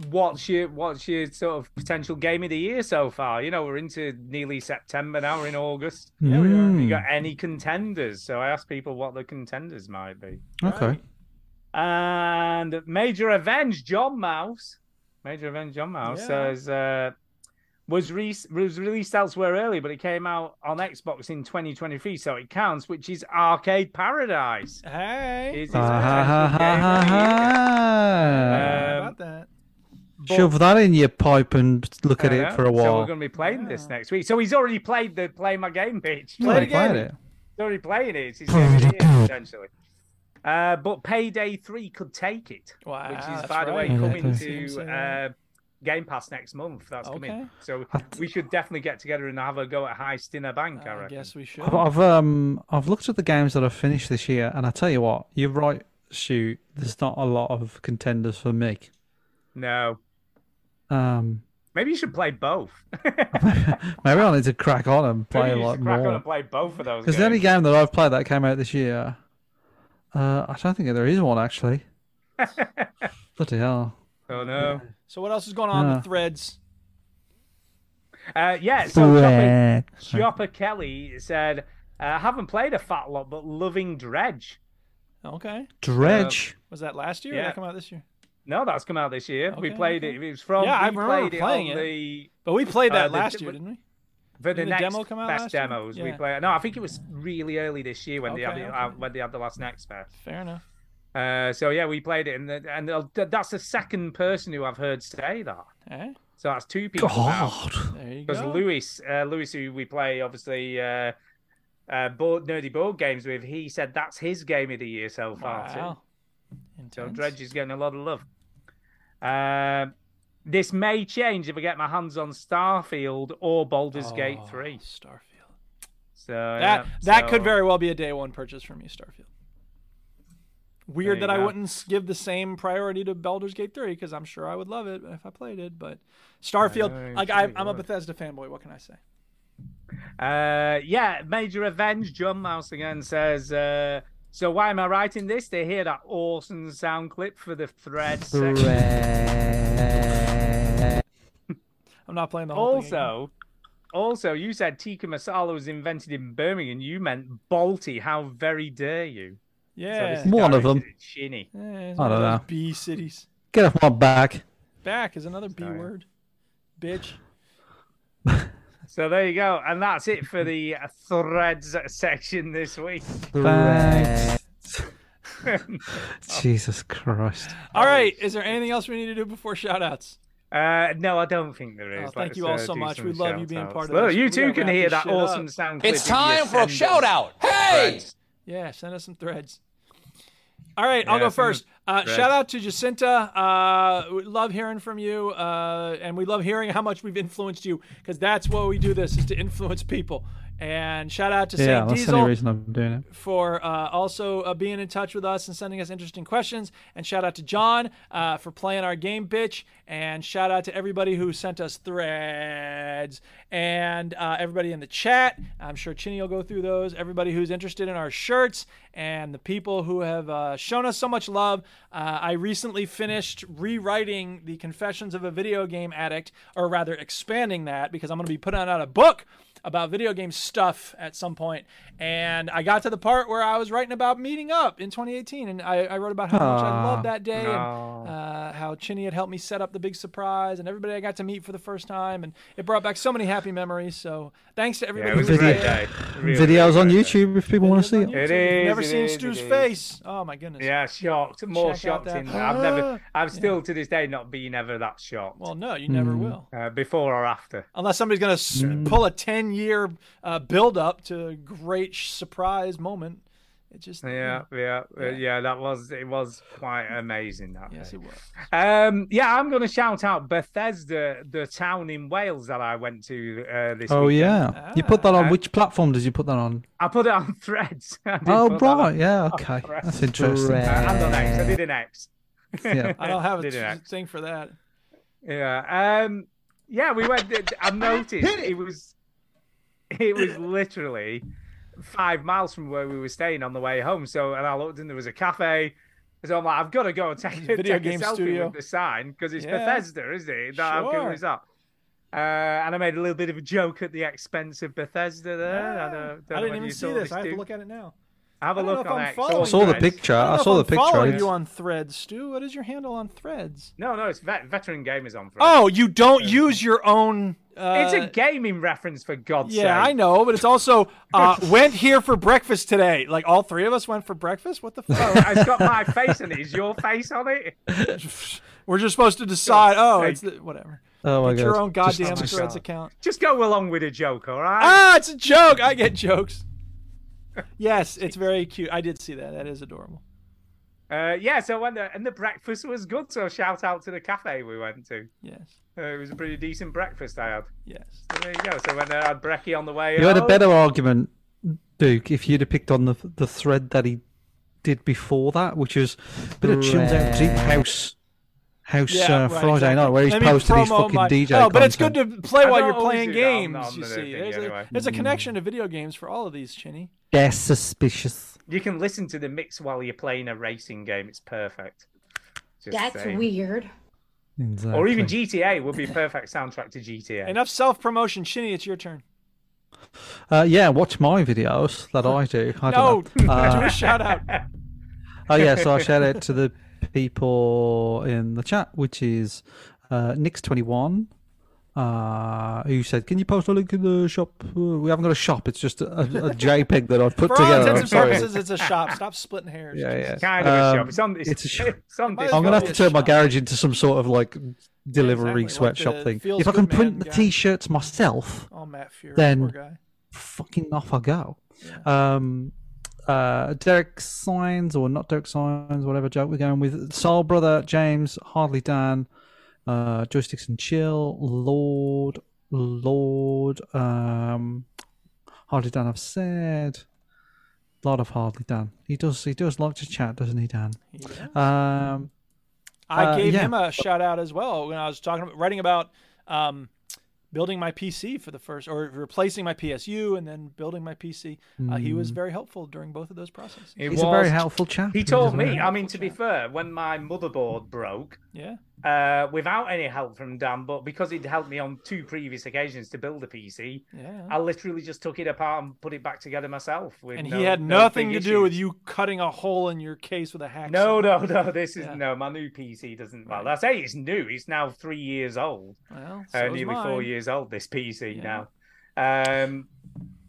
[SPEAKER 5] "What's your what's your sort of potential game of the year so far? You know, we're into nearly September now. We're in August.
[SPEAKER 4] Yeah, we are.
[SPEAKER 5] You got any contenders? So I asked people what the contenders might be.
[SPEAKER 4] Oh, Okay.
[SPEAKER 5] And Major Avenge John Mouse, Major Avenge John Mouse
[SPEAKER 1] Yeah.
[SPEAKER 5] says uh, was re- was released elsewhere early, but it came out on Xbox in 2023, so it counts, which is Arcade Paradise.
[SPEAKER 1] Hey,
[SPEAKER 5] is his
[SPEAKER 4] Ha, Ah, ha, ha,
[SPEAKER 5] potential game of
[SPEAKER 4] ha,
[SPEAKER 5] the year.
[SPEAKER 4] ha,
[SPEAKER 5] Um,
[SPEAKER 1] How about that.
[SPEAKER 4] ha. Shove that in your pipe and look at
[SPEAKER 5] I
[SPEAKER 4] it
[SPEAKER 5] know.
[SPEAKER 4] for a
[SPEAKER 5] So
[SPEAKER 4] while.
[SPEAKER 5] we're going to be playing this next week. So he's already played the play my game pitch.
[SPEAKER 4] No, he played it.
[SPEAKER 5] He's already playing it. It's his game of the year, potentially. Uh, but Payday 3 could take it,
[SPEAKER 1] wow,
[SPEAKER 5] which is,
[SPEAKER 1] Ah, that's
[SPEAKER 5] by the
[SPEAKER 1] right.
[SPEAKER 5] way,
[SPEAKER 1] Yeah,
[SPEAKER 5] coming
[SPEAKER 1] that's-
[SPEAKER 5] to
[SPEAKER 1] Same, same.
[SPEAKER 5] uh, Game Pass next month. That's
[SPEAKER 1] Okay.
[SPEAKER 5] coming. So we should definitely get together and have a go at Heist in a Bank, I reckon.
[SPEAKER 1] Yes, we should.
[SPEAKER 4] I've, I've um I've looked at the games that I've finished this year, and I tell you what, you're right, Stu. There's not a lot of contenders for me.
[SPEAKER 5] No.
[SPEAKER 4] Um,
[SPEAKER 5] Maybe you should play both.
[SPEAKER 4] maybe I need to crack on and play
[SPEAKER 5] Maybe *laughs* you
[SPEAKER 4] like
[SPEAKER 5] should crack on
[SPEAKER 4] more.
[SPEAKER 5] and play both of those
[SPEAKER 4] Because the only
[SPEAKER 5] games.
[SPEAKER 4] game that I've played that came out this year, uh, I don't think there is
[SPEAKER 5] *laughs*
[SPEAKER 4] one actually. Bloody hell!
[SPEAKER 5] Oh, no.
[SPEAKER 1] So what else is going on
[SPEAKER 4] Yeah.
[SPEAKER 1] with threads?
[SPEAKER 5] Uh, yeah, so Chopper,
[SPEAKER 4] Threat.
[SPEAKER 5] Chopper Kelly said, uh, haven't played a fat lot, but loving Dredge.
[SPEAKER 1] Okay.
[SPEAKER 4] Dredge.
[SPEAKER 1] Was that last year? Or did
[SPEAKER 5] Yeah.
[SPEAKER 1] that come out this year?
[SPEAKER 5] No, that's come out this year. we
[SPEAKER 1] Okay,
[SPEAKER 5] played
[SPEAKER 1] okay.
[SPEAKER 5] it. It was from.
[SPEAKER 1] Yeah, I
[SPEAKER 5] we
[SPEAKER 1] remember
[SPEAKER 5] played
[SPEAKER 1] playing
[SPEAKER 5] it.
[SPEAKER 1] it.
[SPEAKER 5] On the,
[SPEAKER 1] But we played that
[SPEAKER 5] uh, the-
[SPEAKER 1] last year, didn't we?
[SPEAKER 5] For the
[SPEAKER 1] Didn't the
[SPEAKER 5] next
[SPEAKER 1] demo come out
[SPEAKER 5] Fest
[SPEAKER 1] last year?
[SPEAKER 5] demos, we
[SPEAKER 1] Yeah.
[SPEAKER 5] played. No, I think it was really early this year when they had
[SPEAKER 1] Okay,
[SPEAKER 5] it,
[SPEAKER 1] okay.
[SPEAKER 5] uh, when they had the last Next Fest.
[SPEAKER 1] Fair enough.
[SPEAKER 5] Uh, so yeah, we played it, and the, and the, that's the second person who I've heard say that.
[SPEAKER 1] Eh?
[SPEAKER 5] So that's two people.
[SPEAKER 1] There you
[SPEAKER 5] Because
[SPEAKER 1] go.
[SPEAKER 5] Lewis, uh, Lewis, who we play obviously uh, uh, board, nerdy board games with, he said that's his game of the year so far. too.
[SPEAKER 1] Wow.
[SPEAKER 5] So
[SPEAKER 1] Intense.
[SPEAKER 5] Dredge is getting a lot of love. Um, this may change if I get my hands on Starfield or Baldur's Gate
[SPEAKER 1] Oh,
[SPEAKER 5] 3.
[SPEAKER 1] Starfield.
[SPEAKER 5] So
[SPEAKER 1] that
[SPEAKER 5] yeah,
[SPEAKER 1] that
[SPEAKER 5] so-
[SPEAKER 1] could very well be a day one purchase for me, Starfield. Weird
[SPEAKER 5] There
[SPEAKER 1] that
[SPEAKER 5] you
[SPEAKER 1] I
[SPEAKER 5] go.
[SPEAKER 1] wouldn't s- give the same priority to Baldur's Gate 3 because I'm sure I would love it if I played it. But Starfield,
[SPEAKER 5] know, I'm
[SPEAKER 1] like
[SPEAKER 5] sure
[SPEAKER 1] I,
[SPEAKER 5] you
[SPEAKER 1] I'm a
[SPEAKER 5] would.
[SPEAKER 1] Bethesda fanboy. What can I say?
[SPEAKER 5] Uh, yeah, Major Avenge, John Mouse again says, uh, so why am I writing this? They hear that awesome sound clip for the thread section.
[SPEAKER 1] I'm not playing the whole thing. again.
[SPEAKER 5] Also, also, you said tikka masala was invented in Birmingham. You meant Balti. How very dare you?
[SPEAKER 1] Yeah.
[SPEAKER 5] this is
[SPEAKER 4] One of
[SPEAKER 5] directed
[SPEAKER 4] them.
[SPEAKER 5] at Shinny.
[SPEAKER 1] Eh, it's
[SPEAKER 4] I
[SPEAKER 1] one of
[SPEAKER 4] don't
[SPEAKER 1] those
[SPEAKER 4] know.
[SPEAKER 1] B cities.
[SPEAKER 4] Get off my back.
[SPEAKER 1] Back is another B word. Bitch.
[SPEAKER 5] So there you go, and that's it for the uh, threads section this week.
[SPEAKER 4] Thanks. Jesus Christ.
[SPEAKER 1] All right. Is there anything else we need to do before shoutouts?
[SPEAKER 5] Uh, no, I don't think there
[SPEAKER 1] Oh,
[SPEAKER 5] is.
[SPEAKER 1] thank you all so much. We love you being part of
[SPEAKER 5] Look,
[SPEAKER 1] this.
[SPEAKER 5] You
[SPEAKER 1] We
[SPEAKER 5] too
[SPEAKER 1] gotta
[SPEAKER 5] can
[SPEAKER 1] wrap
[SPEAKER 5] hear
[SPEAKER 1] this
[SPEAKER 5] that
[SPEAKER 1] shit
[SPEAKER 5] awesome
[SPEAKER 1] up.
[SPEAKER 5] sound clip.
[SPEAKER 1] It's
[SPEAKER 5] if you
[SPEAKER 1] time for a
[SPEAKER 5] send us
[SPEAKER 1] shout-out.
[SPEAKER 5] threads.
[SPEAKER 1] Yeah, send us some threads. All right,
[SPEAKER 5] Yeah,
[SPEAKER 1] I'll go
[SPEAKER 5] send us
[SPEAKER 1] first. Uh,
[SPEAKER 5] threads.
[SPEAKER 1] shout out to Jacinta. Uh, we love hearing from you, uh, and we love hearing how much we've influenced you because that's what we do. This is to influence people. And shout out to
[SPEAKER 4] yeah,
[SPEAKER 1] Saint
[SPEAKER 4] that's the
[SPEAKER 1] Diesel
[SPEAKER 4] only reason I'm doing it.
[SPEAKER 1] for uh, also uh, being in touch with us and sending us interesting questions. And shout out to John uh, for playing our game, bitch. And shout out to everybody who sent us threads and uh, everybody in the chat. I'm sure Chinny will go through those. Everybody who's interested in our shirts and the people who have uh, shown us so much love. Uh, I recently finished rewriting the Confessions of a Video Game Addict, or rather expanding that because I'm going to be putting out a book about video game stuff at some point. And I got to the part where I was writing about meeting up in 2018. And I, I wrote about how much I
[SPEAKER 4] Aw.
[SPEAKER 1] loved that day
[SPEAKER 5] No.
[SPEAKER 1] and uh, how Chinny had helped me set up the big surprise and everybody I got to meet for the first time. And it brought back so many happy memories. So thanks to everybody
[SPEAKER 5] it was
[SPEAKER 1] who
[SPEAKER 5] a
[SPEAKER 1] was
[SPEAKER 5] great
[SPEAKER 1] there.
[SPEAKER 5] day. Really,
[SPEAKER 4] Videos on YouTube if people want to see
[SPEAKER 5] It
[SPEAKER 4] it.
[SPEAKER 1] You've
[SPEAKER 5] is.
[SPEAKER 1] never
[SPEAKER 5] it
[SPEAKER 1] seen
[SPEAKER 5] is, it
[SPEAKER 1] Stu's
[SPEAKER 5] is.
[SPEAKER 1] face. Oh my goodness.
[SPEAKER 5] Yeah, shocked.
[SPEAKER 1] Check
[SPEAKER 5] More
[SPEAKER 1] out
[SPEAKER 5] shocked
[SPEAKER 1] that-
[SPEAKER 5] in there. I've never.
[SPEAKER 4] Ah!
[SPEAKER 5] I've still to this day not been ever that shocked.
[SPEAKER 1] Well, no, you never
[SPEAKER 4] Hmm.
[SPEAKER 1] will.
[SPEAKER 5] Uh, before or after.
[SPEAKER 1] Unless somebody's going to s pull a 10 year uh, build up to a great sh- surprise moment. It just.
[SPEAKER 5] Yeah, yeah, yeah, yeah. That was it. Was quite amazing. That.
[SPEAKER 1] Yes, it was.
[SPEAKER 5] Um, yeah, I'm going to shout out Bethesda, the town in Wales that I went to uh, this.
[SPEAKER 4] Oh
[SPEAKER 5] weekend.
[SPEAKER 4] yeah, you put that on
[SPEAKER 5] Uh,
[SPEAKER 4] which platform did you put that on?
[SPEAKER 5] I put it on *laughs* Threads. I did
[SPEAKER 4] Oh
[SPEAKER 5] put that on-
[SPEAKER 4] right, yeah,
[SPEAKER 5] on
[SPEAKER 4] *laughs* okay,
[SPEAKER 5] Threads.
[SPEAKER 4] that's interesting.
[SPEAKER 5] Uh, and on X, I did an X.
[SPEAKER 4] Yeah.
[SPEAKER 1] I don't have a
[SPEAKER 5] Did an X.
[SPEAKER 1] t- thing for that.
[SPEAKER 5] Yeah. Um. Yeah, we went. I noticed it. was. It was literally five miles from where we were staying on the way home. So, and I looked and there was a cafe. So I'm like, I've got to go and take,
[SPEAKER 1] Video
[SPEAKER 5] take
[SPEAKER 1] game
[SPEAKER 5] a selfie
[SPEAKER 1] studio.
[SPEAKER 5] with the sign because it's
[SPEAKER 1] Yeah.
[SPEAKER 5] Bethesda, isn't it? That I've
[SPEAKER 1] Sure.
[SPEAKER 5] given this up. Uh, and I made a little bit of a joke at the expense of Bethesda there. I, don't, don't know
[SPEAKER 1] I
[SPEAKER 5] whether
[SPEAKER 1] didn't even
[SPEAKER 5] you
[SPEAKER 1] see
[SPEAKER 5] saw
[SPEAKER 1] this. I have to
[SPEAKER 5] dude.
[SPEAKER 1] look at it now.
[SPEAKER 5] Have a
[SPEAKER 1] I don't know
[SPEAKER 5] look
[SPEAKER 1] if
[SPEAKER 5] on
[SPEAKER 1] I'm
[SPEAKER 5] X.
[SPEAKER 1] following
[SPEAKER 5] or
[SPEAKER 4] I saw the
[SPEAKER 5] Threads.
[SPEAKER 4] picture. I,
[SPEAKER 1] don't know
[SPEAKER 4] saw the
[SPEAKER 1] if I'm Following
[SPEAKER 4] picture.
[SPEAKER 1] you on Threads, Stu. What is your handle on Threads?
[SPEAKER 5] No, no, it's vet- veteran gamers on. Threads.
[SPEAKER 1] Oh, you don't use your own. Uh,
[SPEAKER 5] it's a gaming reference for God's sake.
[SPEAKER 1] yeah, I know, but it's *laughs* also uh, went here for breakfast today. Like all three of us went for breakfast. *laughs* What the fuck?
[SPEAKER 5] Oh, it's got my face in it. Is your face on it?
[SPEAKER 1] We're just supposed to decide. Oh,
[SPEAKER 5] sake.
[SPEAKER 1] it's the, whatever.
[SPEAKER 4] Oh my
[SPEAKER 1] Get your
[SPEAKER 4] God.
[SPEAKER 1] own
[SPEAKER 4] Just-
[SPEAKER 1] goddamn
[SPEAKER 4] just-
[SPEAKER 1] Threads account.
[SPEAKER 5] Just go along with a joke, all right?
[SPEAKER 1] Ah, it's a joke. I get *laughs* jokes. Yes, it's very cute. I did see that. That is adorable.
[SPEAKER 4] Ah!
[SPEAKER 5] Uh, yeah, so when the, and the breakfast was good, so shout out to the cafe we went to.
[SPEAKER 1] Yes.
[SPEAKER 5] Uh, it was a pretty decent breakfast I had.
[SPEAKER 1] Yes.
[SPEAKER 5] So there you go. So when I had brekkie on the way
[SPEAKER 4] You had a
[SPEAKER 5] home-
[SPEAKER 4] better argument, Duke, if you'd have picked on the the thread that he did before that, which was a bit of chilled out deep house house
[SPEAKER 1] Yeah,
[SPEAKER 4] uh,
[SPEAKER 1] right,
[SPEAKER 4] Friday
[SPEAKER 1] exactly.
[SPEAKER 4] night where he's
[SPEAKER 1] Let me
[SPEAKER 4] posted his
[SPEAKER 1] promo
[SPEAKER 4] fucking
[SPEAKER 1] my-
[SPEAKER 4] DJ.
[SPEAKER 1] Oh, but it's good
[SPEAKER 4] content. Hmm.
[SPEAKER 1] to play
[SPEAKER 5] I
[SPEAKER 1] while
[SPEAKER 5] don't
[SPEAKER 1] you're
[SPEAKER 5] always
[SPEAKER 1] playing
[SPEAKER 5] do that. I'm
[SPEAKER 1] games.
[SPEAKER 5] not on
[SPEAKER 1] you
[SPEAKER 5] the
[SPEAKER 1] see,
[SPEAKER 5] thing
[SPEAKER 1] there's,
[SPEAKER 5] anyway.
[SPEAKER 1] a, there's a connection to video games for all of these, Chinny.
[SPEAKER 4] They're suspicious.
[SPEAKER 5] You can listen to the mix while you're playing a racing game. It's perfect. Just saying.
[SPEAKER 6] weird.
[SPEAKER 5] Or even GTA would be perfect soundtrack to GTA.
[SPEAKER 1] Enough self-promotion, Chinny. It's your turn.
[SPEAKER 4] Uh, yeah, watch my videos that I do. I
[SPEAKER 1] no,
[SPEAKER 4] don't
[SPEAKER 1] *laughs*
[SPEAKER 4] know.
[SPEAKER 1] do
[SPEAKER 4] Uh,
[SPEAKER 1] a shout
[SPEAKER 4] *laughs*
[SPEAKER 1] out.
[SPEAKER 4] oh yeah, so I shout out to the people in the chat, which is uh, Nix21, uh, who said, "Can you post a link in the shop? Uh, We haven't got a shop. It's just a, a JPEG that I've put
[SPEAKER 1] For all
[SPEAKER 4] together."
[SPEAKER 1] intents
[SPEAKER 4] I'm
[SPEAKER 1] and
[SPEAKER 4] sorry.
[SPEAKER 1] purposes, it's a shop. Stop splitting hairs.
[SPEAKER 4] Yeah, yeah.
[SPEAKER 5] Kind of a
[SPEAKER 4] Um,
[SPEAKER 5] shop. It's on. It's,
[SPEAKER 4] it's a shop.
[SPEAKER 5] it's on
[SPEAKER 1] I'm
[SPEAKER 4] I'm gonna have to
[SPEAKER 5] Discord.
[SPEAKER 4] turn my garage into some sort of like delivery
[SPEAKER 1] exactly, like
[SPEAKER 4] sweatshop
[SPEAKER 1] the
[SPEAKER 4] thing.
[SPEAKER 1] Feels
[SPEAKER 4] If I can
[SPEAKER 1] Good Man
[SPEAKER 4] print the
[SPEAKER 1] guy.
[SPEAKER 4] t-shirts myself,
[SPEAKER 1] Oh, Matt Fury, poor
[SPEAKER 4] then
[SPEAKER 1] guy.
[SPEAKER 4] fucking off I go. Um, uh, Derek Signs or not Derek Signs, whatever joke we're going with. Soul Brother, James, Hardly Dan, uh, Joysticks and Chill, Lord, Lord, um, Hardly Dan. I've said. lot of hardly Dan. He does. He does like to chat, doesn't he, Dan? Um,
[SPEAKER 1] I
[SPEAKER 4] uh,
[SPEAKER 1] gave
[SPEAKER 4] yeah.
[SPEAKER 1] him a shout out as well when I was talking about writing about um, building my PC for the first or replacing my PSU and then building my PC. Uh, he was
[SPEAKER 4] Mm.
[SPEAKER 1] very helpful during both of those processes.
[SPEAKER 5] It
[SPEAKER 4] He's a very
[SPEAKER 5] was-
[SPEAKER 4] helpful chap.
[SPEAKER 5] He
[SPEAKER 4] is,
[SPEAKER 5] told
[SPEAKER 4] isn't
[SPEAKER 5] me.
[SPEAKER 4] he?
[SPEAKER 5] I mean, to be fair, when my motherboard broke,
[SPEAKER 1] Yeah.
[SPEAKER 5] uh, without any help from Dan, but because he'd helped me on two previous occasions to build a PC,
[SPEAKER 1] Yeah.
[SPEAKER 5] I literally just took it apart and put it back together myself. With
[SPEAKER 1] Hmm. and
[SPEAKER 5] no,
[SPEAKER 1] he had
[SPEAKER 5] no
[SPEAKER 1] nothing to
[SPEAKER 5] big
[SPEAKER 1] do
[SPEAKER 5] issues.
[SPEAKER 1] with you cutting a hole in your case with a hacksaw.
[SPEAKER 5] No, no, no. This is
[SPEAKER 1] Yeah.
[SPEAKER 5] no. My new PC doesn't. Well, I say it's new. It's now three years old.
[SPEAKER 1] Well,
[SPEAKER 5] Uh,
[SPEAKER 1] so is
[SPEAKER 5] nearly four
[SPEAKER 1] mine.
[SPEAKER 5] years old. This PC now. Um,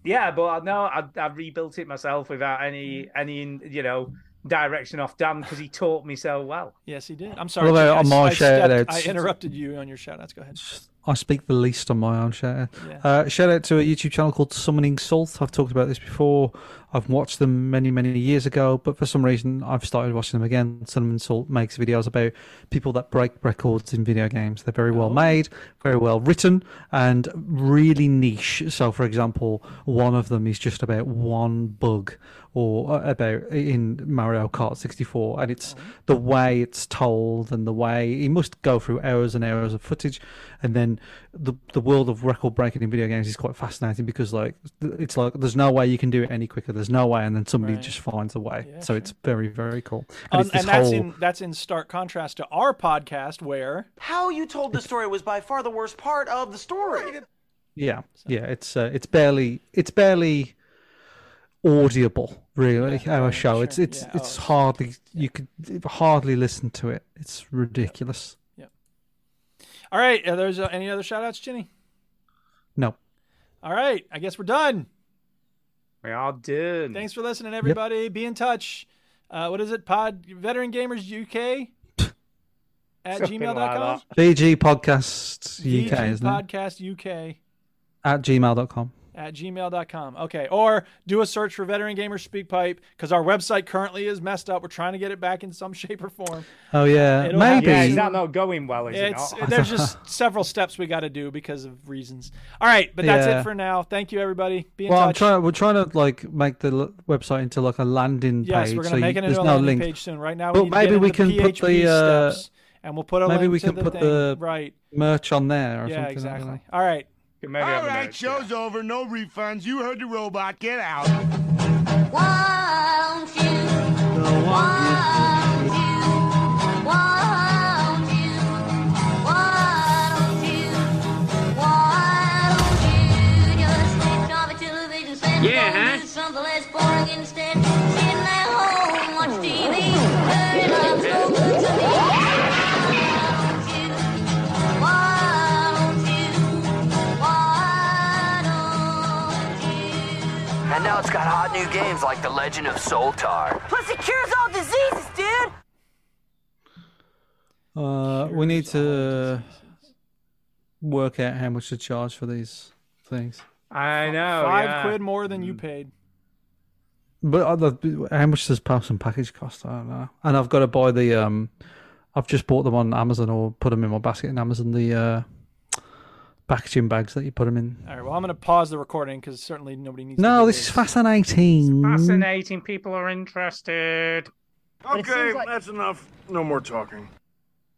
[SPEAKER 5] yeah, but I no, I, I rebuilt it myself without any any you know direction off Dan because he taught me so well.
[SPEAKER 1] Yes, he did. I'm sorry.
[SPEAKER 4] Although
[SPEAKER 1] Jake, I
[SPEAKER 4] on
[SPEAKER 1] s-
[SPEAKER 4] my
[SPEAKER 1] I,
[SPEAKER 4] shout
[SPEAKER 1] stepped-
[SPEAKER 4] outs-
[SPEAKER 1] I interrupted you on your shout outs. Go ahead.
[SPEAKER 4] I speak the least on my own shout out.
[SPEAKER 1] Yeah. Um,
[SPEAKER 4] Uh, shout out to a YouTube channel called Summoning Salt. I've talked about this before. I've watched them many, many years ago, but for some reason I've started watching them again. Summoning Salt makes videos about people that break records in video games. They're very well made, very well written, and really niche. So, for example, one of them is just about one bug or uh, about in Mario Kart 64, and it's the way it's told and the way he must go through hours and hours of footage, and then the the world of record breaking in video games is quite fascinating because like th- it's like there's no way you can do it any quicker. There's no way, and then somebody
[SPEAKER 1] Right.
[SPEAKER 4] just finds a way.
[SPEAKER 1] Yeah,
[SPEAKER 4] so it's very very cool. And,
[SPEAKER 1] Um,
[SPEAKER 4] it's this
[SPEAKER 1] and that's
[SPEAKER 4] whole-
[SPEAKER 1] in that's in stark contrast to our podcast where
[SPEAKER 7] How you told the story was by far the worst part of the story.
[SPEAKER 4] Yeah, yeah, it's uh, it's barely it's barely audible really our show it's it's
[SPEAKER 1] oh,
[SPEAKER 4] it's hardly you could hardly listen to it it's ridiculous
[SPEAKER 1] All right, are there's uh, any other shout outs, Ginny?
[SPEAKER 4] No.
[SPEAKER 1] All right, I guess we're done.
[SPEAKER 5] We are done.
[SPEAKER 1] Thanks for listening, everybody. Be in touch. Uh, what is it? Pod Veteran Gamers UK
[SPEAKER 5] *laughs*
[SPEAKER 1] at
[SPEAKER 5] Something
[SPEAKER 1] gmail.com.
[SPEAKER 5] like that.
[SPEAKER 4] bg podcast uk isn't it
[SPEAKER 1] Podcast UK
[SPEAKER 4] at gmail.com
[SPEAKER 1] at gmail.com. Okay. Or do a search for Veteran Gamers Speakpipe because our website currently is messed up. We're trying to get it back in some *laughs* shape or form.
[SPEAKER 4] oh yeah
[SPEAKER 1] It'll
[SPEAKER 4] maybe
[SPEAKER 5] Yeah, is that not going well? Is
[SPEAKER 1] It's,
[SPEAKER 5] it not?
[SPEAKER 1] there's just
[SPEAKER 5] *laughs*
[SPEAKER 1] several steps we got to do because of reasons. All right. But that's
[SPEAKER 4] Yeah.
[SPEAKER 1] it for now. Thank you, everybody. Be in
[SPEAKER 4] well i'm
[SPEAKER 1] touch.
[SPEAKER 4] trying we're trying to like make the l- website into like a landing
[SPEAKER 1] Yes,
[SPEAKER 4] page
[SPEAKER 1] we're
[SPEAKER 4] so
[SPEAKER 1] gonna
[SPEAKER 4] you,
[SPEAKER 1] make it
[SPEAKER 4] there's
[SPEAKER 1] into a
[SPEAKER 4] no
[SPEAKER 1] landing
[SPEAKER 4] link
[SPEAKER 1] page soon. Right now, we
[SPEAKER 4] but
[SPEAKER 1] need to get
[SPEAKER 4] maybe we
[SPEAKER 1] into
[SPEAKER 4] can
[SPEAKER 1] the
[SPEAKER 4] put
[SPEAKER 1] PHP
[SPEAKER 4] the uh,
[SPEAKER 1] steps, and we'll put a
[SPEAKER 4] maybe
[SPEAKER 1] link
[SPEAKER 4] we
[SPEAKER 1] to
[SPEAKER 4] can
[SPEAKER 1] the
[SPEAKER 4] put
[SPEAKER 1] thing.
[SPEAKER 4] the
[SPEAKER 1] right.
[SPEAKER 4] merch on there or
[SPEAKER 1] Yeah,
[SPEAKER 4] something I don't
[SPEAKER 1] exactly.
[SPEAKER 4] know.
[SPEAKER 1] All right.
[SPEAKER 18] All right, show's over. No refunds. You heard the robot. Get out.
[SPEAKER 6] Won't you? Won't you? Won't you? Won't you? Won't you just take off the television set and
[SPEAKER 10] Yeah,
[SPEAKER 6] go and
[SPEAKER 10] huh?
[SPEAKER 6] do something less boring instead? Sit at home and watch TV. Dirty love's no good to me. Won't you? Won't you?
[SPEAKER 19] And now it's got hot new games like The Legend of Soltar.
[SPEAKER 10] Plus, it cures all diseases, dude.
[SPEAKER 4] Uh, we need to work out how much to charge for these things.
[SPEAKER 5] I know.
[SPEAKER 1] Five
[SPEAKER 5] Oh, yeah.
[SPEAKER 1] quid more than
[SPEAKER 4] Mm.
[SPEAKER 1] you paid.
[SPEAKER 4] But other- how much does parcel and package cost? I don't know. And I've got to buy the um. I've just bought them on Amazon or put them in my basket in Amazon. The uh, packaging bags that you put them in.
[SPEAKER 1] All right. Well, I'm gonna pause the recording because certainly nobody needs.
[SPEAKER 4] No, this is fascinating.
[SPEAKER 5] Fascinating. People are interested.
[SPEAKER 16] Okay, that's enough. No more talking.